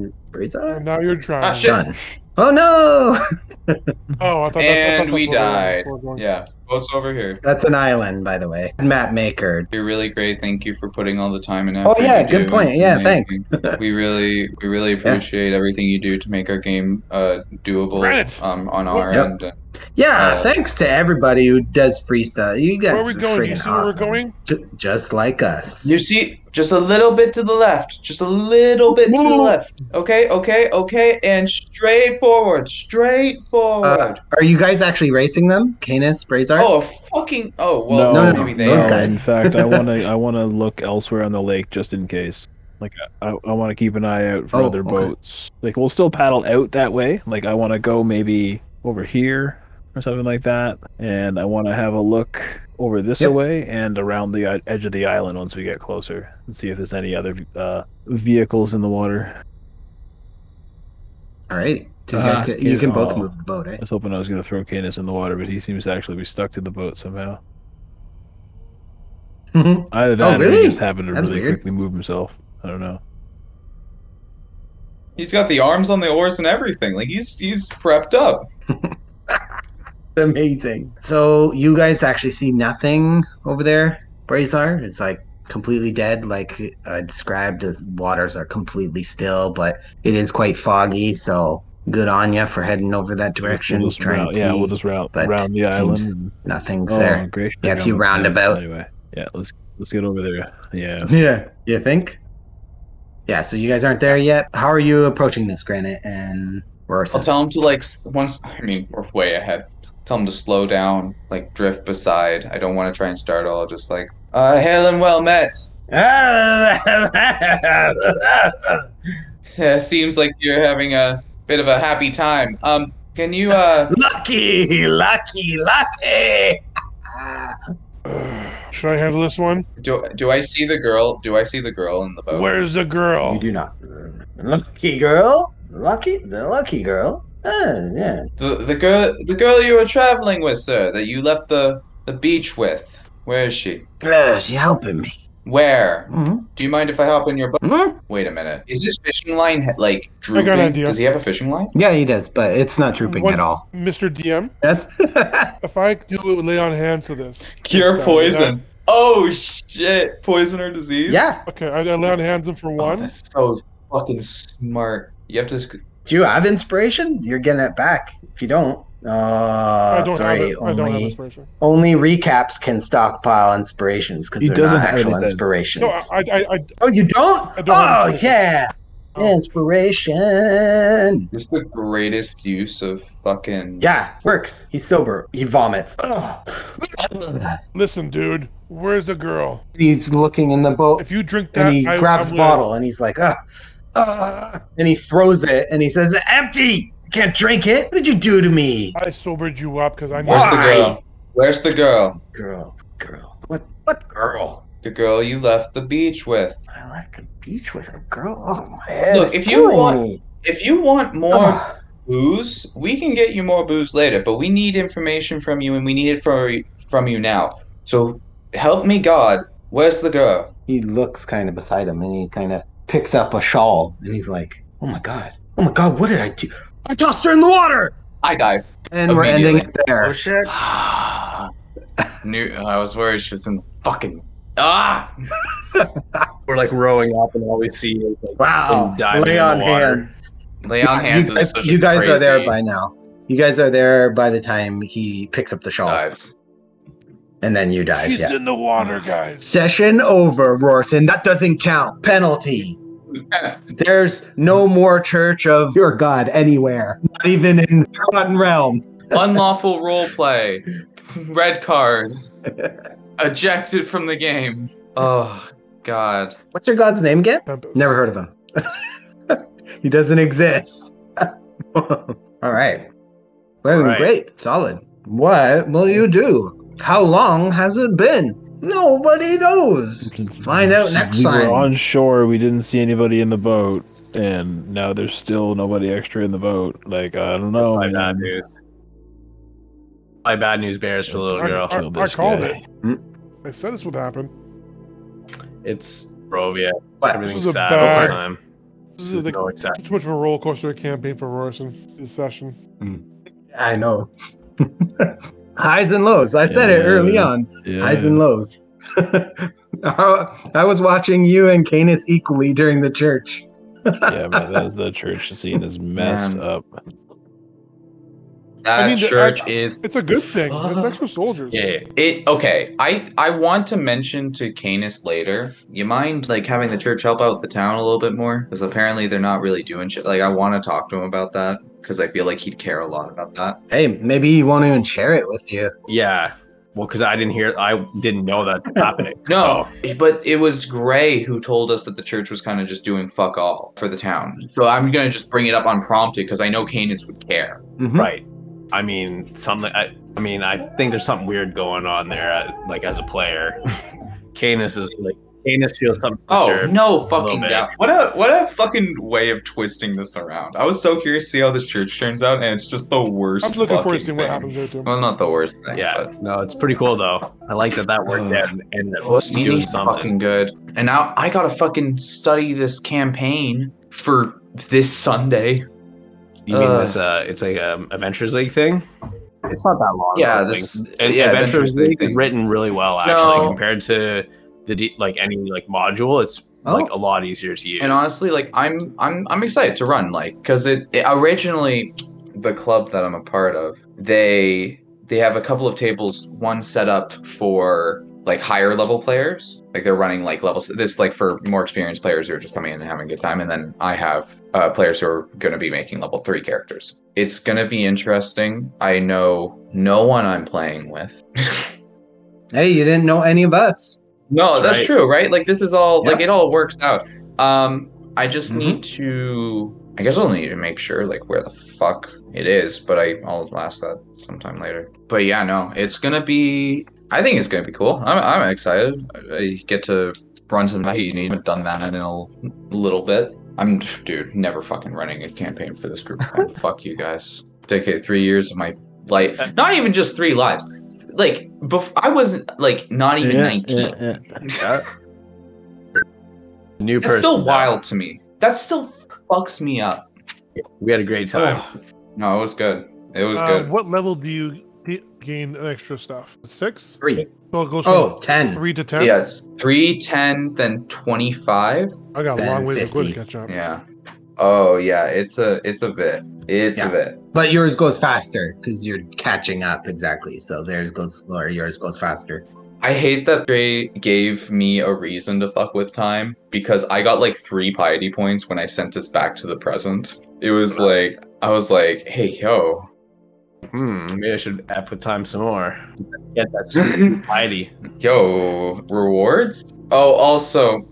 [SPEAKER 6] And
[SPEAKER 3] Brazar.
[SPEAKER 6] now you're drowning.
[SPEAKER 4] Ah, shit.
[SPEAKER 3] Done. Oh no!
[SPEAKER 6] Oh, I thought. that, I thought
[SPEAKER 4] And
[SPEAKER 6] that's
[SPEAKER 4] we
[SPEAKER 6] what we were
[SPEAKER 4] died.
[SPEAKER 6] going-
[SPEAKER 4] Yeah. Boat's over here.
[SPEAKER 3] That's an island, by the way. Map maker.
[SPEAKER 4] You're really great. Thank you for putting all the time and
[SPEAKER 3] Oh
[SPEAKER 4] effort.
[SPEAKER 3] yeah,
[SPEAKER 4] you do
[SPEAKER 3] good point.
[SPEAKER 4] into
[SPEAKER 3] Yeah,
[SPEAKER 4] making-
[SPEAKER 3] thanks.
[SPEAKER 4] we really, we really appreciate everything you do to make our game uh, doable
[SPEAKER 6] Granite.
[SPEAKER 4] um, on our
[SPEAKER 3] Yep.
[SPEAKER 4] end.
[SPEAKER 3] Yeah,
[SPEAKER 4] Uh,
[SPEAKER 3] thanks to everybody who does free stuff. You guys
[SPEAKER 6] Oh. Where are we
[SPEAKER 3] are
[SPEAKER 6] going? You
[SPEAKER 3] friggin'
[SPEAKER 6] see where we're
[SPEAKER 3] awesome.
[SPEAKER 6] going?
[SPEAKER 3] Ju- just like us.
[SPEAKER 4] You see, just a little bit to the left, just a little bit to the left. Okay, okay, okay, and straight forward, straight
[SPEAKER 3] Uh,
[SPEAKER 4] forward.
[SPEAKER 3] are you guys actually racing them? Canis, Brazar?
[SPEAKER 4] oh, a fucking! Oh, well,
[SPEAKER 3] No, no, no,
[SPEAKER 4] maybe they
[SPEAKER 3] those
[SPEAKER 4] are.
[SPEAKER 3] guys.
[SPEAKER 5] In fact, I want to I want to look elsewhere on the lake just in case. Like I, I want to keep an eye out for
[SPEAKER 3] Oh,
[SPEAKER 5] other
[SPEAKER 3] okay.
[SPEAKER 5] boats. Like we'll still paddle out that way. Like I want to go maybe over here or something like that, and I want to have a look over this
[SPEAKER 3] Yep.
[SPEAKER 5] way and around the i- edge of the island once we get closer and see if there's any other uh, vehicles in the water.
[SPEAKER 3] All right. Do you guys
[SPEAKER 5] Ah,
[SPEAKER 3] get, you
[SPEAKER 5] get
[SPEAKER 3] can both
[SPEAKER 5] all.
[SPEAKER 3] move the boat, eh?
[SPEAKER 5] I was hoping I was going to throw Canis in the water, but he seems to actually be stuck to the boat somehow. Either that or
[SPEAKER 3] Oh, really?
[SPEAKER 5] he just happened to
[SPEAKER 3] That's
[SPEAKER 5] really
[SPEAKER 3] weird.
[SPEAKER 5] quickly move himself. I don't know.
[SPEAKER 9] He's got the arms on the oars and everything. Like he's he's prepped up.
[SPEAKER 3] Amazing. So you guys actually see nothing over there, Brazar? It's like completely dead, like I described. The waters are completely still, but it is quite foggy. So good on you for heading over that direction.
[SPEAKER 5] We'll just
[SPEAKER 3] Try and
[SPEAKER 5] round-
[SPEAKER 3] see.
[SPEAKER 5] yeah, we'll just round,
[SPEAKER 3] but
[SPEAKER 5] round the
[SPEAKER 3] it
[SPEAKER 5] island.
[SPEAKER 3] seems-
[SPEAKER 5] and-
[SPEAKER 3] Nothing's
[SPEAKER 5] Oh,
[SPEAKER 3] there.
[SPEAKER 5] great.
[SPEAKER 3] Yeah, if you
[SPEAKER 5] Roundabout.
[SPEAKER 3] roundabout.
[SPEAKER 5] Anyway, yeah, let's let's get over there. Oh, Yeah.
[SPEAKER 3] Yeah. You think? Yeah. So you guys aren't there yet. How are you approaching this, Granite and Rosa?
[SPEAKER 9] I'll tell him to like s- once. I mean, we're way ahead. Tell him to slow down, like drift beside. I don't want to try and start all. Just like, uh, hail and well met.
[SPEAKER 4] Look
[SPEAKER 9] Yeah, seems like you're having a bit of a happy time. Um, can you uh?
[SPEAKER 4] lucky, lucky, lucky.
[SPEAKER 6] Should I handle this one?
[SPEAKER 9] Do do I see the girl? Do I see the girl in the boat?
[SPEAKER 6] Where's the
[SPEAKER 4] Oh. You
[SPEAKER 3] Oh.
[SPEAKER 6] girl?
[SPEAKER 4] do not. Lucky girl. Lucky, the lucky girl. Oh, yeah.
[SPEAKER 9] The the girl the girl you were traveling with, sir, that you left the the beach with. Where is she?
[SPEAKER 4] Girl, she helping me.
[SPEAKER 9] Where?
[SPEAKER 4] Mhm.
[SPEAKER 9] Do you mind if I hop in your boat?
[SPEAKER 3] Hmm?
[SPEAKER 9] Wait a minute. Is this fishing line he- like
[SPEAKER 6] an
[SPEAKER 9] drooping?
[SPEAKER 6] idea.
[SPEAKER 9] Does he have a fishing line?
[SPEAKER 3] Yeah, he does, but it's not drooping
[SPEAKER 6] What-
[SPEAKER 3] at all.
[SPEAKER 6] Mr. DM,
[SPEAKER 3] That's
[SPEAKER 6] if I do it, lay on hands to this.
[SPEAKER 9] Cure
[SPEAKER 6] It's done.
[SPEAKER 9] poison. Oh shit! Poison or disease?
[SPEAKER 4] Yeah.
[SPEAKER 6] Okay, I, I lay on hands him for
[SPEAKER 9] Oh,
[SPEAKER 6] one.
[SPEAKER 9] that's so fucking smart. You have to. sc-
[SPEAKER 4] Do you have inspiration? You're getting it back. If you don't,
[SPEAKER 6] I
[SPEAKER 4] oh,
[SPEAKER 6] don't have
[SPEAKER 4] sorry.
[SPEAKER 6] it. I don't have
[SPEAKER 4] Only
[SPEAKER 6] inspiration.
[SPEAKER 4] only recaps can stockpile inspirations because
[SPEAKER 5] He
[SPEAKER 4] they're
[SPEAKER 5] doesn't
[SPEAKER 4] not
[SPEAKER 5] have it, he
[SPEAKER 4] actual
[SPEAKER 5] said.
[SPEAKER 4] inspirations.
[SPEAKER 6] No, I, I, I,
[SPEAKER 4] oh, you don't?
[SPEAKER 6] I don't have
[SPEAKER 4] oh,
[SPEAKER 6] inspiration.
[SPEAKER 4] yeah.
[SPEAKER 6] Oh.
[SPEAKER 4] Inspiration.
[SPEAKER 9] It's the greatest use of fucking.
[SPEAKER 4] Yeah, works. He's sober. He vomits.
[SPEAKER 6] listen, dude. Where's the girl?
[SPEAKER 3] he's looking in the boat
[SPEAKER 6] If you drink that,
[SPEAKER 4] and he
[SPEAKER 6] I,
[SPEAKER 4] grabs
[SPEAKER 6] I'm
[SPEAKER 4] the
[SPEAKER 6] lit.
[SPEAKER 4] bottle and he's like, ah, ah, and he throws it and he says, empty. Can't drink it. What did you do to me,
[SPEAKER 6] I sobered you up because I need.
[SPEAKER 9] Where's the
[SPEAKER 4] Why?
[SPEAKER 9] girl? Where's the girl?
[SPEAKER 4] girl? Girl, what? What girl?
[SPEAKER 9] The girl you left the beach with.
[SPEAKER 4] I like a beach with a girl. Oh my head.
[SPEAKER 9] Look,
[SPEAKER 4] it's
[SPEAKER 9] if you
[SPEAKER 4] killing
[SPEAKER 9] want-
[SPEAKER 4] me.
[SPEAKER 9] If you want more
[SPEAKER 4] Ah,
[SPEAKER 9] booze, we can get you more booze later, but we need information from you and we need it from from you now. So help me God, where's the girl?
[SPEAKER 3] he looks kind of beside him and he kind of picks up a shawl and he's like
[SPEAKER 4] oh my god. Oh my god. What did I do? I tossed her in the water.
[SPEAKER 9] I dive.
[SPEAKER 3] and we're ending it
[SPEAKER 4] Oh
[SPEAKER 3] there
[SPEAKER 4] shit.
[SPEAKER 9] Knew I was worried she was in the fucking Ah
[SPEAKER 2] We're like rowing up, and all we see is like
[SPEAKER 4] Wow.
[SPEAKER 2] He's diving
[SPEAKER 4] Lay
[SPEAKER 2] in the
[SPEAKER 4] on
[SPEAKER 2] water.
[SPEAKER 4] hands.
[SPEAKER 9] Lay on
[SPEAKER 3] you
[SPEAKER 9] hands is
[SPEAKER 3] guys,
[SPEAKER 9] such a
[SPEAKER 3] you guys are there
[SPEAKER 9] crazy
[SPEAKER 3] by now you guys are there by the time he picks up the shawl
[SPEAKER 9] dives.
[SPEAKER 3] and then you dive
[SPEAKER 6] She's
[SPEAKER 3] yeah
[SPEAKER 6] in the water, guys.
[SPEAKER 3] session over rorson that doesn't count penalty
[SPEAKER 9] Lieutenant,
[SPEAKER 3] there's no more church of your god anywhere not even in forgotten realm
[SPEAKER 9] Unlawful role play. Red card. Ejected from the game. Oh god.
[SPEAKER 3] what's your god's name again
[SPEAKER 6] Tempest.
[SPEAKER 3] Never heard of him. he doesn't exist. All right. Well,
[SPEAKER 2] All right.
[SPEAKER 3] great. Solid. What will you do? How long has it been? Nobody knows. Find out next
[SPEAKER 5] we
[SPEAKER 3] time.
[SPEAKER 5] were on shore. We didn't see anybody in the boat, and now there's still nobody extra in the boat. Like I don't know.
[SPEAKER 2] My
[SPEAKER 5] man.
[SPEAKER 2] bad
[SPEAKER 3] Mm-hmm.
[SPEAKER 2] news. My bad news bears for the little
[SPEAKER 6] I,
[SPEAKER 2] girl.
[SPEAKER 5] Killed
[SPEAKER 6] I, I
[SPEAKER 5] this
[SPEAKER 6] called
[SPEAKER 5] guy.
[SPEAKER 6] it. I said this would happen.
[SPEAKER 2] It's Rovia.
[SPEAKER 3] What?
[SPEAKER 6] This is
[SPEAKER 2] Everything's
[SPEAKER 6] a
[SPEAKER 2] sad all
[SPEAKER 6] bad-
[SPEAKER 2] the time.
[SPEAKER 6] This is like
[SPEAKER 2] no exact.
[SPEAKER 6] too much of a roller coaster campaign for Rorson this session.
[SPEAKER 3] I know. Highs and lows. I said it early
[SPEAKER 5] Yeah.
[SPEAKER 3] on.
[SPEAKER 5] Yeah.
[SPEAKER 3] Highs and lows. I was watching you and Canis equally during the church.
[SPEAKER 5] yeah, man. That's the church scene is messed
[SPEAKER 9] Man.
[SPEAKER 5] up.
[SPEAKER 9] That
[SPEAKER 6] mean, the-
[SPEAKER 9] church
[SPEAKER 6] I-
[SPEAKER 9] is
[SPEAKER 6] It's a good thing. It's extra soldiers.
[SPEAKER 2] Yeah.
[SPEAKER 9] It okay. I I want to mention to Canis later. You mind like having the church help out the town a little bit more? Because apparently they're not really doing shit. Like I want to talk to him about that because I feel like he'd care a lot about that.
[SPEAKER 3] Hey, maybe he won't even share it with you.
[SPEAKER 2] Yeah. Well, because I didn't hear, I didn't know that happening.
[SPEAKER 4] No,
[SPEAKER 6] Oh.
[SPEAKER 4] but it was Gray who told us that the church was kind of just doing fuck all for the town. So I'm gonna just bring it up unprompted because I know Canis would care.
[SPEAKER 2] Right. I mean, something. I, I mean, I think there's something weird going on there. uh, Like as a player, Canis is like Canis feels something.
[SPEAKER 4] Oh
[SPEAKER 2] disturbed.
[SPEAKER 4] no,
[SPEAKER 2] little
[SPEAKER 4] fucking
[SPEAKER 2] bit.
[SPEAKER 4] doubt. What a what a fucking way of twisting this around. I was so curious to see how this church turns out, and it's just the worst.
[SPEAKER 6] I'm looking
[SPEAKER 4] fucking
[SPEAKER 6] forward to seeing what
[SPEAKER 4] thing.
[SPEAKER 6] happens there too.
[SPEAKER 4] Well, not the worst thing. but-
[SPEAKER 2] Yeah. No, it's pretty cool though. I like that that worked out and and that was doing
[SPEAKER 4] Sneaky's
[SPEAKER 2] something.
[SPEAKER 4] fucking good. And now I gotta fucking study this campaign for this Sunday.
[SPEAKER 2] You mean
[SPEAKER 4] uh,
[SPEAKER 2] this? Uh, it's a um, Adventures League thing. It's not that long.
[SPEAKER 4] Yeah,
[SPEAKER 2] I don't
[SPEAKER 4] this-
[SPEAKER 2] think. And
[SPEAKER 4] yeah,
[SPEAKER 2] Adventures
[SPEAKER 4] Adventures League
[SPEAKER 2] League is
[SPEAKER 4] thing.
[SPEAKER 2] written really well actually
[SPEAKER 4] No.
[SPEAKER 2] compared to the D, like any like module. It's like a lot easier to use.
[SPEAKER 4] And honestly, like I'm I'm I'm excited to run, like, cause it, it originally the club that I'm a part of, they they have a couple of tables, one set up for like higher level players. Like they're running like levels this like for more experienced players who are just coming in and having a good time, and then I have uh, players who are going to be making level three characters. It's going to be interesting. I know no one I'm playing with.
[SPEAKER 3] Hey, you didn't know any of us.
[SPEAKER 4] No,
[SPEAKER 2] That's
[SPEAKER 4] that's
[SPEAKER 2] right.
[SPEAKER 4] true, right? Like this is all like
[SPEAKER 3] Yeah.
[SPEAKER 4] it all works out. Um, I just
[SPEAKER 3] Mhm.
[SPEAKER 4] need to. I guess I'll need to make sure like where the fuck it is, but I I'll ask that sometime later. But yeah, no, it's gonna be. I think it's gonna be cool. I'm I'm excited. I, I get to run some. I haven't done that in a little bit. I'm dude, never fucking running a campaign for this group. fuck you guys. Dedicate three years of my life. Not even just three lives. Like before, I wasn't like not even nineteen.
[SPEAKER 2] New
[SPEAKER 4] That's
[SPEAKER 2] person.
[SPEAKER 4] still wild to me. That still fucks me up.
[SPEAKER 2] We had a great time.
[SPEAKER 4] No, it was good. It was
[SPEAKER 6] Uh,
[SPEAKER 4] good.
[SPEAKER 6] what level do you g- gain extra stuff? Six?
[SPEAKER 3] Three.
[SPEAKER 6] So it goes from
[SPEAKER 3] Oh, 10.
[SPEAKER 6] three to ten.
[SPEAKER 4] Yeah, it's 310, then 25.
[SPEAKER 6] I got a
[SPEAKER 3] Then
[SPEAKER 6] long ways to go to
[SPEAKER 3] 50.
[SPEAKER 6] catch up.
[SPEAKER 4] Yeah. Oh yeah, it's a it's a bit. It's
[SPEAKER 3] Yeah.
[SPEAKER 4] a bit.
[SPEAKER 3] But yours goes faster because you're catching up exactly. So theirs goes slower, yours goes faster.
[SPEAKER 4] I hate that Dre gave me a reason to fuck with time because I got like three piety points when I sent us back to the present. It was like I was like, hey yo.
[SPEAKER 2] Hmm. Maybe I should f with time some more. Get that sweet piety.
[SPEAKER 4] Yo, rewards? Oh, also,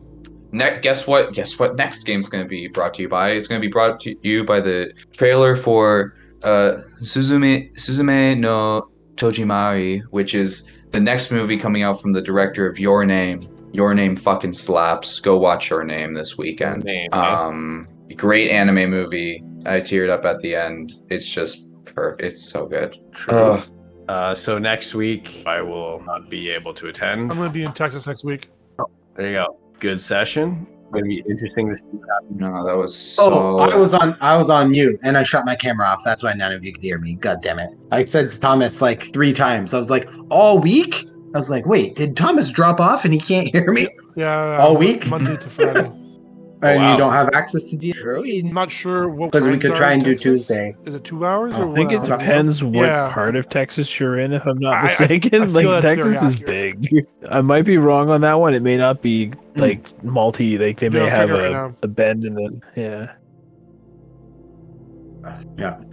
[SPEAKER 4] ne- guess what? Guess what? Next game's gonna be brought to you by. It's gonna be brought to you by the trailer for uh, Suzume Suzume no Tojimari, which is the next movie coming out from the director of Your Name. Your Name fucking slaps. Go watch Your Name this weekend.
[SPEAKER 2] Name, eh?
[SPEAKER 5] Uh,
[SPEAKER 4] Um, great anime movie. I teared up at the end. It's just perfect. It's so good.
[SPEAKER 2] True.
[SPEAKER 4] Ugh.
[SPEAKER 2] Uh, so next week I will not be able to
[SPEAKER 6] I'm
[SPEAKER 2] attend.
[SPEAKER 6] gonna be in Texas next week.
[SPEAKER 2] There you go. Good session. Gonna be interesting to see. what happens.
[SPEAKER 4] No, that was so.
[SPEAKER 3] Oh, I was on I was on mute and I shut my camera off. That's why none of you could hear me. God damn it. I said to Thomas like three times. I was like, all week? I was like, wait, did Thomas drop off and he can't hear me?
[SPEAKER 6] Yeah.
[SPEAKER 3] All
[SPEAKER 6] uh,
[SPEAKER 3] week?
[SPEAKER 6] Monday to Friday.
[SPEAKER 3] And
[SPEAKER 2] Wow.
[SPEAKER 3] you don't have access to Detroit.
[SPEAKER 6] I'm not sure what.
[SPEAKER 3] Because we
[SPEAKER 6] times
[SPEAKER 3] could
[SPEAKER 6] are
[SPEAKER 3] try
[SPEAKER 6] in
[SPEAKER 3] and do
[SPEAKER 6] Texas.
[SPEAKER 3] Tuesday.
[SPEAKER 6] Is it two hours or
[SPEAKER 5] I think it
[SPEAKER 6] what?
[SPEAKER 5] depends what
[SPEAKER 6] Yeah.
[SPEAKER 5] part of Texas you're in, if I'm not
[SPEAKER 6] I- I- I
[SPEAKER 5] mistaken.
[SPEAKER 6] feel
[SPEAKER 5] like
[SPEAKER 6] that's very
[SPEAKER 5] Texas is
[SPEAKER 6] accurate.
[SPEAKER 5] big. I might be wrong on that one. It may not be
[SPEAKER 10] Hmm.
[SPEAKER 5] like multi. Like they may
[SPEAKER 6] I'll check
[SPEAKER 5] have
[SPEAKER 6] it right
[SPEAKER 5] a,
[SPEAKER 6] now.
[SPEAKER 5] a bend in it. Yeah.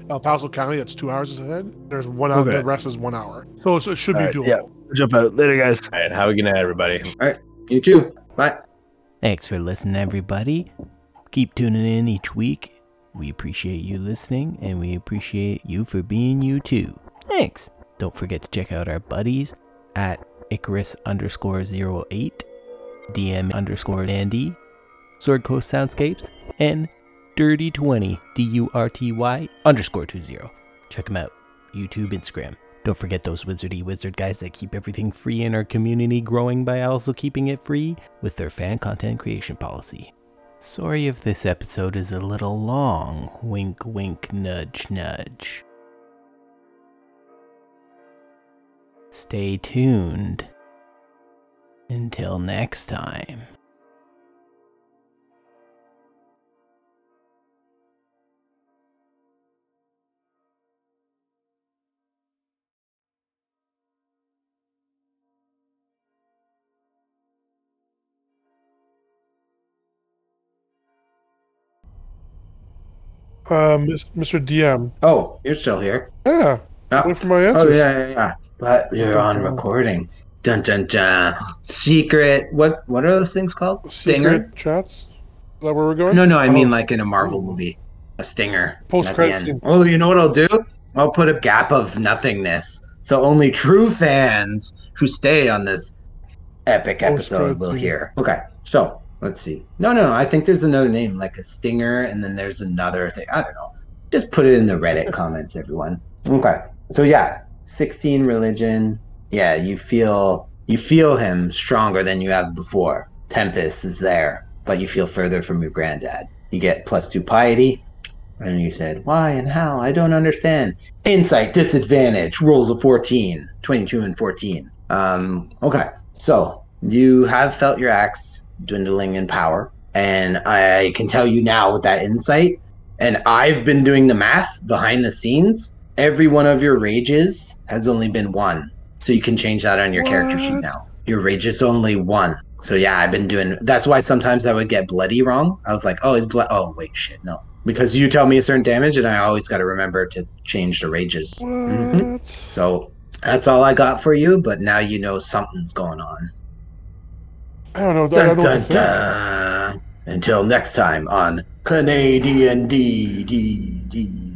[SPEAKER 6] El Paso County. That's two hours ahead. There's one hour.
[SPEAKER 5] Okay.
[SPEAKER 6] The rest is one hour. So it's- it should be
[SPEAKER 5] All right,
[SPEAKER 6] doable.
[SPEAKER 5] yeah. Jump out later, guys.
[SPEAKER 2] All right. How are we gonna everybody?
[SPEAKER 3] You too. Bye.
[SPEAKER 1] Thanks for listening, everybody. Keep tuning in each week. We appreciate you listening, and we appreciate you for being you too. Thanks. Don't forget to check out our buddies at Icarus underscore zero eight, DM underscore Andy, Sword Coast Soundscapes, and Dirty Twenty D U R T Y underscore two zero. Check them out. YouTube, Instagram. Don't forget those wizardy wizard guys that keep everything free in our community growing by also keeping it free with their fan content creation policy. Sorry if this episode is a little long. Wink, wink, nudge, nudge. Stay tuned. Until next time.
[SPEAKER 6] Um, Mr. DM.
[SPEAKER 3] Oh, you're still here.
[SPEAKER 6] Yeah.
[SPEAKER 3] Yeah.
[SPEAKER 6] Wait for my answer. Um,
[SPEAKER 3] Oh yeah, yeah, yeah. But you're on recording. Dun dun dun. Secret. What what are those things called? Stinger.
[SPEAKER 6] Secret chats? Is that where we're going?
[SPEAKER 3] No, no. I
[SPEAKER 6] Oh,
[SPEAKER 3] mean like in a Marvel movie, a stinger. at the
[SPEAKER 6] Post-credit
[SPEAKER 3] end.
[SPEAKER 6] scene.
[SPEAKER 3] Oh, you know what I'll do? I'll put a gap of nothingness, so only true fans who stay on this epic episode
[SPEAKER 6] Post-credit
[SPEAKER 3] will
[SPEAKER 6] scene.
[SPEAKER 3] hear. Okay. So let's see. No, no. I think there's another name like a stinger, and then there's another thing. I don't know. Just put it in the Reddit comments, everyone. Okay. So yeah, 16 religion. Yeah, you feel you feel him stronger than you have before. Tempest is there, but you feel further from your granddad. You get plus 2 piety. And you said, why and how? I don't understand. Insight, disadvantage, rolls of 14, 22 and 14. Um, okay, so you have felt your axe dwindling in power. And I can tell you now with that insight, and I've been doing the math behind the scenes. Every one of your rages has only been one. So you can change that on your character sheet
[SPEAKER 6] What?
[SPEAKER 3] now. Your rage is only one. So yeah, I've been doing that's why sometimes I would get bloody wrong. I was like, oh, it's blood. Oh, wait, shit, no. Because you tell me a certain damage, and I always got to remember to change the rages.
[SPEAKER 6] What?
[SPEAKER 3] So that's all I got for you, but now you know something's going on.
[SPEAKER 6] I don't know. I don't know what to
[SPEAKER 3] Dun,
[SPEAKER 6] think.
[SPEAKER 3] dun, dun. Until next time on Canadian D D D.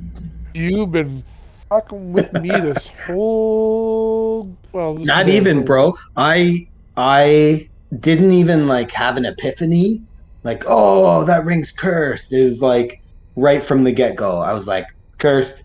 [SPEAKER 6] You've been fucking with me this whole. Well, this
[SPEAKER 3] Not
[SPEAKER 6] today.
[SPEAKER 3] even, bro. I I didn't even like have an epiphany. Like, oh, that ring's cursed. It was like right from the get go. I was like, cursed.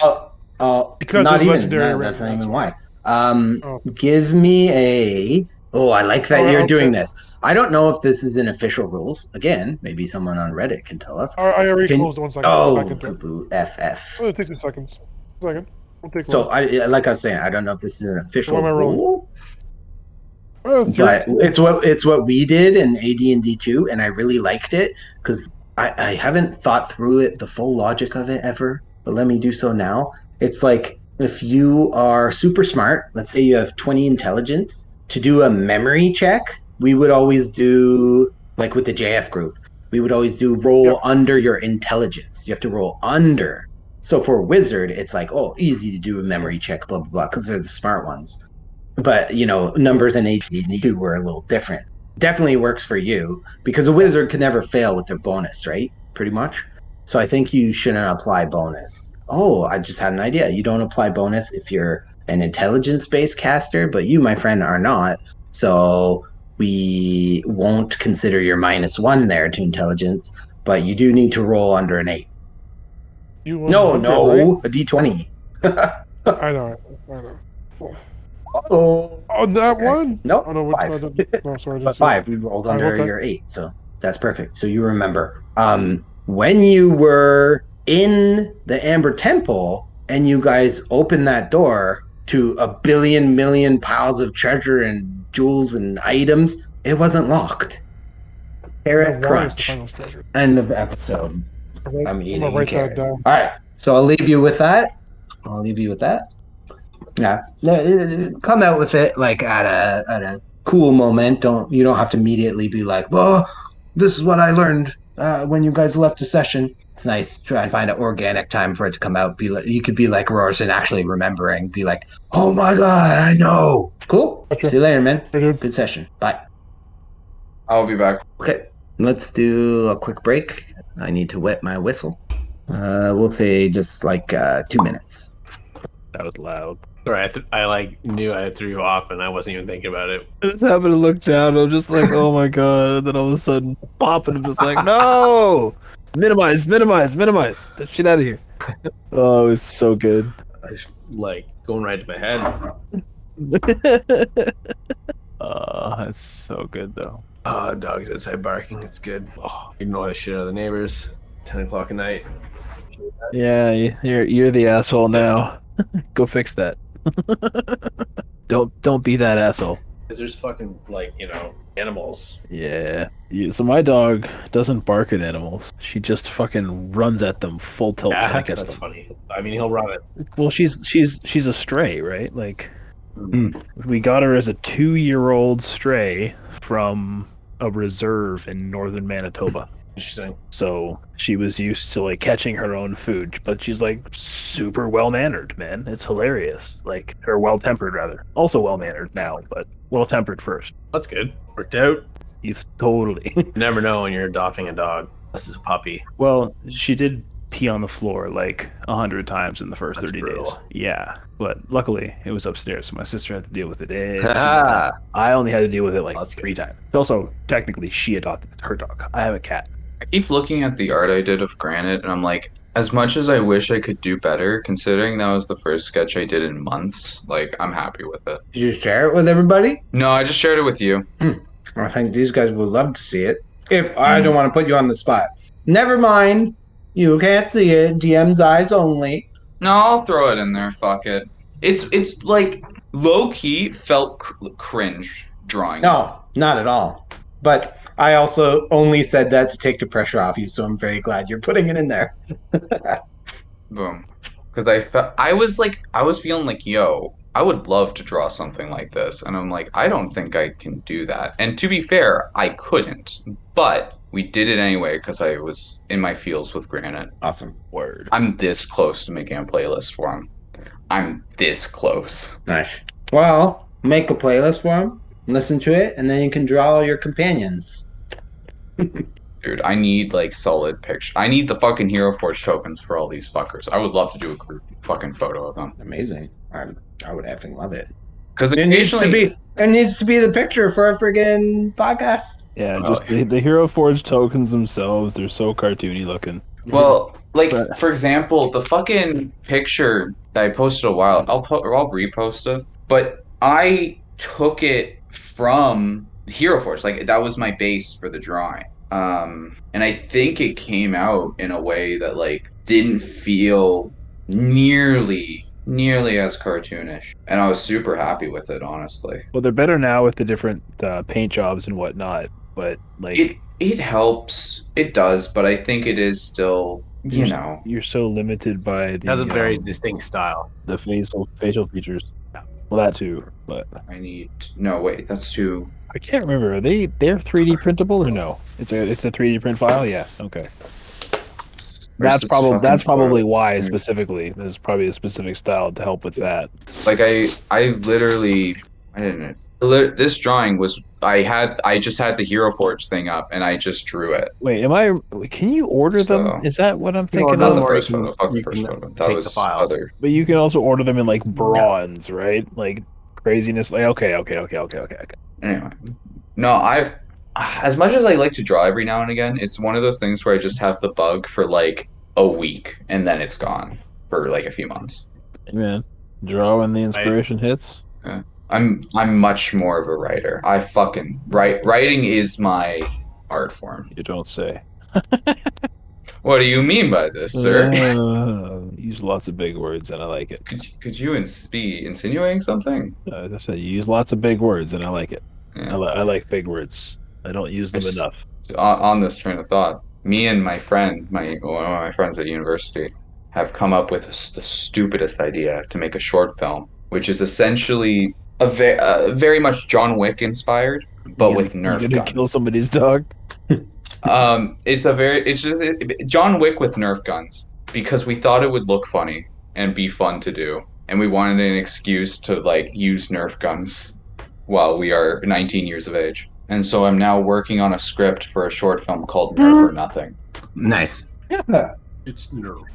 [SPEAKER 3] Oh, oh,
[SPEAKER 6] Because
[SPEAKER 3] not
[SPEAKER 6] of
[SPEAKER 3] even.
[SPEAKER 6] legendary
[SPEAKER 3] no,
[SPEAKER 6] ring,
[SPEAKER 3] that's not
[SPEAKER 6] that's
[SPEAKER 3] even why. Um,
[SPEAKER 6] Oh.
[SPEAKER 3] give me a. Oh, I like that
[SPEAKER 6] Oh,
[SPEAKER 3] you're
[SPEAKER 6] okay.
[SPEAKER 3] doing this. I don't know if this is in official rules. Again, maybe someone on Reddit can tell us.
[SPEAKER 6] I, I already
[SPEAKER 3] Can-
[SPEAKER 6] closed it one second.
[SPEAKER 3] Oh,
[SPEAKER 6] Back into it.
[SPEAKER 3] boo-boo, FF.
[SPEAKER 6] Well, it takes me seconds. Second. It'll take
[SPEAKER 3] So,
[SPEAKER 6] long.
[SPEAKER 3] I yeah, like I was saying, I don't know if this is an official
[SPEAKER 6] am I rolling?
[SPEAKER 3] rule,
[SPEAKER 6] Well, it's your-
[SPEAKER 3] but it's what it's what we did in AD&D 2 and I really liked it cuz I I haven't thought through it the full logic of it ever but let me do so now it's like if you are super smart let's say you have 20 intelligence to do a memory check we would always do like with the JF group we would always do roll
[SPEAKER 6] Yep.
[SPEAKER 3] under your intelligence you have to roll under so for a wizard it's like oh easy to do a memory check blah blah blah cuz they're the smart ones but you know numbers in AD&D were a little different. Definitely works for you because a wizard could never fail with their bonus, right? Pretty much. So I think you shouldn't apply bonus. Oh, I just had an idea. You don't apply bonus if you're an intelligence-based caster, but you, my friend, are not. So we won't consider your minus one there to intelligence, but you do need to roll under an eight.
[SPEAKER 6] you want
[SPEAKER 3] No,
[SPEAKER 6] to do
[SPEAKER 3] no, a D twenty.
[SPEAKER 6] it, right? I know. I know.
[SPEAKER 3] Oh,
[SPEAKER 6] On that one?
[SPEAKER 3] no,
[SPEAKER 6] Oh, no. What,
[SPEAKER 3] five.
[SPEAKER 6] I didn't- no, sorry. I didn't
[SPEAKER 3] But
[SPEAKER 6] see it.
[SPEAKER 3] five, we rolled
[SPEAKER 6] Five,
[SPEAKER 3] under
[SPEAKER 6] okay.
[SPEAKER 3] your eight, so that's perfect. So you remember. Um, when you were in the Amber Temple and you guys opened that door to a billion million piles of treasure and jewels and items, it wasn't locked.
[SPEAKER 6] That
[SPEAKER 3] Carrot
[SPEAKER 6] water is the
[SPEAKER 3] crunch.
[SPEAKER 6] final treasure.
[SPEAKER 3] End of episode.
[SPEAKER 6] I'm gonna-
[SPEAKER 3] I'm
[SPEAKER 6] I'm
[SPEAKER 3] eating
[SPEAKER 6] gonna write
[SPEAKER 3] carrot.
[SPEAKER 6] that down.
[SPEAKER 3] All right. So I'll leave you with that. I'll leave you with that. Yeah. No, uh, come out with it like at a at a cool moment. Don't you don't have to immediately be like, "Well, this is what I learned uh, when you guys left the session." It's nice. Try and find an organic time for it to come out. Be like, you could be like Roars and actually remembering. Be like, "Oh my god, I know." Cool.
[SPEAKER 6] Gotcha.
[SPEAKER 3] See you later, man.
[SPEAKER 6] Right, dude.
[SPEAKER 3] Good session. Bye.
[SPEAKER 4] I'll be back.
[SPEAKER 3] Okay, let's do a quick break. I need to wet my whistle. Uh, we'll say just like uh, two minutes.
[SPEAKER 10] That was loud.
[SPEAKER 2] Sorry, I, th- I like knew I threw you off, and I wasn't even thinking about it.
[SPEAKER 5] I just happened to look down. I'm just like, oh my god! And then all of a sudden, pop, and I'm just like, no! Minimize, minimize, minimize. Get That shit out of here. Oh, it's so good.
[SPEAKER 2] I sh- like going right to my head.
[SPEAKER 10] Uh, it's so good though.
[SPEAKER 2] Uh, dogs outside barking. It's good. Oh, ignore the shit out of the neighbors. Ten o'clock at night.
[SPEAKER 5] Yeah, y- you're you're the asshole now. Go fix that. don't don't be that asshole.
[SPEAKER 2] Cause there's fucking like you know animals.
[SPEAKER 5] Yeah. You- So my dog doesn't bark at animals. She just fucking runs at them full tilt. trying to
[SPEAKER 2] Yeah,
[SPEAKER 5] catch
[SPEAKER 2] Ah, that's
[SPEAKER 5] them.
[SPEAKER 2] funny. I mean, he'll run it.
[SPEAKER 5] Well, she's she's she's a stray, right? Like, we got her as a two-year-old stray from a reserve in northern Manitoba.
[SPEAKER 2] Interesting.
[SPEAKER 5] So she was used to like catching her own food, but she's like super well mannered, man. It's hilarious. Like, or well tempered, rather. Also well mannered now, but well tempered first.
[SPEAKER 2] That's good. Worked out.
[SPEAKER 5] You've totally.
[SPEAKER 2] You never know when you're adopting a dog. This is a puppy.
[SPEAKER 5] Well, she did pee on the floor like a hundred times in the first
[SPEAKER 2] That's
[SPEAKER 5] 30 days.
[SPEAKER 2] brutal.
[SPEAKER 5] Yeah. But luckily, it was upstairs, so my sister had to deal with it. every single time.
[SPEAKER 2] Ah,
[SPEAKER 5] I only had to deal with it like
[SPEAKER 2] That's good.
[SPEAKER 5] three times. It's also technically she adopted her dog. I have a cat.
[SPEAKER 9] I keep looking at the art I did of Granite, and I'm like, as much as I wish I could do better, considering that was the first sketch I did in months, like, I'm happy with it.
[SPEAKER 3] Did you share it with everybody?
[SPEAKER 9] No, I just shared it with you.
[SPEAKER 3] I think these guys would love to see it. If I
[SPEAKER 9] Mm.
[SPEAKER 3] don't want to put you on the spot. Never mind. You can't see it. DM's eyes only.
[SPEAKER 9] No, I'll throw it in there. Fuck it. It's it's like low key felt cr- cringe drawing.
[SPEAKER 3] No, not at all. But I also only said that to take the pressure off you, so I'm very glad you're putting it in there.
[SPEAKER 9] Boom. Because I felt I was like I was feeling like yo I would love to draw something like this, and I'm like I don't think I can do that. And to be fair, I couldn't. But we did it anyway because I was in my feels with Granite.
[SPEAKER 3] Awesome.
[SPEAKER 5] Word.
[SPEAKER 2] Oh.
[SPEAKER 9] I'm this close to making a playlist for him. I'm this close.
[SPEAKER 3] Nice. Well, make a playlist for them, listen to it, and then you can draw your companions.
[SPEAKER 9] Dude, I need like solid picture. I need the fucking Hero Forge tokens for all these fuckers. I would love to do a group fucking photo of them.
[SPEAKER 3] Amazing. I I would effing love it.
[SPEAKER 9] Because
[SPEAKER 3] It needs to be. It needs to be the picture for a friggin' podcast.
[SPEAKER 5] Yeah,
[SPEAKER 9] Oh,
[SPEAKER 5] just The, the Hero Forge tokens themselves, they're so cartoony looking.
[SPEAKER 9] Well, like
[SPEAKER 5] But-
[SPEAKER 9] for example, the fucking picture that I posted a while. I'll po- or I'll repost it. But I took it from Hero Force. Like that was my base for the drawing. Um, and I think it came out in a way that like didn't feel nearly nearly as cartoonish. And I was super happy with it, honestly.
[SPEAKER 5] Well, they're better now with the different uh, paint jobs and whatnot, but like
[SPEAKER 9] It it helps. It does, but I think it is still, you know,
[SPEAKER 5] you're so limited by the
[SPEAKER 2] has a very
[SPEAKER 5] um,
[SPEAKER 2] distinct style.
[SPEAKER 5] the facial facial features. Well, that too, but
[SPEAKER 9] I need no wait, that's too
[SPEAKER 5] I can't remember. Are they they're 3D printable or no? It's a it's a 3D print file. Yeah. Okay.
[SPEAKER 9] Where's
[SPEAKER 5] that's
[SPEAKER 9] this
[SPEAKER 5] probably
[SPEAKER 9] fucking
[SPEAKER 5] that's
[SPEAKER 9] photo?
[SPEAKER 5] probably why specifically. There's probably a specific style to help with that.
[SPEAKER 9] like I I literally I didn't lit- this drawing was I had I just had the Hero Forge thing up and I just drew it.
[SPEAKER 5] Wait, am I? Can you order
[SPEAKER 9] So-
[SPEAKER 5] them? Is that what I'm thinking
[SPEAKER 2] order
[SPEAKER 9] Not the
[SPEAKER 2] them.
[SPEAKER 5] of?
[SPEAKER 2] or
[SPEAKER 9] first
[SPEAKER 2] you
[SPEAKER 9] photo, fuck the
[SPEAKER 2] you
[SPEAKER 9] first
[SPEAKER 2] can
[SPEAKER 9] photo. That
[SPEAKER 2] take
[SPEAKER 9] was
[SPEAKER 2] the file.
[SPEAKER 9] other.
[SPEAKER 5] But you can also order them in like bronze, right? Like craziness. Like okay, okay, okay, okay, okay. okay.
[SPEAKER 9] Anyway, no, I've as much as I like to draw every now and again, it's one of those things where I just have the bug for like a week and then it's gone for like a few months.
[SPEAKER 5] Hey, man, draw when the inspiration hits.
[SPEAKER 9] I'm I'm much more of a writer. I fucking write writing is my art form.
[SPEAKER 5] You don't say,
[SPEAKER 9] What do you mean by this, sir?
[SPEAKER 5] Uh, use lots of big words, and I like it.
[SPEAKER 9] Could, could you ins- be insinuating something?
[SPEAKER 5] Uh, as I said, you use lots of big words, and I like it. I,
[SPEAKER 9] Yeah.
[SPEAKER 5] li- I like big words. I don't use them
[SPEAKER 9] Yes.
[SPEAKER 5] enough.
[SPEAKER 9] on, on this train of thought, me and my friend, my one of my friends at university, have come up with s- the stupidest idea to make a short film, which is essentially a ve- uh, very much John Wick inspired, but
[SPEAKER 5] You-
[SPEAKER 9] with
[SPEAKER 5] You're
[SPEAKER 9] Nerf
[SPEAKER 5] gonna
[SPEAKER 9] guns.
[SPEAKER 5] kill somebody's dog.
[SPEAKER 9] um, it's a very, it's just it, John Wick with Nerf guns because we thought it would look funny and be fun to do, and we wanted an excuse to like use Nerf guns while we are 19 years of age. And so I'm now working on a script for a short film called Nerf or Nothing.
[SPEAKER 11] Nice.
[SPEAKER 3] Yeah.
[SPEAKER 6] It's no.
[SPEAKER 5] You're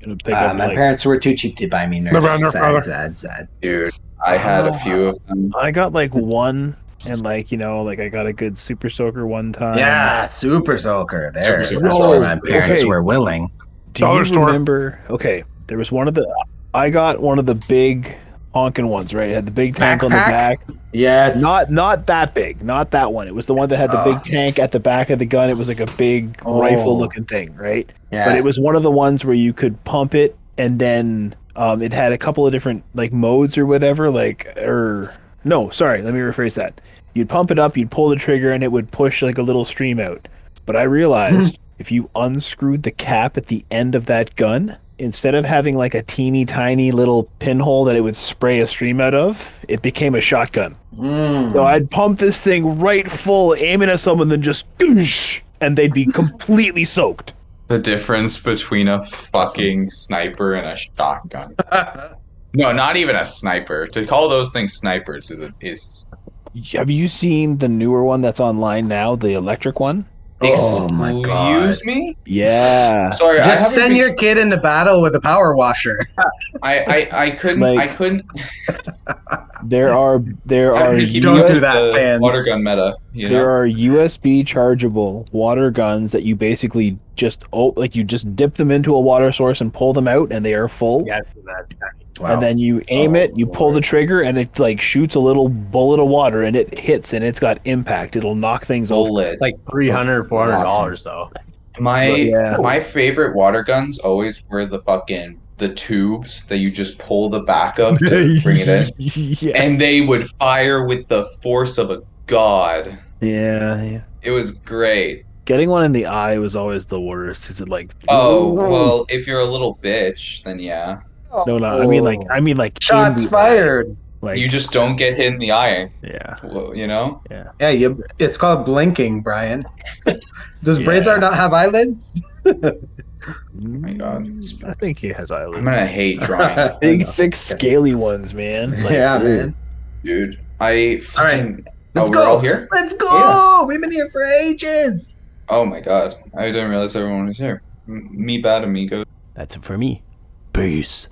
[SPEAKER 5] gonna pick
[SPEAKER 3] Uh,
[SPEAKER 5] up
[SPEAKER 3] my
[SPEAKER 5] like,
[SPEAKER 3] parents were too cheap to buy me nerds.
[SPEAKER 6] Never had Nerf
[SPEAKER 3] sad,
[SPEAKER 6] either.
[SPEAKER 3] sad, sad.
[SPEAKER 9] dude. I had a few of them.
[SPEAKER 5] I got like one, and like you know, like I got a good super soaker one
[SPEAKER 3] Uh,
[SPEAKER 5] time.
[SPEAKER 11] Yeah, super soaker. There.
[SPEAKER 9] Super
[SPEAKER 11] That's
[SPEAKER 5] soaker.
[SPEAKER 11] why my parents
[SPEAKER 5] Okay.
[SPEAKER 11] were willing.
[SPEAKER 5] Do
[SPEAKER 6] Dollar
[SPEAKER 5] you
[SPEAKER 6] store.
[SPEAKER 5] remember? Okay, there was one of the. I got one of the big honking ones, right? It had the big tank on the
[SPEAKER 3] Backpack?
[SPEAKER 5] back.
[SPEAKER 3] Yes.
[SPEAKER 5] Not not that big, not that one. It was the one that had the
[SPEAKER 3] Oh.
[SPEAKER 5] big tank at the back of the gun. It was like a big
[SPEAKER 3] Oh.
[SPEAKER 5] rifle looking thing, right?
[SPEAKER 3] Yeah.
[SPEAKER 5] But it was one of the ones where you could pump it and then um, it had a couple of different like modes or whatever, like or no, sorry, let me rephrase that. You'd pump it up, you'd pull the trigger, and it would push like a little stream out. But I
[SPEAKER 3] Hmm.
[SPEAKER 5] realized if you unscrewed the cap at the end of that gun, instead of having like a teeny tiny little pinhole that it would spray a stream out of, it became a shotgun.
[SPEAKER 3] Mm.
[SPEAKER 5] So I'd pump this thing right full, aiming at someone, then just goosh, and they'd be completely soaked.
[SPEAKER 9] The difference between a fucking sniper and a shotgun. no, not even a sniper. To call those things snipers is a, is
[SPEAKER 5] Have you seen the newer one that's online now, the electric one?
[SPEAKER 4] Oh my God.
[SPEAKER 9] Excuse me?
[SPEAKER 5] Yeah.
[SPEAKER 9] Sorry, I
[SPEAKER 3] Just
[SPEAKER 9] haven't
[SPEAKER 3] send
[SPEAKER 9] been-
[SPEAKER 3] your kid into battle with a power washer.
[SPEAKER 9] I, I I couldn't
[SPEAKER 5] Like,
[SPEAKER 9] I couldn't
[SPEAKER 5] There are there
[SPEAKER 9] I
[SPEAKER 5] are
[SPEAKER 9] haven't been keeping
[SPEAKER 3] don't
[SPEAKER 9] up
[SPEAKER 5] US
[SPEAKER 3] do
[SPEAKER 9] with
[SPEAKER 3] that,
[SPEAKER 9] the
[SPEAKER 3] fans.
[SPEAKER 9] Water gun meta. You know?
[SPEAKER 5] there are USB chargeable water guns that you basically just oh like you just dip them into a water source and pull them out and they are full.
[SPEAKER 2] Yeah, that's
[SPEAKER 5] And then you aim
[SPEAKER 4] Oh,
[SPEAKER 5] it, you pull the
[SPEAKER 4] Lord.
[SPEAKER 5] trigger, and it like shoots a little bullet of water, and it hits, and it's got impact. It'll knock things over.
[SPEAKER 9] bullet.
[SPEAKER 2] It's like 300 400 dollars though.
[SPEAKER 9] My
[SPEAKER 5] Yeah.
[SPEAKER 9] my favorite water guns always were the fucking the tubes that you just pull the back of to bring it in,
[SPEAKER 5] yeah.
[SPEAKER 9] and they would fire with the force of a god.
[SPEAKER 5] yeah, yeah.
[SPEAKER 9] It was great.
[SPEAKER 12] Getting one in the eye was always the worst because it like
[SPEAKER 9] Oh well, if you're a little bitch, then yeah,
[SPEAKER 3] Oh.
[SPEAKER 12] no no I mean like I mean like in
[SPEAKER 4] Shots
[SPEAKER 12] the eye,
[SPEAKER 4] fired.
[SPEAKER 12] like
[SPEAKER 9] you Oh just don't get hit in the eye.
[SPEAKER 12] yeah
[SPEAKER 9] Well, You know,
[SPEAKER 3] Yeah, you, it's called blinking, Brian. Does
[SPEAKER 12] Yeah.
[SPEAKER 3] Brazar not have eyelids?
[SPEAKER 9] my God.
[SPEAKER 12] I think he has eyelids
[SPEAKER 9] I'm gonna hate drawing,
[SPEAKER 5] Big, thick, scaly ones, man. Like,
[SPEAKER 3] yeah,
[SPEAKER 5] ooh.
[SPEAKER 3] man.
[SPEAKER 9] dude. I fucking.
[SPEAKER 3] Let's
[SPEAKER 9] oh,
[SPEAKER 3] go.
[SPEAKER 9] We're all here.
[SPEAKER 3] Let's go! We've been here for ages.
[SPEAKER 9] Oh my god, I didn't realize everyone was here. M- me bad, amigo.
[SPEAKER 1] That's it for me. Peace.